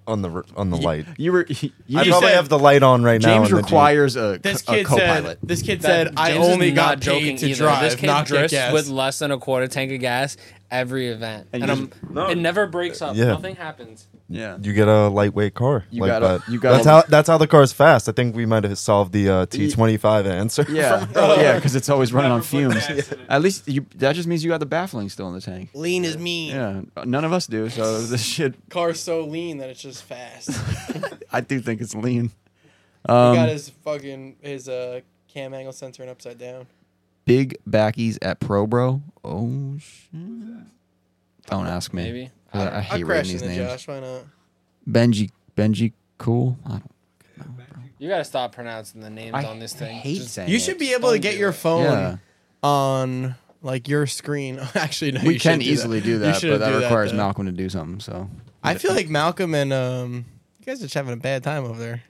[SPEAKER 2] on the r- on the light.
[SPEAKER 1] You were.
[SPEAKER 2] I probably have the light on right now.
[SPEAKER 1] James
[SPEAKER 2] in the Jeep.
[SPEAKER 1] requires a,
[SPEAKER 2] This
[SPEAKER 1] a
[SPEAKER 2] kid said-
[SPEAKER 1] co-pilot.
[SPEAKER 5] This kid
[SPEAKER 13] That-
[SPEAKER 5] said, "I
[SPEAKER 13] James is
[SPEAKER 5] only
[SPEAKER 13] not
[SPEAKER 5] got paid to
[SPEAKER 13] either.
[SPEAKER 5] drive,
[SPEAKER 13] This kid
[SPEAKER 5] not get
[SPEAKER 13] drifts
[SPEAKER 5] gas."
[SPEAKER 13] with less than a quarter tank of gas every event,
[SPEAKER 1] And
[SPEAKER 13] and,
[SPEAKER 1] you
[SPEAKER 13] I'm, it never breaks up.
[SPEAKER 2] Yeah.
[SPEAKER 13] Nothing happens.
[SPEAKER 1] Yeah.
[SPEAKER 2] You get a lightweight car.
[SPEAKER 1] You
[SPEAKER 2] like
[SPEAKER 1] got a-
[SPEAKER 2] that.
[SPEAKER 1] you got
[SPEAKER 2] that's
[SPEAKER 1] a-
[SPEAKER 2] how that's how the car's fast. I think we might have solved the uh, T25 answer.
[SPEAKER 1] Yeah, oh, yeah, because it's always running on fumes. At least you, that just means you got the baffling still in the tank.
[SPEAKER 5] Lean is mean.
[SPEAKER 1] Yeah, none of us do. So this shit,
[SPEAKER 5] Car's so lean that it's just fast.
[SPEAKER 1] I do think it's lean.
[SPEAKER 5] he got
[SPEAKER 1] Um,
[SPEAKER 5] his fucking his uh cam angle sensor and upside down.
[SPEAKER 1] big backies at Pro Bro. Oh shit! Don't ask me.
[SPEAKER 13] Maybe.
[SPEAKER 1] I, I
[SPEAKER 5] I'll
[SPEAKER 1] hate
[SPEAKER 5] crash
[SPEAKER 1] reading these
[SPEAKER 5] into
[SPEAKER 1] names.
[SPEAKER 5] Josh. Why not?
[SPEAKER 1] Benji, Benji, cool. I don't
[SPEAKER 13] You gotta stop pronouncing the names on this thing.
[SPEAKER 1] hate
[SPEAKER 13] Just-
[SPEAKER 1] saying
[SPEAKER 5] You should be able to
[SPEAKER 13] Don't
[SPEAKER 5] get
[SPEAKER 13] do
[SPEAKER 5] your
[SPEAKER 13] it.
[SPEAKER 5] phone
[SPEAKER 1] Yeah.
[SPEAKER 5] on like your screen. Actually, no,
[SPEAKER 1] we
[SPEAKER 5] you
[SPEAKER 1] can
[SPEAKER 5] shouldn't
[SPEAKER 1] easily do
[SPEAKER 5] You
[SPEAKER 1] that, but
[SPEAKER 5] shouldn't
[SPEAKER 1] that
[SPEAKER 5] do
[SPEAKER 1] requires
[SPEAKER 5] though.
[SPEAKER 1] Malcolm to do something. So
[SPEAKER 5] I feel like Malcolm and um, you guys are just having a bad time over there.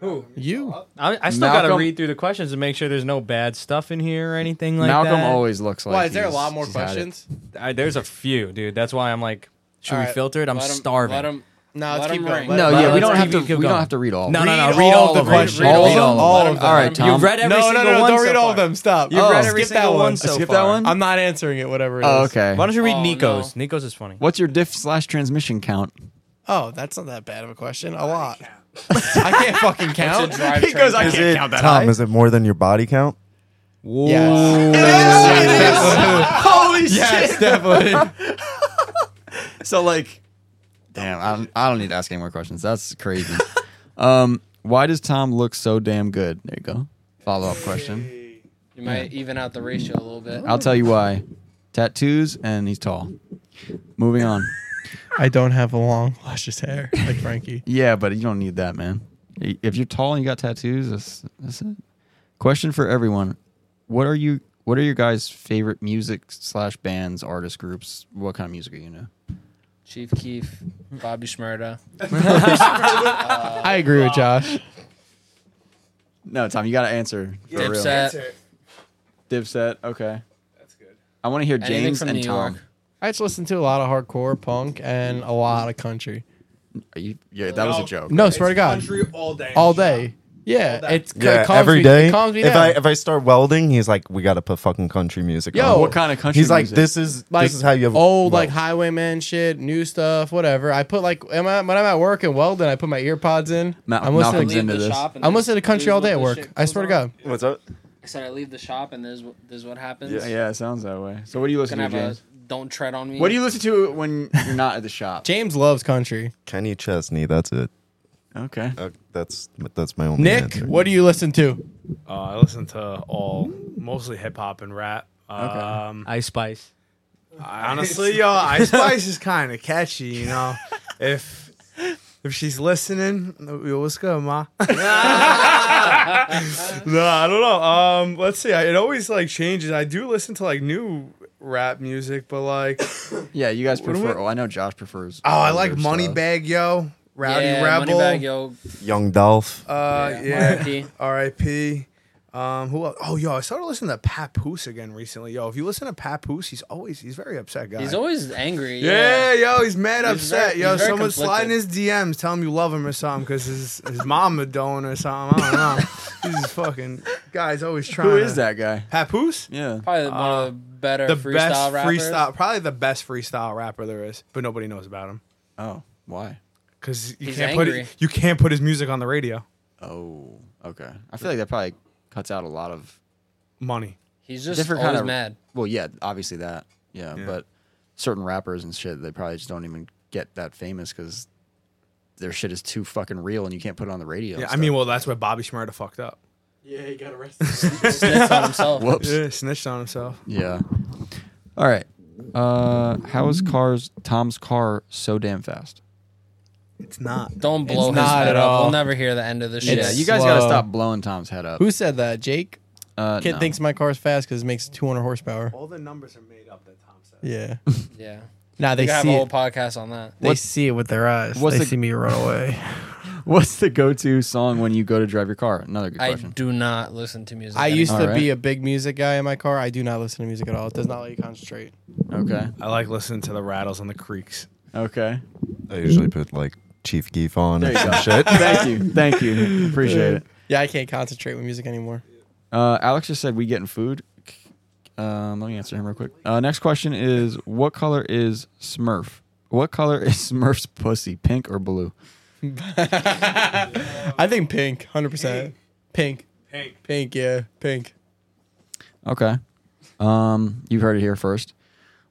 [SPEAKER 3] Who?
[SPEAKER 5] You?
[SPEAKER 3] I, I still got to
[SPEAKER 1] Malcolm-
[SPEAKER 3] read through the questions to make sure there's no bad stuff in here or anything like
[SPEAKER 1] Malcolm
[SPEAKER 3] that.
[SPEAKER 1] always looks like.
[SPEAKER 5] Why is there a
[SPEAKER 1] he's-
[SPEAKER 5] lot more
[SPEAKER 1] he's had it.
[SPEAKER 5] questions?
[SPEAKER 3] I, there's a few, dude. That's why I'm like, should we
[SPEAKER 5] Alright,
[SPEAKER 3] filter it? I'm
[SPEAKER 13] Let 'em-
[SPEAKER 3] starving.
[SPEAKER 13] Let him.
[SPEAKER 5] No,
[SPEAKER 13] Let
[SPEAKER 5] let's keep
[SPEAKER 13] him
[SPEAKER 5] going.
[SPEAKER 13] ring.
[SPEAKER 5] Let-
[SPEAKER 1] No,
[SPEAKER 5] let-
[SPEAKER 1] yeah, we
[SPEAKER 5] let's
[SPEAKER 1] don't have
[SPEAKER 5] keep
[SPEAKER 1] to.
[SPEAKER 3] keep
[SPEAKER 1] We don't
[SPEAKER 3] going.
[SPEAKER 1] have to read all. of
[SPEAKER 3] No,
[SPEAKER 1] them.
[SPEAKER 3] no, no.
[SPEAKER 5] Read
[SPEAKER 3] Read,
[SPEAKER 5] all
[SPEAKER 3] all,
[SPEAKER 5] the
[SPEAKER 3] the
[SPEAKER 5] questions.
[SPEAKER 3] questions.
[SPEAKER 1] All
[SPEAKER 5] Read
[SPEAKER 1] of them.
[SPEAKER 5] all of them.
[SPEAKER 1] All right, Tom.
[SPEAKER 5] You've
[SPEAKER 3] read every
[SPEAKER 5] no,
[SPEAKER 3] single
[SPEAKER 5] no, no,
[SPEAKER 3] one
[SPEAKER 5] Don't
[SPEAKER 3] so
[SPEAKER 5] read all of
[SPEAKER 3] far.
[SPEAKER 5] them. Stop.
[SPEAKER 3] You've
[SPEAKER 1] Oh.
[SPEAKER 3] read
[SPEAKER 1] Skip
[SPEAKER 3] every
[SPEAKER 5] that
[SPEAKER 3] single
[SPEAKER 5] one.
[SPEAKER 3] one so
[SPEAKER 1] Skip
[SPEAKER 3] far.
[SPEAKER 1] that one.
[SPEAKER 5] I'm not answering it. Whatever. It is.
[SPEAKER 1] Oh, okay.
[SPEAKER 3] Why don't you read
[SPEAKER 13] Oh,
[SPEAKER 3] Nico's? Nico's is funny.
[SPEAKER 1] What's your diff slash transmission count?
[SPEAKER 5] Oh, that's not that bad of a question. A lot. I can't fucking count.
[SPEAKER 13] It's a drive
[SPEAKER 5] he goes, I
[SPEAKER 2] Is
[SPEAKER 5] can't
[SPEAKER 2] it
[SPEAKER 5] count that
[SPEAKER 2] Tom?
[SPEAKER 5] high.
[SPEAKER 2] Is it more than your body count?
[SPEAKER 1] Holy
[SPEAKER 5] Yes, definitely.
[SPEAKER 1] So like, damn, I don't, I don't need to ask any more questions. That's crazy. um, why does Tom look so damn good? There you go. Follow up question.
[SPEAKER 13] You might even out the ratio a little bit.
[SPEAKER 1] I'll tell you why. Tattoos and he's tall. Moving on.
[SPEAKER 5] I don't have a long, luscious hair like Frankie.
[SPEAKER 1] Yeah, but you don't need that, man. If you're tall and you got tattoos, that's that's it. Question for everyone: What are you? What are your guys' favorite music slash bands, artist groups? What kind of music are you into?
[SPEAKER 13] Chief Keef, Bobby Shmurda.
[SPEAKER 5] I agree with Josh.
[SPEAKER 1] No, Tom, you got to answer. For
[SPEAKER 13] Dipset.
[SPEAKER 1] Real. Dipset. Okay. I want to hear
[SPEAKER 13] Anything
[SPEAKER 1] James
[SPEAKER 13] from
[SPEAKER 1] and
[SPEAKER 13] New
[SPEAKER 1] Tom.
[SPEAKER 13] York.
[SPEAKER 5] I just listen to a lot of hardcore punk and a lot of country.
[SPEAKER 1] Are you? Yeah, that was a joke.
[SPEAKER 5] No, swear to God,
[SPEAKER 27] Country all day.
[SPEAKER 5] all day. Yeah, it's
[SPEAKER 2] Yeah,
[SPEAKER 5] it calms
[SPEAKER 2] every
[SPEAKER 5] me-
[SPEAKER 2] day.
[SPEAKER 5] It calms me
[SPEAKER 2] if
[SPEAKER 5] down.
[SPEAKER 2] I if I start welding, he's like, "We got to put fucking country music
[SPEAKER 5] Yo,
[SPEAKER 2] on."
[SPEAKER 1] What kind of country?
[SPEAKER 2] He's like,
[SPEAKER 1] music?
[SPEAKER 2] "This is
[SPEAKER 5] like
[SPEAKER 2] this is how you have weld."
[SPEAKER 5] old like highwayman shit, new stuff, whatever. I put like am I, when I'm at work and welding, I put my ear pods in.
[SPEAKER 1] Ma-
[SPEAKER 5] I'm listening.
[SPEAKER 1] Malcolm's into
[SPEAKER 13] the
[SPEAKER 1] this.
[SPEAKER 13] shop and
[SPEAKER 5] I'm
[SPEAKER 13] this-
[SPEAKER 5] listening to
[SPEAKER 13] this is
[SPEAKER 5] country all
[SPEAKER 13] what
[SPEAKER 5] day at
[SPEAKER 13] this
[SPEAKER 5] work.
[SPEAKER 13] shit
[SPEAKER 5] I
[SPEAKER 13] goes
[SPEAKER 5] swear to
[SPEAKER 13] on.
[SPEAKER 5] God.
[SPEAKER 2] What's up?
[SPEAKER 13] I said I leave the shop and this is what- this is what happens.
[SPEAKER 1] Yeah, it sounds that way. So, what do you
[SPEAKER 13] Can
[SPEAKER 1] listen
[SPEAKER 13] I
[SPEAKER 1] to,
[SPEAKER 13] have a
[SPEAKER 1] James?
[SPEAKER 13] don't tread on me?
[SPEAKER 1] What do you listen to when you're not at the shop?
[SPEAKER 5] James loves country.
[SPEAKER 2] Kenny Chesney. That's it.
[SPEAKER 1] Okay.
[SPEAKER 2] Uh, that's that's my only.
[SPEAKER 5] Nick,
[SPEAKER 2] answer.
[SPEAKER 5] what do you listen to?
[SPEAKER 6] Uh, I listen to all mostly hip hop and rap.
[SPEAKER 1] Okay.
[SPEAKER 6] Um,
[SPEAKER 3] Ice Spice.
[SPEAKER 6] I honestly, yo, Ice Spice is kind of catchy. You know, if if she's listening, yo, what's good, ma? no, I don't know. Um, let's see. I, it always like changes. I do listen to like new rap music, but like, oh,
[SPEAKER 1] Yeah, you guys
[SPEAKER 6] do
[SPEAKER 1] prefer. Oh, I know Josh prefers.
[SPEAKER 6] I like
[SPEAKER 1] older stuff.
[SPEAKER 6] Moneybag, yo, Rowdy
[SPEAKER 13] yeah,
[SPEAKER 6] Rebel.
[SPEAKER 13] Moneybag, yo.
[SPEAKER 2] Young Dolph.
[SPEAKER 6] Uh,
[SPEAKER 13] Yeah.
[SPEAKER 6] yeah. R.I.P. Um, who else? Oh, yo, I started listening to Papoose again recently. Yo, if you listen to Papoose, he's always he's very upset guy.
[SPEAKER 13] He's always angry.
[SPEAKER 6] yeah, yo, he's mad
[SPEAKER 13] He's
[SPEAKER 6] upset.
[SPEAKER 13] very-
[SPEAKER 6] yo,
[SPEAKER 13] he's very
[SPEAKER 6] someone's sliding his DMs, telling him you love him or something because his his mom a donor or something. I don't know. He's just fucking guy's always trying.
[SPEAKER 1] Who
[SPEAKER 6] to-
[SPEAKER 1] is that guy?
[SPEAKER 6] Papoose?
[SPEAKER 1] Yeah.
[SPEAKER 13] Probably one of the better
[SPEAKER 6] The
[SPEAKER 13] freestyle
[SPEAKER 6] best
[SPEAKER 13] rappers.
[SPEAKER 6] freestyle, probably the best freestyle rapper there is, but nobody knows about him
[SPEAKER 1] Oh, why?
[SPEAKER 6] because you
[SPEAKER 13] He's
[SPEAKER 6] can't
[SPEAKER 13] angry.
[SPEAKER 6] put you can't put his music on the radio.
[SPEAKER 1] Oh, okay. I feel like that probably cuts out a lot of
[SPEAKER 6] Money.
[SPEAKER 13] He's just
[SPEAKER 1] different
[SPEAKER 13] always
[SPEAKER 1] kind of
[SPEAKER 13] mad.
[SPEAKER 1] Well, yeah, obviously that. Yeah,
[SPEAKER 6] Yeah.
[SPEAKER 1] but certain rappers and shit, they probably just don't even get that famous because their shit is too fucking real, and you can't put it on the radio. and
[SPEAKER 6] Yeah, I
[SPEAKER 1] stuff.
[SPEAKER 6] mean, well, that's where Bobby Shmurda fucked up.
[SPEAKER 28] Yeah, he got arrested.
[SPEAKER 13] Snitch on himself.
[SPEAKER 1] whoops.
[SPEAKER 6] Yeah, snitched on himself.
[SPEAKER 1] Yeah. All right. Uh, how is cars Tom's car so damn fast?
[SPEAKER 6] It's not.
[SPEAKER 13] Don't blow his
[SPEAKER 5] not
[SPEAKER 13] head
[SPEAKER 5] at
[SPEAKER 13] up.
[SPEAKER 5] all.
[SPEAKER 13] We'll never hear the end of this shit.
[SPEAKER 1] yeah,
[SPEAKER 5] It's
[SPEAKER 1] you guys got to
[SPEAKER 5] slow.
[SPEAKER 1] stop blowing Tom's head up.
[SPEAKER 5] Who said that? Jake?
[SPEAKER 1] uh,
[SPEAKER 5] Kid
[SPEAKER 1] no.
[SPEAKER 5] thinks my car's fast because it makes 200 horsepower.
[SPEAKER 6] All the numbers are made up that Tom said.
[SPEAKER 5] Yeah.
[SPEAKER 13] yeah.
[SPEAKER 5] Now
[SPEAKER 13] We
[SPEAKER 5] they
[SPEAKER 13] could have
[SPEAKER 5] see
[SPEAKER 13] a whole
[SPEAKER 5] it.
[SPEAKER 13] podcast on that.
[SPEAKER 5] They
[SPEAKER 1] What's-
[SPEAKER 5] see it with their eyes.
[SPEAKER 1] what's
[SPEAKER 5] They
[SPEAKER 1] the-
[SPEAKER 5] see me run away.
[SPEAKER 1] What's the go-to song when you go to drive your car? Another good
[SPEAKER 13] I
[SPEAKER 1] question.
[SPEAKER 13] do not listen to music.
[SPEAKER 5] I used
[SPEAKER 1] All
[SPEAKER 5] to
[SPEAKER 1] right.
[SPEAKER 5] be a big music guy in my car. I do not listen to music at all. It does not let you concentrate.
[SPEAKER 1] Okay.
[SPEAKER 6] I like listening to the rattles on the creeks.
[SPEAKER 1] Okay.
[SPEAKER 2] I usually put like
[SPEAKER 29] Chief Geef on
[SPEAKER 1] There
[SPEAKER 29] and
[SPEAKER 1] you
[SPEAKER 29] some
[SPEAKER 1] go.
[SPEAKER 29] shit.
[SPEAKER 1] Thank you. Thank you. Appreciate it.
[SPEAKER 5] Yeah, I can't concentrate with music anymore.
[SPEAKER 1] Uh, Alex just said we getting food. Um, let me answer him real quick. Uh, next question is what color is Smurf? What color is Smurf's pussy? Pink or blue?
[SPEAKER 5] I think pink, hundred percent. Pink.
[SPEAKER 6] Pink.
[SPEAKER 5] Pink. Yeah, pink.
[SPEAKER 1] Okay. Um, you heard it here first.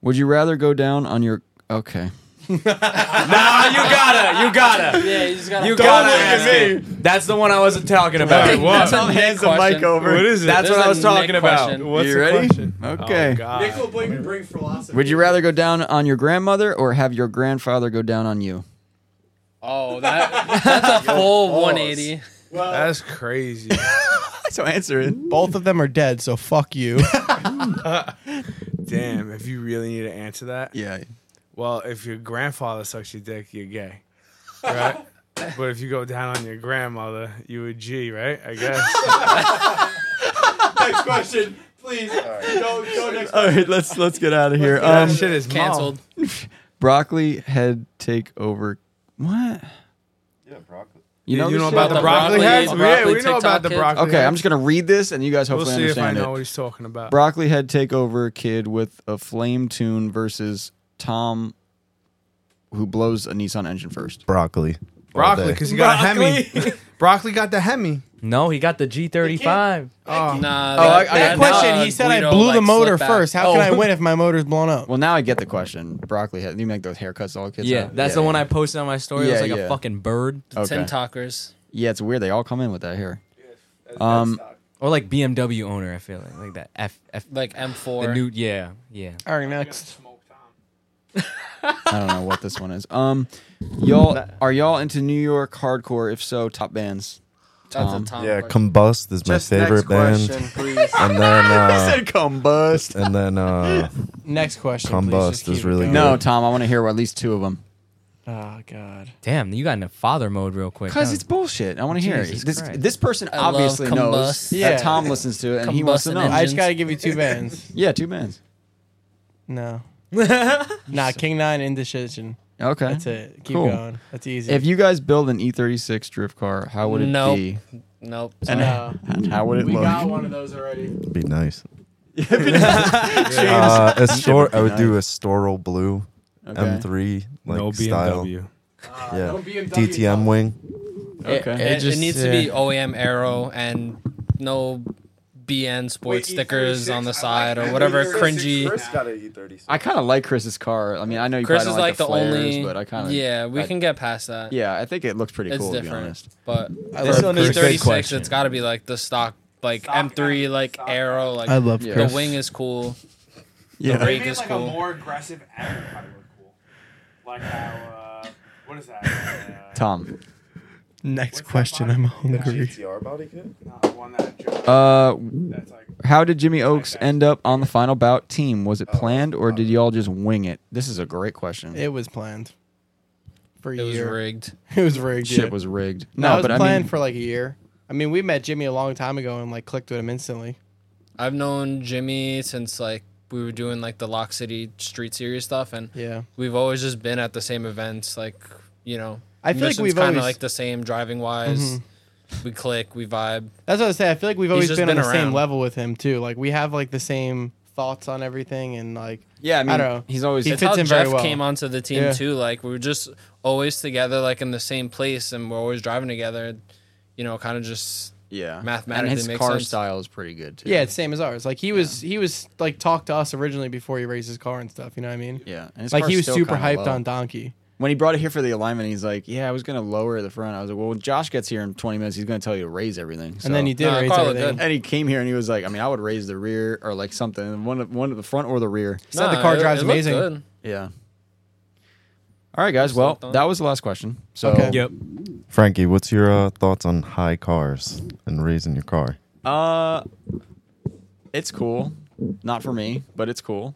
[SPEAKER 1] Would you rather go down on your okay?
[SPEAKER 3] Nah, you gotta, you gotta.
[SPEAKER 13] Yeah, you just gotta-
[SPEAKER 3] You
[SPEAKER 13] Don't
[SPEAKER 3] gotta
[SPEAKER 13] look at
[SPEAKER 3] ask it. That's the one I wasn't talking about.
[SPEAKER 13] Wait, what? That's a Nick Hands the mic question. over.
[SPEAKER 3] What is it? That's
[SPEAKER 13] There's
[SPEAKER 3] what I
[SPEAKER 13] a
[SPEAKER 3] was talking
[SPEAKER 13] Nick
[SPEAKER 3] about.
[SPEAKER 13] question.
[SPEAKER 1] What's You the ready? question?
[SPEAKER 2] Oh,
[SPEAKER 1] Okay.
[SPEAKER 4] Nick will bring, bring philosophy.
[SPEAKER 1] Would you rather go down on your grandmother or have your grandfather go down on you?
[SPEAKER 13] Oh, that that's a full
[SPEAKER 6] balls.
[SPEAKER 13] 180.
[SPEAKER 6] That's crazy.
[SPEAKER 1] so answer it.
[SPEAKER 5] Both of them are dead, so fuck you.
[SPEAKER 6] Damn, if you really need to answer that.
[SPEAKER 1] Yeah.
[SPEAKER 6] Well, if your grandfather sucks your dick, you're gay. Right? but if you go down on your grandmother, you a G, right? I guess.
[SPEAKER 4] next question, please. Go, go next.
[SPEAKER 1] All right, let's let's get out of here.
[SPEAKER 6] Let's get out of here. Shit is Canceled.
[SPEAKER 1] broccoli head take over. What?
[SPEAKER 2] Yeah, broccoli.
[SPEAKER 1] You know,
[SPEAKER 6] You
[SPEAKER 1] this
[SPEAKER 6] know
[SPEAKER 1] shit?
[SPEAKER 6] about the The broccoli broccoli- heads? the Yeah, broccoli we know TikTok about the kid? broccoli
[SPEAKER 1] Okay,
[SPEAKER 6] heads.
[SPEAKER 1] I'm just gonna read this, and you guys
[SPEAKER 6] We'll
[SPEAKER 1] hopefully
[SPEAKER 6] see if I
[SPEAKER 1] understand
[SPEAKER 6] know
[SPEAKER 1] it.
[SPEAKER 6] what he's talking about.
[SPEAKER 1] Broccoli head takeover kid with a flame tune versus Tom, who blows a Nissan engine first.
[SPEAKER 29] Broccoli.
[SPEAKER 6] Broccoli, because he got a Hemi. broccoli got the Hemi.
[SPEAKER 3] No, he got the G35.
[SPEAKER 6] Oh,
[SPEAKER 13] nah.
[SPEAKER 5] oh, I, I got a question. he said I blew the motor first. How
[SPEAKER 6] Oh.
[SPEAKER 5] can I win if my motor's blown up?
[SPEAKER 1] Well, now I get the question. Broccoli head. You make those haircuts all kids.
[SPEAKER 3] Yeah,
[SPEAKER 1] have?
[SPEAKER 3] that's the one I posted on my story. it was
[SPEAKER 1] Yeah,
[SPEAKER 3] like
[SPEAKER 1] yeah.
[SPEAKER 3] a fucking bird.
[SPEAKER 1] The Okay.
[SPEAKER 13] TikTokers.
[SPEAKER 1] Yeah, it's weird. They all come in with that hair. Um,
[SPEAKER 3] or like BMW owner. I feel like like that F F
[SPEAKER 13] Like M4.
[SPEAKER 3] The new yeah yeah.
[SPEAKER 5] All right, next.
[SPEAKER 1] I don't know what this one is. Um, y'all are y'all into New York hardcore? If so, top bands.
[SPEAKER 13] That's a
[SPEAKER 1] Tom.
[SPEAKER 13] Tom
[SPEAKER 29] Yeah, Combust is my
[SPEAKER 1] Just next
[SPEAKER 29] favorite band.
[SPEAKER 1] question,
[SPEAKER 13] please.
[SPEAKER 29] and then uh,
[SPEAKER 1] He said Combust.
[SPEAKER 29] And then uh,
[SPEAKER 5] Next question.
[SPEAKER 29] Combust is really good.
[SPEAKER 1] No, Tom. I want to hear at least two of them.
[SPEAKER 5] Oh God.
[SPEAKER 3] Damn, you got into father mode real quick.
[SPEAKER 1] Cause
[SPEAKER 3] huh?
[SPEAKER 1] it's bullshit. I want to hear it.
[SPEAKER 3] Jesus
[SPEAKER 1] This,
[SPEAKER 3] Christ.
[SPEAKER 1] this person
[SPEAKER 3] I love
[SPEAKER 1] obviously knows
[SPEAKER 3] combust.
[SPEAKER 1] that
[SPEAKER 3] Yeah.
[SPEAKER 1] Tom listens to it and he wants to
[SPEAKER 3] Combusting
[SPEAKER 1] know.
[SPEAKER 5] I just gotta give you two bands.
[SPEAKER 1] yeah, two bands.
[SPEAKER 5] No. nah, King Nine Indecision.
[SPEAKER 1] Okay,
[SPEAKER 5] That's it. Keep
[SPEAKER 1] Cool.
[SPEAKER 5] going. That's easy.
[SPEAKER 1] If you guys build an E36 drift car, how would it
[SPEAKER 13] Nope.
[SPEAKER 1] be?
[SPEAKER 13] Nope.
[SPEAKER 1] And,
[SPEAKER 13] No.
[SPEAKER 1] and how would it
[SPEAKER 4] We
[SPEAKER 1] look?
[SPEAKER 4] got one of those already.
[SPEAKER 29] Be nice.
[SPEAKER 1] Yeah.
[SPEAKER 29] uh, a store, I would do a Storal Blue
[SPEAKER 1] Okay.
[SPEAKER 29] M3 like
[SPEAKER 6] No
[SPEAKER 29] style.
[SPEAKER 6] BMW.
[SPEAKER 29] yeah,
[SPEAKER 4] no BMW
[SPEAKER 29] DTM wing.
[SPEAKER 13] It,
[SPEAKER 1] Okay.
[SPEAKER 13] it,
[SPEAKER 1] It
[SPEAKER 13] it
[SPEAKER 1] just-
[SPEAKER 13] needs to be OEM arrow and no BN sports stickers on the side or whatever cringy.
[SPEAKER 2] Chris got an E36.
[SPEAKER 1] I kind of like Chris's car. I mean, I know you
[SPEAKER 13] Chris
[SPEAKER 1] probably
[SPEAKER 13] is
[SPEAKER 1] don't like,
[SPEAKER 13] like the,
[SPEAKER 1] flares,
[SPEAKER 13] only.
[SPEAKER 1] but I kind of
[SPEAKER 13] yeah, we can get past that.
[SPEAKER 1] Yeah, I think it looks pretty
[SPEAKER 13] it's
[SPEAKER 1] cool. To be
[SPEAKER 13] different,
[SPEAKER 1] honest,
[SPEAKER 13] but
[SPEAKER 1] I
[SPEAKER 13] this
[SPEAKER 1] love
[SPEAKER 13] one
[SPEAKER 1] Chris.
[SPEAKER 13] is
[SPEAKER 1] Good
[SPEAKER 13] 36.
[SPEAKER 1] question.
[SPEAKER 13] It's got to be like the stock, like M3, like arrow. Like
[SPEAKER 5] I love
[SPEAKER 13] the
[SPEAKER 5] Chris.
[SPEAKER 13] wing is cool.
[SPEAKER 1] Yeah.
[SPEAKER 6] They
[SPEAKER 13] the rake
[SPEAKER 6] made
[SPEAKER 13] is
[SPEAKER 6] like a
[SPEAKER 13] cool.
[SPEAKER 6] more aggressive Adam Cutler look cool. Like how, uh, what is that? Uh,
[SPEAKER 1] Tom.
[SPEAKER 5] Next question. I'm hungry.
[SPEAKER 2] GTR body kit?
[SPEAKER 1] Uh, how did Jimmy Oaks end up on the final bout team? Was it planned or did y'all just wing it? This is a great question.
[SPEAKER 5] It was planned. For a
[SPEAKER 13] It was
[SPEAKER 5] year.
[SPEAKER 13] rigged.
[SPEAKER 5] It was rigged.
[SPEAKER 1] Shit
[SPEAKER 5] yeah.
[SPEAKER 1] was rigged.
[SPEAKER 5] No,
[SPEAKER 1] No,
[SPEAKER 5] it was
[SPEAKER 1] but I
[SPEAKER 5] planned
[SPEAKER 1] mean-
[SPEAKER 5] for like a year. I mean, we met Jimmy a long time ago and like clicked with him instantly.
[SPEAKER 13] I've known Jimmy since like we were doing like the Lock City Street Series stuff, and
[SPEAKER 5] Yeah.
[SPEAKER 13] we've always just been at the same events. Like you know,
[SPEAKER 5] I feel like
[SPEAKER 13] missions
[SPEAKER 5] we've
[SPEAKER 13] kinda
[SPEAKER 5] always-
[SPEAKER 13] like the same driving wise.
[SPEAKER 5] Mm-hmm.
[SPEAKER 13] We click, we vibe.
[SPEAKER 5] That's what I was saying. I feel like we've
[SPEAKER 13] He's
[SPEAKER 5] always
[SPEAKER 13] just
[SPEAKER 5] been,
[SPEAKER 13] been
[SPEAKER 5] on the same
[SPEAKER 13] around.
[SPEAKER 5] level with him too. Like we have like the same thoughts on everything and like
[SPEAKER 1] Yeah, I mean,
[SPEAKER 5] don't know.
[SPEAKER 1] he's always-
[SPEAKER 5] he
[SPEAKER 13] It's
[SPEAKER 5] fits
[SPEAKER 13] how
[SPEAKER 5] in
[SPEAKER 13] Jeff
[SPEAKER 5] very well.
[SPEAKER 13] came onto the team
[SPEAKER 5] Yeah.
[SPEAKER 13] too. Like we were just always together, like in the same place, and we're always driving together. You know, kind of just
[SPEAKER 1] yeah,
[SPEAKER 13] mathematically
[SPEAKER 1] and his
[SPEAKER 13] makes
[SPEAKER 1] car
[SPEAKER 13] sense.
[SPEAKER 1] style is pretty good too.
[SPEAKER 5] Yeah, it's same as ours. Like he was, he was like talked to us originally before he raised his car and stuff. You know what I mean?
[SPEAKER 1] Yeah, and his
[SPEAKER 5] like
[SPEAKER 1] car's
[SPEAKER 5] he was
[SPEAKER 1] still
[SPEAKER 5] super
[SPEAKER 1] kinda
[SPEAKER 5] hyped
[SPEAKER 1] low.
[SPEAKER 5] on Donkey.
[SPEAKER 1] When he brought it here for the alignment, he's like, "Yeah, I was gonna lower the front." I was like, "Well, when Josh gets here in 20 minutes, he's gonna tell you to raise everything." So-
[SPEAKER 5] then he did Nah, raise Carlo everything. did.
[SPEAKER 1] And he came here and he was like, "I mean, I would raise the rear or like something, and one of one of the front or the rear."
[SPEAKER 5] Said the car drives
[SPEAKER 13] looked
[SPEAKER 5] amazing.
[SPEAKER 13] good.
[SPEAKER 1] Yeah. All right, guys. Well, that was the last question. So,
[SPEAKER 3] Yep.
[SPEAKER 29] Frankie, what's your uh, thoughts on high cars and raising your car?
[SPEAKER 1] uh, it's cool. Not for me, but it's cool.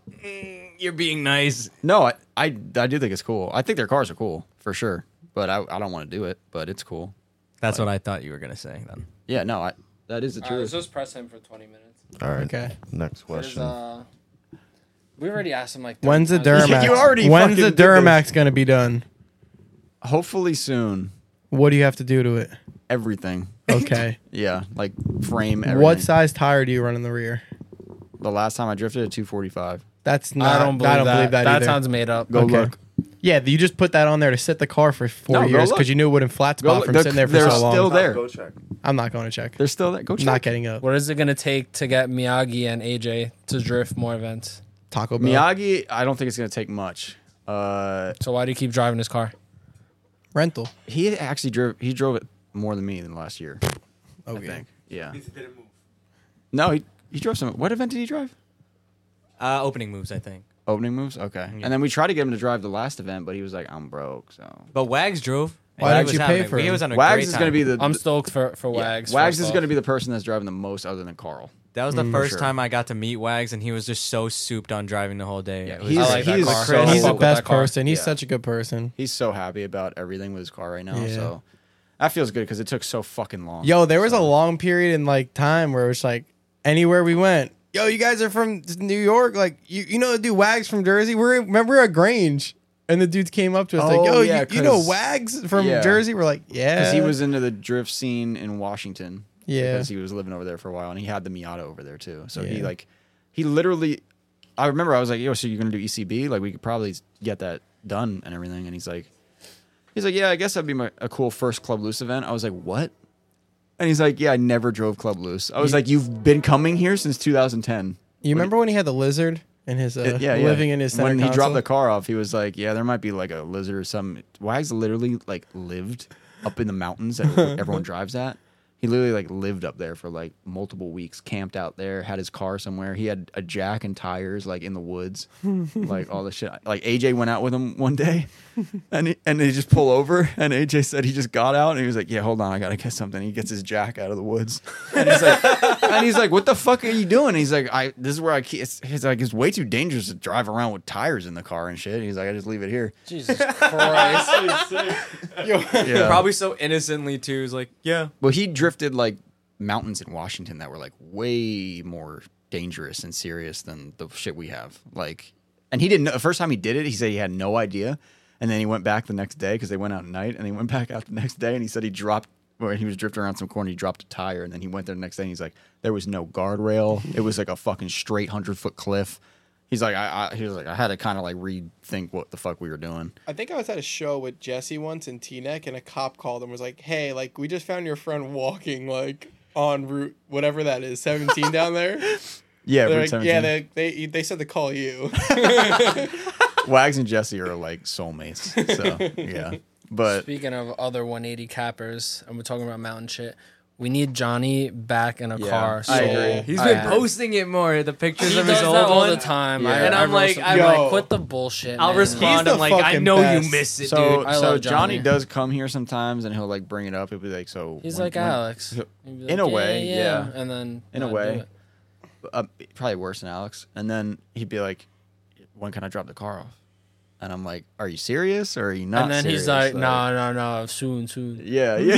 [SPEAKER 3] You're being nice.
[SPEAKER 1] No, I, I, I do think it's cool. I think their cars are cool for sure, but I, I don't want to do it. But it's cool.
[SPEAKER 3] That's what I thought you were gonna say. Then
[SPEAKER 1] Yeah, no, I, that is the
[SPEAKER 13] All right, let's
[SPEAKER 1] truth.
[SPEAKER 13] just press him for twenty minutes.
[SPEAKER 29] All right.
[SPEAKER 5] Okay.
[SPEAKER 29] Next
[SPEAKER 13] There's,
[SPEAKER 29] question.
[SPEAKER 13] uh, we already asked him like.
[SPEAKER 5] When's the
[SPEAKER 13] thirty times.
[SPEAKER 5] Duramax? When's the Duramax gonna be done?
[SPEAKER 1] Hopefully soon.
[SPEAKER 5] What do you have to do to it?
[SPEAKER 1] Everything.
[SPEAKER 5] Okay.
[SPEAKER 1] yeah, like frame everything.
[SPEAKER 5] What size tire do you run in the rear?
[SPEAKER 1] The last time I drifted at 245.
[SPEAKER 5] That's not. I don't believe, that.
[SPEAKER 13] That
[SPEAKER 5] either.
[SPEAKER 13] sounds made up.
[SPEAKER 1] Go
[SPEAKER 5] Okay.
[SPEAKER 1] look.
[SPEAKER 5] Yeah, you just put that on there to sit the car for
[SPEAKER 1] No,
[SPEAKER 5] four
[SPEAKER 1] go
[SPEAKER 5] years
[SPEAKER 1] look.
[SPEAKER 5] because you knew it wouldn't flat
[SPEAKER 1] Go
[SPEAKER 5] spot
[SPEAKER 1] look.
[SPEAKER 5] from
[SPEAKER 1] They're-
[SPEAKER 5] sitting there for
[SPEAKER 1] they're
[SPEAKER 5] so long.
[SPEAKER 1] still there.
[SPEAKER 2] Go check.
[SPEAKER 5] I'm not going to check.
[SPEAKER 1] They're still there. Go check.
[SPEAKER 5] Not getting up.
[SPEAKER 13] What is it going to take to get Miyagi and AJ to drift more events?
[SPEAKER 5] Taco Bell.
[SPEAKER 1] Miyagi, I don't think it's going to take much. Uh,
[SPEAKER 13] so why do you keep driving his car?
[SPEAKER 5] Rental.
[SPEAKER 1] He actually drove. He drove it more than me than last year. I think. Yeah. No, he he drove some. What event did he drive?
[SPEAKER 3] Uh, opening moves, I think.
[SPEAKER 1] Opening moves. Okay. And then we tried to get him to drive the last event, but he was like, "I'm broke." So.
[SPEAKER 3] But Wags drove.
[SPEAKER 1] Why
[SPEAKER 3] and he
[SPEAKER 1] don't
[SPEAKER 3] was
[SPEAKER 1] you
[SPEAKER 3] having
[SPEAKER 1] pay
[SPEAKER 3] a-
[SPEAKER 1] for
[SPEAKER 3] He
[SPEAKER 1] him?
[SPEAKER 3] was on a
[SPEAKER 1] Wags
[SPEAKER 3] great
[SPEAKER 1] is
[SPEAKER 3] time.
[SPEAKER 1] gonna be the-
[SPEAKER 13] I'm stoked for, for
[SPEAKER 1] Yeah.
[SPEAKER 13] Wags.
[SPEAKER 1] Wags
[SPEAKER 13] first
[SPEAKER 1] is
[SPEAKER 13] off.
[SPEAKER 1] going to be the person that's driving the most, other than Carl.
[SPEAKER 3] That was the
[SPEAKER 1] Mm. For
[SPEAKER 3] first
[SPEAKER 1] sure.
[SPEAKER 3] time I got to meet Wags, and he was just so souped on driving the whole day. Yeah,
[SPEAKER 1] he's- he is so
[SPEAKER 5] He's the
[SPEAKER 1] fuck with that
[SPEAKER 5] best
[SPEAKER 1] car.
[SPEAKER 5] person. He's
[SPEAKER 1] Yeah.
[SPEAKER 5] such a good person.
[SPEAKER 1] He's so happy about everything with his car right now.
[SPEAKER 5] Yeah.
[SPEAKER 1] So that feels good because it took so fucking long.
[SPEAKER 5] Yo, there was a long period in like time where it was like anywhere we went. Yo, you guys are from New York. Like you, you know, the dude Wags from Jersey. We're remember at Grange, and the dudes came up to us like,
[SPEAKER 1] Oh,
[SPEAKER 5] "Yo,
[SPEAKER 1] yeah,
[SPEAKER 5] you, you know
[SPEAKER 1] 'cause-
[SPEAKER 5] Wags from
[SPEAKER 1] yeah.
[SPEAKER 5] Jersey." We're like, "Yeah."
[SPEAKER 1] Because he was into the drift scene in Washington.
[SPEAKER 5] Yeah.
[SPEAKER 1] Because he was living over there for a while and he had the Miata over there too. So he
[SPEAKER 5] Yeah.
[SPEAKER 1] like, he literally, I remember I was like, yo, so you're going to do ECB? Like, we could probably get that done and everything. And he's like, he's like, yeah, I guess that'd be my, a cool first Club Loose event. I was like, what? And he's like, yeah, I never drove Club Loose. I was
[SPEAKER 5] You-
[SPEAKER 1] like, you've been coming here since 2010.
[SPEAKER 5] You remember when he had the lizard and his uh,
[SPEAKER 1] It- yeah, yeah.
[SPEAKER 5] living in his center
[SPEAKER 1] when he
[SPEAKER 5] console?
[SPEAKER 1] dropped the car off, he was like, "Yeah, there might be like a lizard or something." Wags literally like lived up in the mountains that everyone drives at. He literally like lived up there for like multiple weeks, camped out there, had his car somewhere. He had a jack and tires like in the woods, like all this shit. Like AJ went out with him one day, and he, and they just pull over, and AJ said he just got out and he was like, "Yeah, hold on, I gotta get something." He gets his jack out of the woods, and he's like, and he's like, "What the fuck are you doing?" he's like, "I this is where I keep." It's, he's like, "It's way too dangerous to drive around with tires in the car and shit." He's like, "I just leave it here."
[SPEAKER 13] Jesus Christ.
[SPEAKER 1] Yeah.
[SPEAKER 3] Probably so innocently too. He's like, yeah.
[SPEAKER 1] Well, he drifted like mountains in Washington that were like way more dangerous and serious than the shit we have. Like, and he didn't know the first time he did it, he said he had no idea. And then he went back the next day because they went out at night and he went back out the next day and he said he dropped where he was drifting around some corner, he dropped a tire. And then he went there the next day and he's like, there was no guardrail. it was like a fucking straight 100 foot cliff. He's like, I, I, he was like, I had to kind of like rethink what the fuck we were doing.
[SPEAKER 20] I think I was at a show with Jesse once in Teaneck, and a cop called and was like, "Hey, like we just found your friend walking like on route whatever that is, seventeen down there."
[SPEAKER 1] Yeah,
[SPEAKER 20] They're
[SPEAKER 1] Route
[SPEAKER 20] like,
[SPEAKER 1] 17.
[SPEAKER 20] yeah. They, they they said to call you.
[SPEAKER 1] Wags and Jesse are like soulmates. So, yeah. But
[SPEAKER 13] Speaking of other 180 cappers, and we're talking about mountain shit, we need Johnny back in a
[SPEAKER 1] Yeah,
[SPEAKER 13] car.
[SPEAKER 1] I
[SPEAKER 13] so
[SPEAKER 1] agree.
[SPEAKER 3] He's
[SPEAKER 13] bad.
[SPEAKER 3] been posting it more. The pictures
[SPEAKER 13] He
[SPEAKER 3] of
[SPEAKER 13] does
[SPEAKER 3] his
[SPEAKER 13] that
[SPEAKER 3] old
[SPEAKER 13] all
[SPEAKER 3] one.
[SPEAKER 13] the time. I-
[SPEAKER 3] and
[SPEAKER 13] I
[SPEAKER 3] I'm
[SPEAKER 13] wrote
[SPEAKER 3] like,
[SPEAKER 13] some-
[SPEAKER 3] I'm
[SPEAKER 13] Yo.
[SPEAKER 3] like,
[SPEAKER 13] quit the bullshit.
[SPEAKER 3] I'll
[SPEAKER 13] man.
[SPEAKER 3] respond.
[SPEAKER 13] He's
[SPEAKER 3] I'm
[SPEAKER 13] the
[SPEAKER 3] like, I
[SPEAKER 13] fucking
[SPEAKER 3] know you
[SPEAKER 13] best.
[SPEAKER 3] miss it,
[SPEAKER 1] so,
[SPEAKER 3] dude.
[SPEAKER 13] I
[SPEAKER 1] so
[SPEAKER 13] love
[SPEAKER 1] Johnny
[SPEAKER 13] Johnny.
[SPEAKER 1] does come here sometimes, and he'll like bring it up. He'll be like, "So
[SPEAKER 13] He's
[SPEAKER 1] when-
[SPEAKER 13] like "Oh,
[SPEAKER 1] when-
[SPEAKER 13] Alex. He'd be
[SPEAKER 1] in a
[SPEAKER 13] like,
[SPEAKER 1] way, yeah,
[SPEAKER 13] And then
[SPEAKER 1] in a
[SPEAKER 13] not do
[SPEAKER 1] way,
[SPEAKER 13] it.
[SPEAKER 1] uh, probably worse than Alex." And then he'd be like, "When can I drop the car off?" And I'm like, "Are you serious or are you not?"
[SPEAKER 13] and then
[SPEAKER 1] serious?
[SPEAKER 13] he's like, no, no, no, soon, soon.
[SPEAKER 1] Yeah, yeah.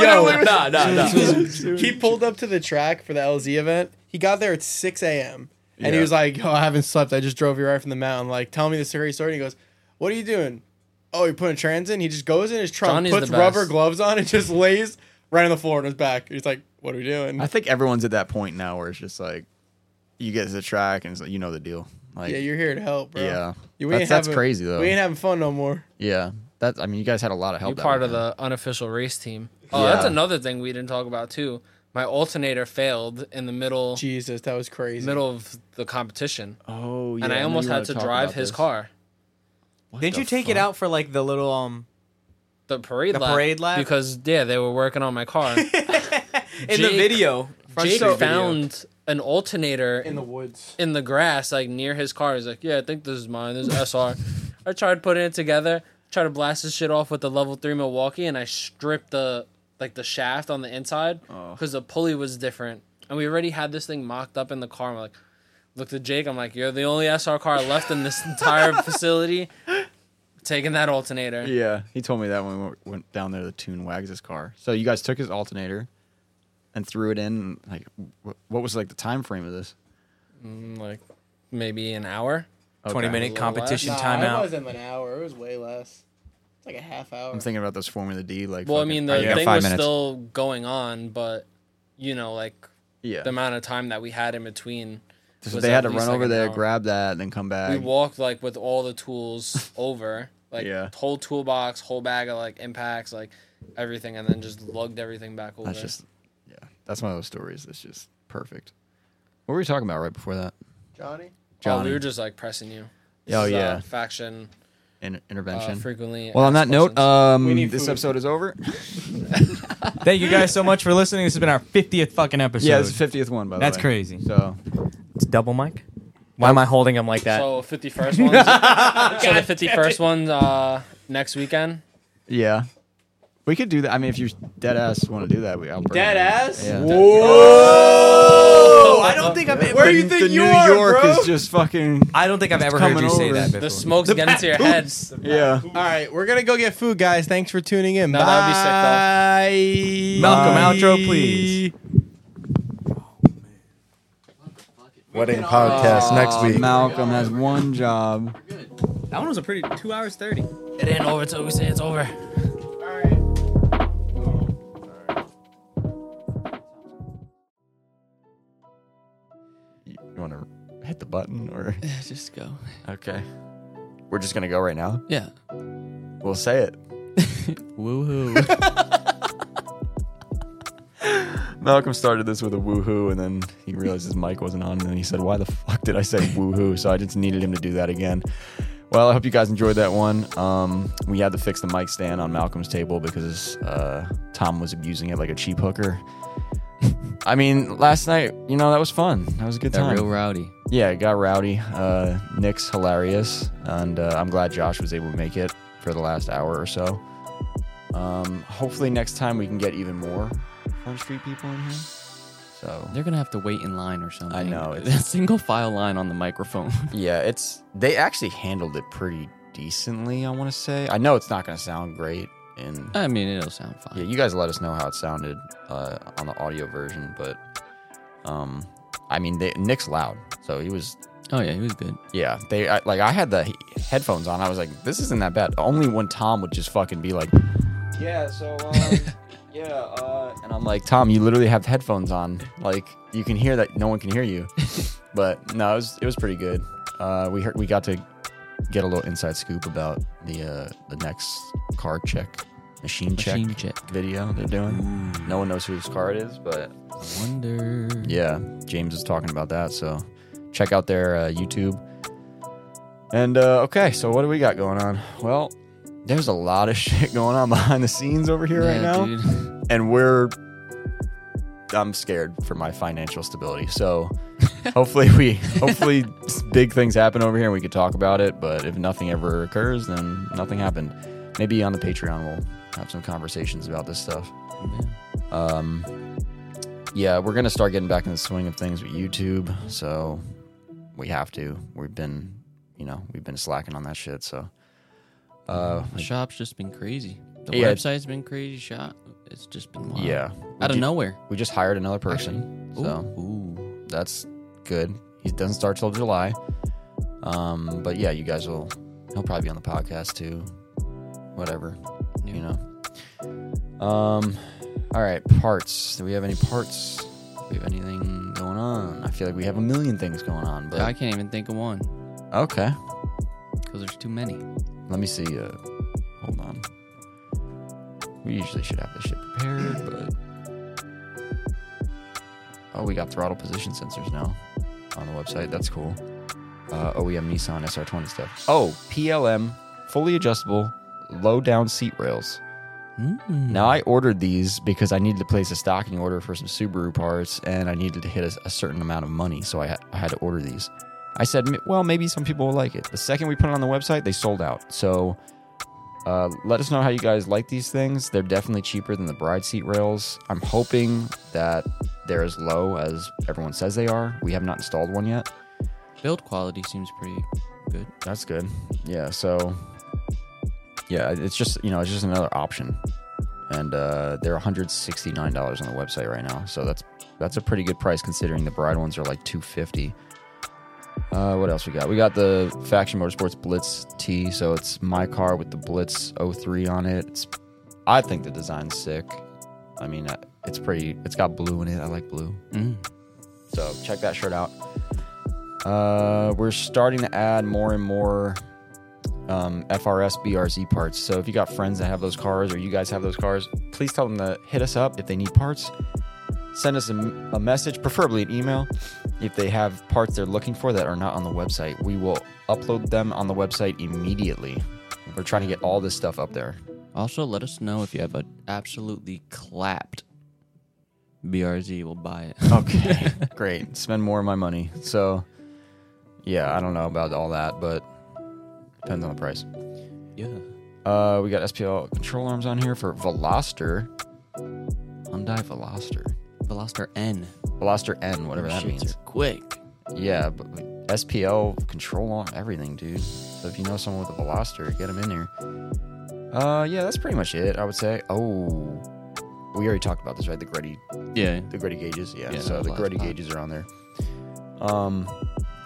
[SPEAKER 5] Yo,
[SPEAKER 3] nah, nah, nah.
[SPEAKER 5] he pulled up to the track for the LZ event. He got there at 6 a.m. And he
[SPEAKER 1] Yeah.
[SPEAKER 5] was like, Yo, I haven't slept. I just drove you right from the mountain. Like, tell me this great story. And he goes, What are you doing? Oh, you're putting trans in? He just goes in his trunk,
[SPEAKER 13] Johnny's
[SPEAKER 5] puts
[SPEAKER 13] the best.
[SPEAKER 5] rubber gloves on, and just lays right on the floor on his back. He's like, What are we doing?
[SPEAKER 1] I think everyone's at that point now where it's just like, you get to the track and it's like, you know the deal. Like,
[SPEAKER 5] yeah, you're here to help, bro.
[SPEAKER 1] yeah.
[SPEAKER 5] You
[SPEAKER 1] That's-
[SPEAKER 5] ain't
[SPEAKER 1] that's
[SPEAKER 5] having-
[SPEAKER 1] crazy, though.
[SPEAKER 5] We ain't having fun no more.
[SPEAKER 1] yeah, that. I mean, you guys had a lot of help.
[SPEAKER 13] You're
[SPEAKER 1] that
[SPEAKER 13] part of
[SPEAKER 1] weekend.
[SPEAKER 13] the unofficial race team. Oh,
[SPEAKER 1] Yeah.
[SPEAKER 13] that's another thing we didn't talk about too. My alternator failed in the middle
[SPEAKER 5] Jesus, that was crazy.
[SPEAKER 13] middle of the competition,
[SPEAKER 1] Oh, yeah.
[SPEAKER 13] and
[SPEAKER 1] I
[SPEAKER 13] I
[SPEAKER 1] know
[SPEAKER 13] almost
[SPEAKER 1] you
[SPEAKER 13] had
[SPEAKER 1] wanna
[SPEAKER 13] to
[SPEAKER 1] talk
[SPEAKER 13] drive
[SPEAKER 1] about
[SPEAKER 13] his
[SPEAKER 1] this.
[SPEAKER 13] car.
[SPEAKER 3] Didn't you take it out for like the little um
[SPEAKER 13] The parade
[SPEAKER 3] The
[SPEAKER 13] lap.
[SPEAKER 3] parade lap?
[SPEAKER 13] Because yeah, they were working on my car.
[SPEAKER 3] in the
[SPEAKER 13] Jake-
[SPEAKER 3] video? front
[SPEAKER 13] Jake
[SPEAKER 3] street video.
[SPEAKER 13] found an alternator in
[SPEAKER 10] the woods.
[SPEAKER 13] in the grass, like near his car. He's like, "Yeah, I think this is mine. This is SR." I tried putting it together, tried to blast this shit off with the level three Milwaukee, and I stripped the like the shaft on the inside
[SPEAKER 1] Oh.
[SPEAKER 13] because the pulley was different. And we already had this thing mocked up in the car. I'm like, looked at Jake. I'm like, "You're the only SR car left in this entire facility." Taking that alternator.
[SPEAKER 1] Yeah, he told me that when we went- went down there to tune Wags' car. So you guys took his alternator and threw it in. Like, wh- what was like the time frame of this?
[SPEAKER 13] Mm, like maybe an hour.
[SPEAKER 1] Okay.
[SPEAKER 3] 20 minute
[SPEAKER 13] A little less.
[SPEAKER 3] competition
[SPEAKER 13] Nah,
[SPEAKER 3] timeout.
[SPEAKER 5] wasn't an hour. It was way less.
[SPEAKER 20] It's like a half hour.
[SPEAKER 1] I'm thinking about this Formula D. Like,
[SPEAKER 13] well, I
[SPEAKER 1] fucking-
[SPEAKER 13] mean,
[SPEAKER 1] I
[SPEAKER 13] the
[SPEAKER 1] got
[SPEAKER 13] thing
[SPEAKER 1] five
[SPEAKER 13] was
[SPEAKER 1] minutes.
[SPEAKER 13] still going on, but you know, like
[SPEAKER 1] Yeah.
[SPEAKER 13] the amount of time that we had in between.
[SPEAKER 1] So
[SPEAKER 13] was
[SPEAKER 1] they had
[SPEAKER 13] at
[SPEAKER 1] to
[SPEAKER 13] least,
[SPEAKER 1] run
[SPEAKER 13] like,
[SPEAKER 1] over
[SPEAKER 13] an
[SPEAKER 1] there,
[SPEAKER 13] hour.
[SPEAKER 1] grab that, and then come back.
[SPEAKER 13] We walked like with all the tools over, like
[SPEAKER 1] Yeah.
[SPEAKER 13] whole toolbox, whole bag of like impacts, like everything, and then just lugged everything back over.
[SPEAKER 1] That's just, yeah, that's one of those stories that's just perfect. What were we talking about right before that?
[SPEAKER 20] Johnny?
[SPEAKER 13] Oh,
[SPEAKER 1] Johnny.
[SPEAKER 13] we were just like pressing you.
[SPEAKER 1] Oh,
[SPEAKER 13] is, uh,
[SPEAKER 1] yeah.
[SPEAKER 13] faction.
[SPEAKER 1] In- intervention.
[SPEAKER 13] Uh, frequently
[SPEAKER 1] Well, on that
[SPEAKER 13] asked
[SPEAKER 1] note,
[SPEAKER 13] questions. We
[SPEAKER 1] um,
[SPEAKER 13] need
[SPEAKER 1] this
[SPEAKER 13] food.
[SPEAKER 1] episode is over.
[SPEAKER 3] Thank you guys so much for listening. This has been our 50th fucking episode.
[SPEAKER 1] Yeah, it's the 50th one, by the
[SPEAKER 3] That's
[SPEAKER 1] way.
[SPEAKER 3] crazy.
[SPEAKER 1] So
[SPEAKER 3] it's double mic. Why am I holding him
[SPEAKER 1] uh,
[SPEAKER 3] like that?
[SPEAKER 13] So fifty first ones. so the fifty first ones uh, next weekend.
[SPEAKER 1] Yeah. We could do that. I mean, if you dead ass want to do that, we I'll bring
[SPEAKER 13] Dead
[SPEAKER 1] it.
[SPEAKER 13] ass?
[SPEAKER 1] Yeah.
[SPEAKER 3] Whoa! I don't think I've ever.
[SPEAKER 1] Where do you think you New are, York bro? is just fucking.
[SPEAKER 3] I don't think I've ever heard
[SPEAKER 1] coming
[SPEAKER 3] you say
[SPEAKER 1] over.
[SPEAKER 3] that
[SPEAKER 1] The
[SPEAKER 3] before.
[SPEAKER 13] smoke's getting to your head.
[SPEAKER 1] Yeah.
[SPEAKER 20] All right, we're gonna go get food, guys. Thanks for tuning in.
[SPEAKER 13] No,
[SPEAKER 20] Bye.
[SPEAKER 13] that'd be sick, though.
[SPEAKER 3] Malcolm, outro, please.
[SPEAKER 13] uh,
[SPEAKER 2] Wedding podcast next week.
[SPEAKER 1] Malcolm has one job.
[SPEAKER 3] That one was a pretty two hours thirty.
[SPEAKER 13] It ain't over till we say it's over.
[SPEAKER 1] You want to hit the button or?
[SPEAKER 8] Just go.
[SPEAKER 1] Okay. We're just gonna go right now.
[SPEAKER 8] Yeah.
[SPEAKER 1] We'll say it.
[SPEAKER 8] Woohoo.
[SPEAKER 1] Malcolm started this with a woohoo, and then he realized his mic wasn't on, and then he said, "Why the fuck did I say woohoo?" So I just needed him to do that again. Well, I hope you guys enjoyed that one. Um, we had to fix the mic stand on Malcolm's table because uh, Tom was abusing it like a cheap hooker. I mean, last night, you know, that was fun. That was a good
[SPEAKER 8] Got
[SPEAKER 1] time.
[SPEAKER 8] real rowdy.
[SPEAKER 1] Yeah, it got rowdy. Uh, Nick's hilarious, and uh, I'm glad Josh was able to make it for the last hour or so. Um, hopefully, next time we can get even more Front Street people in here. So
[SPEAKER 8] they're gonna have to wait in line or something.
[SPEAKER 1] I know,
[SPEAKER 8] It's a single file line on the microphone.
[SPEAKER 1] Yeah, it's they actually handled it pretty decently. I want to say. I know it's not going to sound great, and
[SPEAKER 8] I mean it'll sound fine.
[SPEAKER 1] yeah, you guys let us know how it sounded uh, on the audio version, but um, I mean, they, Nick's loud, so he was.
[SPEAKER 8] Oh yeah, he was good.
[SPEAKER 1] Yeah, they I, like I had the he- headphones on. I was like, this isn't that bad. Only when Tom would just fucking be like, Yeah, so um, yeah, uh, and I'm like, Tom, you literally have headphones on. Like you can hear that no one can hear you. but no, it was it was pretty good. Uh, we heard we got to get a little inside scoop about the uh, the next car check machine check,
[SPEAKER 8] Machine check.
[SPEAKER 1] video they're doing. No one knows whose car it is, but
[SPEAKER 8] Wonder.
[SPEAKER 1] yeah, James is talking about that. So check out their uh, YouTube. And uh, okay, so what do we got going on? Well, there's a lot of shit going on behind the scenes over here right
[SPEAKER 8] Yeah,
[SPEAKER 1] now,
[SPEAKER 8] dude.
[SPEAKER 1] and we're I'm scared for my financial stability. So hopefully we hopefully big things happen over here and we could talk about it. But if nothing ever occurs, then nothing happened. Maybe on the Patreon we'll have some conversations about this stuff. Um, yeah, we're gonna start getting back in the swing of things with YouTube. So we have to. We've been, you know, we've been slacking on that shit. So uh,
[SPEAKER 8] The shop's just been crazy. The
[SPEAKER 1] Yeah.
[SPEAKER 8] website's been crazy. Shop, it's just been wild.
[SPEAKER 1] Yeah.
[SPEAKER 8] out of
[SPEAKER 1] We ju-
[SPEAKER 8] nowhere.
[SPEAKER 1] We just hired another person.
[SPEAKER 8] Ooh.
[SPEAKER 1] so that's good. He doesn't start till July. Um, but yeah, you guys will he'll probably be on the podcast too. Whatever. You know. Um all right, parts. Do we have any parts? Do we have anything going on? I feel like we have a million things going on, but
[SPEAKER 8] I can't even think of one
[SPEAKER 1] Okay.
[SPEAKER 8] because there's too many.
[SPEAKER 1] Let me see. Uh, hold on. We usually should have this shit prepared, but oh, we got throttle position sensors now on the website. That's cool. Uh, OEM Nissan SR20 stuff. Oh, PLM fully adjustable low down seat rails.
[SPEAKER 8] Hmm.
[SPEAKER 1] Now I ordered these because I needed to place a stocking order for some Subaru parts, and I needed to hit a, a certain amount of money, so I, ha- I had to order these. I said, "M- well, maybe some people will like it. The second we put it on the website, they sold out. So uh, let us know how you guys like these things. They're definitely cheaper than the bride seat rails. I'm hoping that they're as low as everyone says they are. We have not installed one yet.
[SPEAKER 8] Build quality seems pretty good.
[SPEAKER 1] That's good. Yeah. So, yeah, it's just you know it's just another option, and uh, they're one hundred sixty nine dollars on the website right now. So that's that's a pretty good price considering the bride ones are like two fifty. Uh, what else we got? We got the Faction Motorsports Blitz T. So it's my car with the Blitz 03 on it. It's, I think the design's sick. I mean, uh, it's pretty. It's got blue in it. I like blue.
[SPEAKER 8] Mm.
[SPEAKER 1] So check that shirt out. Uh, we're starting to add more and more um, FRS BRZ parts. So if you got friends that have those cars or you guys have those cars, please tell them to hit us up if they need parts. Send us a, a message, preferably an email, if they have parts they're looking for that are not on the website. We will upload them on the website immediately. We're trying to get all this stuff up there.
[SPEAKER 8] Also, let us know if you have an absolutely clapped BRZ. We'll buy it.
[SPEAKER 1] Okay, great. Spend more of my money. So, yeah, I don't know about all that, but depends on the price.
[SPEAKER 8] Yeah.
[SPEAKER 1] Uh, we got SPL control arms on here for Veloster. Hyundai Veloster.
[SPEAKER 8] Veloster N.
[SPEAKER 1] Veloster N, whatever that
[SPEAKER 8] Shits
[SPEAKER 1] means.
[SPEAKER 8] are quick.
[SPEAKER 1] Yeah, but SPL control arm, everything, dude. So if you know someone with a Veloster, get them in here. Uh, yeah, that's pretty much it. I would say. Oh, we already talked about this, right? The Gretty.
[SPEAKER 8] Yeah.
[SPEAKER 1] The Gretty gauges. Yeah.
[SPEAKER 8] Yeah, that
[SPEAKER 1] so
[SPEAKER 8] was
[SPEAKER 1] the
[SPEAKER 8] last
[SPEAKER 1] Gretty
[SPEAKER 8] time.
[SPEAKER 1] gauges are on there. Um,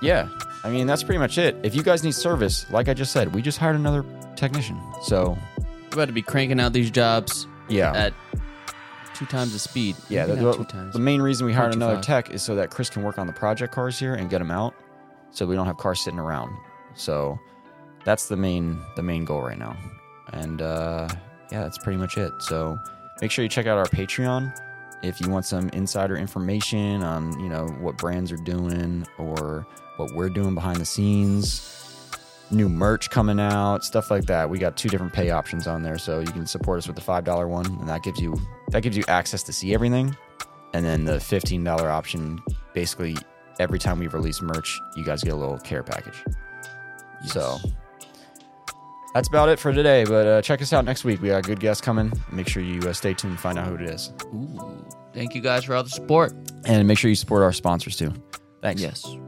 [SPEAKER 1] yeah. I mean, that's pretty much it. If you guys need service, like I just said, we just hired another technician. So
[SPEAKER 8] We're about to be cranking out these jobs.
[SPEAKER 1] Yeah.
[SPEAKER 8] At two times the speed.
[SPEAKER 1] Yeah,
[SPEAKER 8] Maybe
[SPEAKER 1] the,
[SPEAKER 8] not
[SPEAKER 1] the-
[SPEAKER 8] two times.
[SPEAKER 1] the main reason we hired another
[SPEAKER 8] 0.25.
[SPEAKER 1] tech is so that Chris can work on the project cars here and get them out, so we don't have cars sitting around. So that's the main the main goal right now, and uh, yeah, that's pretty much it. So make sure you check out our Patreon if you want some insider information on you know what brands are doing or what we're doing behind the scenes new merch coming out, stuff like that. We got two different pay options on there, so you can support us with the five dollar one, and that gives you that gives you access to see everything. And then the fifteen dollar option, basically every time we release merch, you guys get a little care package. So that's about it for today. But uh, check us out next week. We got a good guest coming. Make sure you uh, stay tuned and find out who it is,
[SPEAKER 8] Ooh. Thank you guys for all the support.
[SPEAKER 1] and make sure you support our sponsors too. Thanks.
[SPEAKER 8] Yes.